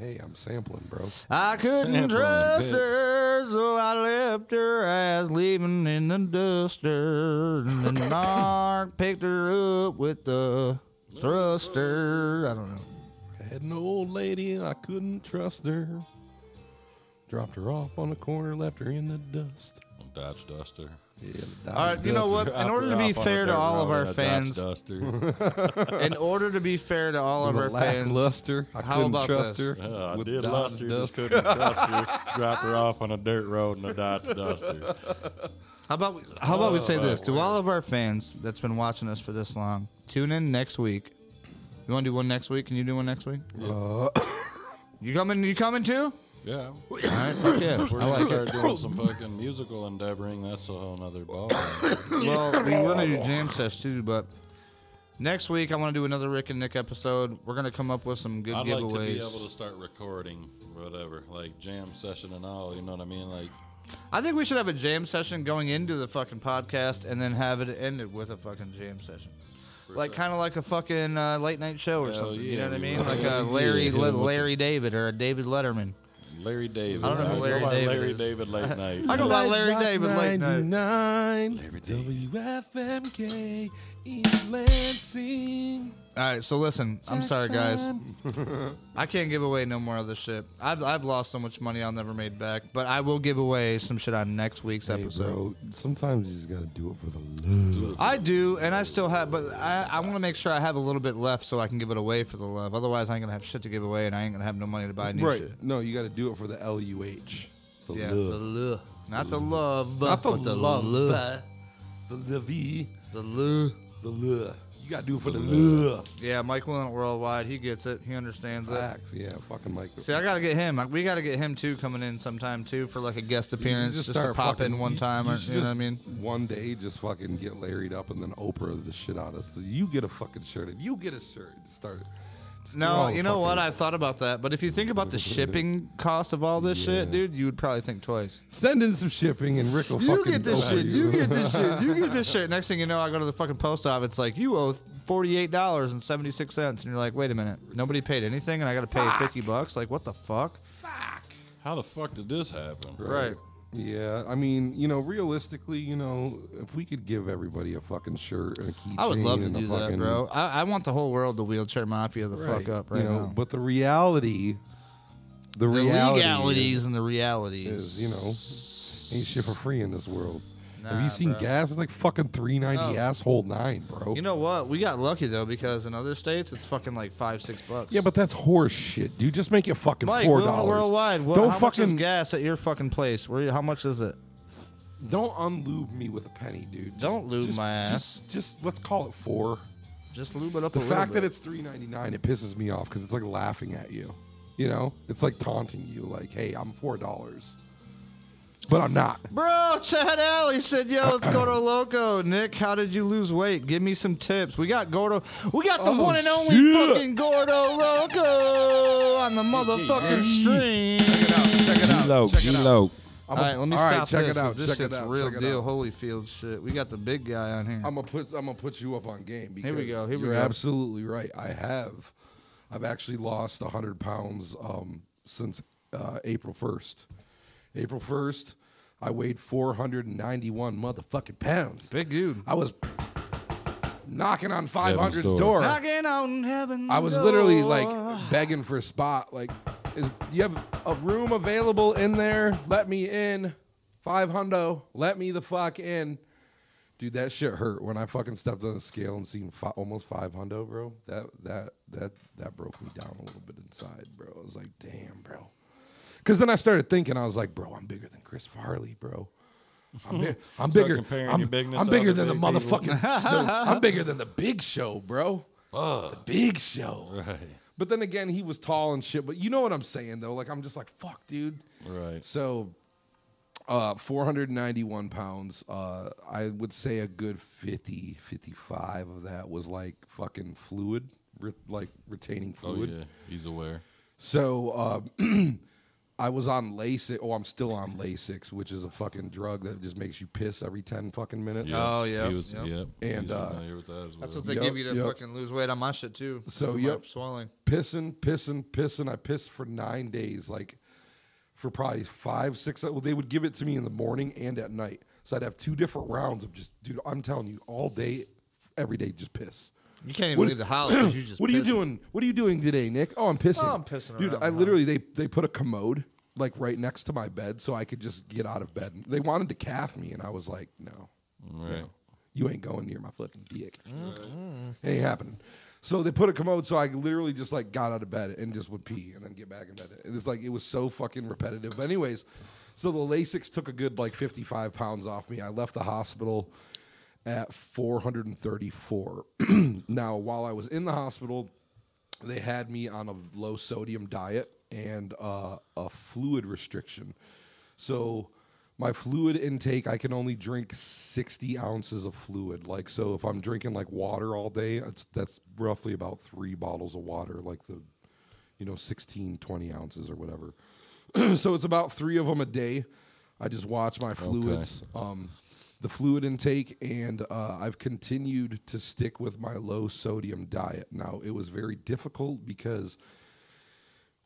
[SPEAKER 1] hey, I'm sampling, bro.
[SPEAKER 2] I couldn't
[SPEAKER 3] Sampling,
[SPEAKER 2] trust
[SPEAKER 3] bitch.
[SPEAKER 2] her, so I left her ass leaving in the duster. And the narc picked her up with the thruster. I don't know.
[SPEAKER 1] I had an old lady and I couldn't trust her. Dropped her off on the corner, left her in the dust.
[SPEAKER 3] Dodge Duster.
[SPEAKER 1] Yeah,
[SPEAKER 2] All right, you know what? In order to be
[SPEAKER 3] Off on a
[SPEAKER 2] fair to
[SPEAKER 3] dirt
[SPEAKER 2] all of
[SPEAKER 3] road in
[SPEAKER 2] our
[SPEAKER 3] a Dodge
[SPEAKER 2] fans, (laughs)
[SPEAKER 3] Duster.
[SPEAKER 2] in order to be fair to all of our fans,
[SPEAKER 1] lackluster. I
[SPEAKER 2] How
[SPEAKER 1] couldn't
[SPEAKER 2] about
[SPEAKER 1] trust
[SPEAKER 2] this?
[SPEAKER 1] her.
[SPEAKER 3] Uh, I
[SPEAKER 1] with
[SPEAKER 3] did
[SPEAKER 1] Dodge
[SPEAKER 3] lust her,
[SPEAKER 1] dust.
[SPEAKER 3] just couldn't
[SPEAKER 2] (laughs)
[SPEAKER 3] trust her. Dropped her off on a dirt road in a Dodge Duster.
[SPEAKER 2] how about we, how about we say this to all of our fans that's been watching us for this long? Tune in next week. You want to do one next week? Can you do one next week?
[SPEAKER 1] Uh,
[SPEAKER 2] You coming? You coming too?
[SPEAKER 3] Yeah. We're
[SPEAKER 2] All right, fuck yeah.
[SPEAKER 3] gonna start doing some fucking musical endeavoring. That's a whole nother ball.
[SPEAKER 2] (coughs) Well, we want to do jam sessions too, but next week I want to do another Rick and Nick episode. We're gonna come up with some good
[SPEAKER 3] I'd like
[SPEAKER 2] giveaways.
[SPEAKER 3] to be able to start recording whatever, like jam session and all. You know what I mean? Like
[SPEAKER 2] I think we should have a jam session going into the fucking podcast, and then have it ended with a fucking jam session. Like kind of like a fucking uh, late night show or
[SPEAKER 3] Hell
[SPEAKER 2] something. you
[SPEAKER 3] yeah,
[SPEAKER 2] know what I
[SPEAKER 3] we
[SPEAKER 2] mean?
[SPEAKER 3] would.
[SPEAKER 2] Like
[SPEAKER 3] Hell
[SPEAKER 2] a
[SPEAKER 3] yeah,
[SPEAKER 2] Larry
[SPEAKER 3] hit him
[SPEAKER 2] Le-
[SPEAKER 3] with the-
[SPEAKER 2] Larry David or a David Letterman.
[SPEAKER 3] Larry David.
[SPEAKER 2] I don't know who Larry
[SPEAKER 3] go by
[SPEAKER 2] David
[SPEAKER 3] Larry
[SPEAKER 2] is.
[SPEAKER 3] David late night.
[SPEAKER 2] (laughs) I go by Larry David late night.
[SPEAKER 1] 99 WFMK East Lansing.
[SPEAKER 2] All right, so listen, I'm sorry, guys. I can't give away no more of this shit. I've, I've lost so much money I'll never made back, but I will give away some shit on next week's episode.
[SPEAKER 1] sometimes you just gotta do it for the love.
[SPEAKER 2] I do, and I still have, but I, I want to make sure I have a little bit left so I can give it away for the love. Otherwise, I ain't gonna have shit to give away, and I ain't gonna have no money to buy new
[SPEAKER 1] Right.
[SPEAKER 2] shit.
[SPEAKER 1] No, you gotta do it for the L U H. The
[SPEAKER 2] yeah,
[SPEAKER 1] love.
[SPEAKER 2] the love, not the love, but
[SPEAKER 1] Not the
[SPEAKER 2] the
[SPEAKER 1] love.
[SPEAKER 2] love.
[SPEAKER 1] The Levi.
[SPEAKER 2] the love.
[SPEAKER 1] The love. You gotta do it for the love.
[SPEAKER 2] Yeah, Mike Willen at Worldwide, he gets it, he understands it.
[SPEAKER 1] Facts. Yeah, fucking like
[SPEAKER 2] See, I gotta get him. We gotta get him too coming in sometime too for like a guest appearance, just, to pop in one time, or you know what I mean?
[SPEAKER 1] One day, just fucking get larried up and then Oprah the shit out of it. So you get a fucking shirt and you get a shirt. and Start. just get
[SPEAKER 2] No,
[SPEAKER 1] all
[SPEAKER 2] you know what? I
[SPEAKER 1] fucking-
[SPEAKER 2] thought about that, but if you think about the shipping cost of all this shit, dude, you would probably think twice.
[SPEAKER 1] send in some shipping and Rick will
[SPEAKER 2] You
[SPEAKER 1] fucking
[SPEAKER 2] get this
[SPEAKER 1] Oprah
[SPEAKER 2] shit. You get this shit. You
[SPEAKER 1] (laughs)
[SPEAKER 2] get this shit. Next thing you know, I go to the fucking post office. It's like you owe forty-eight dollars and seventy-six cents, and you're like, wait a minute, nobody paid anything, and I got to pay fifty bucks. Like, what the fuck?
[SPEAKER 3] How the fuck did this happen?
[SPEAKER 2] Right.
[SPEAKER 1] Yeah, I mean, you know, realistically, you know, if we could give everybody a fucking shirt and a keychain,
[SPEAKER 2] I would love to
[SPEAKER 1] and a
[SPEAKER 2] do
[SPEAKER 1] fucking,
[SPEAKER 2] that, bro. I, I want the whole world to wheelchair mafia the
[SPEAKER 1] Right,
[SPEAKER 2] fuck up right
[SPEAKER 1] you know,
[SPEAKER 2] now.
[SPEAKER 1] But the reality, the,
[SPEAKER 2] the
[SPEAKER 1] reality
[SPEAKER 2] legalities and the realities.
[SPEAKER 1] is, you know, ain't shit for free in this world. Have
[SPEAKER 2] Nah,
[SPEAKER 1] you seen
[SPEAKER 2] bro.
[SPEAKER 1] gas? It's like fucking three ninety
[SPEAKER 2] No.
[SPEAKER 1] asshole nine, bro.
[SPEAKER 2] You know what? We got lucky though because in other states it's fucking like five, six bucks.
[SPEAKER 1] yeah, but that's horse shit, dude. Just make it fucking
[SPEAKER 2] Mike,
[SPEAKER 1] four
[SPEAKER 2] we're on
[SPEAKER 1] dollars.
[SPEAKER 2] worldwide. What,
[SPEAKER 1] don't
[SPEAKER 2] how
[SPEAKER 1] fucking
[SPEAKER 2] much is gas at your fucking place? Where? How much is it?
[SPEAKER 1] don't unlube me with a penny, dude. Just-
[SPEAKER 2] Don't lube
[SPEAKER 1] just-
[SPEAKER 2] my ass.
[SPEAKER 1] Just, just let's call it four.
[SPEAKER 2] Just lube it up.
[SPEAKER 1] The
[SPEAKER 2] a little
[SPEAKER 1] fact that
[SPEAKER 2] bit.
[SPEAKER 1] it's three ninety nine, it pisses me off because it's like laughing at you. You know, it's like taunting you, like, "Hey, I'm four dollars," but I'm not.
[SPEAKER 2] Bro, Chad Alley said, "Yo, let's
[SPEAKER 1] (clears throat)
[SPEAKER 2] go to Loco." Nick, how did you lose weight? Give me some tips. We got Gordo. We got the
[SPEAKER 1] Oh,
[SPEAKER 2] one and only
[SPEAKER 1] shit.
[SPEAKER 2] fucking Gordo Loco on the motherfucking stream.
[SPEAKER 1] Check it out.
[SPEAKER 4] Low, low.
[SPEAKER 1] I'm
[SPEAKER 2] All right, let me
[SPEAKER 1] all
[SPEAKER 2] stop
[SPEAKER 1] right, check
[SPEAKER 2] this,
[SPEAKER 1] it out.
[SPEAKER 2] 'cause This
[SPEAKER 1] check
[SPEAKER 2] shit's
[SPEAKER 1] it out.
[SPEAKER 2] real
[SPEAKER 1] check it
[SPEAKER 2] deal.
[SPEAKER 1] out.
[SPEAKER 2] Holyfield shit. We got the big guy on here.
[SPEAKER 1] I'm gonna put I'm gonna put you up on game. Because
[SPEAKER 2] Here we go, here we
[SPEAKER 1] you're
[SPEAKER 2] go.
[SPEAKER 1] absolutely right. I have. I've actually lost 100 pounds um, since uh, April 1st. April 1st, I weighed 491 motherfucking pounds.
[SPEAKER 2] big dude.
[SPEAKER 1] I was knocking on
[SPEAKER 3] Heaven's
[SPEAKER 1] 500's
[SPEAKER 3] door.
[SPEAKER 1] door.
[SPEAKER 2] Knocking on heaven.
[SPEAKER 1] I was literally like begging for a spot. Like, is you have a room available in there? Let me in. Five hundo. Let me the fuck in. Dude, that shit hurt when I fucking stepped on the scale and seen fi- almost five hundo, bro. That that that that broke me down a little bit inside, bro. I was like, damn, bro. Because then I started thinking, I was like, bro, I'm bigger than Chris Farley, bro. I'm,
[SPEAKER 3] (laughs)
[SPEAKER 1] bi- I'm
[SPEAKER 3] Start
[SPEAKER 1] bigger.
[SPEAKER 3] comparing
[SPEAKER 1] I'm,
[SPEAKER 3] your bigness
[SPEAKER 1] I'm
[SPEAKER 3] to
[SPEAKER 1] bigger
[SPEAKER 3] other
[SPEAKER 1] than the
[SPEAKER 3] big people.
[SPEAKER 1] motherfucking. the- I'm bigger than the Big Show, bro. The Big Show.
[SPEAKER 3] (laughs)
[SPEAKER 1] But then again, he was tall and shit. But you know what I'm saying though. Like I'm just like fuck, dude.
[SPEAKER 3] Right.
[SPEAKER 1] So, uh, 491 pounds. Uh, I would say a good 50, 55 of that was like fucking fluid, re- like retaining
[SPEAKER 3] Oh
[SPEAKER 1] fluid.
[SPEAKER 3] yeah, he's aware.
[SPEAKER 1] So uh, (clears throat) I was on LASIK. Oh, I'm still on LASIK, which is a fucking drug that just makes you piss every ten fucking minutes.
[SPEAKER 2] Oh, yeah.
[SPEAKER 3] He was,
[SPEAKER 2] Yep.
[SPEAKER 3] yep.
[SPEAKER 1] And,
[SPEAKER 3] he's
[SPEAKER 1] uh,
[SPEAKER 3] familiar with that as
[SPEAKER 2] That's
[SPEAKER 3] well.
[SPEAKER 2] what they
[SPEAKER 1] Yup,
[SPEAKER 2] give you to
[SPEAKER 1] yup.
[SPEAKER 2] fucking lose weight on my shit too. 'cause
[SPEAKER 1] So,
[SPEAKER 2] of my
[SPEAKER 1] yup.
[SPEAKER 2] swelling.
[SPEAKER 1] Pissing, pissing, pissing. I pissed for nine days, like for probably five, six. uh, Well, they would give it to me in the morning and at night. So I'd have two different rounds of just, dude. I'm telling you, all day, every day, just piss.
[SPEAKER 2] You can't even
[SPEAKER 1] What-
[SPEAKER 2] leave the house because (clears throat) you just.
[SPEAKER 1] what are you
[SPEAKER 2] pissing.
[SPEAKER 1] doing? What are you doing today, Nick? Oh, I'm pissing.
[SPEAKER 2] Oh, I'm pissing
[SPEAKER 1] Dude,
[SPEAKER 2] around,
[SPEAKER 1] I
[SPEAKER 2] huh?
[SPEAKER 1] literally they they put a commode like right next to my bed so I could just get out of bed. They wanted to calf me, and I was like, no,
[SPEAKER 3] Right.
[SPEAKER 1] you ain't going near my fucking dick. It ain't happening. So they put a commode, so I literally just like got out of bed and just would pee and then get back in bed. And it's like it was so fucking repetitive. But anyways, so the Lasix took a good like 55 pounds off me. I left the hospital at 434. (clears throat) now, while I was in the hospital, they had me on a low sodium diet and uh, a fluid restriction. So my fluid intake, I can only drink 60 ounces of fluid. Like, so if I'm drinking like water all day, it's, that's roughly about three bottles of water, like the, you know, 16, 20 ounces or whatever. (clears throat) so it's about three of them a day. I just watch my fluids, um, the fluid intake, and uh, I've continued to stick with my low sodium diet. Now, it was very difficult because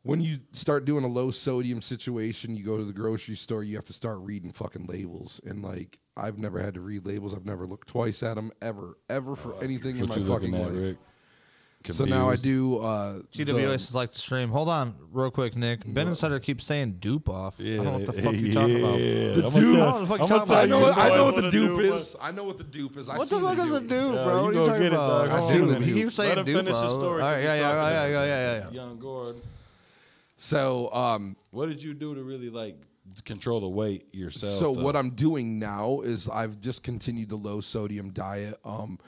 [SPEAKER 1] when you start doing a low sodium situation, you go to the grocery store, you have to start reading fucking labels. And like, I've never had to read labels. I've never looked twice at them ever, ever for anything in
[SPEAKER 3] What
[SPEAKER 1] my
[SPEAKER 3] you
[SPEAKER 1] fucking
[SPEAKER 3] looking
[SPEAKER 1] life.
[SPEAKER 3] at, Rick?
[SPEAKER 1] So now I
[SPEAKER 3] Confused?
[SPEAKER 1] do. Uh, the-
[SPEAKER 2] GWS is like the stream. Hold on, real quick, Nick. Ben Insider keeps saying dupe off. I don't know what the fuck you talking about.
[SPEAKER 3] Yeah, I'm
[SPEAKER 2] dupe-
[SPEAKER 3] gonna
[SPEAKER 2] I
[SPEAKER 3] tell-
[SPEAKER 2] don't know what the fuck
[SPEAKER 3] I'm
[SPEAKER 2] you're
[SPEAKER 3] gonna
[SPEAKER 2] talking
[SPEAKER 3] tell
[SPEAKER 2] about.
[SPEAKER 1] I know,
[SPEAKER 3] you
[SPEAKER 1] what, I
[SPEAKER 3] boys
[SPEAKER 1] know
[SPEAKER 3] what
[SPEAKER 1] what the
[SPEAKER 3] a
[SPEAKER 1] dupe
[SPEAKER 3] dupe was.
[SPEAKER 1] is. I know what the dupe is. I
[SPEAKER 2] What
[SPEAKER 1] seen
[SPEAKER 2] the fuck is a
[SPEAKER 1] dupe.
[SPEAKER 2] dupe, bro?
[SPEAKER 3] Yeah, you
[SPEAKER 2] What are
[SPEAKER 3] go
[SPEAKER 2] you talking
[SPEAKER 3] get it,
[SPEAKER 2] about?
[SPEAKER 3] dog. I
[SPEAKER 2] Hold
[SPEAKER 1] seen
[SPEAKER 2] on.
[SPEAKER 1] the
[SPEAKER 2] He
[SPEAKER 1] dupe.
[SPEAKER 2] keeps saying
[SPEAKER 3] Let him
[SPEAKER 2] dupe
[SPEAKER 3] finish his
[SPEAKER 2] off.
[SPEAKER 3] story,
[SPEAKER 2] All right,
[SPEAKER 3] 'cause
[SPEAKER 2] yeah, yeah,
[SPEAKER 3] he's talking
[SPEAKER 2] yeah,
[SPEAKER 3] about
[SPEAKER 2] yeah, yeah, yeah.
[SPEAKER 3] Young Gordon.
[SPEAKER 1] So, um,
[SPEAKER 3] What did you do to really like control the weight yourself?
[SPEAKER 1] so
[SPEAKER 3] though?
[SPEAKER 1] what I'm doing now is I've just continued the low sodium diet, um,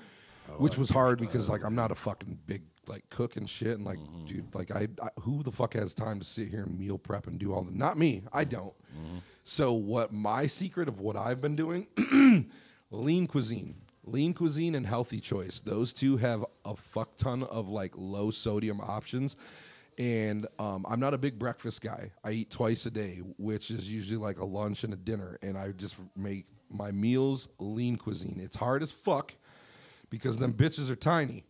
[SPEAKER 3] Oh,
[SPEAKER 1] which was hard because like I'm not a fucking big like cook and shit, and like
[SPEAKER 3] Mm-hmm.
[SPEAKER 1] dude, like I, I who the fuck has time to sit here and meal prep and do all the? Not me. I don't.
[SPEAKER 3] Mm-hmm.
[SPEAKER 1] So what my secret of what I've been doing lean cuisine lean cuisine and healthy choice those two have a fuck ton of like low sodium options and um, i'm not a big breakfast guy i eat twice a day which is usually like a lunch and a dinner and i just make my meals lean cuisine it's hard as fuck because them bitches are tiny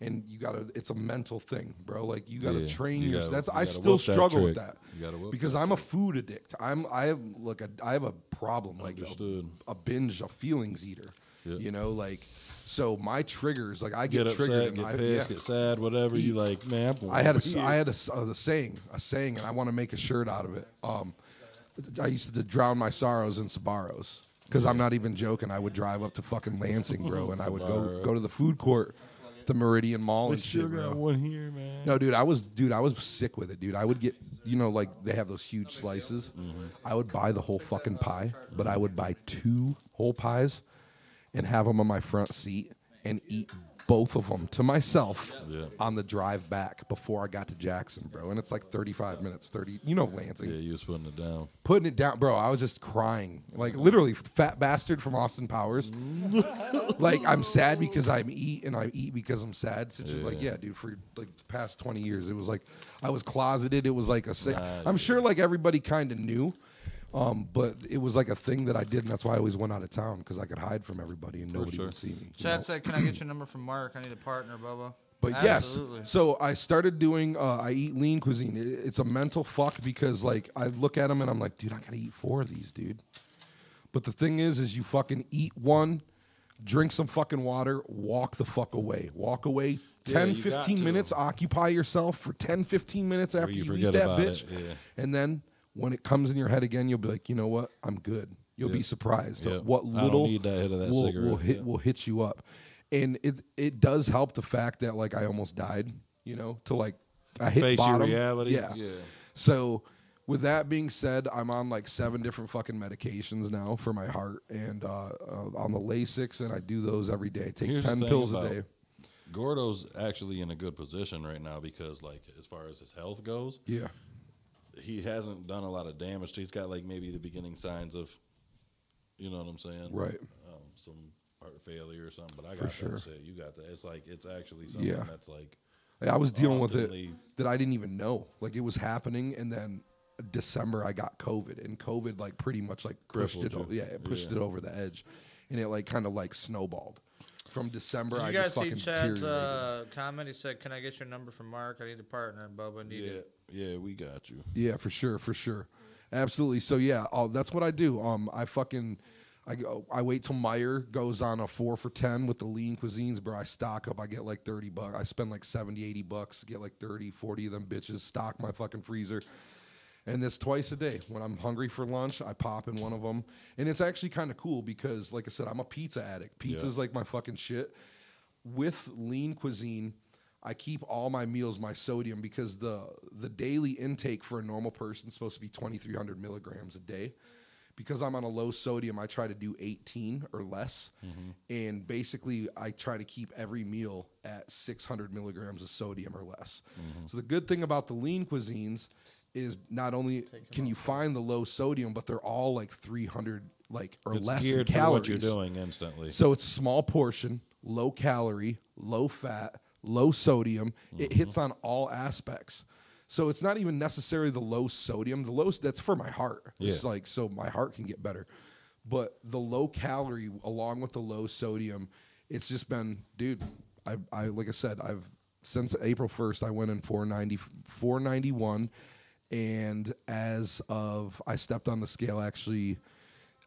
[SPEAKER 1] and you gotta it's a mental thing bro like you gotta
[SPEAKER 3] Yeah,
[SPEAKER 1] train
[SPEAKER 3] you
[SPEAKER 1] your
[SPEAKER 3] gotta-
[SPEAKER 1] that's
[SPEAKER 3] you
[SPEAKER 1] i
[SPEAKER 3] gotta
[SPEAKER 1] still
[SPEAKER 3] whoop that
[SPEAKER 1] struggle with
[SPEAKER 3] trick.
[SPEAKER 1] that
[SPEAKER 3] You gotta whoop
[SPEAKER 1] because i'm a food addict i'm i have like a, i have a problem like a,
[SPEAKER 3] Understood.
[SPEAKER 1] a binge a feelings eater
[SPEAKER 3] Yeah.
[SPEAKER 1] you know like so my triggers like i get,
[SPEAKER 3] get,
[SPEAKER 1] triggered
[SPEAKER 3] upset,
[SPEAKER 1] and
[SPEAKER 3] get
[SPEAKER 1] I,
[SPEAKER 3] pissed,
[SPEAKER 1] yeah.
[SPEAKER 3] get sad, whatever. You like, man. I'm
[SPEAKER 1] I had a,
[SPEAKER 3] bored.
[SPEAKER 1] s- I had a, s- uh, the saying, a saying, and I want to make a shirt out of it. Um, I used to drown my sorrows in Sabaros. Because I'm not even joking. I would drive up to fucking Lansing,
[SPEAKER 3] (laughs)
[SPEAKER 1] bro, and I would go go to the food court, the Meridian Mall
[SPEAKER 3] We
[SPEAKER 1] and shit,
[SPEAKER 3] still
[SPEAKER 1] bro.
[SPEAKER 3] got one here, man.
[SPEAKER 1] No, dude, I was dude, I was sick with it, dude. I would get, you know, like they have those huge slices. I would buy the whole fucking pie, but I would buy two whole pies and have them on my front seat and eat both of them to myself on the drive back before I got to Jackson, bro. And it's like 35 minutes, 30, you know, Lansing.
[SPEAKER 3] Yeah, you was putting it down.
[SPEAKER 1] Putting it down, bro. I was just crying, like literally, fat bastard from Austin Powers. like I'm sad because I'm eat and I eat because I'm sad. Since like
[SPEAKER 3] Yeah.
[SPEAKER 1] yeah, dude, for like the past 20 years, it was like I was closeted. It was like a sick. I'm sure like everybody kind of knew, um, but it was like a thing that I did, and that's why I always went out of town because I could hide from everybody and nobody would see me. you know?
[SPEAKER 2] Chad said, "Can I get your number from Mark? I need a partner, Bubba."
[SPEAKER 1] But
[SPEAKER 2] Absolutely.
[SPEAKER 1] yes, so I started doing. Uh, I eat lean cuisine. It- it's a mental fuck because like I look at them and I'm like, dude, I gotta eat four of these, dude. But the thing is, is you fucking eat one, drink some fucking water, walk the fuck away, walk away. 10,
[SPEAKER 3] you got
[SPEAKER 1] 15
[SPEAKER 3] to.
[SPEAKER 1] minutes, occupy yourself for 10, 15 minutes after
[SPEAKER 3] you
[SPEAKER 1] you, eat
[SPEAKER 3] forget
[SPEAKER 1] that
[SPEAKER 3] about
[SPEAKER 1] bitch.
[SPEAKER 3] it, yeah.
[SPEAKER 1] And then when it comes in your head again, you'll be like, you know what? I'm good. You'll be
[SPEAKER 3] Yep.
[SPEAKER 1] surprised at
[SPEAKER 3] Yep.
[SPEAKER 1] what
[SPEAKER 3] I don't
[SPEAKER 1] little
[SPEAKER 3] need that hit of that
[SPEAKER 1] will, will
[SPEAKER 3] cigarette,
[SPEAKER 1] hit
[SPEAKER 3] yeah.
[SPEAKER 1] will hit you up. And it it does help the fact that like I almost died, you know, to like I hit
[SPEAKER 10] Face your
[SPEAKER 1] bottom.
[SPEAKER 10] reality?
[SPEAKER 1] Yeah.
[SPEAKER 10] Yeah.
[SPEAKER 1] So with that being said, I'm on like seven different fucking medications now for my heart and uh, uh on the Lasix and I do those every day. I take
[SPEAKER 3] Here's the
[SPEAKER 1] 10
[SPEAKER 3] thing
[SPEAKER 1] pills a
[SPEAKER 3] about-
[SPEAKER 1] day.
[SPEAKER 3] Gordo's actually in a good position right now because, like, as far as his health goes,
[SPEAKER 1] Yeah.
[SPEAKER 3] he hasn't done a lot of damage. He's got like maybe the beginning signs of, you know what I'm saying?
[SPEAKER 1] Right.
[SPEAKER 3] Um, some heart failure or something. But I got
[SPEAKER 1] sure.
[SPEAKER 3] that shit. You got that. It's like it's actually something
[SPEAKER 1] Yeah.
[SPEAKER 3] that's like
[SPEAKER 1] Like, I was
[SPEAKER 3] Oh,
[SPEAKER 1] dealing with it
[SPEAKER 3] Constantly-
[SPEAKER 1] that I didn't even know. Like it was happening, and then December I got COVID, and COVID like pretty much like pushed it.
[SPEAKER 3] Crippled
[SPEAKER 1] O-
[SPEAKER 3] you.
[SPEAKER 1] yeah, it pushed
[SPEAKER 3] Yeah.
[SPEAKER 1] it over the edge, and it like kind of like snowballed. From December,
[SPEAKER 2] Did
[SPEAKER 1] I
[SPEAKER 2] you
[SPEAKER 1] just
[SPEAKER 2] guys see
[SPEAKER 1] fucking
[SPEAKER 2] Chad's
[SPEAKER 1] deteriorated.
[SPEAKER 2] uh, comment? He said, "Can I get your number from Mark? I need a partner, Bubba. I need
[SPEAKER 3] yeah,
[SPEAKER 2] it."
[SPEAKER 3] yeah. We got you.
[SPEAKER 1] Yeah, for sure, for sure, absolutely. So yeah, oh, that's what I do. Um, I fucking, I go, I wait till Meyer goes on a four for ten with the lean cuisines, bro. I stock up. I get like thirty bucks. I spend like 70, 80 bucks. Get like 30, 40 of them bitches. Stock my fucking freezer. And this twice a day. When I'm hungry for lunch, I pop in one of them. And it's actually kind of cool because, like I said, I'm a pizza addict. Pizza's like my fucking shit with lean cuisine i keep all my meals my sodium because the the daily intake for a normal person is supposed to be 2300 milligrams a day because i'm on a low sodium i try to do 18 or less
[SPEAKER 3] Mm-hmm.
[SPEAKER 1] and basically i try to keep every meal at 600 milligrams of sodium or less
[SPEAKER 3] Mm-hmm.
[SPEAKER 1] so the good thing about the lean cuisines is not only can you find the low sodium but they're all like 300 like or
[SPEAKER 3] It's
[SPEAKER 1] less in
[SPEAKER 3] geared
[SPEAKER 1] calories
[SPEAKER 3] for what you're
[SPEAKER 1] (laughs)
[SPEAKER 3] doing instantly.
[SPEAKER 1] so it's small portion, low calorie, low fat, low sodium. It hits on all aspects. So it's not even necessarily the low sodium. The low that's for my heart. It's
[SPEAKER 3] Yeah.
[SPEAKER 1] like so my heart can get better. But the low calorie along with the low sodium, it's just been, dude, I I like I said, I've since April 1st I went in 490 491 and as of I stepped on the scale actually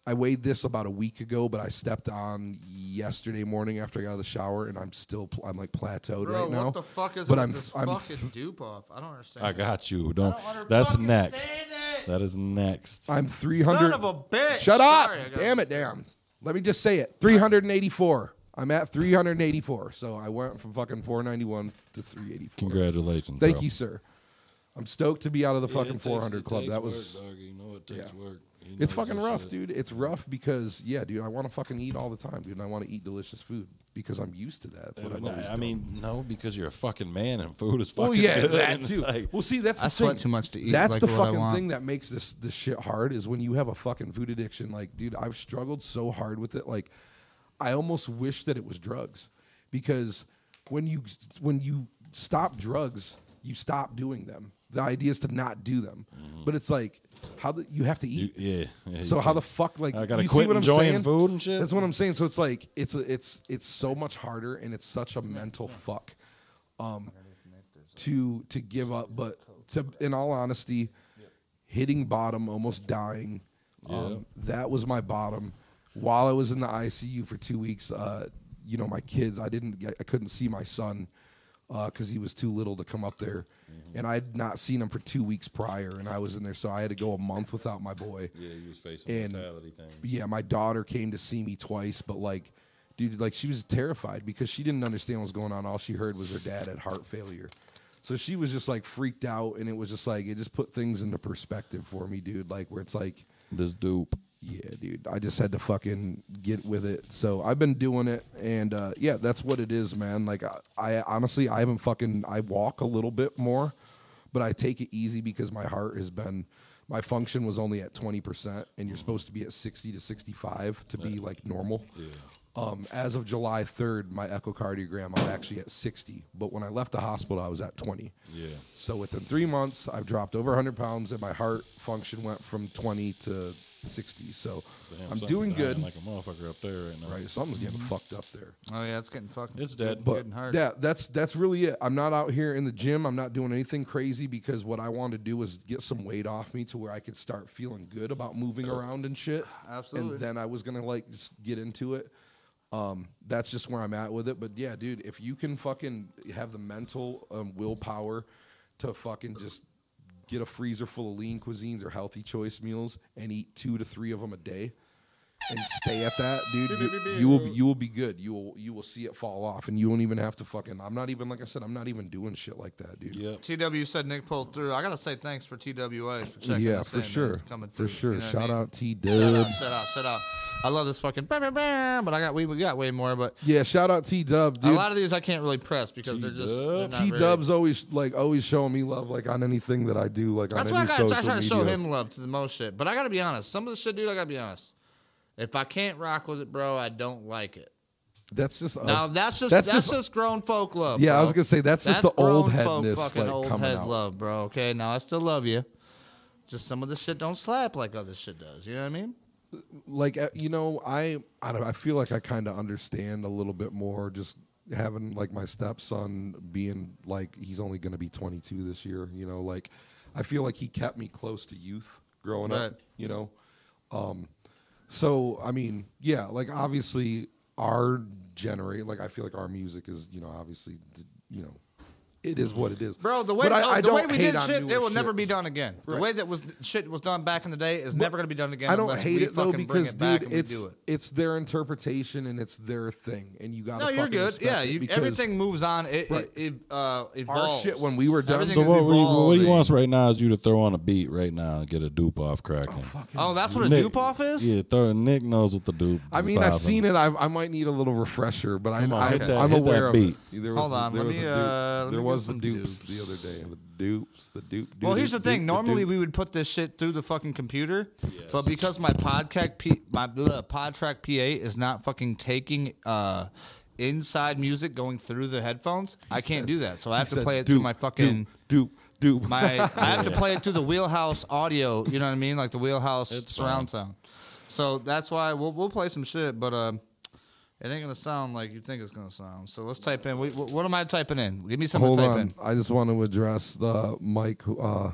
[SPEAKER 1] I weighed this about a week ago, but I stepped on yesterday morning after I got out of the shower, and I'm still pl- I'm like plateaued
[SPEAKER 2] Bro,
[SPEAKER 1] right now.
[SPEAKER 2] what the fuck is
[SPEAKER 1] but
[SPEAKER 2] with
[SPEAKER 1] I'm
[SPEAKER 2] this
[SPEAKER 1] I'm
[SPEAKER 2] fucking
[SPEAKER 1] f-
[SPEAKER 2] dupe off? I don't understand.
[SPEAKER 3] I got you. Don't.
[SPEAKER 2] wanna
[SPEAKER 3] that's
[SPEAKER 2] fucking
[SPEAKER 3] next.
[SPEAKER 2] say that.
[SPEAKER 3] That is next.
[SPEAKER 1] I'm 300.
[SPEAKER 2] Son of a bitch.
[SPEAKER 1] Shut
[SPEAKER 2] Sorry, I
[SPEAKER 1] up!
[SPEAKER 2] gotta-
[SPEAKER 1] Damn it, damn. Let me just say it. 384. I'm at 384, so I went from fucking 491 to 384.
[SPEAKER 3] Congratulations.
[SPEAKER 1] Thank
[SPEAKER 3] bro.
[SPEAKER 1] you, sir. I'm stoked to be out of the
[SPEAKER 3] Yeah, it
[SPEAKER 1] fucking
[SPEAKER 3] takes-
[SPEAKER 1] 400
[SPEAKER 3] it
[SPEAKER 1] club.
[SPEAKER 3] takes
[SPEAKER 1] That
[SPEAKER 3] work,
[SPEAKER 1] was.
[SPEAKER 3] dog. You know it takes
[SPEAKER 1] yeah.
[SPEAKER 3] work. He knows
[SPEAKER 1] It's fucking
[SPEAKER 3] that
[SPEAKER 1] rough,
[SPEAKER 3] shit.
[SPEAKER 1] dude. It's rough because yeah, dude. I want to fucking eat all the time, dude, and I want to eat delicious food because I'm used to that. That's what
[SPEAKER 3] Uh,
[SPEAKER 1] I've
[SPEAKER 3] no,
[SPEAKER 1] always
[SPEAKER 3] I
[SPEAKER 1] done.
[SPEAKER 3] mean, no, because you're a fucking man and food is fucking
[SPEAKER 1] Well, Oh, yeah,
[SPEAKER 3] good. (laughs)
[SPEAKER 1] that
[SPEAKER 3] and it's
[SPEAKER 1] too.
[SPEAKER 3] like-
[SPEAKER 1] well, see, that's the
[SPEAKER 2] I sweat
[SPEAKER 1] thing.
[SPEAKER 2] too much to eat,
[SPEAKER 1] That's
[SPEAKER 2] like,
[SPEAKER 1] the
[SPEAKER 2] what I
[SPEAKER 1] fucking
[SPEAKER 2] want.
[SPEAKER 1] thing that makes this this shit hard is when you have a fucking food addiction. Like, dude, I've struggled so hard with it. Like, I almost wish that it was drugs, because when you when you stop drugs, you stop doing them. The idea is to not do them, but it's like how the, you have to
[SPEAKER 3] Mm-hmm. You-
[SPEAKER 1] eat.
[SPEAKER 3] yeah, yeah,
[SPEAKER 1] So
[SPEAKER 3] you
[SPEAKER 1] how
[SPEAKER 3] can't-
[SPEAKER 1] the fuck like
[SPEAKER 3] I gotta
[SPEAKER 1] you
[SPEAKER 3] quit
[SPEAKER 1] see what
[SPEAKER 3] enjoying
[SPEAKER 1] I'm saying?
[SPEAKER 3] food and shit?
[SPEAKER 1] That's what I'm saying. So it's like it's a, it's it's so much harder and it's such a mental fuck um to to give up but to in all honesty hitting bottom almost dying um, that was my bottom while I was in the ICU for 2 weeks uh you know my kids I didn't get, I couldn't see my son because he was too little to come up there. And I had not seen him for two weeks prior, and I was in there, so I had to go a month without my boy.
[SPEAKER 3] Yeah, you was facing
[SPEAKER 1] And,
[SPEAKER 3] mortality thing.
[SPEAKER 1] Yeah, my daughter came to see me twice, but like, dude, like she was terrified because she didn't understand what was going on. All she heard was her dad had heart failure. So she was just like freaked out, and it was just like, it just put things into perspective for me, dude. Like, where it's like,
[SPEAKER 3] This dupe.
[SPEAKER 1] yeah, dude. I just had to fucking get with it. So I've been doing it, and uh, yeah, that's what it is, man. Like I, I honestly, I haven't fucking. I walk a little bit more, but I take it easy because my heart has been. My function was only at twenty percent, and you're supposed to be at sixty to sixty-five to be like normal. Um, as of July third, my echocardiogram I'm actually at sixty, but when I left the hospital, I was at twenty.
[SPEAKER 3] Yeah.
[SPEAKER 1] So within three months, I've dropped over 100 pounds, and my heart function went from 20 to 60. So
[SPEAKER 3] Damn,
[SPEAKER 1] I'm
[SPEAKER 3] something's
[SPEAKER 1] doing
[SPEAKER 3] dying
[SPEAKER 1] good.
[SPEAKER 3] Like a motherfucker up there right now.
[SPEAKER 1] right, something's getting fucked up there.
[SPEAKER 2] Oh yeah, it's getting fucking.
[SPEAKER 3] It's dead.
[SPEAKER 1] But
[SPEAKER 2] getting hard.
[SPEAKER 1] yeah, that's that's really it. I'm not out here in the gym. I'm not doing anything crazy because what I wanted to do was get some weight off me to where I could start feeling good about moving around and shit.
[SPEAKER 2] Absolutely.
[SPEAKER 1] And then I was gonna like s- get into it. Um, that's just where I'm at with it. But yeah, dude, if you can fucking have the mental um, willpower to fucking just get a freezer full of lean cuisines or healthy choice meals and eat two to three of them a day and stay at that, dude, you, you will you will be good. You will you will see it fall off, and you won't even have to fucking. I'm not even like I said. I'm not even doing shit like that, dude.
[SPEAKER 3] Yep.
[SPEAKER 2] TW said Nick pulled through. I gotta say thanks for TWA for checking.
[SPEAKER 1] yeah,
[SPEAKER 2] us
[SPEAKER 1] for
[SPEAKER 2] in, man,
[SPEAKER 1] sure,
[SPEAKER 2] Coming
[SPEAKER 1] for
[SPEAKER 2] through,
[SPEAKER 1] sure.
[SPEAKER 2] you know what I
[SPEAKER 1] Shout
[SPEAKER 2] mean?
[SPEAKER 1] out T
[SPEAKER 2] Shout
[SPEAKER 1] Dub.
[SPEAKER 2] out, shout out, shout out. I love this fucking. bah, bah, bah, But I got we we got way more. But
[SPEAKER 1] Yeah, shout out T Dub,
[SPEAKER 2] a
[SPEAKER 1] dude.
[SPEAKER 2] lot of these I can't really press because they're just they're not
[SPEAKER 1] T
[SPEAKER 2] very-
[SPEAKER 1] Dub's always like always showing me love, like on anything that I do, like
[SPEAKER 2] That's
[SPEAKER 1] on
[SPEAKER 2] why I
[SPEAKER 1] any
[SPEAKER 2] gotta I
[SPEAKER 1] social
[SPEAKER 2] try to
[SPEAKER 1] media.
[SPEAKER 2] show him love to the most shit. But I gotta be honest. Some of the shit, dude, I gotta be honest. If I can't rock with it, bro, I don't like it.
[SPEAKER 1] That's just us.
[SPEAKER 2] Now that's just that's,
[SPEAKER 1] that's,
[SPEAKER 2] just, grown folk love.
[SPEAKER 1] Yeah, I
[SPEAKER 2] bro.
[SPEAKER 1] was gonna say, that's just the
[SPEAKER 2] grown
[SPEAKER 1] old
[SPEAKER 2] folk
[SPEAKER 1] headness,
[SPEAKER 2] fucking
[SPEAKER 1] like,
[SPEAKER 2] old
[SPEAKER 1] coming
[SPEAKER 2] head
[SPEAKER 1] out.
[SPEAKER 2] love, bro. Okay, now I still love you. Just some of the shit don't slap like other shit does. You know what I mean?
[SPEAKER 1] like uh, you know I I don't I feel like I kind of understand a little bit more just having like my stepson being like he's only going to be 22 this year, you know, like I feel like he kept me close to youth growing
[SPEAKER 2] Right.
[SPEAKER 1] up, you know. Um so I mean, yeah, like obviously our generate like I feel like our music is, you know, obviously th- you know it is what it is.
[SPEAKER 2] Bro, the way
[SPEAKER 1] But
[SPEAKER 2] oh,
[SPEAKER 1] I, I
[SPEAKER 2] the
[SPEAKER 1] don't
[SPEAKER 2] way we
[SPEAKER 1] hate
[SPEAKER 2] did
[SPEAKER 1] on
[SPEAKER 2] shit,
[SPEAKER 1] newer
[SPEAKER 2] it will
[SPEAKER 1] shit.
[SPEAKER 2] never be done again. The
[SPEAKER 1] Right.
[SPEAKER 2] way that was shit was done back in the day is never gonna be done again.
[SPEAKER 1] I don't
[SPEAKER 2] unless
[SPEAKER 1] hate
[SPEAKER 2] we
[SPEAKER 1] it though
[SPEAKER 2] fucking bring
[SPEAKER 1] because
[SPEAKER 2] it back
[SPEAKER 1] dude,
[SPEAKER 2] and we
[SPEAKER 1] it's
[SPEAKER 2] do it.
[SPEAKER 1] it's their interpretation and it's their thing, and you gotta.
[SPEAKER 2] No, you're
[SPEAKER 1] fucking
[SPEAKER 2] good.
[SPEAKER 1] respect
[SPEAKER 2] Yeah,
[SPEAKER 1] it
[SPEAKER 2] you,
[SPEAKER 1] because
[SPEAKER 2] everything moves on. It,
[SPEAKER 1] Right.
[SPEAKER 2] it, it uh, evolves.
[SPEAKER 1] Our shit when we were done-
[SPEAKER 2] Everything
[SPEAKER 1] So
[SPEAKER 2] is
[SPEAKER 3] what, he, what he
[SPEAKER 2] evolving.
[SPEAKER 3] wants right now is you to throw on a beat right now and get a dupe off cracking.
[SPEAKER 2] Oh, that's what a
[SPEAKER 3] Nick-
[SPEAKER 2] dupe off is.
[SPEAKER 3] Yeah, throw, Nick knows what the dupe.
[SPEAKER 1] I mean, I've seen it. I've, I might need a little refresher, but I,
[SPEAKER 3] Come on,
[SPEAKER 1] I,
[SPEAKER 3] hit that-
[SPEAKER 1] I'm
[SPEAKER 3] hit that
[SPEAKER 1] aware of
[SPEAKER 3] beat.
[SPEAKER 1] it. There
[SPEAKER 2] Hold
[SPEAKER 1] the-
[SPEAKER 2] on,
[SPEAKER 1] there
[SPEAKER 2] let
[SPEAKER 1] was a
[SPEAKER 2] me,
[SPEAKER 1] dupe-
[SPEAKER 2] uh, let
[SPEAKER 1] there
[SPEAKER 2] me
[SPEAKER 1] was
[SPEAKER 2] get
[SPEAKER 1] the
[SPEAKER 2] some
[SPEAKER 1] dupes
[SPEAKER 2] dupes.
[SPEAKER 1] the other day. The dupes, the dupe.
[SPEAKER 2] Well,
[SPEAKER 1] dupe,
[SPEAKER 2] here's the
[SPEAKER 1] dupe,
[SPEAKER 2] thing.
[SPEAKER 1] dupe,
[SPEAKER 2] Normally,
[SPEAKER 1] dupe.
[SPEAKER 2] we would put this shit through the fucking computer, but because my podcast, P, my uh, PodTrack PA is not fucking taking uh, inside music going through the headphones, I can't do that. So I have to
[SPEAKER 1] Said
[SPEAKER 2] play it
[SPEAKER 1] dupe,
[SPEAKER 2] through my fucking
[SPEAKER 1] dupe dupe. (laughs) dupe.
[SPEAKER 2] my. I have to play it through the wheelhouse audio. You know what I mean? Like the wheelhouse surround sound. So that's why we'll we'll play some shit, but um, it ain't gonna sound like you think it's gonna sound. So let's type in. Wait, wh- what am I typing in? Give me something
[SPEAKER 1] Hold
[SPEAKER 2] to type
[SPEAKER 1] on,
[SPEAKER 2] in.
[SPEAKER 1] I just want to address the Mike who, uh,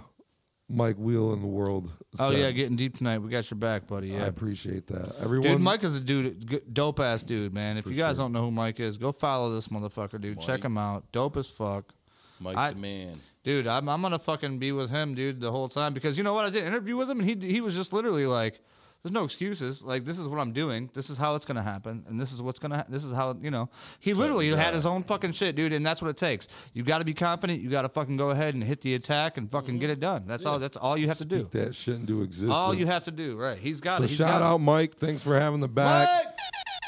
[SPEAKER 1] Mike Wheel in the world.
[SPEAKER 2] Oh
[SPEAKER 1] said.
[SPEAKER 2] yeah, getting deep tonight. We got your back, buddy.
[SPEAKER 1] I
[SPEAKER 2] Yeah,
[SPEAKER 1] appreciate that. Everyone,
[SPEAKER 2] Dude, Mike is a dude, g- dope ass dude, man. If you guys don't know who Mike is, go follow this motherfucker, dude. Check him out. Dope as fuck.
[SPEAKER 3] Mike
[SPEAKER 2] I-
[SPEAKER 3] the man.
[SPEAKER 2] Dude, I'm, I'm gonna fucking be with him, dude, the whole time because you know what? I did an interview with him, and he he was just literally like, "There's no excuses. Like this is what I'm doing. This is how it's gonna happen, and this is what's gonna. Ha- this is how you know." He literally had his own fucking shit, dude, and that's what it takes. You got to be confident. You got to fucking go ahead and hit the attack and fucking get it done. That's all. That's all you have to do.
[SPEAKER 1] Mm-hmm. speak that shit into existence.
[SPEAKER 2] All you have to do, right? He's got
[SPEAKER 1] So
[SPEAKER 2] it. He's
[SPEAKER 1] shout
[SPEAKER 2] got it.
[SPEAKER 1] out, Mike. Thanks for having the back.
[SPEAKER 2] Mike!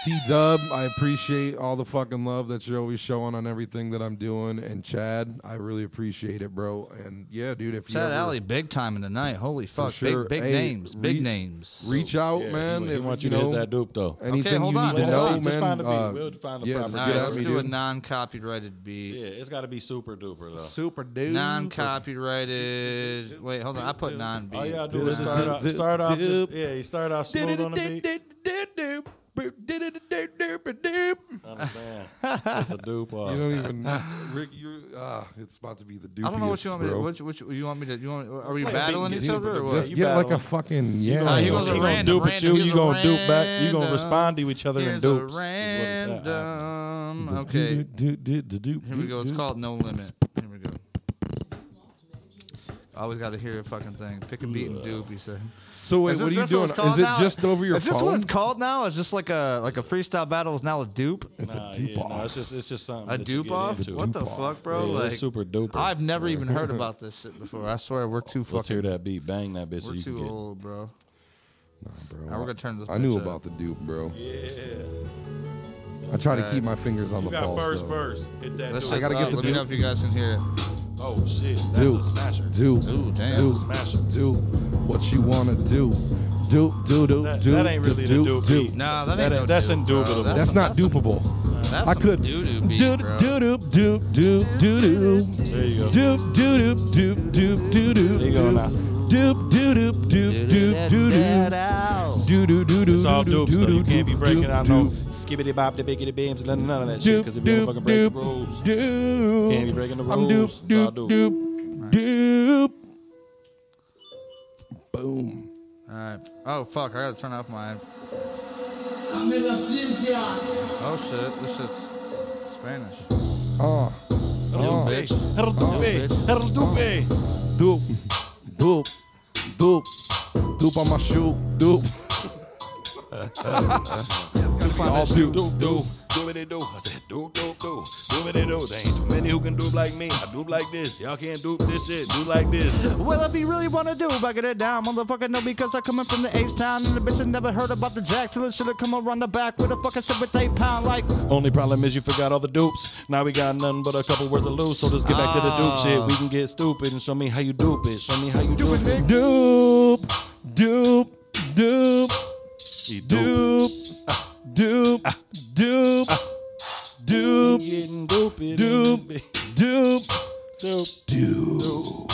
[SPEAKER 1] T Dub, I appreciate all the fucking love that you're always showing on everything that I'm doing. And Chad, I really appreciate it, bro. And yeah, dude, if you
[SPEAKER 2] Chad
[SPEAKER 1] ever-
[SPEAKER 2] Alley, big time in the night. Holy fuck,
[SPEAKER 1] sure.
[SPEAKER 2] big big
[SPEAKER 1] Hey,
[SPEAKER 2] names, big
[SPEAKER 1] re-
[SPEAKER 2] names.
[SPEAKER 1] reach out,
[SPEAKER 3] Yeah,
[SPEAKER 1] man.
[SPEAKER 3] he, he
[SPEAKER 1] if,
[SPEAKER 3] wants
[SPEAKER 1] you
[SPEAKER 3] you, to
[SPEAKER 1] know,
[SPEAKER 3] hit that dupe though.
[SPEAKER 1] anything
[SPEAKER 2] hold
[SPEAKER 1] you
[SPEAKER 2] on,
[SPEAKER 1] need to
[SPEAKER 2] hold
[SPEAKER 1] know,
[SPEAKER 2] on.
[SPEAKER 1] man.
[SPEAKER 3] Just find a beat.
[SPEAKER 1] uh,
[SPEAKER 3] We'll find a
[SPEAKER 1] yeah,
[SPEAKER 3] proper
[SPEAKER 1] just
[SPEAKER 2] All
[SPEAKER 1] get
[SPEAKER 2] right,
[SPEAKER 1] at
[SPEAKER 2] let's
[SPEAKER 1] me,
[SPEAKER 2] do a
[SPEAKER 1] dude.
[SPEAKER 2] non-copyrighted beat.
[SPEAKER 3] Yeah, it's got to be super duper though.
[SPEAKER 1] Super dude.
[SPEAKER 2] Non-copyrighted. Wait, hold on. I put non beat.
[SPEAKER 3] All y'all do is start off. Start off. Just, yeah, you start off smooth on the beat. Understand? it's a (laughs) dupe. off.
[SPEAKER 1] You don't even, Rick. You're. Uh, it's about to be the dupiest,
[SPEAKER 2] I don't know what you want me
[SPEAKER 1] bro.
[SPEAKER 2] to. What, you- what you, you want me to? You want? Are we
[SPEAKER 3] Like a big
[SPEAKER 2] battling each
[SPEAKER 3] dupe.
[SPEAKER 2] other? Or what?
[SPEAKER 1] Just
[SPEAKER 3] You
[SPEAKER 1] get like
[SPEAKER 3] battle.
[SPEAKER 1] a fucking
[SPEAKER 3] You
[SPEAKER 1] yeah.
[SPEAKER 3] gonna-
[SPEAKER 2] Nah,
[SPEAKER 3] he
[SPEAKER 2] he goes
[SPEAKER 3] gonna
[SPEAKER 2] random,
[SPEAKER 3] dupe at
[SPEAKER 2] random,
[SPEAKER 3] you.
[SPEAKER 2] he
[SPEAKER 3] You
[SPEAKER 2] goes
[SPEAKER 3] gonna dupe back. You gonna
[SPEAKER 2] random.
[SPEAKER 3] respond to each other in
[SPEAKER 2] Here's a
[SPEAKER 3] dupes. is what it's at. (laughs)
[SPEAKER 2] random. Okay. Here we go. It's called No Limit. Here we go. I always got to hear a fucking thing. Pick a beat and dupe. He said.
[SPEAKER 1] So wait,
[SPEAKER 2] Is
[SPEAKER 1] what are
[SPEAKER 2] this-
[SPEAKER 1] you
[SPEAKER 2] this what
[SPEAKER 1] doing?
[SPEAKER 2] it's called
[SPEAKER 1] Is it
[SPEAKER 2] now?
[SPEAKER 1] just over your
[SPEAKER 2] Is
[SPEAKER 1] phone?
[SPEAKER 2] this what it's called now? Is this like a like a freestyle battle is now a dupe?
[SPEAKER 1] It's
[SPEAKER 3] Nah,
[SPEAKER 1] a dupe
[SPEAKER 3] yeah, no,
[SPEAKER 1] off.
[SPEAKER 3] it's just it's just something.
[SPEAKER 2] A
[SPEAKER 3] that you
[SPEAKER 2] dupe
[SPEAKER 3] get
[SPEAKER 2] off?
[SPEAKER 3] into.
[SPEAKER 2] What the fuck, bro?
[SPEAKER 3] Yeah,
[SPEAKER 2] like
[SPEAKER 3] it's super duper.
[SPEAKER 2] I've never
[SPEAKER 1] (laughs)
[SPEAKER 2] even heard about this shit before. I swear we're too
[SPEAKER 3] Let's hear
[SPEAKER 2] fucking.
[SPEAKER 3] that beat. Bang that bitch. so
[SPEAKER 2] We're
[SPEAKER 3] you can
[SPEAKER 2] too
[SPEAKER 3] get-
[SPEAKER 2] old, bro.
[SPEAKER 1] Nah, bro.
[SPEAKER 2] Now we're gonna turn this
[SPEAKER 1] I knew
[SPEAKER 2] bitch up.
[SPEAKER 1] about the dupe, bro.
[SPEAKER 10] Yeah.
[SPEAKER 1] I try to
[SPEAKER 2] Okay.
[SPEAKER 1] keep my fingers on
[SPEAKER 10] You
[SPEAKER 1] the
[SPEAKER 10] got
[SPEAKER 1] pulse.
[SPEAKER 10] first
[SPEAKER 1] though.
[SPEAKER 10] verse. Hit that.
[SPEAKER 2] That
[SPEAKER 10] dupe.
[SPEAKER 2] shit's
[SPEAKER 1] gotta get
[SPEAKER 3] Uh,
[SPEAKER 2] up.
[SPEAKER 1] the
[SPEAKER 2] Let me know if
[SPEAKER 1] dupe.
[SPEAKER 2] you guys can hear it.
[SPEAKER 10] Oh shit. That's
[SPEAKER 1] Dupe.
[SPEAKER 10] a smasher.
[SPEAKER 1] Dupe.
[SPEAKER 2] Ooh, damn.
[SPEAKER 1] Dupe.
[SPEAKER 10] Smasher.
[SPEAKER 1] Do what you wanna do. Do do do
[SPEAKER 10] That-
[SPEAKER 1] do.
[SPEAKER 10] that ain't
[SPEAKER 1] do,
[SPEAKER 10] really the
[SPEAKER 1] do,
[SPEAKER 10] dupe
[SPEAKER 1] do.
[SPEAKER 10] beat.
[SPEAKER 2] Nah, that,
[SPEAKER 3] That
[SPEAKER 2] ain't no
[SPEAKER 3] ain't- that's
[SPEAKER 2] dupe, bro.
[SPEAKER 3] indubitable.
[SPEAKER 1] That's not dupeable.
[SPEAKER 2] That's
[SPEAKER 1] I
[SPEAKER 2] some
[SPEAKER 1] could
[SPEAKER 2] doo-doo beat,
[SPEAKER 1] do
[SPEAKER 2] bro.
[SPEAKER 1] do do do do do do
[SPEAKER 3] There you go.
[SPEAKER 1] do do do do do do
[SPEAKER 3] There you go now.
[SPEAKER 1] do do do do do do do. Do do do do
[SPEAKER 3] It's all
[SPEAKER 1] do
[SPEAKER 3] dupes. though.
[SPEAKER 1] do
[SPEAKER 3] You
[SPEAKER 1] do
[SPEAKER 3] can't be
[SPEAKER 1] do
[SPEAKER 3] breaking
[SPEAKER 1] do
[SPEAKER 3] out no
[SPEAKER 1] do.
[SPEAKER 3] skibbity bop, the biggity beams, none, none of that
[SPEAKER 1] Doop,
[SPEAKER 3] shit. Because if you
[SPEAKER 1] doop,
[SPEAKER 3] don't fucking break the
[SPEAKER 1] doop,
[SPEAKER 3] rules,
[SPEAKER 1] doop.
[SPEAKER 3] Can't be breaking the
[SPEAKER 1] I'm doop,
[SPEAKER 3] rules. It's all
[SPEAKER 1] doop,
[SPEAKER 3] doop.
[SPEAKER 1] doop, doop. Boom.
[SPEAKER 2] All right. Oh fuck! I gotta turn off my. Oh shit! This shit's Spanish.
[SPEAKER 1] Ah,
[SPEAKER 2] Yo, bitch.
[SPEAKER 3] Herr Dupe,
[SPEAKER 2] bitch.
[SPEAKER 3] Herr Dupe.
[SPEAKER 1] doop, doop, doop, doop on my shoe, doop. All
[SPEAKER 10] do, do,
[SPEAKER 1] dupes.
[SPEAKER 10] do, do what they do. I said, do, do, do, do what they do. There ain't too many who can do like me. I do like this. Y'all can't do this shit. Do like this.
[SPEAKER 2] Well, if you really wanna do, back it down, motherfucker. No, because I'm coming from the H town, and the bitch that never heard about the jack till it shoulda come around the back with a fucking shit with eight pound like.
[SPEAKER 3] Only problem is you forgot all the dupes. Now we got nothing but a couple words to lose. So let's get back to the dupe shit. We can get stupid and show me how you dupe it. Show me how you dupe it.
[SPEAKER 1] Doop, doop, doop, doop,
[SPEAKER 3] ah,
[SPEAKER 1] doop, doop, doop,
[SPEAKER 3] Getting duped.
[SPEAKER 1] doop, doop.
[SPEAKER 3] Dupe.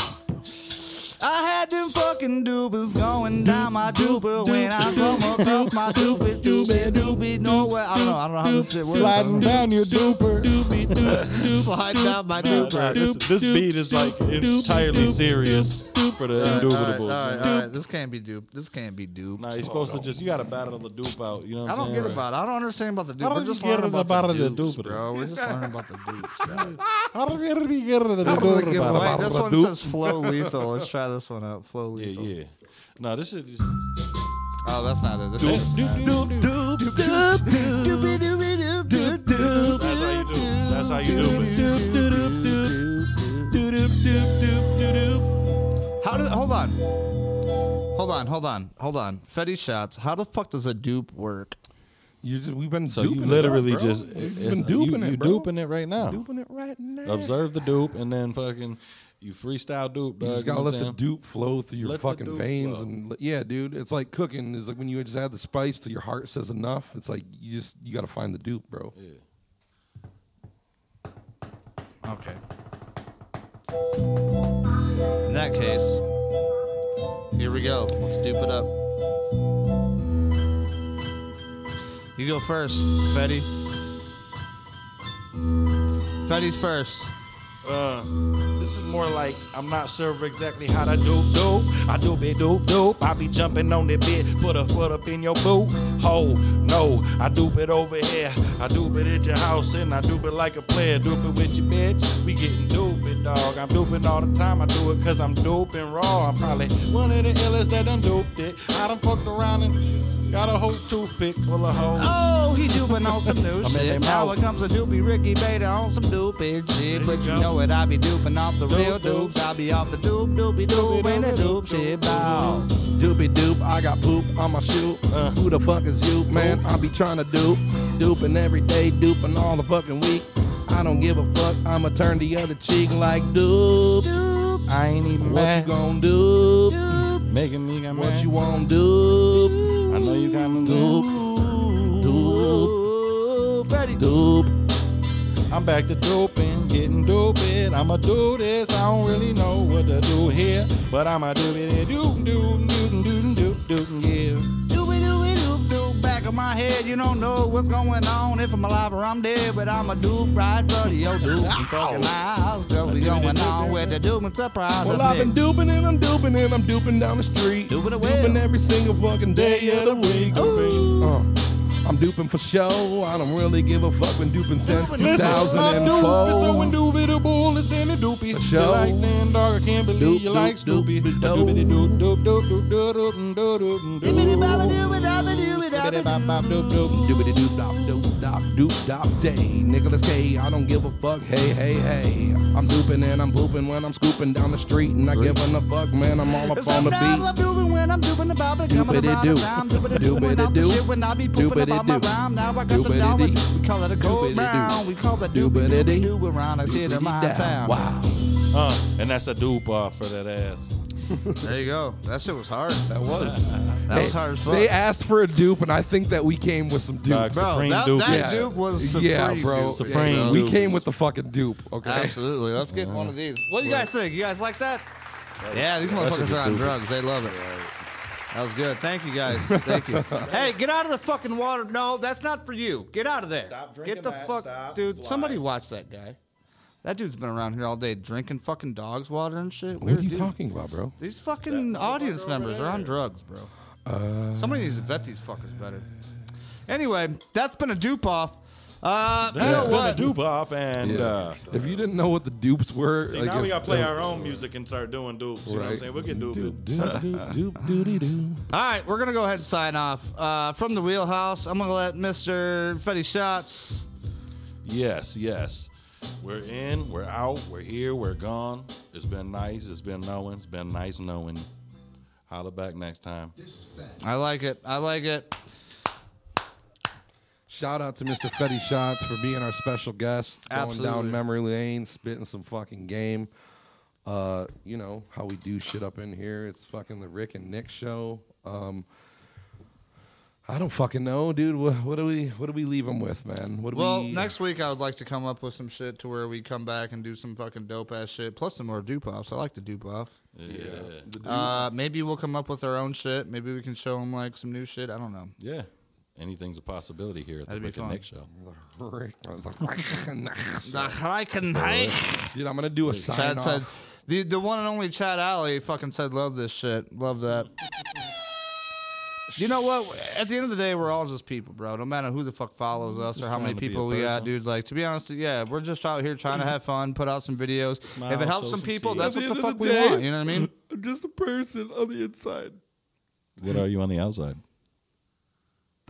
[SPEAKER 2] I had them fucking dupes going down my duper when I
[SPEAKER 1] doop,
[SPEAKER 2] come across my dupes,
[SPEAKER 1] doop,
[SPEAKER 2] dupes, dupes, nowhere. I don't know. I don't know how this shit works.
[SPEAKER 3] Sliding down your duper.
[SPEAKER 1] Doopy, doop,
[SPEAKER 2] (laughs)
[SPEAKER 1] doop.
[SPEAKER 2] Slide down my duper.
[SPEAKER 3] Nah, This this beat is like entirely serious for
[SPEAKER 2] All
[SPEAKER 3] the
[SPEAKER 2] right, all
[SPEAKER 3] indubitables.
[SPEAKER 2] right, all right. This can't be dupe. This can't be dupe.
[SPEAKER 3] Nah, you're supposed to just, you got to battle the dupe out. You know what
[SPEAKER 2] I
[SPEAKER 3] I'm saying?
[SPEAKER 2] don't get about it. I don't understand about the dupe.
[SPEAKER 3] How
[SPEAKER 2] We're
[SPEAKER 3] did you
[SPEAKER 2] just
[SPEAKER 3] get
[SPEAKER 2] learning
[SPEAKER 3] rid
[SPEAKER 2] about,
[SPEAKER 3] about
[SPEAKER 2] the
[SPEAKER 3] it,
[SPEAKER 2] dupes,
[SPEAKER 3] dupe?
[SPEAKER 2] bro. We're just learning about the
[SPEAKER 3] (laughs)
[SPEAKER 2] dupes. bro.
[SPEAKER 3] How did we get rid of the
[SPEAKER 1] did we
[SPEAKER 3] dupe
[SPEAKER 1] get rid
[SPEAKER 3] about it?
[SPEAKER 1] of
[SPEAKER 2] Wait, this
[SPEAKER 1] the
[SPEAKER 2] one
[SPEAKER 1] dupe?
[SPEAKER 2] says flow lethal. Let's try this one out. Flow
[SPEAKER 3] Yeah,
[SPEAKER 2] lethal.
[SPEAKER 3] yeah. No, this shit is.
[SPEAKER 2] Oh, that's not it. This is just not it.
[SPEAKER 1] Doop, doop, doop, doop, doop.
[SPEAKER 10] That's how you do. That's how you do it.
[SPEAKER 2] How did? Hold on. Hold on. Hold on. Hold on. Fetty shots. How the fuck does a dupe work?
[SPEAKER 1] You just we've been
[SPEAKER 3] So
[SPEAKER 1] duping
[SPEAKER 3] you
[SPEAKER 1] it
[SPEAKER 3] literally
[SPEAKER 1] up, bro.
[SPEAKER 3] just
[SPEAKER 1] We've
[SPEAKER 3] it's-
[SPEAKER 1] been duping
[SPEAKER 3] you,
[SPEAKER 1] it,
[SPEAKER 3] you
[SPEAKER 1] bro.
[SPEAKER 3] duping it right now.
[SPEAKER 1] Duping it right now.
[SPEAKER 3] Observe the dupe and then fucking you freestyle dupe. Dog,
[SPEAKER 1] You just gotta
[SPEAKER 3] know what
[SPEAKER 1] let the
[SPEAKER 3] I'm
[SPEAKER 1] dupe flow through your
[SPEAKER 3] Let the
[SPEAKER 1] fucking
[SPEAKER 3] dupe
[SPEAKER 1] veins,
[SPEAKER 3] flow.
[SPEAKER 1] and li- yeah, dude, it's like cooking. It's like when you just add the spice till your heart says enough. It's like you just you gotta find the dupe, bro.
[SPEAKER 2] Okay. In that case, here we go. Let's dupe it up. You go first, Fetty. Fetty's first.
[SPEAKER 10] Uh,
[SPEAKER 3] This is more like I'm not sure exactly how to doop doop. I doop it doop doop. I be jumping on the bit, put a foot up in your boot. Ho, no, I doop it over here. I doop it at your house and I doop it like a player. Doop it with your bitch. We getting dooped, dog. I'm dooping all the time. I do it cause I'm doping raw. I'm probably one of the illest that done doped it. I done fucked around and got a whole toothpick full of holes.
[SPEAKER 2] Oh, he duping on some new
[SPEAKER 3] I'm in their
[SPEAKER 2] shit. Now
[SPEAKER 3] mouth.
[SPEAKER 2] it comes a doopy Ricky Beta on some doopy shit. But you know it, I be duping off the
[SPEAKER 3] Doop,
[SPEAKER 2] real
[SPEAKER 3] doop.
[SPEAKER 2] dupes. I be off the doop, doopy doop, and the doop shit bow.
[SPEAKER 1] Doopy doop, I got poop on my shoe.
[SPEAKER 3] Uh.
[SPEAKER 1] Who the fuck is you, man? I be trying to dupe, duping every day, duping all the fucking week. I don't give a fuck. I'ma turn the other cheek like dupe.
[SPEAKER 3] I ain't even
[SPEAKER 1] What you gonna do?
[SPEAKER 3] Making me got
[SPEAKER 1] What you wanna do?
[SPEAKER 3] I know you got me
[SPEAKER 1] Doop, doop, doop.
[SPEAKER 3] I'm back to doping, getting doping. I'ma do this. I don't really know what to do here, but I'ma do it. Doop doop doop doop doop doop yeah.
[SPEAKER 2] Doopy doopy doop doop, back back of my head, you don't know what's going on if I'm alive or I'm dead. But I'm a dupe right for your dupe and fucking eyes. Cause we going on with the dupe and surprise.
[SPEAKER 1] Well, I've been duping and I'm duping and I'm duping down the street. Duping, every single fucking day of the week. Uh, I'm duping for show. I don't really give a fuck when duping since
[SPEAKER 10] Listen, my dupe is so
[SPEAKER 1] 2004.
[SPEAKER 10] indubitable, it's then a doopy.
[SPEAKER 1] For
[SPEAKER 10] You
[SPEAKER 1] sure.
[SPEAKER 10] like Dan Dog, I can't believe you
[SPEAKER 1] Doop,
[SPEAKER 10] like
[SPEAKER 1] doop,
[SPEAKER 10] Snoopy.
[SPEAKER 1] doop,
[SPEAKER 10] Doop, doop, doop, doop, doop, doop, doop, doop, doop, doop, doop,
[SPEAKER 1] Doopity doop dop doop dop doop dop day. Nicholas K. I don't give a fuck. Hey hey hey. I'm duping and I'm pooping when I'm scooping down the street and I giving a fuck, man. I'm all up on the
[SPEAKER 2] Sometimes
[SPEAKER 1] beat.
[SPEAKER 2] I'm dooping when I'm dooping the bop and coming
[SPEAKER 1] Doopity
[SPEAKER 2] around
[SPEAKER 1] doop.
[SPEAKER 2] the rhyme. Doopity doop when I'm the
[SPEAKER 1] Doopity
[SPEAKER 2] shit when I be pooping
[SPEAKER 1] Doopity
[SPEAKER 2] about my
[SPEAKER 1] doop.
[SPEAKER 2] rhyme. Now I got the
[SPEAKER 1] Doopity
[SPEAKER 2] dog.
[SPEAKER 1] dee.
[SPEAKER 2] We call it a cold
[SPEAKER 1] Doopity doo.
[SPEAKER 2] brown. We call it doopity
[SPEAKER 1] Doopity
[SPEAKER 2] doopity
[SPEAKER 1] dee.
[SPEAKER 2] doo around the shit of my
[SPEAKER 1] Doopity down.
[SPEAKER 2] town.
[SPEAKER 1] Wow.
[SPEAKER 3] Uh, and that's a dupe off for that ass.
[SPEAKER 2] There you go. That shit was hard.
[SPEAKER 1] That was.
[SPEAKER 2] That was hard as fuck.
[SPEAKER 1] They asked for a dupe, and I think that we came with some dupe.
[SPEAKER 3] Doc,
[SPEAKER 2] Bro,
[SPEAKER 3] Supreme
[SPEAKER 2] that,
[SPEAKER 3] dupe.
[SPEAKER 2] that
[SPEAKER 1] Yeah.
[SPEAKER 2] dupe was supreme.
[SPEAKER 1] Yeah, bro.
[SPEAKER 2] dupe.
[SPEAKER 3] Supreme
[SPEAKER 2] Yeah, bro.
[SPEAKER 1] We
[SPEAKER 3] dupe.
[SPEAKER 1] came with the fucking dupe. Okay.
[SPEAKER 2] Absolutely. Let's get one of these. What do you guys think? You guys like that? Yeah, these motherfuckers are on drugs. They love it. That was good. Thank you (laughs) guys. Thank you. hey, get out of the fucking water. No, that's not for you. Get out of there.
[SPEAKER 10] Stop
[SPEAKER 2] Get
[SPEAKER 10] drinking
[SPEAKER 2] the
[SPEAKER 10] that.
[SPEAKER 2] fuck,
[SPEAKER 10] Stop.
[SPEAKER 2] dude.
[SPEAKER 10] Fly.
[SPEAKER 2] Somebody watch that guy. That dude's been around here all day drinking fucking dogs water and shit.
[SPEAKER 1] What are
[SPEAKER 2] Weird
[SPEAKER 1] you
[SPEAKER 2] dude.
[SPEAKER 1] talking about, bro?
[SPEAKER 2] These fucking audience members are on drugs, bro.
[SPEAKER 1] Uh,
[SPEAKER 2] Somebody needs to vet these fuckers better. Anyway, that's been a dupe off. Uh, you know
[SPEAKER 3] That's been a
[SPEAKER 2] what?
[SPEAKER 3] dupe off, and uh,
[SPEAKER 1] If you didn't know what the dupes were,
[SPEAKER 3] see,
[SPEAKER 1] like
[SPEAKER 3] now
[SPEAKER 1] if,
[SPEAKER 3] we gotta play our own music and start doing dupes. You know what I'm
[SPEAKER 1] Right.
[SPEAKER 3] saying? We'll get duped.
[SPEAKER 1] Doop, doop, doop, doop, doody doo.
[SPEAKER 2] All right, we're gonna go ahead and sign off uh, from the wheelhouse. I'm gonna let Mr. Fetty Shots.
[SPEAKER 3] Yes, yes. We're in, we're out, we're here, we're gone. It's been nice, it's been knowing, it's been nice knowing. Holla back next time.
[SPEAKER 2] I like it. I like it.
[SPEAKER 1] Shout out to Mr. Fetty Shots for being our special guest, going
[SPEAKER 2] Absolutely.
[SPEAKER 1] down memory lane, spitting some fucking game. Uh, you know how we do shit up in here. It's fucking the Rick and Nick show. Um, I don't fucking know, dude. What, what do we what do we leave them with, man? What do
[SPEAKER 2] Well,
[SPEAKER 1] we
[SPEAKER 2] next week I would like to come up with some shit to where we come back and do some fucking dope ass shit, plus some more dupe offs. I like the dupe off.
[SPEAKER 3] Yeah.
[SPEAKER 2] Uh, maybe we'll come up with our own shit. Maybe we can show them like some new shit. I don't know.
[SPEAKER 3] Yeah. Anything's a possibility here at the
[SPEAKER 2] That'd be
[SPEAKER 3] Rick and
[SPEAKER 2] fun.
[SPEAKER 3] Nick show.
[SPEAKER 1] Rick- Rick and Nick.
[SPEAKER 2] I can hike.
[SPEAKER 1] (laughs) Dude, I'm gonna do a
[SPEAKER 2] Chad
[SPEAKER 1] sign
[SPEAKER 2] said,
[SPEAKER 1] off.
[SPEAKER 2] the, the one and only Chad Alley fucking said, love this shit. Love that. you know what? At the end of the day, we're all just people, bro. No matter who the fuck follows us or how many
[SPEAKER 3] trying to be a
[SPEAKER 2] people we got,
[SPEAKER 3] person.
[SPEAKER 2] dude. Like, to be honest, yeah, we're just out here trying to have fun, put out some videos. if it
[SPEAKER 3] Smile,
[SPEAKER 2] helps
[SPEAKER 3] show
[SPEAKER 2] some
[SPEAKER 3] some
[SPEAKER 2] people,
[SPEAKER 3] teeth.
[SPEAKER 2] that's
[SPEAKER 1] At
[SPEAKER 2] what
[SPEAKER 1] the
[SPEAKER 2] the
[SPEAKER 1] end of
[SPEAKER 2] fuck
[SPEAKER 1] the
[SPEAKER 2] we
[SPEAKER 1] day-
[SPEAKER 2] want. You know what I mean?
[SPEAKER 1] I'm just a person on the inside.
[SPEAKER 3] What are you on the outside?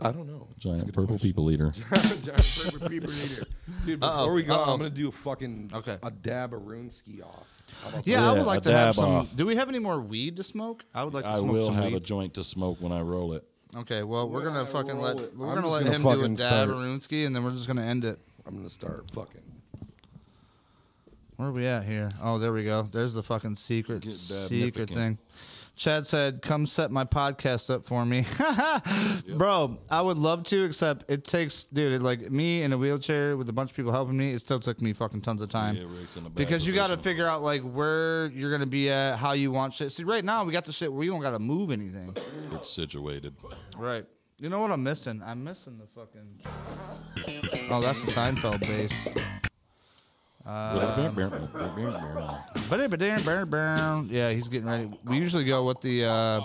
[SPEAKER 1] I don't know.
[SPEAKER 3] Giant purple people eater.
[SPEAKER 1] Giant paper paper eater. Dude, before we go,
[SPEAKER 2] uh-oh.
[SPEAKER 1] I'm gonna do a fucking
[SPEAKER 2] Okay.
[SPEAKER 1] a dab of rune ski off. How about
[SPEAKER 2] Yeah, I
[SPEAKER 3] Yeah,
[SPEAKER 2] would like
[SPEAKER 3] a
[SPEAKER 2] to have
[SPEAKER 3] dab
[SPEAKER 2] some.
[SPEAKER 3] off.
[SPEAKER 2] Do we have any more weed to smoke? I would like to
[SPEAKER 3] I
[SPEAKER 2] smoke
[SPEAKER 3] will
[SPEAKER 2] some
[SPEAKER 3] have
[SPEAKER 2] weed.
[SPEAKER 3] a joint to smoke when I roll it.
[SPEAKER 2] okay, well, we're gonna
[SPEAKER 1] I
[SPEAKER 2] fucking let
[SPEAKER 1] roll it?
[SPEAKER 2] we're
[SPEAKER 1] I'm
[SPEAKER 2] gonna
[SPEAKER 1] just
[SPEAKER 2] let
[SPEAKER 1] gonna
[SPEAKER 2] him do a
[SPEAKER 1] fucking
[SPEAKER 2] dab
[SPEAKER 1] start.
[SPEAKER 2] of Runesky, and then we're just gonna end it.
[SPEAKER 1] that? I'm gonna start fucking.
[SPEAKER 2] Where are we at here? Oh, there we go. There's the fucking secret
[SPEAKER 3] Get that
[SPEAKER 2] secret
[SPEAKER 3] mythic in.
[SPEAKER 2] thing. Chad said, "Come set my podcast up for me, (laughs) bro. I would love to, except it takes, dude. It, like me in a wheelchair with a bunch of people helping me, it still took me fucking tons of time.
[SPEAKER 3] Yeah, Rick's in a bad
[SPEAKER 2] because you got to
[SPEAKER 3] position.
[SPEAKER 2] figure out like where you're gonna be at, how you want shit. See, right now we got the shit where we don't gotta move anything.
[SPEAKER 3] It's situated.
[SPEAKER 2] Right. You know what I'm missing? I'm missing the fucking. Oh, that's the Seinfeld bass. Ba-da-ba-dam-bam-bam. Yeah, he's getting ready. We usually go with the uh,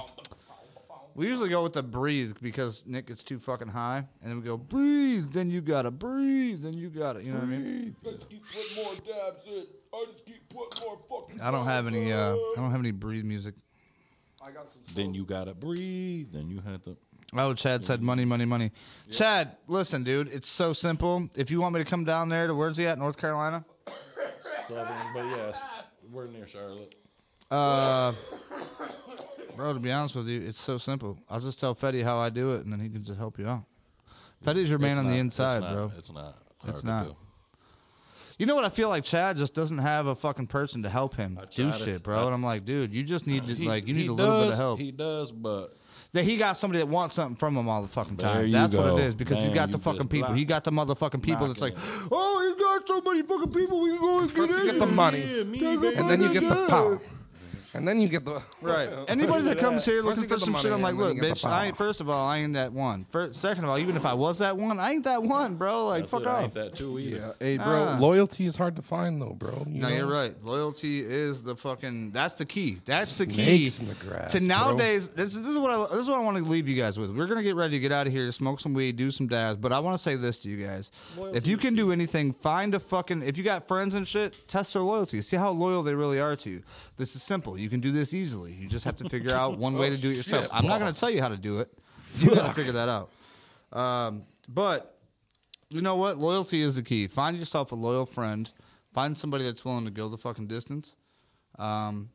[SPEAKER 2] we usually go with the breathe because Nick gets too fucking high, and then we go breathe. Then you gotta breathe. Then you gotta. You know what I mean? I don't have any. Uh, I don't have any breathe music.
[SPEAKER 3] then you gotta breathe. Then you had to.
[SPEAKER 2] Oh, Chad said money, money, money. Chad, listen, dude, it's so simple. If you want me to come down there to where's he at, North Carolina?
[SPEAKER 3] Southern, but yes, we're near Charlotte.
[SPEAKER 2] Bro, to be honest with you, it's so simple. I'll just tell Fetty how I do it, and then he can just help you out. Fetty's your man
[SPEAKER 3] It's
[SPEAKER 2] on
[SPEAKER 3] not-
[SPEAKER 2] the
[SPEAKER 3] it's
[SPEAKER 2] inside,
[SPEAKER 3] not-
[SPEAKER 2] bro.
[SPEAKER 3] It's not. hard
[SPEAKER 2] It's
[SPEAKER 3] to
[SPEAKER 2] not.
[SPEAKER 3] do.
[SPEAKER 2] You know what? I feel like Chad just doesn't have a fucking person to help him do
[SPEAKER 3] tried it.
[SPEAKER 2] shit, bro. and I'm like, dude, you just need to
[SPEAKER 3] He-
[SPEAKER 2] like you
[SPEAKER 3] he
[SPEAKER 2] need a little bit of
[SPEAKER 3] does-
[SPEAKER 2] help.
[SPEAKER 3] He does, but
[SPEAKER 2] that he got somebody that wants something from him all the fucking
[SPEAKER 3] There
[SPEAKER 2] time.
[SPEAKER 3] you
[SPEAKER 2] That's
[SPEAKER 3] go.
[SPEAKER 2] what it is because you
[SPEAKER 3] Man,
[SPEAKER 2] got the
[SPEAKER 3] you
[SPEAKER 2] fucking
[SPEAKER 3] just
[SPEAKER 2] people.
[SPEAKER 3] block-
[SPEAKER 2] He got the motherfucking people that's like,
[SPEAKER 3] knocking
[SPEAKER 2] oh, he's got so many fucking people we can go and
[SPEAKER 1] First you
[SPEAKER 2] get
[SPEAKER 1] get the
[SPEAKER 2] in."
[SPEAKER 1] money,
[SPEAKER 3] Yeah, me,
[SPEAKER 1] and then you get the power. And then you get the
[SPEAKER 2] (gasps) Right. Anybody that comes here
[SPEAKER 1] First
[SPEAKER 2] looking
[SPEAKER 1] you
[SPEAKER 2] for
[SPEAKER 1] get the
[SPEAKER 2] some
[SPEAKER 1] money
[SPEAKER 2] shit,
[SPEAKER 1] and
[SPEAKER 2] I'm like,
[SPEAKER 1] then
[SPEAKER 2] look,
[SPEAKER 1] you get the
[SPEAKER 2] bitch. I ain't,
[SPEAKER 1] power.
[SPEAKER 2] first of all, I ain't that one. First, second of all, even if I was that one, I ain't that one, bro. Like,
[SPEAKER 3] That's
[SPEAKER 2] fuck
[SPEAKER 3] it, I ain't
[SPEAKER 2] off.
[SPEAKER 3] that too either.
[SPEAKER 1] Yeah. Hey, bro,
[SPEAKER 2] Ah.
[SPEAKER 1] loyalty is hard to find though, bro. You
[SPEAKER 2] No,
[SPEAKER 1] know?
[SPEAKER 2] you're right. Loyalty is the fucking. That's the key. That's the key.
[SPEAKER 1] Snakes in the grass,
[SPEAKER 2] to
[SPEAKER 1] bro.
[SPEAKER 2] nowadays, this, is- this is what I this is what I want to leave you guys with. We're gonna get ready to get out of here, smoke some weed, do some dabs. But I want to say this to you guys: if you can do anything, find a fucking. If you got friends and shit, test their loyalty. See how loyal they really are to you. This is simple. You can do this easily. You just have to figure out one way to do it yourself. I'm not gonna tell you how to do it. You gotta figure that out. Um, but you know what? Loyalty is the key. Find yourself a loyal friend. Find somebody that's willing to go the fucking distance. Um,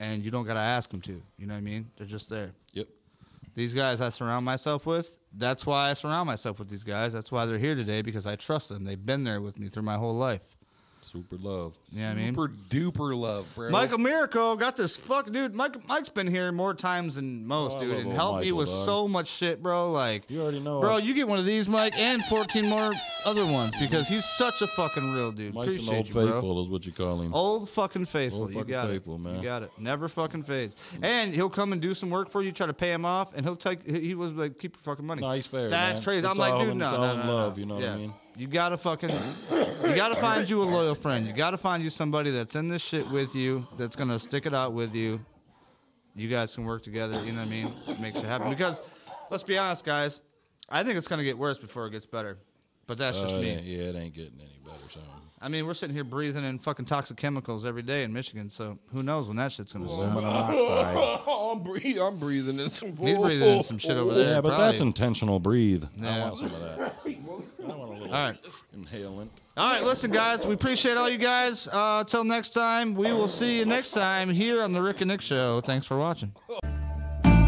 [SPEAKER 2] and you don't got to ask them to. You know what I mean? They're just there.
[SPEAKER 3] Yep.
[SPEAKER 2] These guys I surround myself with, that's why I surround myself with these guys. That's why they're here today because I trust them. They've been there with me through my whole life.
[SPEAKER 3] Super love.
[SPEAKER 2] You know what I mean?
[SPEAKER 1] Super duper love, bro.
[SPEAKER 2] Michael Miracle got this fuck, dude. Mike, Mike's been here more times than most,
[SPEAKER 3] Oh, I
[SPEAKER 2] dude,
[SPEAKER 3] love
[SPEAKER 2] and
[SPEAKER 3] old
[SPEAKER 2] helped me
[SPEAKER 3] Michael,
[SPEAKER 2] with
[SPEAKER 3] dog.
[SPEAKER 2] so much shit, bro. Like
[SPEAKER 3] You already know.
[SPEAKER 2] Bro,
[SPEAKER 3] I-
[SPEAKER 2] you get one of these, Mike, and 14 more other ones because he's such a fucking real dude.
[SPEAKER 3] Mike's an
[SPEAKER 2] Appreciate
[SPEAKER 3] old
[SPEAKER 2] you, bro.
[SPEAKER 3] faithful is what you call him.
[SPEAKER 2] Old fucking faithful.
[SPEAKER 3] Old
[SPEAKER 2] you
[SPEAKER 3] fucking
[SPEAKER 2] got
[SPEAKER 3] faithful,
[SPEAKER 2] it.
[SPEAKER 3] man. Mm.
[SPEAKER 2] You got it. Never fucking fades. And he'll come and do some work for you, try to pay him off, and he'll take. He he was like, keep your fucking money.
[SPEAKER 3] No, he's fair,
[SPEAKER 2] That's
[SPEAKER 3] man.
[SPEAKER 2] crazy.
[SPEAKER 3] It's
[SPEAKER 2] I'm like,
[SPEAKER 3] all
[SPEAKER 2] dude,
[SPEAKER 3] in-
[SPEAKER 2] no,
[SPEAKER 3] it's
[SPEAKER 2] no,
[SPEAKER 3] all
[SPEAKER 2] no,
[SPEAKER 3] in
[SPEAKER 2] no.
[SPEAKER 3] love, you know what I mean?
[SPEAKER 2] You gotta fucking. You gotta find you a loyal friend. You gotta find you somebody that's in this shit with you, that's gonna stick it out with you. You guys can work together. You know what I mean? Make shit happen. Because, let's be honest, guys. I think it's gonna get worse before it gets better. But that's
[SPEAKER 3] Uh,
[SPEAKER 2] just
[SPEAKER 3] it
[SPEAKER 2] me.
[SPEAKER 3] ain't- yeah, it ain't getting any better. So
[SPEAKER 2] I mean, we're sitting here breathing in fucking toxic chemicals every day in Michigan, so who knows when that shit's gonna
[SPEAKER 3] aluminum
[SPEAKER 2] stop.
[SPEAKER 3] oxide.
[SPEAKER 1] Oh, (laughs) I'm breathing. I'm breathing in some. Oh,
[SPEAKER 2] He's breathing in some
[SPEAKER 1] (laughs)
[SPEAKER 2] shit over there.
[SPEAKER 3] Yeah, but that's
[SPEAKER 2] probably.
[SPEAKER 3] intentional. Breathe. I
[SPEAKER 2] Yeah.
[SPEAKER 3] want some of that. I want a little
[SPEAKER 2] all right.
[SPEAKER 3] inhalant.
[SPEAKER 2] All right, listen, guys. We appreciate all you guys. Uh, till next time, we will see you next time here on the Rick and Nick Show. Thanks for watching.